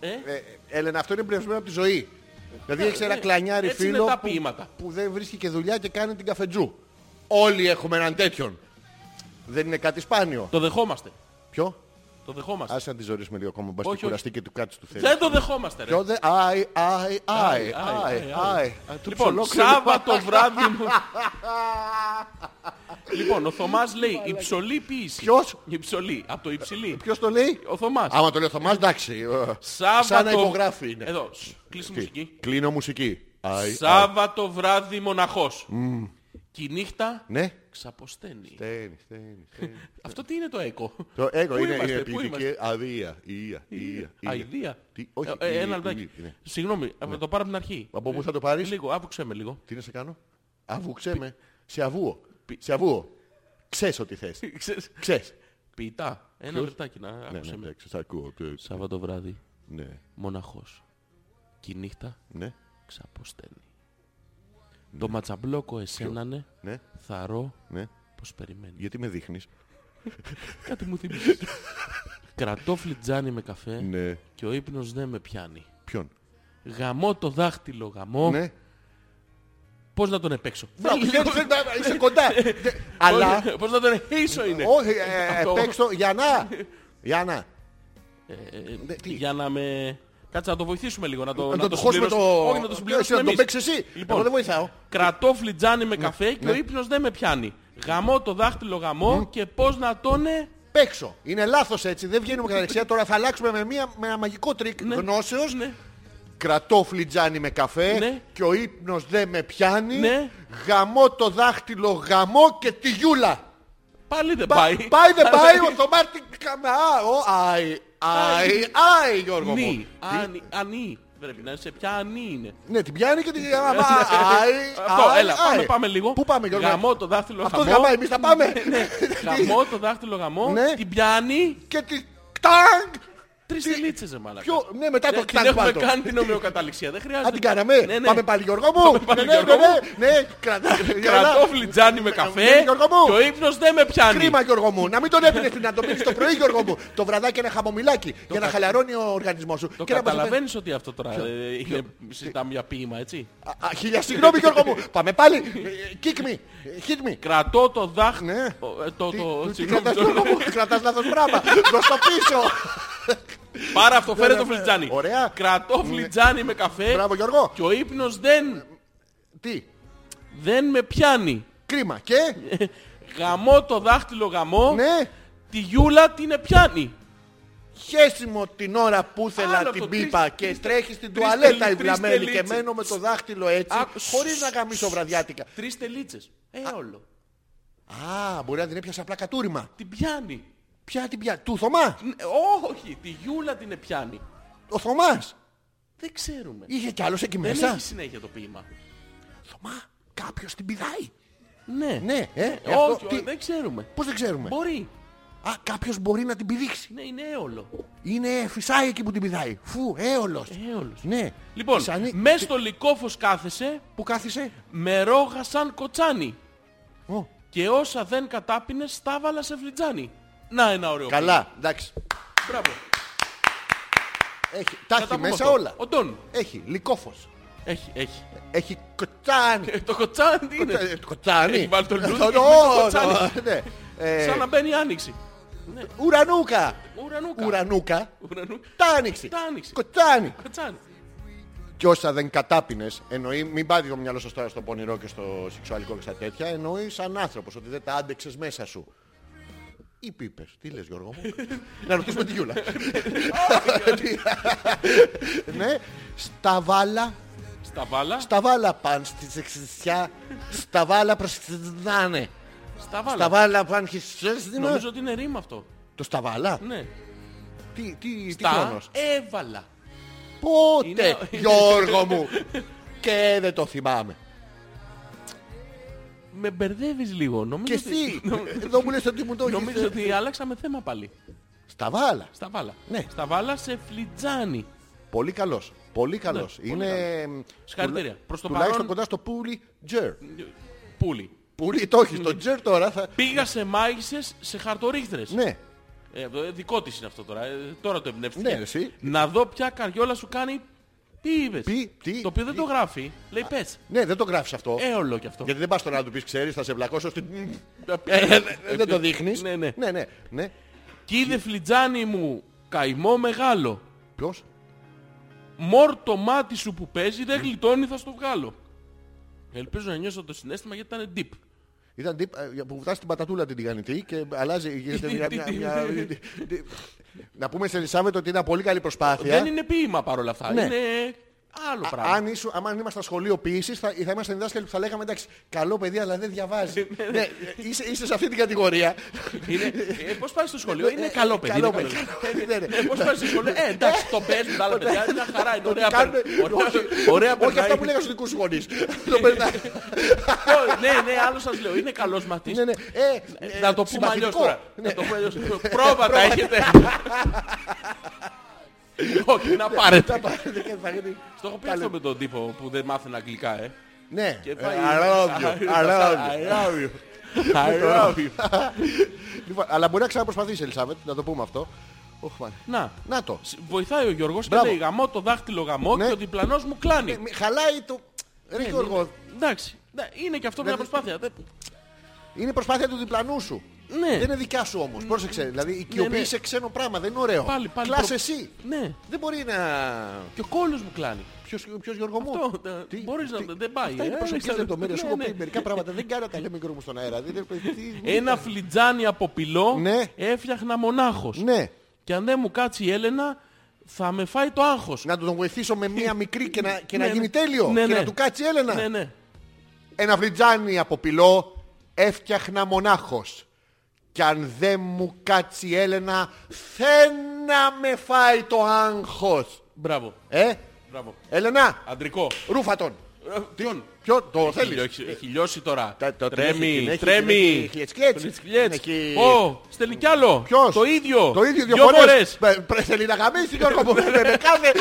Speaker 1: Ε,
Speaker 2: Ε, Έλενα, αυτό είναι εμπνευσμένο από τη ζωή. Δηλαδή έχεις ένα
Speaker 1: ναι.
Speaker 2: κλανιάρι
Speaker 1: Έτσι είναι
Speaker 2: φίλο
Speaker 1: τα
Speaker 2: που-
Speaker 1: ποίηματα.
Speaker 2: που δεν βρίσκει και δουλειά και κάνει την καφετζού. Όλοι έχουμε έναν τέτοιον. Δεν είναι κάτι σπάνιο.
Speaker 1: Το δεχόμαστε.
Speaker 2: Ποιο?
Speaker 1: Το δεχόμαστε.
Speaker 2: Άσε να τη ζωήσουμε λίγο ακόμα. Μπας και
Speaker 1: Όχι,
Speaker 2: κουραστεί και του κάτσε του θέλει.
Speaker 1: Δεν το δεχόμαστε, ρε.
Speaker 2: Ποιο δεν. Άι, άι, άι,
Speaker 1: Άι,
Speaker 2: άι,
Speaker 1: άι,
Speaker 2: άι.
Speaker 1: Λοιπόν, Σάββατο βράδυ
Speaker 2: (laughs)
Speaker 1: μου. λοιπόν, ο Θωμάς λέει υψολή ποιήση.
Speaker 2: Ποιος?
Speaker 1: Υψολή. Από το υψηλή.
Speaker 2: Ποιος το λέει?
Speaker 1: Ο Θωμάς.
Speaker 2: Άμα το λέει ο Θωμάς, εντάξει. ε,
Speaker 1: Σάββατο...
Speaker 2: Σαν να υπογράφει είναι.
Speaker 1: Εδώ, σ, κλείσει
Speaker 2: Τι,
Speaker 1: μουσική.
Speaker 2: Κλείνω μουσική. Άι, άι.
Speaker 1: Σάββατο βράδυ μοναχός. Και η νύχτα
Speaker 2: Ναι.
Speaker 1: ξαποσταίνει.
Speaker 2: Στένει, στένει, στένει.
Speaker 1: Αυτό τι είναι το έκο.
Speaker 2: Το
Speaker 1: Πού
Speaker 2: έγκο είναι η
Speaker 1: είμαστε, πού
Speaker 2: επιλογική
Speaker 1: είμαστε?
Speaker 2: αδεία. Ία, ία, ία.
Speaker 1: Αηδία.
Speaker 2: Τι, όχι,
Speaker 1: Ε,
Speaker 2: ία,
Speaker 1: Ένα
Speaker 2: ία,
Speaker 1: λεπτάκι.
Speaker 2: ναι.
Speaker 1: Συγγνώμη, θα το πάρω από την αρχή.
Speaker 2: Από πού θα το πάρεις?
Speaker 1: Λίγο, άκουξέ με λίγο.
Speaker 2: Τι να σε κάνω. Αβουξέ με. Σε αβούω. Σε αβούω. Ξέρεις ό,τι θες.
Speaker 1: Ξέρεις,
Speaker 2: Ξέρεις.
Speaker 1: Ποιητά. Ένα λεπτάκι να
Speaker 2: Ναι,
Speaker 1: άκουσε
Speaker 2: ναι,
Speaker 1: με.
Speaker 2: εντάξει, σ' ακούω. Ε,
Speaker 1: Σάββατο βράδυ,
Speaker 2: Ναι,
Speaker 1: μοναχός. Και η νύχτα
Speaker 2: ναι,
Speaker 1: ξαποσταίνει. Το ματσαμπλόκο εσένανε,
Speaker 2: ναι,
Speaker 1: θαρώ
Speaker 2: ναι.
Speaker 1: πως περιμένεις.
Speaker 2: Γιατί με δείχνεις.
Speaker 1: Κάτι μου
Speaker 2: (laughs)
Speaker 1: θυμίζεις. Κρατώ φλιτζάνι με καφέ
Speaker 2: Ναι.
Speaker 1: και ο ύπνος δεν με πιάνει.
Speaker 2: Ποιον.
Speaker 1: Γαμώ το δάχτυλο, γαμώ.
Speaker 2: Ναι.
Speaker 1: Πώς να τον επέξω.
Speaker 2: Μπράβο,
Speaker 1: Θέλει
Speaker 2: ξέρεις,
Speaker 1: λίγο-
Speaker 2: ξέρεις, μπράβο, Είσαι
Speaker 1: (laughs)
Speaker 2: κοντά. Δε- Αλλά.
Speaker 1: Πώς- Πώς να τον επέξω είναι.
Speaker 2: Όχι, ε,
Speaker 1: ναι. Αυτό.
Speaker 2: παίξω.
Speaker 1: (laughs)
Speaker 2: Γιαννά. Γιαννά.
Speaker 1: Ε, ε,
Speaker 2: Ναι, τι.
Speaker 1: Για να με... Κάτσε να το βοηθήσουμε λίγο, να το,
Speaker 2: Να το χώσουμε
Speaker 1: συμπληρώσουμε.
Speaker 2: το. Ε,
Speaker 1: Όχι, να το
Speaker 2: Εσύ,
Speaker 1: συμπληρώσουμε
Speaker 2: Να το
Speaker 1: εμείς.
Speaker 2: παίξεις εσύ.
Speaker 1: Λοιπόν.
Speaker 2: Εγώ δεν βοηθάω.
Speaker 1: Κρατώ φλιτζάνι
Speaker 2: Ναι,
Speaker 1: με καφέ και ο ύπνος δεν με πιάνει. Γαμώ το δάχτυλο
Speaker 2: Ναι.
Speaker 1: γαμώ και πώς να ναι, τόνε...
Speaker 2: Παίξω. Είναι λάθος έτσι. Δεν βγαίνουμε κατά δεξιά. Τώρα θα αλλάξουμε με, μία, με ένα μαγικό τρίκ
Speaker 1: Ναι.
Speaker 2: γνώσεως.
Speaker 1: Ναι.
Speaker 2: Κρατώ φλιτζάνι με καφέ
Speaker 1: Ναι.
Speaker 2: και ο ύπνος δεν με πιάνει.
Speaker 1: Ναι.
Speaker 2: Γαμώ το δάχτυλο, γαμώ και τη γιούλα.
Speaker 1: Πάλι δεν
Speaker 2: Πα-
Speaker 1: πάει.
Speaker 2: Πάει
Speaker 1: (laughs)
Speaker 2: δεν πάει ο Θωμάρτη. Καμά. Ο, Άι, άι, άι Γιώργο μου.
Speaker 1: Νι. Ανι. Ανι. Πρέπει να είσαι πια ανι
Speaker 2: (laughs)
Speaker 1: είναι.
Speaker 2: Ναι, την πιάνει και την γαμά. Άι,
Speaker 1: Αυτό,
Speaker 2: άι,
Speaker 1: έλα, πάμε,
Speaker 2: άι.
Speaker 1: πάμε λίγο.
Speaker 2: Πού πάμε Γιώργο.
Speaker 1: Γαμώ το δάχτυλο
Speaker 2: Αυτό
Speaker 1: γαμώ. (laughs)
Speaker 2: γαμάει, εμείς θα πάμε.
Speaker 1: Ναι. Γαμώ το δάχτυλο γαμώ.
Speaker 2: Ναι.
Speaker 1: Την πιάνει.
Speaker 2: Και τη... Κτάγκ.
Speaker 1: Τρεις
Speaker 2: Τι-
Speaker 1: τελίτσες, ρε μαλάκα.
Speaker 2: Ποιο- ναι, μετά το
Speaker 1: Ναι, Την
Speaker 2: κτακ
Speaker 1: έχουμε
Speaker 2: πάντο.
Speaker 1: κάνει την ομοιοκαταληξία. Δεν χρειάζεται.
Speaker 2: Αν την κάναμε.
Speaker 1: Ναι, ναι.
Speaker 2: Πάμε πάλι Γιώργο μου.
Speaker 1: πάλι,
Speaker 2: ναι, ναι,
Speaker 1: Γιώργο μου.
Speaker 2: ναι, ναι,
Speaker 1: (laughs)
Speaker 2: κρατά.
Speaker 1: Κρατόφλι τζάνι με
Speaker 2: Ναι,
Speaker 1: καφέ
Speaker 2: Γιώργο μου.
Speaker 1: και ο ύπνος δεν με πιάνει.
Speaker 2: Κρίμα Γιώργο μου, να μην τον έπαιρνες πριν, να τον πίνεις το πρωί Γιώργο μου. Το βραδάκι ένα χαμομηλάκι για να
Speaker 1: κα-
Speaker 2: χαλαρώνει ο οργανισμός σου.
Speaker 1: Το
Speaker 2: Και να μας-
Speaker 1: καταλαβαίνεις ότι αυτό τώρα ε, είναι, συζητάμε για ποίημα, έτσι.
Speaker 2: Α, α, Χίλια συγγνώμη Γιώργο μου, πάμε πάλι. Kick me, hit me.
Speaker 1: Κρατώ το δάχτυλο.
Speaker 2: Ναι.
Speaker 1: Το, το,
Speaker 2: Τι-
Speaker 1: το-
Speaker 2: τι
Speaker 1: συγγνώμη,
Speaker 2: κρατάς,
Speaker 1: το-
Speaker 2: Γιώργο μου, κρατάς λάθος πράγμα. Προς το
Speaker 1: (laughs)
Speaker 2: πίσω.
Speaker 1: Πάρα αυτό, φέρε
Speaker 2: ναι,
Speaker 1: το φλιτζάνι.
Speaker 2: ωραία. Ναι.
Speaker 1: Κρατώ φλιτζάνι με καφέ.
Speaker 2: Μπράβο, Γιώργο.
Speaker 1: Και ο ύπνος δεν,
Speaker 2: Τι,
Speaker 1: δεν με πιάνει.
Speaker 2: κρίμα. Και,
Speaker 1: Γαμώ το δάχτυλο γαμώ.
Speaker 2: ναι,
Speaker 1: Τη γιούλα την πιάνει.
Speaker 2: χέσιμο την ώρα που
Speaker 1: Άλλο
Speaker 2: ήθελα
Speaker 1: το
Speaker 2: την
Speaker 1: τρεις-
Speaker 2: πίπα και τρέχει στην
Speaker 1: τρεις
Speaker 2: τουαλέτα
Speaker 1: τελί- τρεις
Speaker 2: η βλαμένη και
Speaker 1: τελίτσες.
Speaker 2: μένω με το δάχτυλο έτσι,
Speaker 1: Άκου.
Speaker 2: χωρίς να γαμίσω βραδιάτικα.
Speaker 1: Τρεις τελίτσες. Ε, όλο.
Speaker 2: Α, μπορεί να την έπιασε απλά κατούριμα.
Speaker 1: Την πιάνει.
Speaker 2: Ποια την πια, του Θωμάς.
Speaker 1: Ναι, Όχι, τη γιούλα την πιάνει.
Speaker 2: Ο Θωμάς.
Speaker 1: Δεν ξέρουμε.
Speaker 2: Είχε κι άλλος εκεί
Speaker 1: Δεν
Speaker 2: μέσα.
Speaker 1: έχει συνέχεια το ποίημα.
Speaker 2: Θωμά, κάποιος την πηδάει.
Speaker 1: Ναι.
Speaker 2: Ναι, ε, ε, αυτό,
Speaker 1: Όχι,
Speaker 2: τι-
Speaker 1: δεν ξέρουμε.
Speaker 2: Πώς δεν ξέρουμε.
Speaker 1: Μπορεί.
Speaker 2: Α, κάποιος μπορεί να την πηδήξει.
Speaker 1: Ναι, είναι έολο.
Speaker 2: Είναι φυσάει εκεί που την πηδάει. Φου, έολος.
Speaker 1: Έολος.
Speaker 2: Ναι.
Speaker 1: Ε, Λοιπόν,
Speaker 2: Φυσάνει.
Speaker 1: μες στο λικόφος κάθεσαι,
Speaker 2: Που κάθισε.
Speaker 1: με ρόγα σαν κοτσάνι.
Speaker 2: Ω,
Speaker 1: Και όσα δεν κατάπινες, στάβαλα σε φλιτζάνι. Να ένα ωραίο.
Speaker 2: καλά, εντάξει.
Speaker 1: ποίημα. Μπράβο.
Speaker 2: Έχει,
Speaker 1: Θα
Speaker 2: τα
Speaker 1: τα
Speaker 2: έχει
Speaker 1: πούμε
Speaker 2: μέσα
Speaker 1: αυτό.
Speaker 2: όλα.
Speaker 1: Ο Ντόν.
Speaker 2: Έχει λικόφος.
Speaker 1: Έχει, έχει.
Speaker 2: Έχει κοτσάνι.
Speaker 1: Ε, Το κοτσάνι τι
Speaker 2: Ε,
Speaker 1: είναι.
Speaker 2: το Κοτσάνι.
Speaker 1: Έχει βάλει τον Λούδι
Speaker 2: Ε,
Speaker 1: και το
Speaker 2: ναι,
Speaker 1: κοτσάνι.
Speaker 2: ναι. Ε,
Speaker 1: Σαν να μπαίνει η άνοιξη.
Speaker 2: Ουρανούκα.
Speaker 1: Ουρανούκα.
Speaker 2: Ουρανούκα.
Speaker 1: Ουρανού.
Speaker 2: Τα άνοιξε.
Speaker 1: Τα άνοιξε.
Speaker 2: Κοτσάνι.
Speaker 1: Κοτσάνι.
Speaker 2: Και όσα δεν κατάπινες, εννοεί, μην πάτε το μυαλό σας τώρα στο πονηρό και στο σεξουαλικό και στα τέτοια, εννοεί σαν άνθρωπος ότι δεν τα άντεξες μέσα σου. Ή πίπες. Τι λες Γιώργο
Speaker 1: (laughs)
Speaker 2: μου. να ρωτήσουμε τη Γιούλα. Τι- ναι. Στα βάλα,
Speaker 1: Στα βάλα.
Speaker 2: στα βάλα πάνε στη σεξισιά, στα βάλα προσεκτινάνε.
Speaker 1: Στα
Speaker 2: Στα
Speaker 1: βάλα.
Speaker 2: βάλα ναι. πάνε χισέσδινα.
Speaker 1: Νομίζω ότι είναι ρήμα αυτό.
Speaker 2: Το στα βάλα.
Speaker 1: Ναι.
Speaker 2: Τι, τι, τι
Speaker 1: Τα
Speaker 2: χρόνος.
Speaker 1: έβαλα.
Speaker 2: Πότε,
Speaker 1: Είναι-
Speaker 2: Γιώργο
Speaker 1: (laughs)
Speaker 2: μου. και δεν το θυμάμαι.
Speaker 1: Με μπερδεύεις λίγο. Νομίζω
Speaker 2: Και εσύ,
Speaker 1: ότι- νο-
Speaker 2: εδώ μου λες ότι μου το έχεις- ε,
Speaker 1: Νομίζω ότι άλλαξαμε θέμα πάλι.
Speaker 2: Στα βάλα.
Speaker 1: Στα βάλα.
Speaker 2: Ναι.
Speaker 1: Στα βάλα σε φλιτζάνι.
Speaker 2: Πολύ καλός. Πολύ καλός.
Speaker 1: Ναι, πολύ
Speaker 2: Είναι... μ,
Speaker 1: Συγχαρητήρια.
Speaker 2: τουλά-
Speaker 1: Προς το
Speaker 2: Τουλάχιστον
Speaker 1: παρόν-
Speaker 2: κοντά στο πουλι τζερ.
Speaker 1: Πούλι.
Speaker 2: Πουλι το έχεις. Το τζερ τώρα θα...
Speaker 1: Πήγα σε μάγισσες σε χαρτορίχτρες.
Speaker 2: Ναι.
Speaker 1: Ε, ε, δικό της είναι αυτό τώρα. Ε, τώρα το εμπνεύστηκε.
Speaker 2: Ναι, εσύ.
Speaker 1: Να δω ποια καριόλα σου κάνει τι είπες.
Speaker 2: Πι- τι-
Speaker 1: το οποίο δεν
Speaker 2: τι-
Speaker 1: το γράφει. Λέει πες.
Speaker 2: Ναι, δεν το γράφεις αυτό.
Speaker 1: Έολο κι αυτό.
Speaker 2: Γιατί δεν πας τώρα να του πεις, ξέρεις, θα σε βλακώσω στην...
Speaker 1: Ε,
Speaker 2: Ε, Δεν το δείχνεις.
Speaker 1: Ναι, ναι.
Speaker 2: Ναι, ναι. ναι.
Speaker 1: Κι είδε φλιτζάνι μου καημό μεγάλο.
Speaker 2: Ποιος?
Speaker 1: Μόρ το μάτι σου που παίζει δεν γλιτώνει θα στο βγάλω. Ελπίζω να νιώσω το συνέστημα γιατί ήταν deep.
Speaker 2: Ήταν τύπ, ε, που βουτάς την πατατούλα την τηγανιτή και
Speaker 1: (laughs)
Speaker 2: αλλάζει, γίνεται
Speaker 1: Τι-
Speaker 2: μια...
Speaker 1: τι-
Speaker 2: μια-
Speaker 1: τι- Ναι,
Speaker 2: μια- Να πούμε σε Ελισάβετ ότι είναι μια πολύ καλή προσπάθεια.
Speaker 1: Δεν είναι ποίημα παρόλα αυτά.
Speaker 2: Ναι.
Speaker 1: Είναι άλλο
Speaker 2: Α-
Speaker 1: πράγμα.
Speaker 2: Αν, ήσου, άμα αν ήμασταν σχολείο ποιήσης, θα, θα ήμασταν διδάσκαλοι που θα λέγαμε εντάξει, καλό παιδί, αλλά δεν διαβάζει. ναι, ε, είσαι, είσαι σε αυτή την κατηγορία.
Speaker 1: Είναι, ε, πώς πάει στο σχολείο,
Speaker 2: Ε,
Speaker 1: είναι
Speaker 2: ε,
Speaker 1: καλό παιδί.
Speaker 2: καλό
Speaker 1: είναι
Speaker 2: παιδί.
Speaker 1: καλό
Speaker 2: Καλό παιδί, ναι, ναι.
Speaker 1: Ε, Πώς πάει στο σχολείο, ε, εντάξει, το παίζουν τα άλλα παιδιά, είναι μια χαρά, είναι ωραία
Speaker 2: Κάνουν-
Speaker 1: παιδιά. Ωραία-
Speaker 2: όχι-
Speaker 1: Ωραία
Speaker 2: Όχι
Speaker 1: παιδιά.
Speaker 2: αυτά που λέγανε στους δικούς σου γονείς. Το περνάει.
Speaker 1: Ναι, ναι, άλλος σας λέω, είναι καλός μαθητής.
Speaker 2: Ναι, ναι. Ε, ε, Ναι.
Speaker 1: Να το πούμε αλλιώς
Speaker 2: συμπαθητικό.
Speaker 1: τώρα. Να το πούμε αλλιώς. Πρόβατα
Speaker 2: (laughs)
Speaker 1: έχετε. Όχι, να πάρετε.
Speaker 2: Ναι, Τα πάρετε και θα γίνει-
Speaker 1: Το έχω πει αυτό με τον τύπο που δεν μάθαινε αγγλικά, ε.
Speaker 2: Ναι,
Speaker 1: Και
Speaker 2: ε,
Speaker 1: πάει- (laughs)
Speaker 2: I love you, I love you.
Speaker 1: love
Speaker 2: (laughs)
Speaker 1: you. I love you.
Speaker 2: Λοιπόν, Αλλά μπορεί να ξαναπροσπαθήσει, Ελισάβετ, να το πούμε αυτό. Ωχ, μάνα.
Speaker 1: Να,
Speaker 2: Να το.
Speaker 1: Σ- βοηθάει ο Γιώργος και
Speaker 2: Μπράβο.
Speaker 1: λέει γαμώ το δάχτυλο γαμώ
Speaker 2: Ναι.
Speaker 1: και ο διπλανός μου κλάνει.
Speaker 2: Ε, μη- Χαλάει το.
Speaker 1: Ναι,
Speaker 2: Ρε Γιώργο,
Speaker 1: Εντάξει, ναι, είναι και αυτό μια
Speaker 2: Δηλαδή-
Speaker 1: προσπάθεια. Δεν-
Speaker 2: Είναι προσπάθεια του διπλανού σου.
Speaker 1: Ναι.
Speaker 2: Δεν είναι δικιά σου όμως. Πρόσεξε. Δηλαδή, οικειοποιεί σε ξένο πράγμα. Δεν είναι ωραίο.
Speaker 1: Πάλι, πάλι.
Speaker 2: Κλάς
Speaker 1: προ-
Speaker 2: εσύ.
Speaker 1: Ναι.
Speaker 2: Δεν μπορεί να.
Speaker 1: Και ο κόλλος μου κλάνει.
Speaker 2: Ποιος ποιος Γιώργο μου.
Speaker 1: Αυτό, τα- μπορείς να- δεν πάει,
Speaker 2: Αυτά είναι
Speaker 1: ε,
Speaker 2: προσωπικές
Speaker 1: Αλέξανδρε.
Speaker 2: λεπτομέρειες. Σου έχω
Speaker 1: Ναι,
Speaker 2: πει
Speaker 1: ναι.
Speaker 2: μερικά πράγματα. Δεν κάνω τα λέμε Γιώργο μου στον αέρα. Δεν είναι- τι-
Speaker 1: Ένα φλιτζάνι από πυλό
Speaker 2: Ναι.
Speaker 1: έφτιαχνα μονάχος.
Speaker 2: Ναι.
Speaker 1: Και αν δεν μου κάτσει η Έλενα θα με φάει το άγχος.
Speaker 2: Ναι, Να τον βοηθήσω με μία μικρή και να, και να
Speaker 1: Ναι,
Speaker 2: γίνει
Speaker 1: ναι.
Speaker 2: τέλειο.
Speaker 1: Ναι,
Speaker 2: και
Speaker 1: ναι.
Speaker 2: να του κάτσει η Έλενα.
Speaker 1: Ναι, ναι.
Speaker 2: Ένα φλιτζάνι από πυλό έφτιαχνα μονάχος. Κι αν δεν μου κάτσει η Έλενα, δεν να με φάει το άγχος.
Speaker 1: Μπράβο.
Speaker 2: Ε,
Speaker 1: Μπράβο.
Speaker 2: Έλενα,
Speaker 1: Αντρικό.
Speaker 2: Ρούφα τον.
Speaker 1: Ε, Ποιον. Ε,
Speaker 2: Ποιο το
Speaker 1: Έχει
Speaker 2: θέλεις.
Speaker 1: λιώσει- Έχει λιώσει τώρα.
Speaker 2: Τα- το- την έχει, την
Speaker 1: Τρέμει,
Speaker 2: έχει, την έχει,
Speaker 1: τρέμει.
Speaker 2: χλιετσκέτς.
Speaker 1: Χλιετσκέτς.
Speaker 2: Την έχει-
Speaker 1: Ω, στέλνει κι άλλο.
Speaker 2: Ποιος?
Speaker 1: Το ίδιο.
Speaker 2: Το ίδιο δύο,
Speaker 1: Δυο
Speaker 2: φορές. (laughs)
Speaker 1: φορές.
Speaker 2: Με- πρε- Θέλει να γαμίσει Γιώργο μου. με- με κάθε-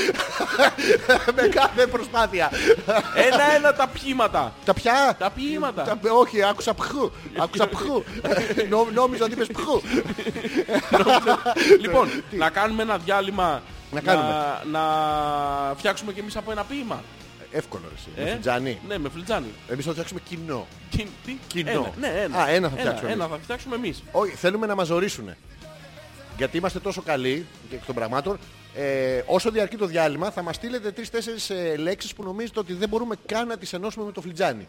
Speaker 2: (laughs) Με κάθε προσπάθεια.
Speaker 1: Ένα-ένα τα πιήματα.
Speaker 2: Τα πια.
Speaker 1: Τα ποίηματα.
Speaker 2: τα- Όχι, άκουσα πχού. Άκουσα
Speaker 1: (laughs)
Speaker 2: πχού. Νο- Νόμιζα ότι είπες πχού.
Speaker 1: Λοιπόν, να κάνουμε ένα διάλειμμα.
Speaker 2: Να κάνουμε.
Speaker 1: να φτιάξουμε κι εμείς από ένα ποίημα.
Speaker 2: Εύκολο ρε εσύ.
Speaker 1: Ε?
Speaker 2: Με Τζάνι.
Speaker 1: Ναι, με φλιτζάνι.
Speaker 2: Εμείς θα φτιάξουμε κοινό.
Speaker 1: Τι- τι-
Speaker 2: Κοινό.
Speaker 1: Ένα, ναι, ένα.
Speaker 2: Α, ένα θα φτιάξουμε
Speaker 1: Ένα,
Speaker 2: εμείς.
Speaker 1: θα φτιάξουμε εμείς.
Speaker 2: Όχι, θέλουμε να μας ζωρίσουνε. Γιατί είμαστε τόσο καλοί και εκ των πραγμάτων. Ε, όσο διαρκεί το διάλειμμα θα μας στείλετε τρεις-τέσσερις ε, λέξεις που νομίζετε ότι δεν μπορούμε καν να τις ενώσουμε με το φλιτζάνι.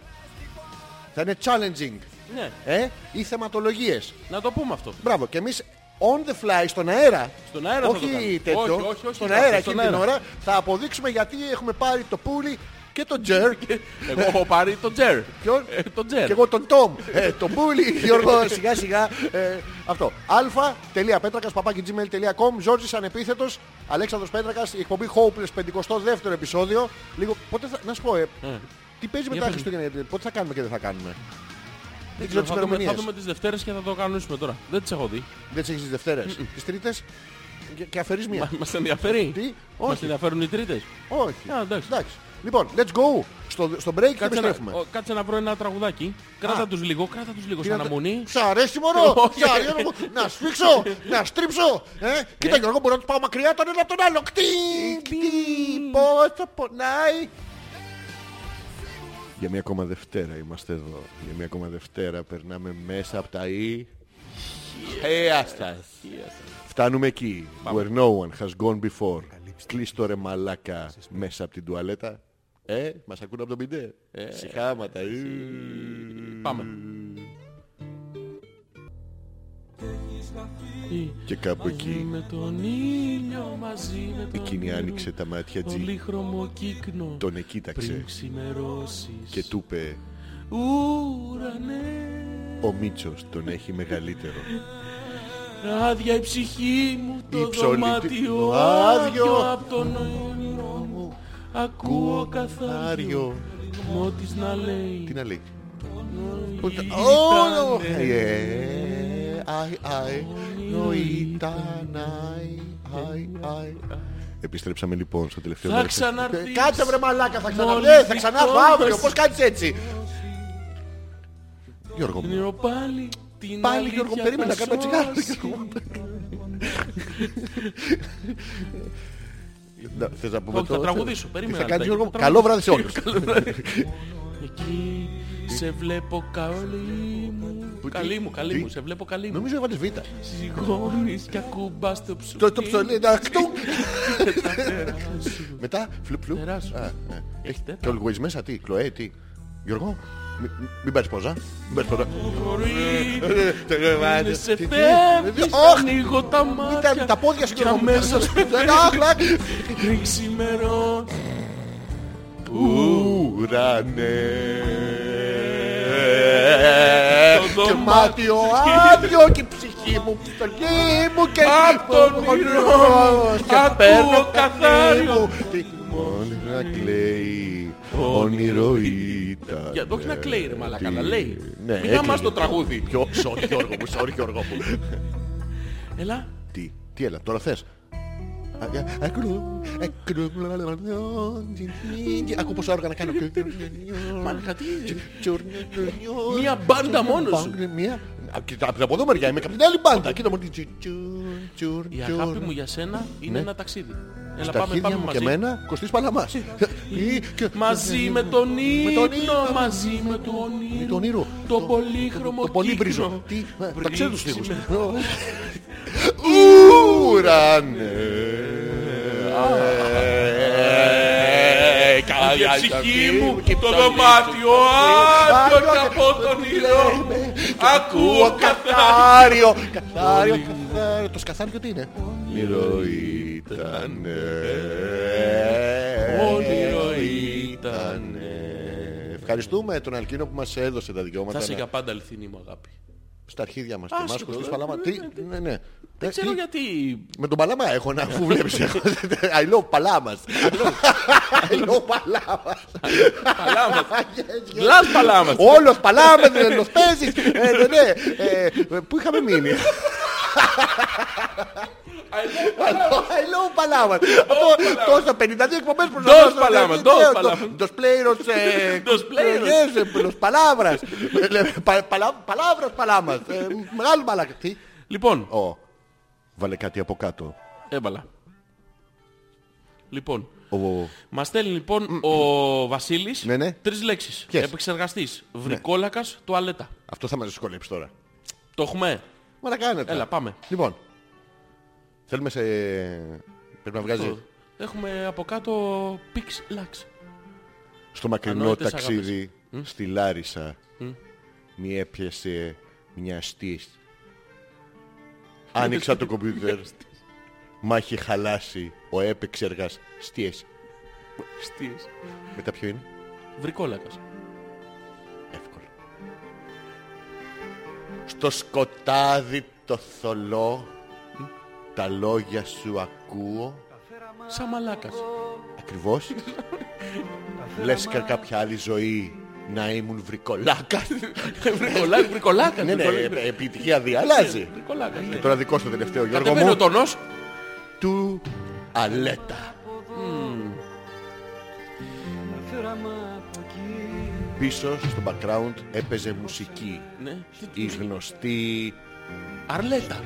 Speaker 2: Θα είναι challenging.
Speaker 1: Ναι,
Speaker 2: Ε, ή θεματολογίες.
Speaker 1: να το πούμε αυτό.
Speaker 2: Μπράβο. Και εμείς on the fly, στον αέρα.
Speaker 1: Στον αέρα θα
Speaker 2: όχι
Speaker 1: το κάνουμε.
Speaker 2: τέτοιο.
Speaker 1: Όχι, όχι, όχι,
Speaker 2: στον
Speaker 1: θα-
Speaker 2: αέρα
Speaker 1: στον
Speaker 2: εκείνη την
Speaker 1: αέρα.
Speaker 2: ώρα θα αποδείξουμε γιατί έχουμε πάρει το πουλι και το jerk.
Speaker 1: Εγώ έχω πάρει το τζερ.
Speaker 2: Ποιον?
Speaker 1: Ε, Το τζερ.
Speaker 2: Και εγώ τον Τόμ. Ε, τον
Speaker 1: (laughs)
Speaker 2: Μπούλι, Γιώργο, σιγά σιγά. Ε, αυτό. αλφα.πέτρακα παπάκι.gmail.com Ζόρζης ανεπίθετος. Αλέξανδρος Πέτρακας Η εκπομπή Hopeless 52ο επεισόδιο. Λίγο. Πότε θα, να σου πω, ε, τι παίζει μετά
Speaker 1: Ναι. πες.
Speaker 2: Χριστούγεννα, γιατί πότε θα κάνουμε και δεν θα κάνουμε. Δεν ξέρω
Speaker 1: Θα δούμε,
Speaker 2: τι ημερομηνίες.
Speaker 1: θα δούμε τις Δευτέρες και θα το κανονίσουμε τώρα. Δεν τις έχω δει.
Speaker 2: Δεν τις έχεις τις Δευτέρες. Τις Τρίτες και, και αφαιρείς μία.
Speaker 1: Μα- Μας ενδιαφέρει.
Speaker 2: Τι,
Speaker 1: Μας
Speaker 2: όχι.
Speaker 1: ενδιαφέρουν οι τρίτες.
Speaker 2: Όχι.
Speaker 1: Α, εντάξει.
Speaker 2: Λοιπόν, let's go. Στο, στο break και
Speaker 1: Κάτσε να,
Speaker 2: επιστρέφουμε.
Speaker 1: ο, κάτσε να βρω ένα τραγουδάκι. Κράτα τους λίγο, κράτα τους λίγο.
Speaker 2: Τι
Speaker 1: Σαν
Speaker 2: να τα-
Speaker 1: αναμονή.
Speaker 2: Σ' αρέσει μωρό,
Speaker 1: Όχι.
Speaker 2: σ' αρέσει μωρό. να σφίξω, να στρίψω. Ε, κοίτα Γιώργο, μπορώ να τους πάω μακριά τον ένα από τον άλλο. Κτίνγκ, κτίνγκ, πόσο πονάει. Για μια ακόμα Δευτέρα είμαστε εδώ. Για μια ακόμα Δευτέρα περνάμε μέσα από τα «η». Χέαστα. Φτάνουμε εκεί. Where no one has gone before. Κλείστο ρε μαλάκα μέσα από την τουαλέτα. Ε, μας ακούνε από τον πιντέ. Ε, Συχάματα. ε.
Speaker 1: Πάμε.
Speaker 2: Και κάπου εκεί
Speaker 1: Με τον ήλιο μαζί με τον
Speaker 2: Εκείνη άνοιξε τα μάτια Τζι,
Speaker 1: πολύχρωμο κύκνο
Speaker 2: τον εκείταξε
Speaker 1: πριν ξημερώσεις
Speaker 2: και του είπε
Speaker 1: Ουρανέ
Speaker 2: «Ο Μίτσος τον έχει μεγαλύτερο».
Speaker 1: Άδεια η ψυχή μου το
Speaker 2: ψωλή-
Speaker 1: δωμάτιο
Speaker 2: Άδειο.
Speaker 1: Άδειο απ' τον όνειρό μου Ακούω καθάριο Μό της να
Speaker 2: Τι
Speaker 1: λέει
Speaker 2: να λέει.
Speaker 1: «Ήτανε
Speaker 2: Όλο! Αι, αι, νοήταν, αι, αι, αι. Επιστρέψαμε λοιπόν στο τελευταίο
Speaker 1: Θα
Speaker 2: μέρος.
Speaker 1: ξαναρθείς.
Speaker 2: Κάτσε βρε μαλάκα, θα ξανά...
Speaker 1: Μόλις
Speaker 2: Ναι, θα ξανάρθω
Speaker 1: δικό
Speaker 2: αύριο,
Speaker 1: μας.
Speaker 2: πώς κάνεις έτσι. Γιώργο μου,
Speaker 1: Νιώ πάλι την
Speaker 2: πάλι Γιώργο μου,
Speaker 1: αλήθεια
Speaker 2: περίμενα να
Speaker 1: θα
Speaker 2: κάνω τσιγάρο.
Speaker 1: σώσει.
Speaker 2: Γιώργο μου. Να- Θες να πούμε
Speaker 1: Όχι, θα
Speaker 2: το-
Speaker 1: τραγουδήσω.
Speaker 2: Τι
Speaker 1: Περίμενα.
Speaker 2: θα
Speaker 1: να
Speaker 2: κάνεις
Speaker 1: τα-
Speaker 2: Γιώργο μου.
Speaker 1: τραγουδήσω.
Speaker 2: Καλό βράδυ σε όλους.
Speaker 1: Εκεί σε βλέπω καλή μου.
Speaker 2: Που τι-
Speaker 1: Καλή μου, καλή
Speaker 2: τι?
Speaker 1: μου, σε βλέπω καλή μου.
Speaker 2: Νομίζω έβαλες β.
Speaker 1: Συγχώνεις και ακουμπάς το ψωμί.
Speaker 2: Το, το ψωλί, ένα χτουκ.
Speaker 1: και τα φτερά σου.
Speaker 2: Μετά, φλουπ φλουπ.
Speaker 1: Φτερά σου.
Speaker 2: Α, ναι.
Speaker 1: Έχει
Speaker 2: Και
Speaker 1: τέτοιο.
Speaker 2: always μέσα, τι, κλοέ, τι. Γιώργο, μη- μην πάρεις πόζα. Μην πάρεις πόζα.
Speaker 1: Μπορεί να σε
Speaker 2: Ε, Τι, τι,
Speaker 1: φεύγεις,
Speaker 2: τι, αχ,
Speaker 1: ανοίγω τα μάτια.
Speaker 2: Ήταν τα πόδια σου
Speaker 1: και
Speaker 2: Γιώργο μου.
Speaker 1: αμέσως
Speaker 2: Αχ, λακ.
Speaker 1: πριν ξημερώ.
Speaker 2: Ουρανέ.
Speaker 1: Το
Speaker 2: Και μάτιο άδειο και η ψυχή μου στο γη μου και
Speaker 1: Απ' τον ήρω
Speaker 2: Και
Speaker 1: ακούω
Speaker 2: παίρνω τα
Speaker 1: καθάριο.
Speaker 2: χέρια μου. Τι Μόλι να κλαίει όνειρο ήταν.
Speaker 1: Για- Όχι να κλαίει ρε μαλάκα,
Speaker 2: Τι-
Speaker 1: να λέει.
Speaker 2: Ναι,
Speaker 1: Μην
Speaker 2: έκλαιγε.
Speaker 1: αμάς το τραγούδι.
Speaker 2: Ποιο, sorry Γιώργο μου, sorry Γιώργο μου.
Speaker 1: Έλα.
Speaker 2: Τι, τι έλα, τώρα θες. Ακούω, ακούω, ακούω πόσα όργανα κάνω.
Speaker 1: Μαλάκα τι είναι. Μία μπάντα μόνος σου.
Speaker 2: ναι, Μία. Α, κοίτα, Από την από εδώ μεριά είμαι και από την άλλη μπάντα. Κοίτα μου.
Speaker 1: Η αγάπη μου για σένα είναι ένα ταξίδι. Έλα
Speaker 2: Στα
Speaker 1: πάμε,
Speaker 2: χέρια
Speaker 1: πάμε
Speaker 2: μου και
Speaker 1: μαζί.
Speaker 2: εμένα, Κωστής Παλαμάς. Ή, και-
Speaker 1: Μαζί με τον
Speaker 2: τον
Speaker 1: ύπνο,
Speaker 2: ύπνο.
Speaker 1: μαζί με τον
Speaker 2: Ή
Speaker 1: ύπνο.
Speaker 2: τον ήρωα.
Speaker 1: Το πολύχρωμο
Speaker 2: Το πολύμπριζο.
Speaker 1: κύκνο.
Speaker 2: Τι, ε, τα ξέρω τους στίχους.
Speaker 1: Βρίζουμε.
Speaker 2: Ουρανέ.
Speaker 1: Η
Speaker 2: Καλά,
Speaker 1: ψυχή μου το δωμάτιο άδειο
Speaker 2: Άδειο
Speaker 1: και από τον ήλιο ακούω καθαρά.
Speaker 2: Καθάριο, καθάριο, καθάριο. Ε, Το σκαθάριο τι είναι. Όνειρο ήταν.
Speaker 1: Όνειρο ήτανε.
Speaker 2: Ευχαριστούμε τον Αλκίνο που μας έδωσε τα δικαιώματα.
Speaker 1: Θα είσαι
Speaker 2: να-
Speaker 1: για πάντα αληθινή μου αγάπη.
Speaker 2: στα αρχίδια μας. Θυμάσαι
Speaker 1: Άσχετο,
Speaker 2: χωρίς
Speaker 1: ε,
Speaker 2: παλάμα.
Speaker 1: ε,
Speaker 2: Τι,
Speaker 1: ε,
Speaker 2: ναι, ναι.
Speaker 1: Δεν
Speaker 2: Ε,
Speaker 1: ξέρω
Speaker 2: τι-
Speaker 1: γιατί.
Speaker 2: Με τον Παλάμα έχω να αφού βλέπεις ε. έχω. (laughs) I love Παλάμας. I love Παλάμας.
Speaker 1: Παλάμας.
Speaker 2: Yes, yes.
Speaker 1: Γλας παλάμας.
Speaker 2: Όλος Παλάμας δεν τον παίζεις. Ε, ναι, ναι. Ε, ε, Πού είχαμε μείνει. (laughs) I love Παλάμας. Αυτό τόσο 52 εκπομπές προς
Speaker 1: Dos Palamas, dos Palamas.
Speaker 2: ε, Dos players. ε,
Speaker 1: Dos players.
Speaker 2: yes, ε, Los Palabras. Ε, λέμε, πα- παλα- Palabras Παλάμας. Ε, Μεγάλο μαλάκα. Τι.
Speaker 1: Λοιπόν,
Speaker 2: Ω, Βάλε κάτι από κάτω.
Speaker 1: έβαλα. Λοιπόν,
Speaker 2: Ο-
Speaker 1: Μας στέλνει λοιπόν ο Βασίλης
Speaker 2: Ναι, ναι.
Speaker 1: τρεις λέξεις.
Speaker 2: Ποιες?
Speaker 1: Επεξεργαστής, βρικόλακας, τουαλέτα.
Speaker 2: Αυτό θα μας δυσκολέψει τώρα.
Speaker 1: Το έχουμε.
Speaker 2: Μα να κάνετε.
Speaker 1: Έλα, πάμε.
Speaker 2: Λοιπόν. Θέλουμε σε... Πρέπει να βγάζει
Speaker 1: Το- Έχουμε από κάτω πίξ λάξ.
Speaker 2: στο μακρινό
Speaker 1: Ανόητες
Speaker 2: ταξίδι στη Λάρισα. Μη έπιασε μια στής. Άνοιξα το κομπιούτερ. Μα είχε χαλάσει ο έπεξεργας στίες.
Speaker 1: Στίες.
Speaker 2: Μετά ποιο είναι.
Speaker 1: Βρικόλακας.
Speaker 2: Εύκολο. Στο σκοτάδι το θολό τα λόγια σου ακούω
Speaker 1: Σαν μαλάκας.
Speaker 2: Ακριβώς. Λες και κάποια άλλη ζωή να ήμουν βρικολάκας.
Speaker 1: (laughs) Βρικολάκα, βρικολάκας. Ναι.
Speaker 2: ναι, ναι, ε, επιτυχία διαλάζει.
Speaker 1: Βρικολάκα.
Speaker 2: και τώρα δικό σου τελευταίο Γιώργο
Speaker 1: Κατεβαίνει ο
Speaker 2: μου.
Speaker 1: τόνο.
Speaker 2: Του αλέτα. Πίσω στο background έπαιζε μουσική.
Speaker 1: Ναι.
Speaker 2: Η γνωστή
Speaker 1: Αρλέτα.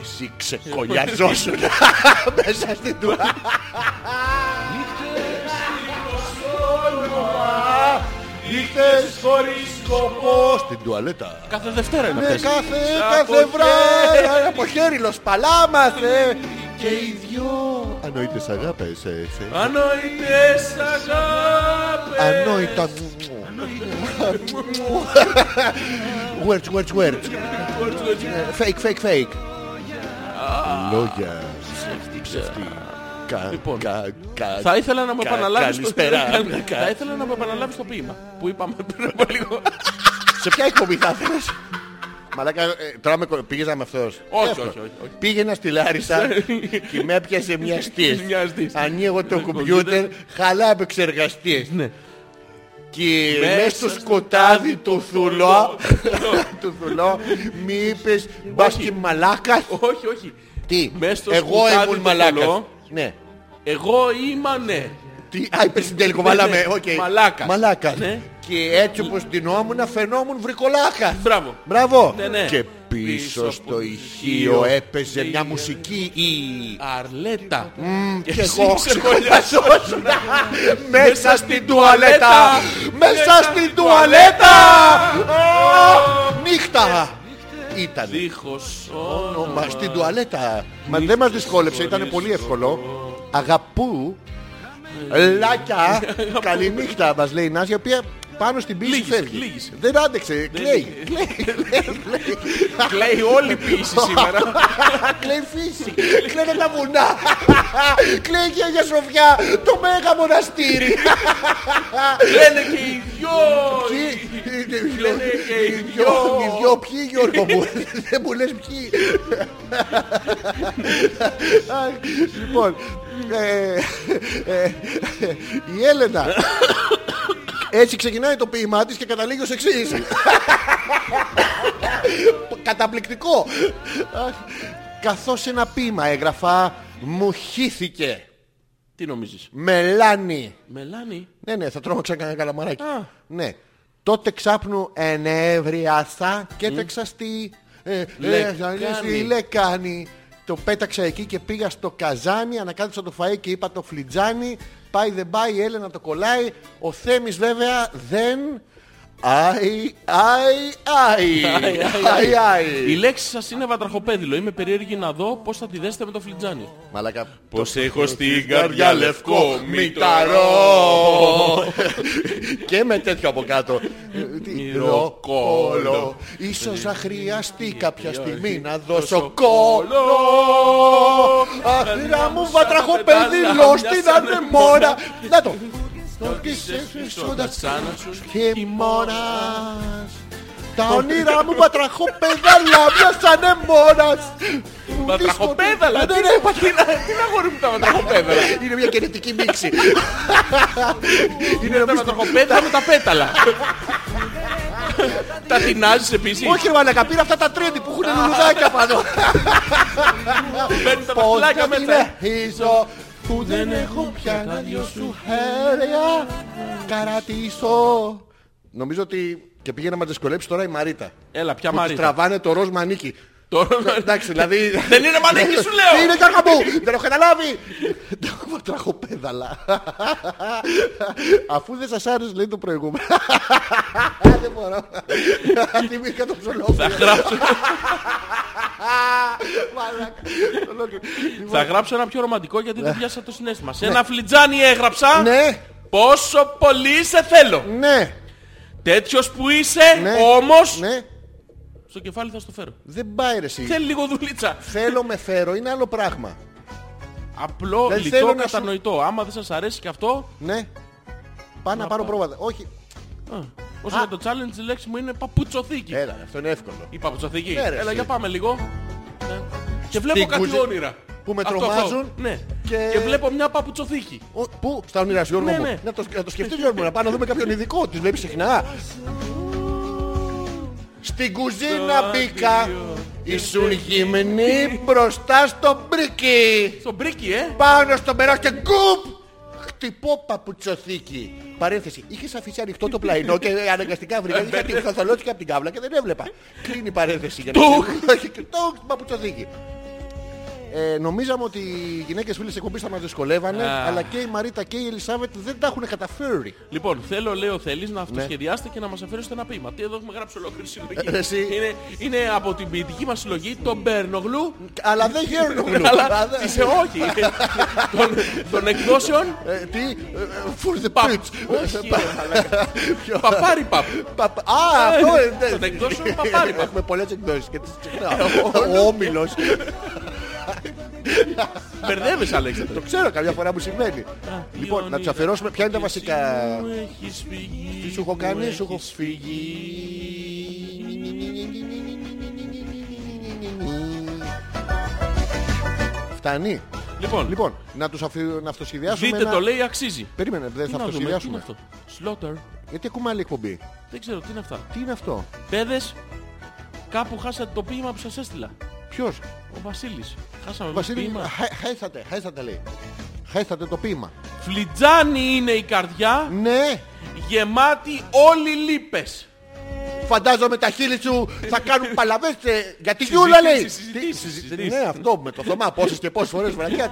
Speaker 2: εσύ ξεκολιαζόσουν (laughs) μέσα στην τουά. Νύχτες χωρίς σκοπό Στην τουαλέτα
Speaker 1: Κάθε Δευτέρα είναι
Speaker 2: Ναι,
Speaker 1: αυτές.
Speaker 2: κάθε,
Speaker 1: Από
Speaker 2: κάθε
Speaker 1: χέρι.
Speaker 2: βράδυ (laughs) από χέριλος παλάμαστε και οι δυο ανόητες αγάπες ε, σε-
Speaker 1: Ανόητες αγάπες.
Speaker 2: ανόητα (laughs) words words words fake fake fake λόγια ψεύτη Κα-
Speaker 1: Λοιπόν,
Speaker 2: κα- κα-
Speaker 1: Θα ήθελα να με
Speaker 2: κα-
Speaker 1: επαναλάβεις το...
Speaker 2: Καλησπέρα.
Speaker 1: (laughs) Θα ήθελα να με επαναλάβεις το ποίημα που είπαμε πριν από λίγο.
Speaker 2: Σε ποια εκπομπή θα ήθελες? Μαλάκα, ε, τώρα με κο- πήγαινα με αυτός.
Speaker 1: Όχι,
Speaker 2: Εύκολο.
Speaker 1: όχι, όχι, όχι.
Speaker 2: Πήγαινα στη
Speaker 1: (laughs)
Speaker 2: Λάρισα και με έπιασε μια στής.
Speaker 1: Μια στής.
Speaker 2: Ανοίγω το κομπιούτερ, χαλά επεξεργαστής.
Speaker 1: Ναι.
Speaker 2: Και
Speaker 1: Μέσα
Speaker 2: μέσα στο σκοτάδι του θουλό, (laughs) του θουλό, μη είπες μπας
Speaker 1: Όχι.
Speaker 2: και μαλάκας.
Speaker 1: Όχι, όχι.
Speaker 2: Τι,
Speaker 1: Μέσα στο
Speaker 2: εγώ
Speaker 1: σκοτάδι
Speaker 2: ήμουν
Speaker 1: του
Speaker 2: μαλάκας.
Speaker 1: θολό.
Speaker 2: Ναι.
Speaker 1: Εγώ είμαι ναι.
Speaker 2: Τι, α, είπες στην τέλικο,
Speaker 1: Ναι,
Speaker 2: βάλαμε,
Speaker 1: ναι.
Speaker 2: οκ.
Speaker 1: Μαλάκας.
Speaker 2: Μαλάκας.
Speaker 1: Ναι.
Speaker 2: Και έτσι όπως ντυνόμουν φαινόμουν βρικολάκας.
Speaker 1: Μπράβο.
Speaker 2: Μπράβο.
Speaker 1: Ναι, ναι.
Speaker 2: Και
Speaker 1: Πίσω
Speaker 2: πίσω στο
Speaker 1: από
Speaker 2: ηχείο
Speaker 1: το
Speaker 2: έπαιζε
Speaker 1: ηχείο.
Speaker 2: μια μουσική η...
Speaker 1: Αρλέτα.
Speaker 2: Και
Speaker 1: εσύ
Speaker 2: εγώ ξεκολλιαζόσουν μέσα στην τουαλέτα. Μέσα στην τουαλέτα. Α, Νύχτα. Ήταν
Speaker 1: Δίχως όνομα.
Speaker 2: όνομα στην τουαλέτα. Μα δεν μας δυσκόλεψε, ήταν πολύ εύκολο. Αγαπού. Λάκια. Καληνύχτα μας λέει η Νάση, η οποία πάνω στην πίεση
Speaker 1: Λύγησε,
Speaker 2: φεύγει.
Speaker 1: λύγησε.
Speaker 2: Δεν άντεξε, κλαίει.
Speaker 1: Κλαίει όλη η ποιήση σήμερα.
Speaker 2: Κλαίει φύση, κλαίνε τα βουνά, κλαίει η Αγία Σοφιά, το μέγα μοναστήρι.
Speaker 1: Λένε και οι δυο. Κλαίνε και οι
Speaker 2: Οι
Speaker 1: δυο.
Speaker 2: δυο, οι δυο ποιοι Γιώργο μου, δεν μου λες ποιοι. Αχ, Λοιπόν, ε, ε, η Έλενα έτσι ξεκινάει το ποίημά της και καταλήγει ως εξής. Καταπληκτικό. Αχ, Καθώς ένα ποίημα έγραφα μου χύθηκε
Speaker 1: Τι νομίζεις.
Speaker 2: μελάνι.
Speaker 1: Μελάνη.
Speaker 2: Ναι, ναι, θα τρώω ξανά κανένα καλαμαράκι.
Speaker 1: Α.
Speaker 2: Ναι. Τότε ξάπνου ενεύριασα και έτρεξα στη ε,
Speaker 1: Λεκάνη.
Speaker 2: ε, στη λεκάνη. Το πέταξα εκεί και πήγα στο καζάνι, ανακάτεψα το φαΐ και είπα το φλιτζάνι. Πάει δεν πάει, η Έλενα το κολλάει. Ο Θέμης βέβαια δεν... Αϊ, αϊ, αϊ. Αϊ,
Speaker 1: Η
Speaker 2: αϊ.
Speaker 1: λέξη σας είναι βατραχοπέδιλο. Είμαι περίεργη να δω πώς θα τη δέσετε με το φλιτζάνι.
Speaker 2: Μαλάκα.
Speaker 1: Πως έχω στην
Speaker 2: καρδιά λευκό μηταρό. και με τέτοιο από κάτω. Ε, τι, Ροκόλο. Ίσως να χρειαστεί κάποια στιγμή να δώσω κόλο. Αχ, μου βατραχό παιδιλό στην ανεμόνα. Να το. Να το
Speaker 1: Σαν να σου
Speaker 2: χειμώνας Τα όνειρά μου πατραχοπέδαλα πιάσανε μόνας. Μου
Speaker 1: Πατραχοπέδαλα.
Speaker 2: δίσκονται.
Speaker 1: Τι
Speaker 2: Ναι,
Speaker 1: είναι
Speaker 2: ναι,
Speaker 1: τι είναι- τι είναι αγόρι μου τα πατραχοπέδαλα.
Speaker 2: Είναι μια γενετική μίξη.
Speaker 1: Είναι τα πατραχοπέδαλα με τα πέταλα. Τα τεινάζεις επίσης.
Speaker 2: Όχι, ρε Μαλακά, πήρα αυτά τα τρέντι που έχουν λουλουδάκια πάνω.
Speaker 1: Παίρνει τα
Speaker 2: Πότε
Speaker 1: παχυλάκια
Speaker 2: ναι.
Speaker 1: μέσα.
Speaker 2: συνεχίζω που δεν έχω πια τα δυο σου χέρια καρατήσω. Νομίζω ότι και πήγε να μας δυσκολέψει τώρα η Μαρίτα.
Speaker 1: Έλα, πια
Speaker 2: Που της
Speaker 1: Μαρίτα.
Speaker 2: τραβάνε το ροζ μανίκι.
Speaker 1: Τώρα-
Speaker 2: Εντάξει, δηλαδή...
Speaker 1: (laughs) Δεν είναι μανίκι σου
Speaker 2: Τι
Speaker 1: λέω.
Speaker 2: είναι κάκα μου! Δεν έχω καταλάβει! Τα Πατραχοπέδαλα. Αφού δεν σας άρεσε λέει το προηγούμενο. (laughs) Δεν μπορώ. Θυμήθηκα το ψολόφιλο.
Speaker 1: Θα γράψω,
Speaker 2: Μαλάκα. Ολόκληρο.
Speaker 1: θα γράψω ένα πιο ρομαντικό γιατί δεν πιάσα το συνέστημα. Σε ένα φλιτζάνι έγραψα
Speaker 2: Ναι,
Speaker 1: πόσο πολύ σε θέλω.
Speaker 2: ναι.
Speaker 1: Τέτοιος που είσαι
Speaker 2: Ναι.
Speaker 1: όμως
Speaker 2: Ναι.
Speaker 1: στο κεφάλι θα στο φέρω.
Speaker 2: Δεν πάει ρε εσύ.
Speaker 1: Θέλει λίγο δουλίτσα.
Speaker 2: Θέλω με φέρω, είναι άλλο πράγμα.
Speaker 1: Απλό,
Speaker 2: Δεν θέλω
Speaker 1: λιτό,
Speaker 2: να σου-
Speaker 1: κατανοητό. Άμα δεν σας αρέσει και αυτό,
Speaker 2: Ναι. Πάω να πάρω πρόβατα. Όχι.
Speaker 1: α, όσο για το challenge η λέξη μου είναι παπουτσοθήκη.
Speaker 2: Έλα, ρε, αυτό είναι εύκολο.
Speaker 1: Η παπουτσοθήκη.
Speaker 2: Ναι, ρε,
Speaker 1: Έλα,
Speaker 2: εσύ.
Speaker 1: για πάμε λίγο. Ναι. Και βλέπω κάτι
Speaker 2: κουζι-
Speaker 1: όνειρα.
Speaker 2: που με
Speaker 1: Αυτό,
Speaker 2: τρομάζουν
Speaker 1: αυτό. Ναι.
Speaker 2: και-
Speaker 1: Και... βλέπω μια παπουτσοθήκη.
Speaker 2: Ο- Πού, στα όνειρά σου, Γιώργο
Speaker 1: Ναι,
Speaker 2: μου.
Speaker 1: ναι.
Speaker 2: Να το, να το σκεφτείς, Γιώργο μου, να πάω να δούμε κάποιον ειδικό. Τις βλέπεις συχνά. Στην κουζίνα
Speaker 1: Στο
Speaker 2: μπήκα,
Speaker 1: άδειο.
Speaker 2: ήσουν γυμνή μπροστά στο μπρίκι.
Speaker 1: Στον πρίκι, ε.
Speaker 2: Πάνω στο περό και γκουπ! Χτυπώ παπουτσοθήκη. Παρένθεση. Είχες αφήσει ανοιχτό το πλαϊνό και αναγκαστικά βρήκα. Είχα την καθολότσικα από την κάβλα και δεν έβλεπα. Κλείνει η παρένθεση για να
Speaker 1: Τουχ!
Speaker 2: ξέρουμε. Τουχ! Παπουτσοθήκη. Ε, νομίζαμε ότι οι γυναίκες φίλες εκπομπή θα μας δυσκολεύανε,
Speaker 1: Α.
Speaker 2: αλλά και η Μαρίτα και η Ελισάβετ δεν τα έχουν καταφέρει.
Speaker 1: Λοιπόν, θέλω, λέω, θέλεις
Speaker 2: Ναι.
Speaker 1: να αυτοσχεδιάσετε και να μας αφαιρέσετε ένα ποίημα. Τι εδώ έχουμε γράψει ολόκληρη συλλογή.
Speaker 2: Ρε Ε, εσύ.
Speaker 1: Είναι, είναι από την ποιητική μας συλλογή, τον Μπέρνογλου.
Speaker 2: Αλλά
Speaker 1: (laughs)
Speaker 2: δεν γέρνουν.
Speaker 1: Αλλά της- όχι. των, των εκδόσεων
Speaker 2: Ε, τι, ε, for the Ε,
Speaker 1: Παπ.
Speaker 2: pitch.
Speaker 1: Όχι, ρε, μαλάκα. Παπάρι παπ.
Speaker 2: Παπα- Α, αυτό ε, ναι.
Speaker 1: Των εκδόσεων παπάρι παπ.
Speaker 2: Έχουμε πολλές εκδόσεις και τις
Speaker 1: (laughs)
Speaker 2: ξεχνάω. Ο όμιλος.
Speaker 1: Μπερδεύεις,
Speaker 2: Το
Speaker 1: Αλέξανδρο.
Speaker 2: ξέρω, καμιά φορά μου συμβαίνει. (laughs) Λοιπόν, να τους αφαιρώσουμε. Ποια είναι τα βασικά. Τι σου έχω κάνει, σου έχω φύγει. Φτάνει.
Speaker 1: Λοιπόν,
Speaker 2: Λοιπόν, να τους αφι- να αυτοσχεδιάσουμε.
Speaker 1: δείτε
Speaker 2: ένα-
Speaker 1: το λέει αξίζει.
Speaker 2: Περίμενε, δεν
Speaker 1: Τι
Speaker 2: θα
Speaker 1: να δούμε, τι είναι
Speaker 2: αυτοσχεδιάσουμε.
Speaker 1: αυτό. Σλότερ.
Speaker 2: Γιατί ακούμε άλλη εκπομπή.
Speaker 1: Δεν ξέρω τι είναι αυτά.
Speaker 2: Τι είναι αυτό.
Speaker 1: Παιδες, κάπου χάσατε το ποίημα που σας έστειλα.
Speaker 2: Ποιος.
Speaker 1: Ο Βασίλης. Χάσαμε εμείς
Speaker 2: Βασίλη,
Speaker 1: ποίημα.
Speaker 2: χα- χαίσατε, χαίσατε λέει. Χαίσατε το ποίημα.
Speaker 1: Φλιτζάνι είναι η καρδιά,
Speaker 2: Ναι,
Speaker 1: γεμάτη όλοι λύπες.
Speaker 2: φαντάζομαι τα χείλη σου θα κάνουν παλαβές ε, για τη Γιούλα λέει.
Speaker 1: συζητήσεις,
Speaker 2: Τι-
Speaker 1: συζητήσεις.
Speaker 2: συζητήσεις. Ναι, αυτό με το θωμά. Πόσες και πόσες
Speaker 1: (laughs)
Speaker 2: φορές βραδιά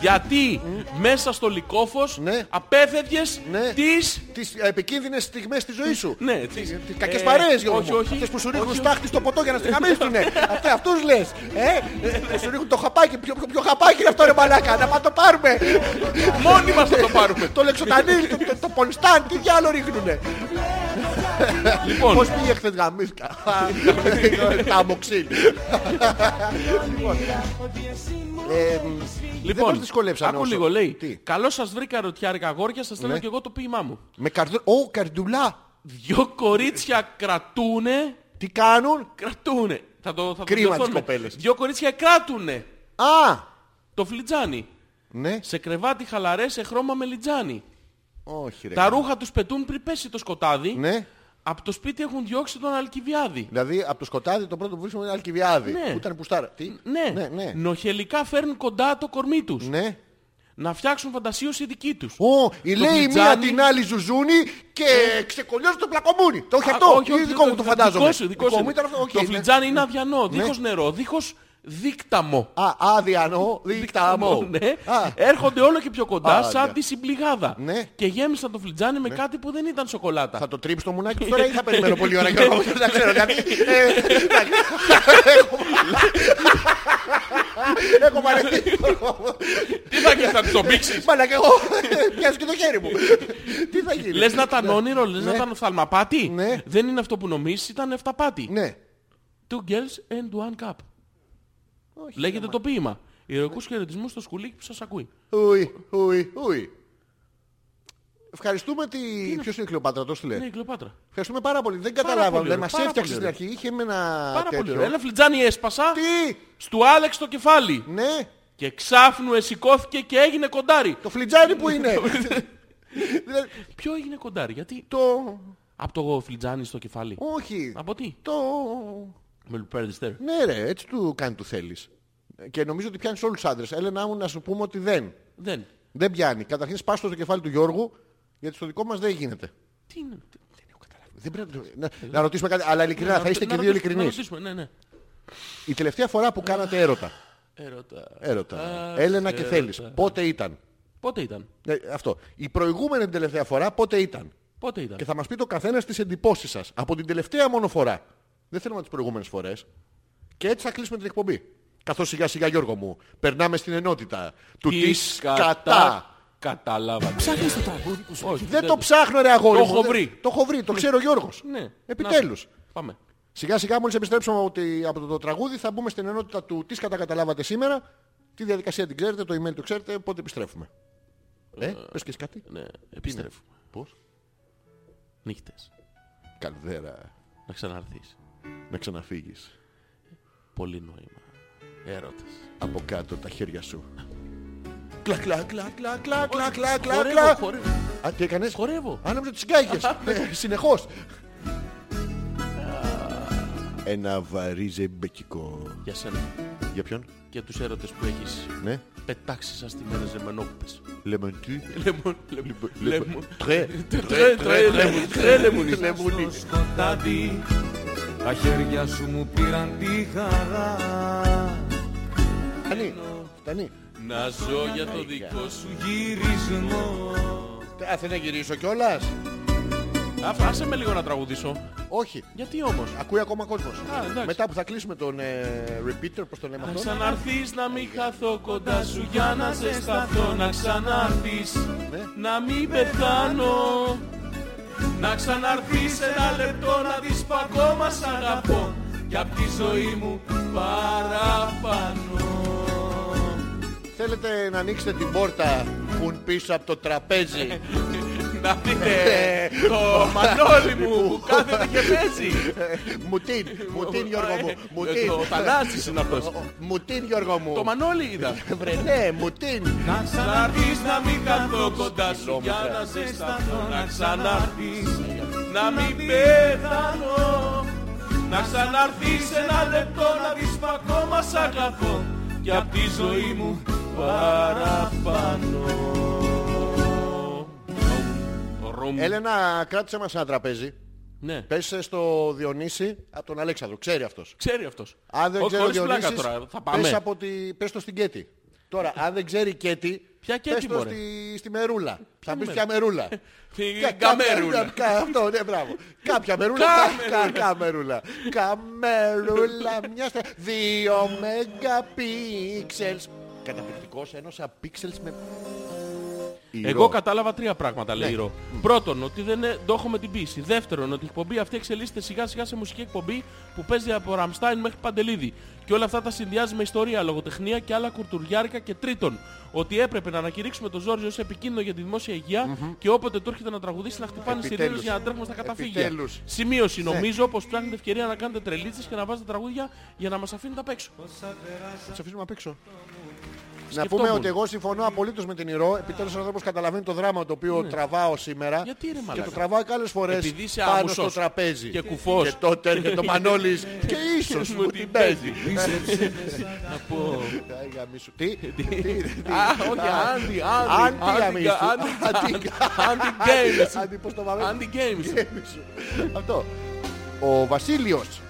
Speaker 1: Γιατί μέσα στο λυκόφος
Speaker 2: Ναι.
Speaker 1: απέφευγες
Speaker 2: Ναι.
Speaker 1: τις...
Speaker 2: Τις επικίνδυνες στιγμές της ζωής σου.
Speaker 1: Ναι, τις,
Speaker 2: Τις κακές
Speaker 1: ε,
Speaker 2: παρέες Γιώργο
Speaker 1: Όχι,
Speaker 2: μου.
Speaker 1: όχι.
Speaker 2: Αυτές που σου
Speaker 1: όχι, Ε,
Speaker 2: ρίχνουν
Speaker 1: όχι.
Speaker 2: στάχτη στο ποτό για να
Speaker 1: (laughs)
Speaker 2: στεγαμίσουνε. Αυτά αυτούς λες. Ε, ε, που σου ρίχνουν το χαπάκι. Ποιο, ποιο- ποιο χαπάκι είναι αυτό ρε μαλάκα. Να πάμε το
Speaker 1: (laughs)
Speaker 2: πάρουμε.
Speaker 1: Μόνοι μας θα το πάρουμε.
Speaker 2: το λεξοτανίλ, το, το, το πολιστάν. Τι διάλογο ρίχνουνε.
Speaker 1: λοιπόν,
Speaker 2: Πώς πήγε χθες
Speaker 1: (laughs)
Speaker 2: γαμίσκα. Τα αμοξύλ. Λοιπόν. Ε, Δεν μας
Speaker 1: λοιπόν
Speaker 2: δυσκολέψανε
Speaker 1: άκου
Speaker 2: όσο.
Speaker 1: λίγο λέει.
Speaker 2: Τι?
Speaker 1: Καλώς σας βρήκα ρωτιάρικα αγόρια, σας θέλω
Speaker 2: Ναι.
Speaker 1: και εγώ το ποίημά μου.
Speaker 2: Με καρδούλα. Ω, καρδουλά.
Speaker 1: Δυο κορίτσια κρατούνε,
Speaker 2: Τι κάνουν.
Speaker 1: κρατούνε. Θα το, θα το
Speaker 2: Κρίμα τις
Speaker 1: διορθώνουμε.
Speaker 2: κοπέλες.
Speaker 1: Δυο κορίτσια κράτουνε
Speaker 2: Α.
Speaker 1: το φλιτζάνι.
Speaker 2: Ναι.
Speaker 1: Σε κρεβάτι χαλαρέ, σε χρώμα με λιτζάνι.
Speaker 2: Όχι ρε.
Speaker 1: Τα ρούχα τους πετούν πριν πέσει το σκοτάδι.
Speaker 2: Ναι.
Speaker 1: Από το σπίτι έχουν διώξει τον Αλκιβιάδη.
Speaker 2: Δηλαδή από το σκοτάδι το πρώτο που βρίσκουμε είναι Αλκιβιάδη.
Speaker 1: Ναι.
Speaker 2: Που ήταν πουστάρα. Τι.
Speaker 1: Ναι.
Speaker 2: Ναι. Ναι.
Speaker 1: νοχελικά φέρνουν κοντά το κορμί τους.
Speaker 2: ναι.
Speaker 1: Να φτιάξουν φαντασίωση δική τους.
Speaker 2: Ω, η
Speaker 1: Το
Speaker 2: λέει η μία
Speaker 1: φλιτζάνι-
Speaker 2: την άλλη ζουζούνι και ξεκολλιάζει το πλακομούνι. Το όχι
Speaker 1: Α,
Speaker 2: αυτό. Ή δικό μου το φαντάζομαι.
Speaker 1: Δικό σου, δικό σου.
Speaker 2: μου ήταν αυτό. οκ,
Speaker 1: το
Speaker 2: ναι.
Speaker 1: φλιτζάνι είναι αδιανό, δίχως νερό, δίχως δίκταμο.
Speaker 2: Α, άδιανο, δικταμό.
Speaker 1: Ναι.
Speaker 2: Α,
Speaker 1: Έρχονται όλο και πιο κοντά,
Speaker 2: Α,
Speaker 1: σαν
Speaker 2: για.
Speaker 1: τη συμπληγάδα.
Speaker 2: Ναι.
Speaker 1: Και γέμισαν το φλιτζάνι με κάτι που δεν ήταν σοκολάτα.
Speaker 2: Θα το τρίψει το μουνάκι του τώρα ή θα περιμένω πολύ ώρα Γιώργο μου, δεν ξέρω γιατί. ε, εντάξει. Έχω- Έχω βαρεθεί.
Speaker 1: Τι θα γίνεις, θα της το πήξεις.
Speaker 2: Μάνα και εγώ. Πιάσω και το χέρι μου. Τι θα γίνει.
Speaker 1: Λες να ήταν όνειρο, λες να
Speaker 2: Ναι.
Speaker 1: ήταν οφθαλμαπάτη.
Speaker 2: Ναι.
Speaker 1: Δεν είναι αυτό που νομίζεις, ήταν εφταπάτη.
Speaker 2: Ναι.
Speaker 1: Two girls and one cup. Λέγεται
Speaker 2: Ναι.
Speaker 1: το ποίημα. Ηρωικούς χαιρετισμούς στο σκουλίκι που σας ακούει.
Speaker 2: Ουι, ουι, ουι. Ευχαριστούμε τη. Ποιο είναι η Κλεοπάτρα, το στείλε.
Speaker 1: Ναι, η Κλεοπάτρα.
Speaker 2: Ευχαριστούμε πάρα πολύ. Δεν
Speaker 1: πολύ
Speaker 2: καταλάβαμε.
Speaker 1: ωραία,
Speaker 2: Δεν μας
Speaker 1: πάρα
Speaker 2: έφτιαξες
Speaker 1: πολύ
Speaker 2: στην αρχή. Είχε με ένα.
Speaker 1: Πάρα πολύ
Speaker 2: τέτοιο.
Speaker 1: ωραία. Ένα φλιτζάνι έσπασα
Speaker 2: Τι!
Speaker 1: στο Άλεξ το κεφάλι.
Speaker 2: Ναι,
Speaker 1: Και ξάφνου εσηκώθηκε και έγινε κοντάρι.
Speaker 2: το φλιτζάρι
Speaker 1: Ναι. (laughs)
Speaker 2: που είναι. Δηλαδή,
Speaker 1: Ποιο έγινε κοντάρι, γιατί.
Speaker 2: το.
Speaker 1: Από το φλιτζάνι στο κεφάλι.
Speaker 2: Όχι.
Speaker 1: Από τι.
Speaker 2: Το.
Speaker 1: Με λουπέρδιστερ.
Speaker 2: Ναι, ρε, έτσι του κάνει του θέλεις. Και νομίζω ότι πιάνεις όλους τους άντρες. Έλενα μου να σου πούμε ότι δεν.
Speaker 1: Δεν.
Speaker 2: Δεν πιάνει. Καταρχήν σπάστο στο κεφάλι του Γιώργου, γιατί στο δικό μας δεν γίνεται.
Speaker 1: Τι είναι. τι- Δεν έχω καταλάβει.
Speaker 2: Δεν πρέπει να, να ρωτήσουμε κάτι. Αλλά ειλικρινά, Ναι, θα είστε
Speaker 1: Να
Speaker 2: και δύο
Speaker 1: ρωτήσουμε- Να
Speaker 2: ειλικρινεί.
Speaker 1: ρωτήσουμε, ναι, ναι.
Speaker 2: Η τελευταία φορά που κάνατε έρωτα.
Speaker 1: Έρωτα.
Speaker 2: Έρωτα.
Speaker 1: Αχ,
Speaker 2: Έλενα και
Speaker 1: έρωτα.
Speaker 2: θέλεις. Πότε ήταν.
Speaker 1: Πότε ήταν.
Speaker 2: Ε, αυτό. Η προηγούμενη την τελευταία φορά πότε Ε, ήταν.
Speaker 1: Πότε ήταν.
Speaker 2: Και θα μας πει το καθένας τις εντυπώσεις σας από την τελευταία μόνο φορά. Δεν θέλουμε τι προηγούμενες φορές. Και έτσι θα κλείσουμε την εκπομπή. Καθώς σιγά σιγά Γιώργο μου, περνάμε στην ενότητα του της κατά.
Speaker 1: Κατάλαβα. Ψάχνεις το τραγούδι που σου
Speaker 2: Δεν το ψάχνω ρε αγόρι
Speaker 1: Το
Speaker 2: μου.
Speaker 1: έχω
Speaker 2: Δεν-
Speaker 1: βρει.
Speaker 2: Το έχω βρει, το ξέρει ο Γιώργος.
Speaker 1: Ναι.
Speaker 2: Επιτέλους.
Speaker 1: Να, Πάμε.
Speaker 2: Σιγά σιγά μόλις επιστρέψουμε από, τη- από το, το τραγούδι θα μπούμε στην ενότητα του τι κατά καταλάβατε σήμερα. Τη διαδικασία την ξέρετε, το email το ξέρετε, πότε επιστρέφουμε. Ε, πες και εσύ κάτι.
Speaker 1: Ναι, επιστρέφουμε.
Speaker 2: Πώς.
Speaker 1: Νύχτες.
Speaker 2: Καλδέρα,
Speaker 1: Να ξαναρθείς.
Speaker 2: να ξαναφύγεις.
Speaker 1: Πολύ νόημα. Έρωτας.
Speaker 2: Από κάτω τα χέρια σου. Κλα, κλα, κλα, κλα, κλα, κλα, κλα, κλα,
Speaker 1: Χορεύω,
Speaker 2: κλα.
Speaker 1: χορεύω.
Speaker 2: Α, τι έκανες.
Speaker 1: Χορεύω.
Speaker 2: Άναψε τις γκάγες. Ε, Συνεχώς. Ένα βαρύ ζεμπεκικό.
Speaker 1: Για σένα.
Speaker 2: Για ποιον,
Speaker 1: Και τους έρωτες που έχεις
Speaker 2: ναι.
Speaker 1: πετάξεις σαν στη μέρα ζεμενόκουπες.
Speaker 2: Λεμοντή.
Speaker 1: Λεμον,
Speaker 2: Λοιπόν,
Speaker 1: λεμον, λεμον.
Speaker 2: Τρε.
Speaker 1: Τρε, τρε, λεμον, τρε, λεμονί.
Speaker 2: Λεμονί.
Speaker 6: σκοτάδι Τα χέρια σου μου πήραν τη χαρά
Speaker 2: Φτάνει. Φτάνει.
Speaker 1: Να ζω για το δικό σου.
Speaker 6: Σου γυρίζμο
Speaker 2: Α, θέλω να γυρίσω κιόλας.
Speaker 1: Α, Άσε με λίγο να τραγουδήσω.
Speaker 2: Όχι.
Speaker 1: Γιατί όμως.
Speaker 2: Ακούει ακόμα κόσμος.
Speaker 1: Α, εντάξει.
Speaker 2: Μετά που θα κλείσουμε τον ε, repeater, πως τον λέμε
Speaker 1: Να
Speaker 2: αυτόν.
Speaker 1: ξαναρθείς να μην χαθώ κοντά σου για να σε σταθώ Να ξαναρθείς να μην πεθάνω Να ξαναρθείς ένα λεπτό να δεις που ακόμα σ' αγαπώ Και απ' τη ζωή μου παραπάνω
Speaker 2: Θέλετε ε, να ανοίξετε την πόρτα που είναι πίσω από το τραπέζι.
Speaker 1: Να δείτε το μανόλι μου που κάθεται και παίζει
Speaker 2: Μουτίν, μουτίν Γιώργο μου. Μουτίν.
Speaker 1: Ε, Το Θανάσης είναι αυτός
Speaker 2: Μουτίν Γιώργο μου.
Speaker 1: Το μανόλι είδα
Speaker 2: Βρε, ναι, μουτίν.
Speaker 6: Να
Speaker 1: Ξαναρθείς να μην καθώ κοντά σου
Speaker 2: Χιλόμετρα.
Speaker 1: για να σε σταθώ Να ξαναρθείς να μην πεθάνω Να ξαναρθείς ένα λεπτό να δεις που ακόμα σ' αγαπώ Και απ' τη ζωή μου παραπάνω
Speaker 2: Έλενα, κράτησε μας ένα τραπέζι.
Speaker 1: Ναι,
Speaker 2: Πες στο Διονύση από τον Αλέξανδρο. Ξέρει αυτός.
Speaker 1: ξέρει αυτός
Speaker 2: Αν δεν
Speaker 1: Χω-
Speaker 2: ξέρει ο
Speaker 1: χωρίς πλάκα
Speaker 2: Διονύσης,
Speaker 1: τώρα, θα
Speaker 2: πες,
Speaker 1: πάμε
Speaker 2: από τη, πες το στην Κέτη. Τώρα, αν δεν ξέρει η Κέτη,
Speaker 1: Ποια
Speaker 2: πες
Speaker 1: Κέτη,
Speaker 2: το
Speaker 1: μωρέ?
Speaker 2: στη, στη Μερούλα. θα πεις
Speaker 1: Μερούλα?
Speaker 2: ποια Μερούλα.
Speaker 1: Την
Speaker 2: Κα-
Speaker 1: Καμερούλα.
Speaker 2: κάποια- κα- Αυτό, ναι, μπράβο. Κάποια Μερούλα, κα- κα- Καμερούλα. Καμερούλα, μια στα... Δύο μεγαπίξελς. Καταπληκτικός, ένωσα πίξελς με...
Speaker 1: Εγώ κατάλαβα τρία πράγματα,
Speaker 2: Ναι.
Speaker 1: λέει η Ρο. Πρώτον, ότι δεν ε, το έχω με την πίση. Δεύτερον, ότι η εκπομπή αυτή εξελίσσεται σιγά σιγά σε μουσική εκπομπή που παίζει από Ραμστάιν μέχρι Παντελίδη. Και όλα αυτά τα συνδυάζει με ιστορία, λογοτεχνία και άλλα κουρτουριάρικα. Και τρίτον, ότι έπρεπε να ανακηρύξουμε τον Ζόρζι ως επικίνδυνο για τη δημόσια υγεία και όποτε του έρχεται να τραγουδήσει να χτυπάνε
Speaker 2: Επιτέλους.
Speaker 1: σιρήνε για να τρέχουμε στα καταφύγια.
Speaker 2: Επιτέλους. Ναι.
Speaker 1: Σημείωση, νομίζω πως ψάχνετε ευκαιρία να κάνετε τρελίτσες και να βάζετε τραγούδια για να μας αφήνετε απ' έξω.
Speaker 2: Θα σε αφήσουμε απ' έξω. Να
Speaker 1: Σκεφτόμουν.
Speaker 2: πούμε ότι εγώ συμφωνώ απολύτως με την Ηρώ. Επιτέλους ένας άνθρωπος καταλαβαίνει το δράμα το οποίο τραβάω σήμερα.
Speaker 1: Ναι. Γιατί, ρε,
Speaker 2: και
Speaker 1: μαλάκα?
Speaker 2: το τραβάω και άλλες φορές
Speaker 1: Επειδή είσαι
Speaker 2: πάνω
Speaker 1: άμουσος
Speaker 2: στο τραπέζι.
Speaker 1: και κουφός.
Speaker 2: Και τότε
Speaker 1: (laughs)
Speaker 2: έρχεται ο Μανώλης και ίσως μου την παίζει.
Speaker 1: Να πω.
Speaker 2: Άι, γαμίσου. Τι, τι,
Speaker 1: Α, όχι, άντι, άντι.
Speaker 2: Αντιγαμίσου.
Speaker 1: Games.
Speaker 2: Άντι, πώς το πάμε.
Speaker 1: Άντι Games.
Speaker 2: Γαμίσου. Αυτό. Ο Βασίλειος.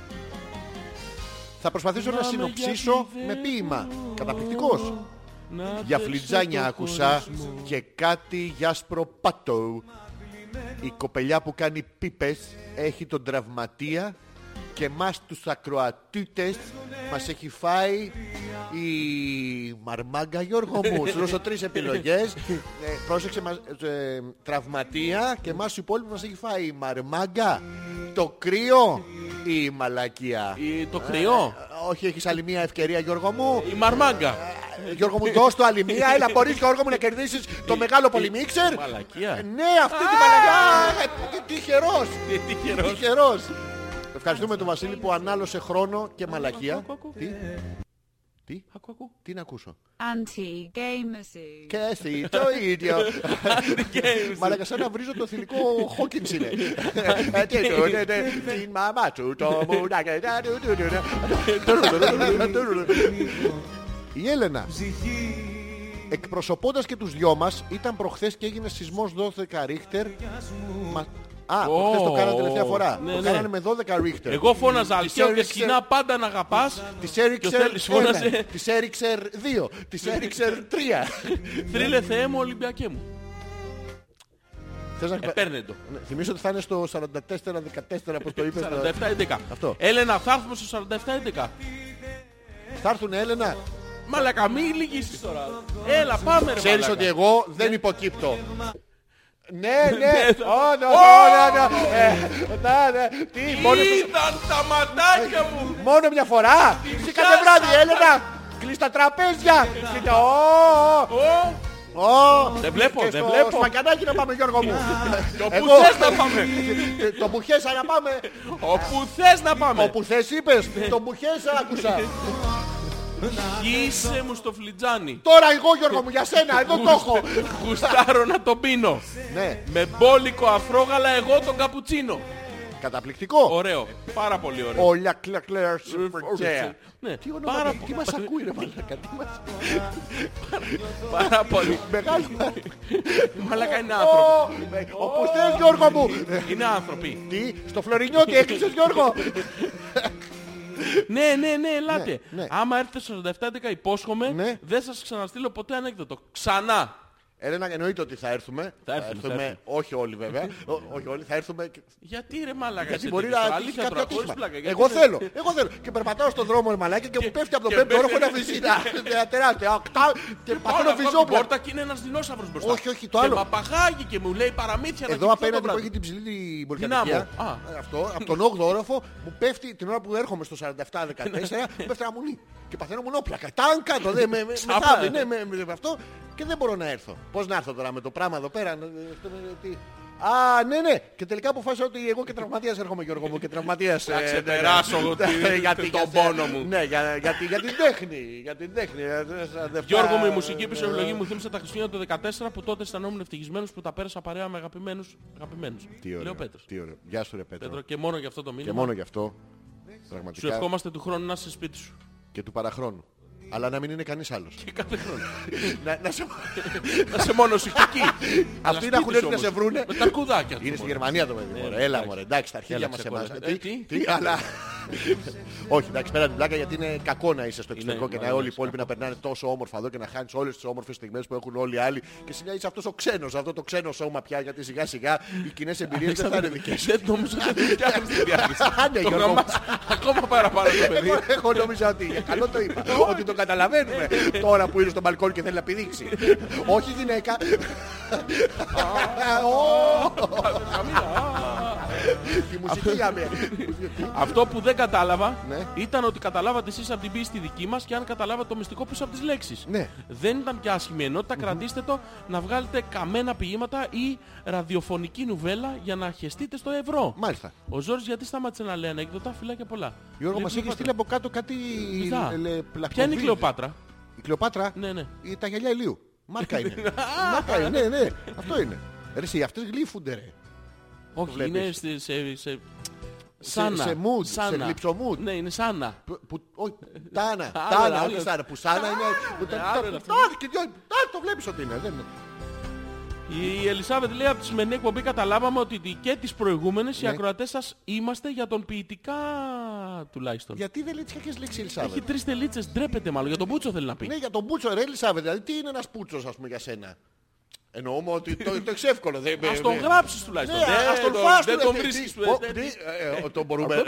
Speaker 2: Θα προσπαθήσω να
Speaker 1: με
Speaker 2: συνοψίσω
Speaker 1: γιατί
Speaker 2: με
Speaker 1: δεν
Speaker 2: ποίημα.
Speaker 1: μπορώ.
Speaker 2: Καταπληκτικός.
Speaker 1: Να
Speaker 2: Για
Speaker 1: πες
Speaker 2: φλιτζάνια
Speaker 1: το
Speaker 2: άκουσα
Speaker 1: χωρισμό.
Speaker 2: και κάτι για σπροπάτο. Η κοπελιά που κάνει πίπες έχει τον τραυματία και μας τους ακροατήτες μας έχει φάει η μαρμάγκα Γιώργο μου. Σου δώσω τρεις επιλογές. Ε, πρόσεξε μας, ε, τραυματία και μας οι υπόλοιποι μας έχει φάει η μαρμάγκα, το κρύο ή η μαλακία.
Speaker 1: Ε, Το κρυό.
Speaker 2: Ε, Όχι, έχεις άλλη μια ευκαιρία Γιώργο μου.
Speaker 1: Η μαρμάγκα.
Speaker 2: Γιώργο
Speaker 1: ε,
Speaker 2: μου, δώσ' το άλλη μία. Έλα, μπορείς Γιώργο μου να κερδίσεις το μεγάλο
Speaker 1: ε,
Speaker 2: πολυμίξερ.
Speaker 1: Μαλακία.
Speaker 2: Ναι, αυτή τη μαλακιά. Α, ε, τι- Τυχερός.
Speaker 1: Ε, Τυχερός.
Speaker 2: Τυχερός. Ευχαριστούμε τον Βασίλη που ανάλωσε χρόνο και μαλακία. Τι, τι,
Speaker 1: Ακού, ακού.
Speaker 2: τι να ακούσω.
Speaker 5: Anti-gay masseuse.
Speaker 2: Και εσύ το ίδιο. Μαλάκα σαν να βρίζω το θηλυκό Χόκκινς
Speaker 1: (laughs)
Speaker 2: είναι. Ε, τι του, ναι, ναι, Την μαμά του το μουνάκι. τα, του, του, του, του. Η Έλενα, εκπροσωπώντας και τους δυο μας, ήταν προχθές και έγινε σεισμός 12 ρίχτερ. Μα- Α, προχθές το κάνανε τελευταία φορά.
Speaker 1: Ναι,
Speaker 2: Το
Speaker 1: ναι.
Speaker 2: κάνανε με 12 ρίχτερ.
Speaker 1: Εγώ φώναζα αλκαίο και
Speaker 2: έριξε-
Speaker 1: σκηνά πάντα να αγαπάς.
Speaker 2: Της έριξερ
Speaker 1: θέλει, φώναζε.
Speaker 2: 1, της έριξερ 2, της έριξερ
Speaker 1: (laughs)
Speaker 2: 3.
Speaker 1: Θρύλε Θεέ μου, Ολυμπιακέ μου.
Speaker 2: Θες να-
Speaker 1: Ε, Παίρνε το.
Speaker 2: Ναι, Θυμίζω ότι θα είναι στο 44-14 όπως το είπες.
Speaker 1: 47-11.
Speaker 2: Αυτό.
Speaker 1: Έλενα, θα έρθουμε στο 47-11.
Speaker 2: Θα έρθουν Έλενα.
Speaker 1: Μαλακα, μη λυγίσεις τώρα. Έλα, πάμε ρε
Speaker 2: Ξέρεις
Speaker 1: μαλάκα.
Speaker 2: ότι εγώ δεν υποκύπτω. Ναι, ναι,
Speaker 1: Ναι, θα-
Speaker 2: όντω,
Speaker 1: Ω!
Speaker 2: όντω, ναι, τι, μόνο,
Speaker 1: Ήταν τα ματάκια μου.
Speaker 2: μόνο μια φορά, σε κάθε
Speaker 1: πιάσα.
Speaker 2: βράδυ, Έλενα, κλείς τα τραπέζια, κλείς τα,
Speaker 1: Ω,
Speaker 2: ω, ω, ω.
Speaker 1: Δεν βλέπω,
Speaker 2: Και
Speaker 1: δεν
Speaker 2: στο
Speaker 1: βλέπω.
Speaker 2: σπακιανάκι να πάμε, Γιώργο μου.
Speaker 1: Όπου
Speaker 2: Εγώ-
Speaker 1: θες να πάμε.
Speaker 2: Το μπουχέσα να πάμε,
Speaker 1: Όπου θες να πάμε.
Speaker 2: Ε, όπου θες είπες, το μπουχέσα άκουσα.
Speaker 1: Γύσε μου στο φλιτζάνι.
Speaker 2: Τώρα εγώ, Γιώργο μου, για σένα, εδώ το έχω.
Speaker 1: Γουστάρω να τον πίνω.
Speaker 2: Ναι,
Speaker 1: Με μπόλικο αφρόγαλα εγώ τον καπουτσίνο.
Speaker 2: καταπληκτικό.
Speaker 1: Ωραίο. Πάρα πολύ ωραίο.
Speaker 2: Όλα κλακλέρ σούπερ
Speaker 1: Ναι.
Speaker 2: Τι
Speaker 1: Πάρα
Speaker 2: όνομα,
Speaker 1: πο-
Speaker 2: τι μας ακούει ρε μαλάκα, τι μας...
Speaker 1: Πάρα πολύ.
Speaker 2: Μεγάλη
Speaker 1: Μαλάκα είναι άνθρωποι.
Speaker 2: Ω, Όπου θες Γιώργο μου.
Speaker 1: Είναι άνθρωποι.
Speaker 2: Τι, στο Φλωρινιώτη έκλεισες Γιώργο.
Speaker 1: Ναι, ναι, ναι, ελάτε.
Speaker 2: Ναι, ναι.
Speaker 1: Άμα έρθετε στο 47-11
Speaker 2: Ναι.
Speaker 1: υπόσχομαι, δεν σας ξαναστείλω ποτέ ανέκδοτο. Ξανά.
Speaker 2: Έλενα εννοείται ότι θα έρθουμε.
Speaker 1: Θα έρθουμε, θα έρθουμε.
Speaker 2: όχι όλοι βέβαια.
Speaker 1: (laughs)
Speaker 2: Ό, όχι όλοι, θα έρθουμε. και-
Speaker 1: Γιατί ρε μάλακα.
Speaker 2: Γιατί
Speaker 1: είσαι
Speaker 2: μπορεί
Speaker 1: τέτοιος,
Speaker 2: να τύχει
Speaker 1: αλήθεια
Speaker 2: κάποιο
Speaker 1: τώρα, χωρίς
Speaker 2: ατύχημα.
Speaker 1: πλάκα, γιατί
Speaker 2: Εγώ
Speaker 1: δεν-
Speaker 2: θέλω, εγώ θέλω. Και περπατάω στον δρόμο ρε μαλάκα και μου πέφτει από το
Speaker 1: και
Speaker 2: πέμπτο όροφο
Speaker 1: πέφτει.
Speaker 2: ένα βυζίνα. Ε, (laughs) Τεράστια. Ακτά, Και
Speaker 1: Πάω
Speaker 2: παθαίνω
Speaker 1: να βγω την
Speaker 2: βυζόπλα.
Speaker 1: πόρτα και είναι ένας δεινόσαυρος μπροστά.
Speaker 2: Όχι, όχι, το
Speaker 1: Και
Speaker 2: άλλο.
Speaker 1: παπαγάγει και μου λέει παραμύθια να
Speaker 2: Εδώ
Speaker 1: κοιμηθώ το
Speaker 2: απέναντι που
Speaker 1: βράδυ.
Speaker 2: έχει την ψηλή την πολυκατοικία.
Speaker 1: Α.
Speaker 2: Αυτό, από τον 8ο όροφο, μου πέφτει την ώρα που έρχομαι στο 47-14, μου πέφτει ένα μουνί. Και παθαίνω μουνόπλακα. Ταν κάτω, δε, με, με, με
Speaker 1: Ξάπλα,
Speaker 2: θάβει,
Speaker 1: ε.
Speaker 2: ναι, με, με- με αυτό και δεν μπορώ να έρθω. Πώς να έρθω τώρα με το πράγμα εδώ πέρα. να- αυτό, ε, τι- Α, ναι, ναι. Και τελικά αποφάσισα ότι εγώ και τραυματίας έρχομαι, Γιώργο μου, και τραυματίας. ε,
Speaker 1: Θα
Speaker 2: ναι, ναι.
Speaker 1: ξεπεράσω εγώ τη-
Speaker 2: Ναι, γιατί-
Speaker 1: τον
Speaker 2: γιατί-
Speaker 1: πόνο μου.
Speaker 2: Ναι, για, γιατί, για την τέχνη. Για την τέχνη. ε, ε, σαν δευτά-
Speaker 1: Γιώργο μου, η μουσική επισευλογή
Speaker 2: Ε,
Speaker 1: μου θύμισε τα Χριστούγεννα του 14 που τότε αισθανόμουν ευτυχισμένος που τα πέρασα παρέα με αγαπημένους. αγαπημένους.
Speaker 2: Τι ωραίο.
Speaker 1: Λέω Πέτρος.
Speaker 2: Τι ωραίο. Γεια σου, ρε Πέτρο.
Speaker 1: Πέτρο και μόνο για αυτό το
Speaker 2: Και
Speaker 1: μήνυμα.
Speaker 2: μόνο γι' αυτό.
Speaker 1: Σου
Speaker 2: Πραγματικά.
Speaker 1: ευχόμαστε του χρόνου να είσαι σπίτι σου.
Speaker 2: και του παραχρόνου. Αλλά να μην είναι κανείς άλλος.
Speaker 1: Και κάθε χρόνο.
Speaker 2: να, να σε...
Speaker 1: να είσαι μόνος σου και εκεί. Αλλά
Speaker 2: Αυτοί
Speaker 1: σπίτι
Speaker 2: να έχουν
Speaker 1: σου
Speaker 2: έρθει να
Speaker 1: όμως.
Speaker 2: σε βρούνε.
Speaker 1: Με τα κουδάκια τους.
Speaker 2: Είναι στη
Speaker 1: μόνο.
Speaker 2: Γερμανία το παιδί. μωρέ. Έλα μωρέ, εντάξει, τα αρχίδια
Speaker 1: Έλα,
Speaker 2: μας εμάς.
Speaker 1: ξεκόλα. Ε, τι?
Speaker 2: αλλά... Όχι, εντάξει, πέρα την πλάκα γιατί είναι κακό να είσαι στο εξωτερικό
Speaker 1: Είναι,
Speaker 2: και να
Speaker 1: είναι,
Speaker 2: όλοι
Speaker 1: είναι
Speaker 2: οι υπόλοιποι να περνάνε τόσο όμορφα εδώ και να χάνεις όλες τις όμορφες στιγμές που έχουν όλοι οι άλλοι και εσύ να είσαι αυτός ο ξένος, αυτό το ξένο σώμα πια γιατί σιγά σιγά οι κοινές εμπειρίες δεν θα είναι δικές σου.
Speaker 1: Δεν νομίζω ότι
Speaker 2: (laughs)
Speaker 1: δεν φτιάχνεις τη διάθεση. (laughs)
Speaker 2: Α, ναι,
Speaker 1: Το
Speaker 2: Γιώργο μου.
Speaker 1: γραμμάς ακόμα παραπάνω το παιδί.
Speaker 2: Εγώ- Εγώ νόμιζα ότι για καλό το είπα. ότι το
Speaker 1: (laughs)
Speaker 2: καταλαβαίνουμε τώρα που είναι στο μπαλκόνι και θέλει να πηδήξει. Όχι γυναίκα. Ω, Τη μουσική για μένα.
Speaker 1: Αυτό που δεν κατάλαβα
Speaker 2: Ναι.
Speaker 1: ήταν ότι καταλάβατε εσείς από την πίστη δική μας και αν καταλάβατε το μυστικό πίσω από τις λέξεις.
Speaker 2: Ναι.
Speaker 1: Δεν ήταν πια άσχημη ενότητα, κρατήστε το να βγάλετε καμένα ποίηματα ή ραδιοφωνική νουβέλα για να χεστείτε στο ευρώ.
Speaker 2: Μάλιστα.
Speaker 1: Ο Ζόρις γιατί σταμάτησε να λέει ανέκδοτα, φυλάκια πολλά.
Speaker 2: Γιώργο,
Speaker 1: Λέει
Speaker 2: μας έχεις
Speaker 1: Ε, Κλεοπάτρα.
Speaker 2: στείλει από κάτω κάτι ε,
Speaker 1: Ζητά.
Speaker 2: λε-
Speaker 1: Ποια είναι η
Speaker 2: πλακοβίδες.
Speaker 1: Κλεοπάτρα.
Speaker 2: Η Κλεοπάτρα,
Speaker 1: Ναι, ναι.
Speaker 2: η- τα γυαλιά ηλίου. Μάρκα
Speaker 7: (laughs)
Speaker 2: είναι. Μάρκα είναι, ναι, ναι. Αυτό είναι. Ρε, εσύ, αυτές γλύφουνται, ρε.
Speaker 1: Όχι,
Speaker 2: βλέπεις.
Speaker 1: είναι στη- σε... σε... Σάνα.
Speaker 2: σε mood,
Speaker 1: σάνα.
Speaker 2: σε γλυψομοod.
Speaker 1: Ναι, είναι σάνα.
Speaker 2: Που- που- όχι,
Speaker 7: (laughs)
Speaker 2: Τάνα,
Speaker 1: Άλλο,
Speaker 2: Τάνα,
Speaker 1: άλλο.
Speaker 2: όχι Σάνα, που Σάνα είναι... που τα-
Speaker 1: ναι,
Speaker 2: τα-
Speaker 1: άλλο είναι αυτό.
Speaker 2: Τάνα, και δυο- Τάνα, το βλέπεις ότι είναι. δεν είναι.
Speaker 1: Η Ελισάβετ λέει από τη σημερινή εκπομπή καταλάβαμε ότι και τις προηγούμενες οι
Speaker 7: Ναι.
Speaker 1: ακροατές σας είμαστε για τον ποιητικά τουλάχιστον.
Speaker 2: Γιατί δεν λέει τις κακές λέξεις, Ελισάβετ.
Speaker 1: Έχει τρεις
Speaker 7: Ναι,
Speaker 1: τελίτσες, ντρέπεται μάλλον. Για τον Μπούτσο θέλει να πει.
Speaker 2: Ναι, για τον Πούτσο, ρε Ελισάβετ, δηλαδή τι είναι ένας Πούτσος, ας πούμε, για σένα.
Speaker 7: Εννοούμε ότι το, το εξεύκολο. Δεν,
Speaker 1: Ας τον
Speaker 7: δεν-
Speaker 1: γράψεις τουλάχιστον.
Speaker 7: Ναι,
Speaker 1: Δεν
Speaker 7: ας τον
Speaker 1: το-
Speaker 7: φας
Speaker 1: δεν
Speaker 7: του,
Speaker 1: τον
Speaker 7: ρε,
Speaker 1: βρίσκεις
Speaker 7: τι-
Speaker 1: του, ε,
Speaker 7: ο,
Speaker 1: δεν-
Speaker 7: τι, ε, (laughs) ε, Τον μπορούμε.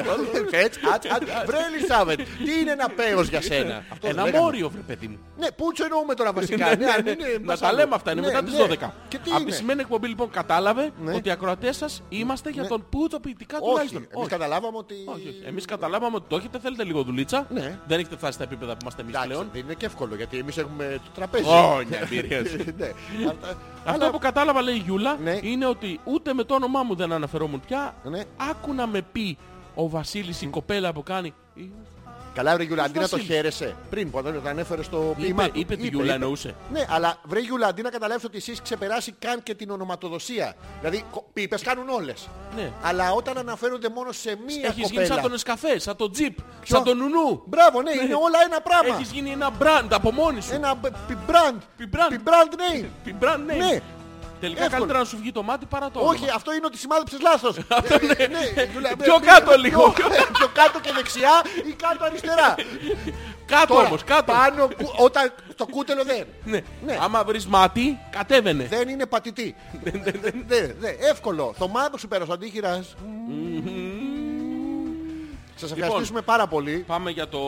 Speaker 7: Έτσι, άτς, άτς. Βρε Ελισάβετ, τι είναι ένα πέος για σένα. Αυτό
Speaker 1: Ένα
Speaker 7: λέγαμε.
Speaker 1: μόριο, βρε παιδί μου.
Speaker 7: Ναι, πούτσο εννοούμε τώρα βασικά. ναι, αν είναι
Speaker 1: να
Speaker 7: μας
Speaker 1: τα
Speaker 7: άλλο.
Speaker 1: λέμε αυτά, είναι
Speaker 7: Ναι,
Speaker 1: μετά τις
Speaker 7: ναι.
Speaker 1: 12.
Speaker 7: Και τι
Speaker 1: Από τη
Speaker 7: είναι.
Speaker 1: σημαίνει εκπομπή λοιπόν κατάλαβε
Speaker 7: Ναι.
Speaker 1: ότι οι ακροατές σας είμαστε για τον Πούτσο ποιητικά
Speaker 7: Όχι,
Speaker 1: τουλάχιστον.
Speaker 7: εμείς καταλάβαμε ότι...
Speaker 1: Όχι, όχι. Εμείς καταλάβαμε ότι το έχετε, θέλετε λίγο δουλίτσα.
Speaker 7: Ναι.
Speaker 1: Δεν έχετε φτάσει στα επίπεδα που είμαστε εμείς
Speaker 7: Εντάξει, Ναι.
Speaker 1: πλέον.
Speaker 7: Δεν είναι και εύκολο γιατί εμείς έχουμε το τραπέζι.
Speaker 1: Όνια εμπειρίες.
Speaker 7: (laughs) Ναι. Αυτά-
Speaker 1: Αυτό που κατάλαβα λέει η Γιούλα
Speaker 7: Ναι.
Speaker 1: είναι ότι ούτε με το όνομά μου δεν αναφερόμουν πια.
Speaker 7: Ναι.
Speaker 1: Άκου να με πει ο Βασίλης η κοπέλα που κάνει. Ε,
Speaker 7: Καλά, ρε Γιούλα, αντί να το
Speaker 1: Βασίλης.
Speaker 7: χαίρεσαι. Πριν, που όταν ανέφερε στο
Speaker 1: Είπε,
Speaker 7: ποίημά του.
Speaker 1: είπε τη Γιούλα
Speaker 7: είπε.
Speaker 1: εννοούσε.
Speaker 7: Ναι, αλλά βρε Γιούλα, αντί να καταλάβεις ότι εσείς ξεπεράσει καν και την ονοματοδοσία. Δηλαδή, κο- πίπες κάνουν όλες.
Speaker 1: Ναι.
Speaker 7: Αλλά όταν αναφέρονται μόνο σε μία
Speaker 1: Έχεις γίνει σαν
Speaker 7: κοπέλα.
Speaker 1: τον Εσκαφέ, σαν τον Τζιπ, σαν τον Νουνού.
Speaker 7: Μπράβο, ναι, είναι όλα ένα πράγμα.
Speaker 1: Έχεις γίνει ένα μπραντ από μόνη σου.
Speaker 7: Ένα μπ- πι- brand.
Speaker 1: Πι-brand.
Speaker 7: Πι- brand name.
Speaker 1: Την brand name.
Speaker 7: Ναι.
Speaker 1: Τελικά
Speaker 7: Εύκολο.
Speaker 1: καλύτερα να σου βγει το μάτι παρά το
Speaker 7: Όχι,
Speaker 1: όνομα.
Speaker 7: αυτό είναι ότι σημάδεψες
Speaker 1: (laughs)
Speaker 7: λάθος. Ε, ε, ναι, Γιούλα,
Speaker 1: Πιο
Speaker 7: ναι,
Speaker 1: κάτω
Speaker 7: ναι,
Speaker 1: λίγο.
Speaker 7: πιο- Πιο κάτω και δεξιά ή
Speaker 1: (laughs)
Speaker 7: κάτω αριστερά.
Speaker 1: Κάτω
Speaker 7: Τώρα,
Speaker 1: όμως, κάτω.
Speaker 7: Πάνω, κου- όταν το κούτελο δεν.
Speaker 1: Ναι.
Speaker 7: Ναι.
Speaker 1: Άμα βρεις μάτι, κατέβαινε.
Speaker 7: Δεν είναι πατητή.
Speaker 1: Ναι,
Speaker 7: Δε- δε, Ναι, Εύκολο. Το μάτι σου πέρασε ο αντίχειρας. Σας
Speaker 1: Λοιπόν,
Speaker 7: ευχαριστούμε πάρα πολύ.
Speaker 1: Πάμε για το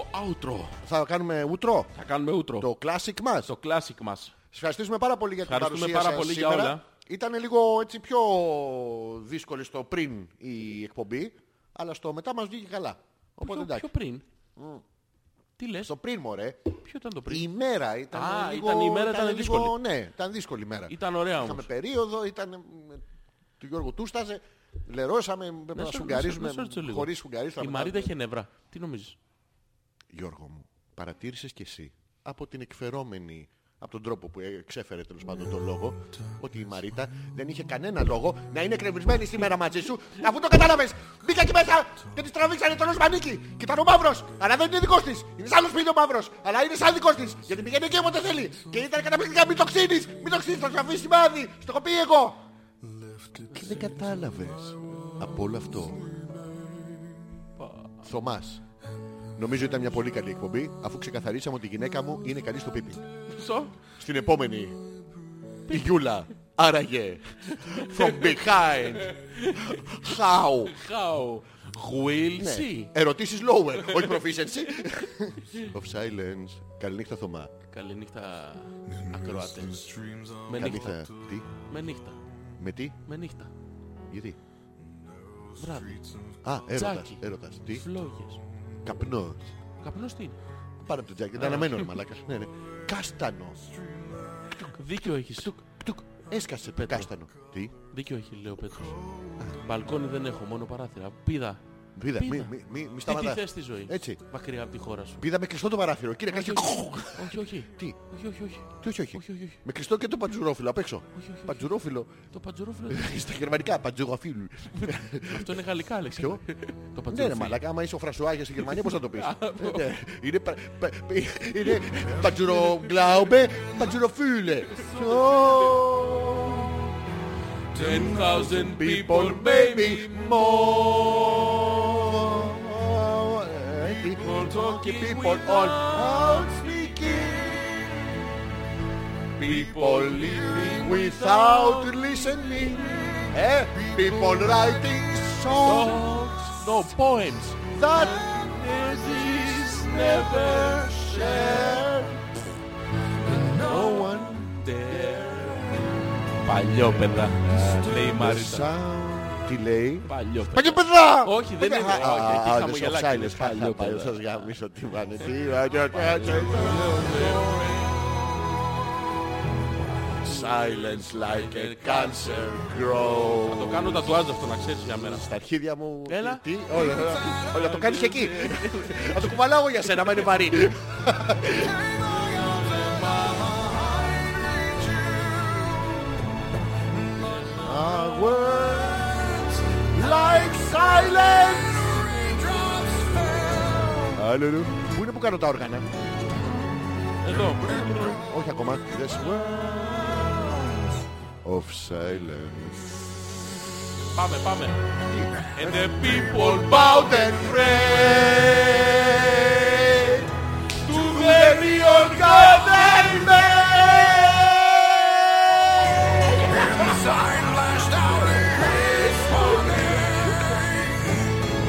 Speaker 1: outro.
Speaker 7: Θα κάνουμε ουτρό.
Speaker 1: Θα κάνουμε outro. Το,
Speaker 7: Το classic μας. Σας
Speaker 1: το classic μας.
Speaker 7: ευχαριστούμε πάρα πολύ για την
Speaker 1: Ευχαριστούμε
Speaker 7: παρουσία
Speaker 1: πάρα
Speaker 7: σας
Speaker 1: πολύ για όλα.
Speaker 7: σήμερα. Ήταν λίγο έτσι πιο δύσκολη στο πριν η εκπομπή, αλλά στο μετά μας βγήκε καλά.
Speaker 1: Πιο,
Speaker 7: Οπότε
Speaker 1: πιο
Speaker 7: εντάξει.
Speaker 1: πριν. Τι λες,
Speaker 7: Στο πριν, μωρέ,
Speaker 1: ποιο ήταν το
Speaker 7: η
Speaker 1: πριν.
Speaker 7: ημέρα ήταν
Speaker 1: Α,
Speaker 7: λίγο...
Speaker 1: ήταν η ημέρα, ήταν
Speaker 7: λίγο-
Speaker 1: δύσκολη.
Speaker 7: Ναι, ήταν δύσκολη η ημέρα.
Speaker 1: Ήταν ωραία
Speaker 7: Είχαμε
Speaker 1: όμως.
Speaker 7: περίοδο, ήταν ε, του Γιώργου Τούσταζε. Λερώσαμε, πρέπει να
Speaker 1: σε-
Speaker 7: σουγκαρίζουμε
Speaker 1: να σε ρωτήσω λίγο.
Speaker 7: χωρίς σουγκαρίστα.
Speaker 1: Η
Speaker 7: μετά.
Speaker 1: Μαρίτα είχε νεύρα. Τι νομίζεις.
Speaker 7: Γιώργο μου, παρατήρησες κι εσύ από την εκφερόμενη, από τον τρόπο που εξέφερε τέλος πάντων τον λόγο, ότι η Μαρίτα δεν είχε κανένα λόγο να είναι κρεβρισμένη σήμερα μαζί σου, αφού το κατάλαβες. Μπήκα εκεί μέσα και της τραβήξανε τον μανίκι. Και ήταν ο μαύρος, αλλά δεν είναι δικός της. Είναι σαν άλλο σπίτι ο μαύρος, αλλά είναι σαν δικός της. Γιατί πηγαίνει εκεί όποτε θέλει. Και ήταν καταπληκτικά, μην το ξύνεις, μην το ξύνεις, θα σου αφήσει σημάδι. Στο έχω πει εγώ. Και δεν κατάλαβες από όλο αυτό. Θωμάς. Νομίζω ήταν μια πολύ καλή εκπομπή, αφού ξεκαθαρίσαμε ότι η γυναίκα μου είναι καλή στο πίπινγκ.
Speaker 1: Σω.
Speaker 7: Στην επόμενη, η Γιούλα. Άραγε. From behind. How.
Speaker 1: How will
Speaker 7: Ναι.
Speaker 1: see.
Speaker 7: Ε, Ερωτήσεις lower, (laughs) όχι
Speaker 1: (laughs)
Speaker 7: proficiency. Of silence. Καληνύχτα Θωμά.
Speaker 1: Καληνύχτα ακροατές. Με
Speaker 7: Καληνύχτα.
Speaker 1: νύχτα.
Speaker 7: Τι.
Speaker 1: Με νύχτα.
Speaker 7: Με τι.
Speaker 1: Με νύχτα.
Speaker 7: Γιατί.
Speaker 1: Βράδυ.
Speaker 7: Α, έρωτας.
Speaker 1: Τζάκι.
Speaker 7: Έρωτας. Τι.
Speaker 1: Φλόγες.
Speaker 7: Καπνός.
Speaker 1: Καπνός τι είναι.
Speaker 7: Πάρε από το τζάκι. Δεν αναμένω ρε μαλάκας. Ναι, ναι. Κάστανο.
Speaker 1: Δίκιο έχεις.
Speaker 7: Τουκ. Έσκασε το
Speaker 1: Πέτρο.
Speaker 7: κάστανο. Τι.
Speaker 1: Δίκιο έχει, λέει ο Πέτρος. Μπαλκόνι δεν έχω, μόνο παράθυρα. Πίδα.
Speaker 7: Πίδα.
Speaker 1: Πίδα.
Speaker 7: Μη, μη, μη, μη
Speaker 1: Τι τι
Speaker 7: σταματάς.
Speaker 1: θες στη ζωή.
Speaker 7: Έτσι.
Speaker 1: Μακριά από τη χώρα σου.
Speaker 7: Πήδα με κλειστό το παράθυρο. Κύριε Κάκη.
Speaker 1: Όχι, όχι.
Speaker 7: Τι.
Speaker 1: Όχι, όχι, όχι.
Speaker 7: Τι όχι, όχι.
Speaker 1: Όχι, όχι, όχι.
Speaker 7: Με κλειστό και το πατζουρόφιλο απ' έξω.
Speaker 1: όχι, όχι.
Speaker 7: Πατζουρόφιλο.
Speaker 1: Το πατζουρόφιλο. είναι-
Speaker 7: Στα γερμανικά, πατζουρόφιλο.
Speaker 1: Αυτό είναι γαλλικά, Αλέξη.
Speaker 7: Ποιο?
Speaker 1: Το
Speaker 7: Ναι, ρε
Speaker 1: πατζουρόφιλο.
Speaker 7: μαλάκα, άμα είσαι ο Φρασουάγια στη Γερμανία, πώς θα
Speaker 1: (laughs)
Speaker 7: το πεις. Ε, ναι. Είναι πα- πα- Είναι πατζουρογκλάουμπε, πατζουροφίλε.
Speaker 1: 10,000
Speaker 7: People baby more. People talking, people all out speaking. People living without listening. Eh? People writing songs
Speaker 1: No, poems.
Speaker 7: that
Speaker 1: This is
Speaker 7: never shared. No one
Speaker 1: Παλιό παιδά. Λέει η Μαρίτα.
Speaker 7: sound. Τι λέει?
Speaker 1: Παλιό παιδά.
Speaker 7: Παγιο παιδιά!
Speaker 1: Όχι, δεν είναι.
Speaker 7: Α,
Speaker 1: Όχι, εκεί
Speaker 7: α,
Speaker 1: χαμογελάκι,
Speaker 7: δεν
Speaker 1: λες,
Speaker 7: σας
Speaker 1: παλιό
Speaker 7: χάλια,
Speaker 1: παιδά.
Speaker 7: σας γάμισω, τι βάνε, τι βάνε, Silence like a cancer
Speaker 1: Θα το
Speaker 7: grows.
Speaker 1: κάνω τατουάζ αυτό να ξέρεις για μέρα.
Speaker 7: Στα αρχίδια μου...
Speaker 1: Έλα.
Speaker 7: Τι, όλα, όλα, όλα, το κάνεις εκεί. Θα το κουβαλάω για σένα, μα είναι βαρύ. Our words Like silence. Αλληλού. Πού είναι που κάνω τα όργανα.
Speaker 1: Εδώ.
Speaker 7: Όχι ακόμα. This world of silence.
Speaker 1: Πάμε, πάμε. And the people bowed and prayed to the real God and man.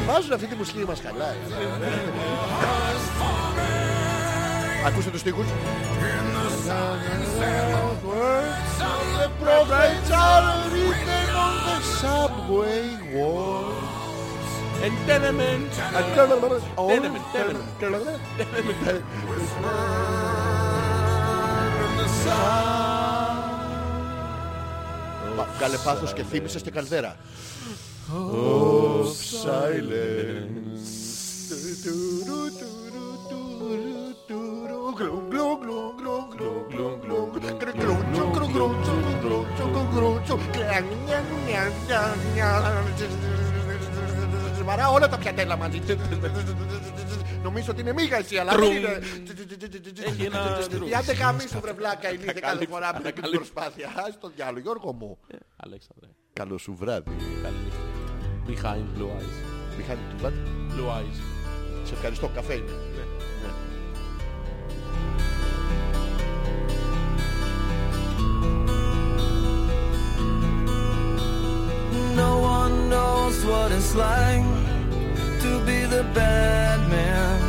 Speaker 2: βάζουν αυτή τη μουσική μας χαλάει. Ακούστε τους στίχους. The programs are written on the subway walls.
Speaker 1: And tenement. Tenement, tenement.
Speaker 2: Πα- Κάλε πάθος και θύμησες και καλδέρα. Βαρά όλα τα πιατέλα μαζί. Νομίζω ότι είναι μίγα εσύ, αλλά δεν είναι.
Speaker 1: Έχει ένα
Speaker 2: Άντε γαμίσου βρε βλάκα ηλίθεια κάθε
Speaker 1: Ανακαλύψε,
Speaker 2: φορά με την
Speaker 1: ανακαλύψε.
Speaker 2: προσπάθεια. Ας το διάλογο Γιώργο μου.
Speaker 1: Ε, Αλέξανδρε.
Speaker 2: Καλό σου βράδυ.
Speaker 1: Καλή νύχτα. Behind blue eyes.
Speaker 2: Μιχάλη του Μπάτ.
Speaker 1: Blue eyes.
Speaker 2: Σε ευχαριστώ, καφέ είναι.
Speaker 8: No one knows what it's like to be the bad man,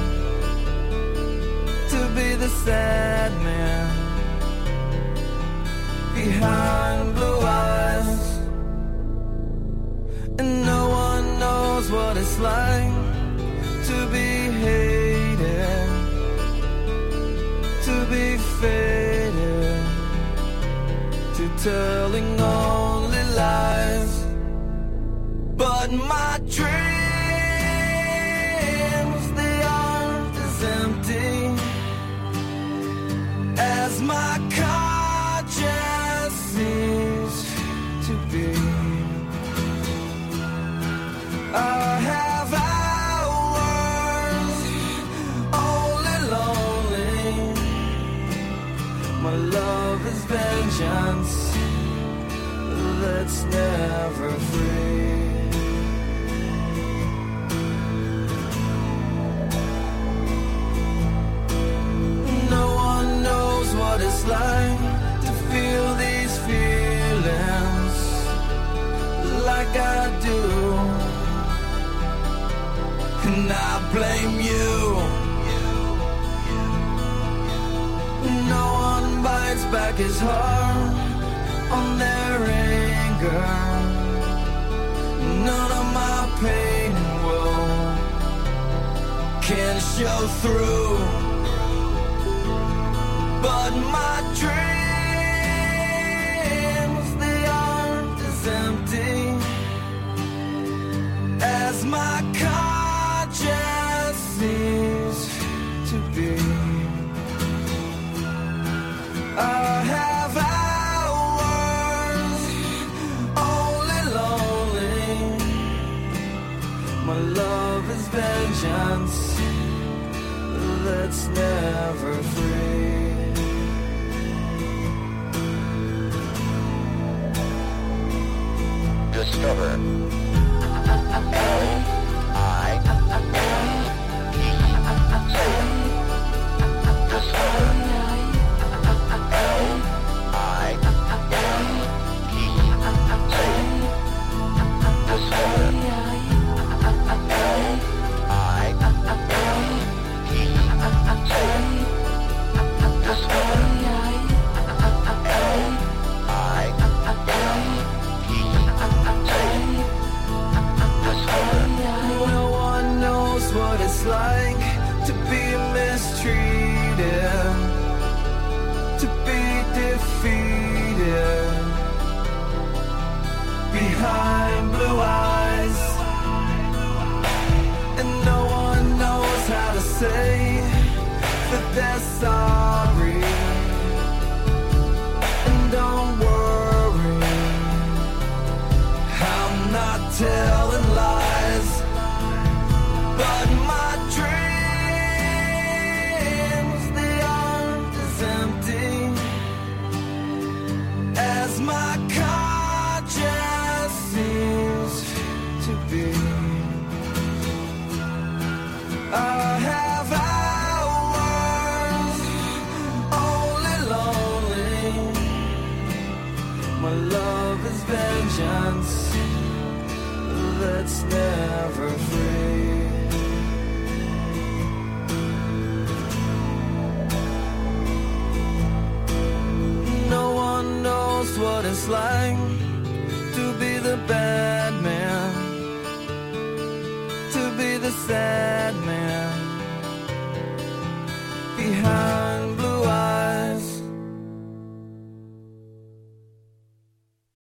Speaker 8: to be the sad man. Behind blue eyes, and no one knows what it's like to be hated, to be faded, to telling only lies. But my dreams, they aren't as empty as my conscience seems to be. I have hours only lonely. My love is vengeance that's never free. No one knows what it's like to feel these feelings like I do. And I blame you. No one bites back his heart on their anger. None of my pain and woe can show through. But my dreams, they aren't as empty as my conscience seems to be. I have hours only lonely. My love is vengeance that's never free. No one knows what it's like to be mistreated, to be defeated. Behind blue eyes, and no one knows how to say that they're sorry. And don't worry, I'm not telling lies. But my dreams, they aren't as empty as my conscience seems to be. I have hours only lonely. My love is vengeance that's never free. No one knows what it's like to be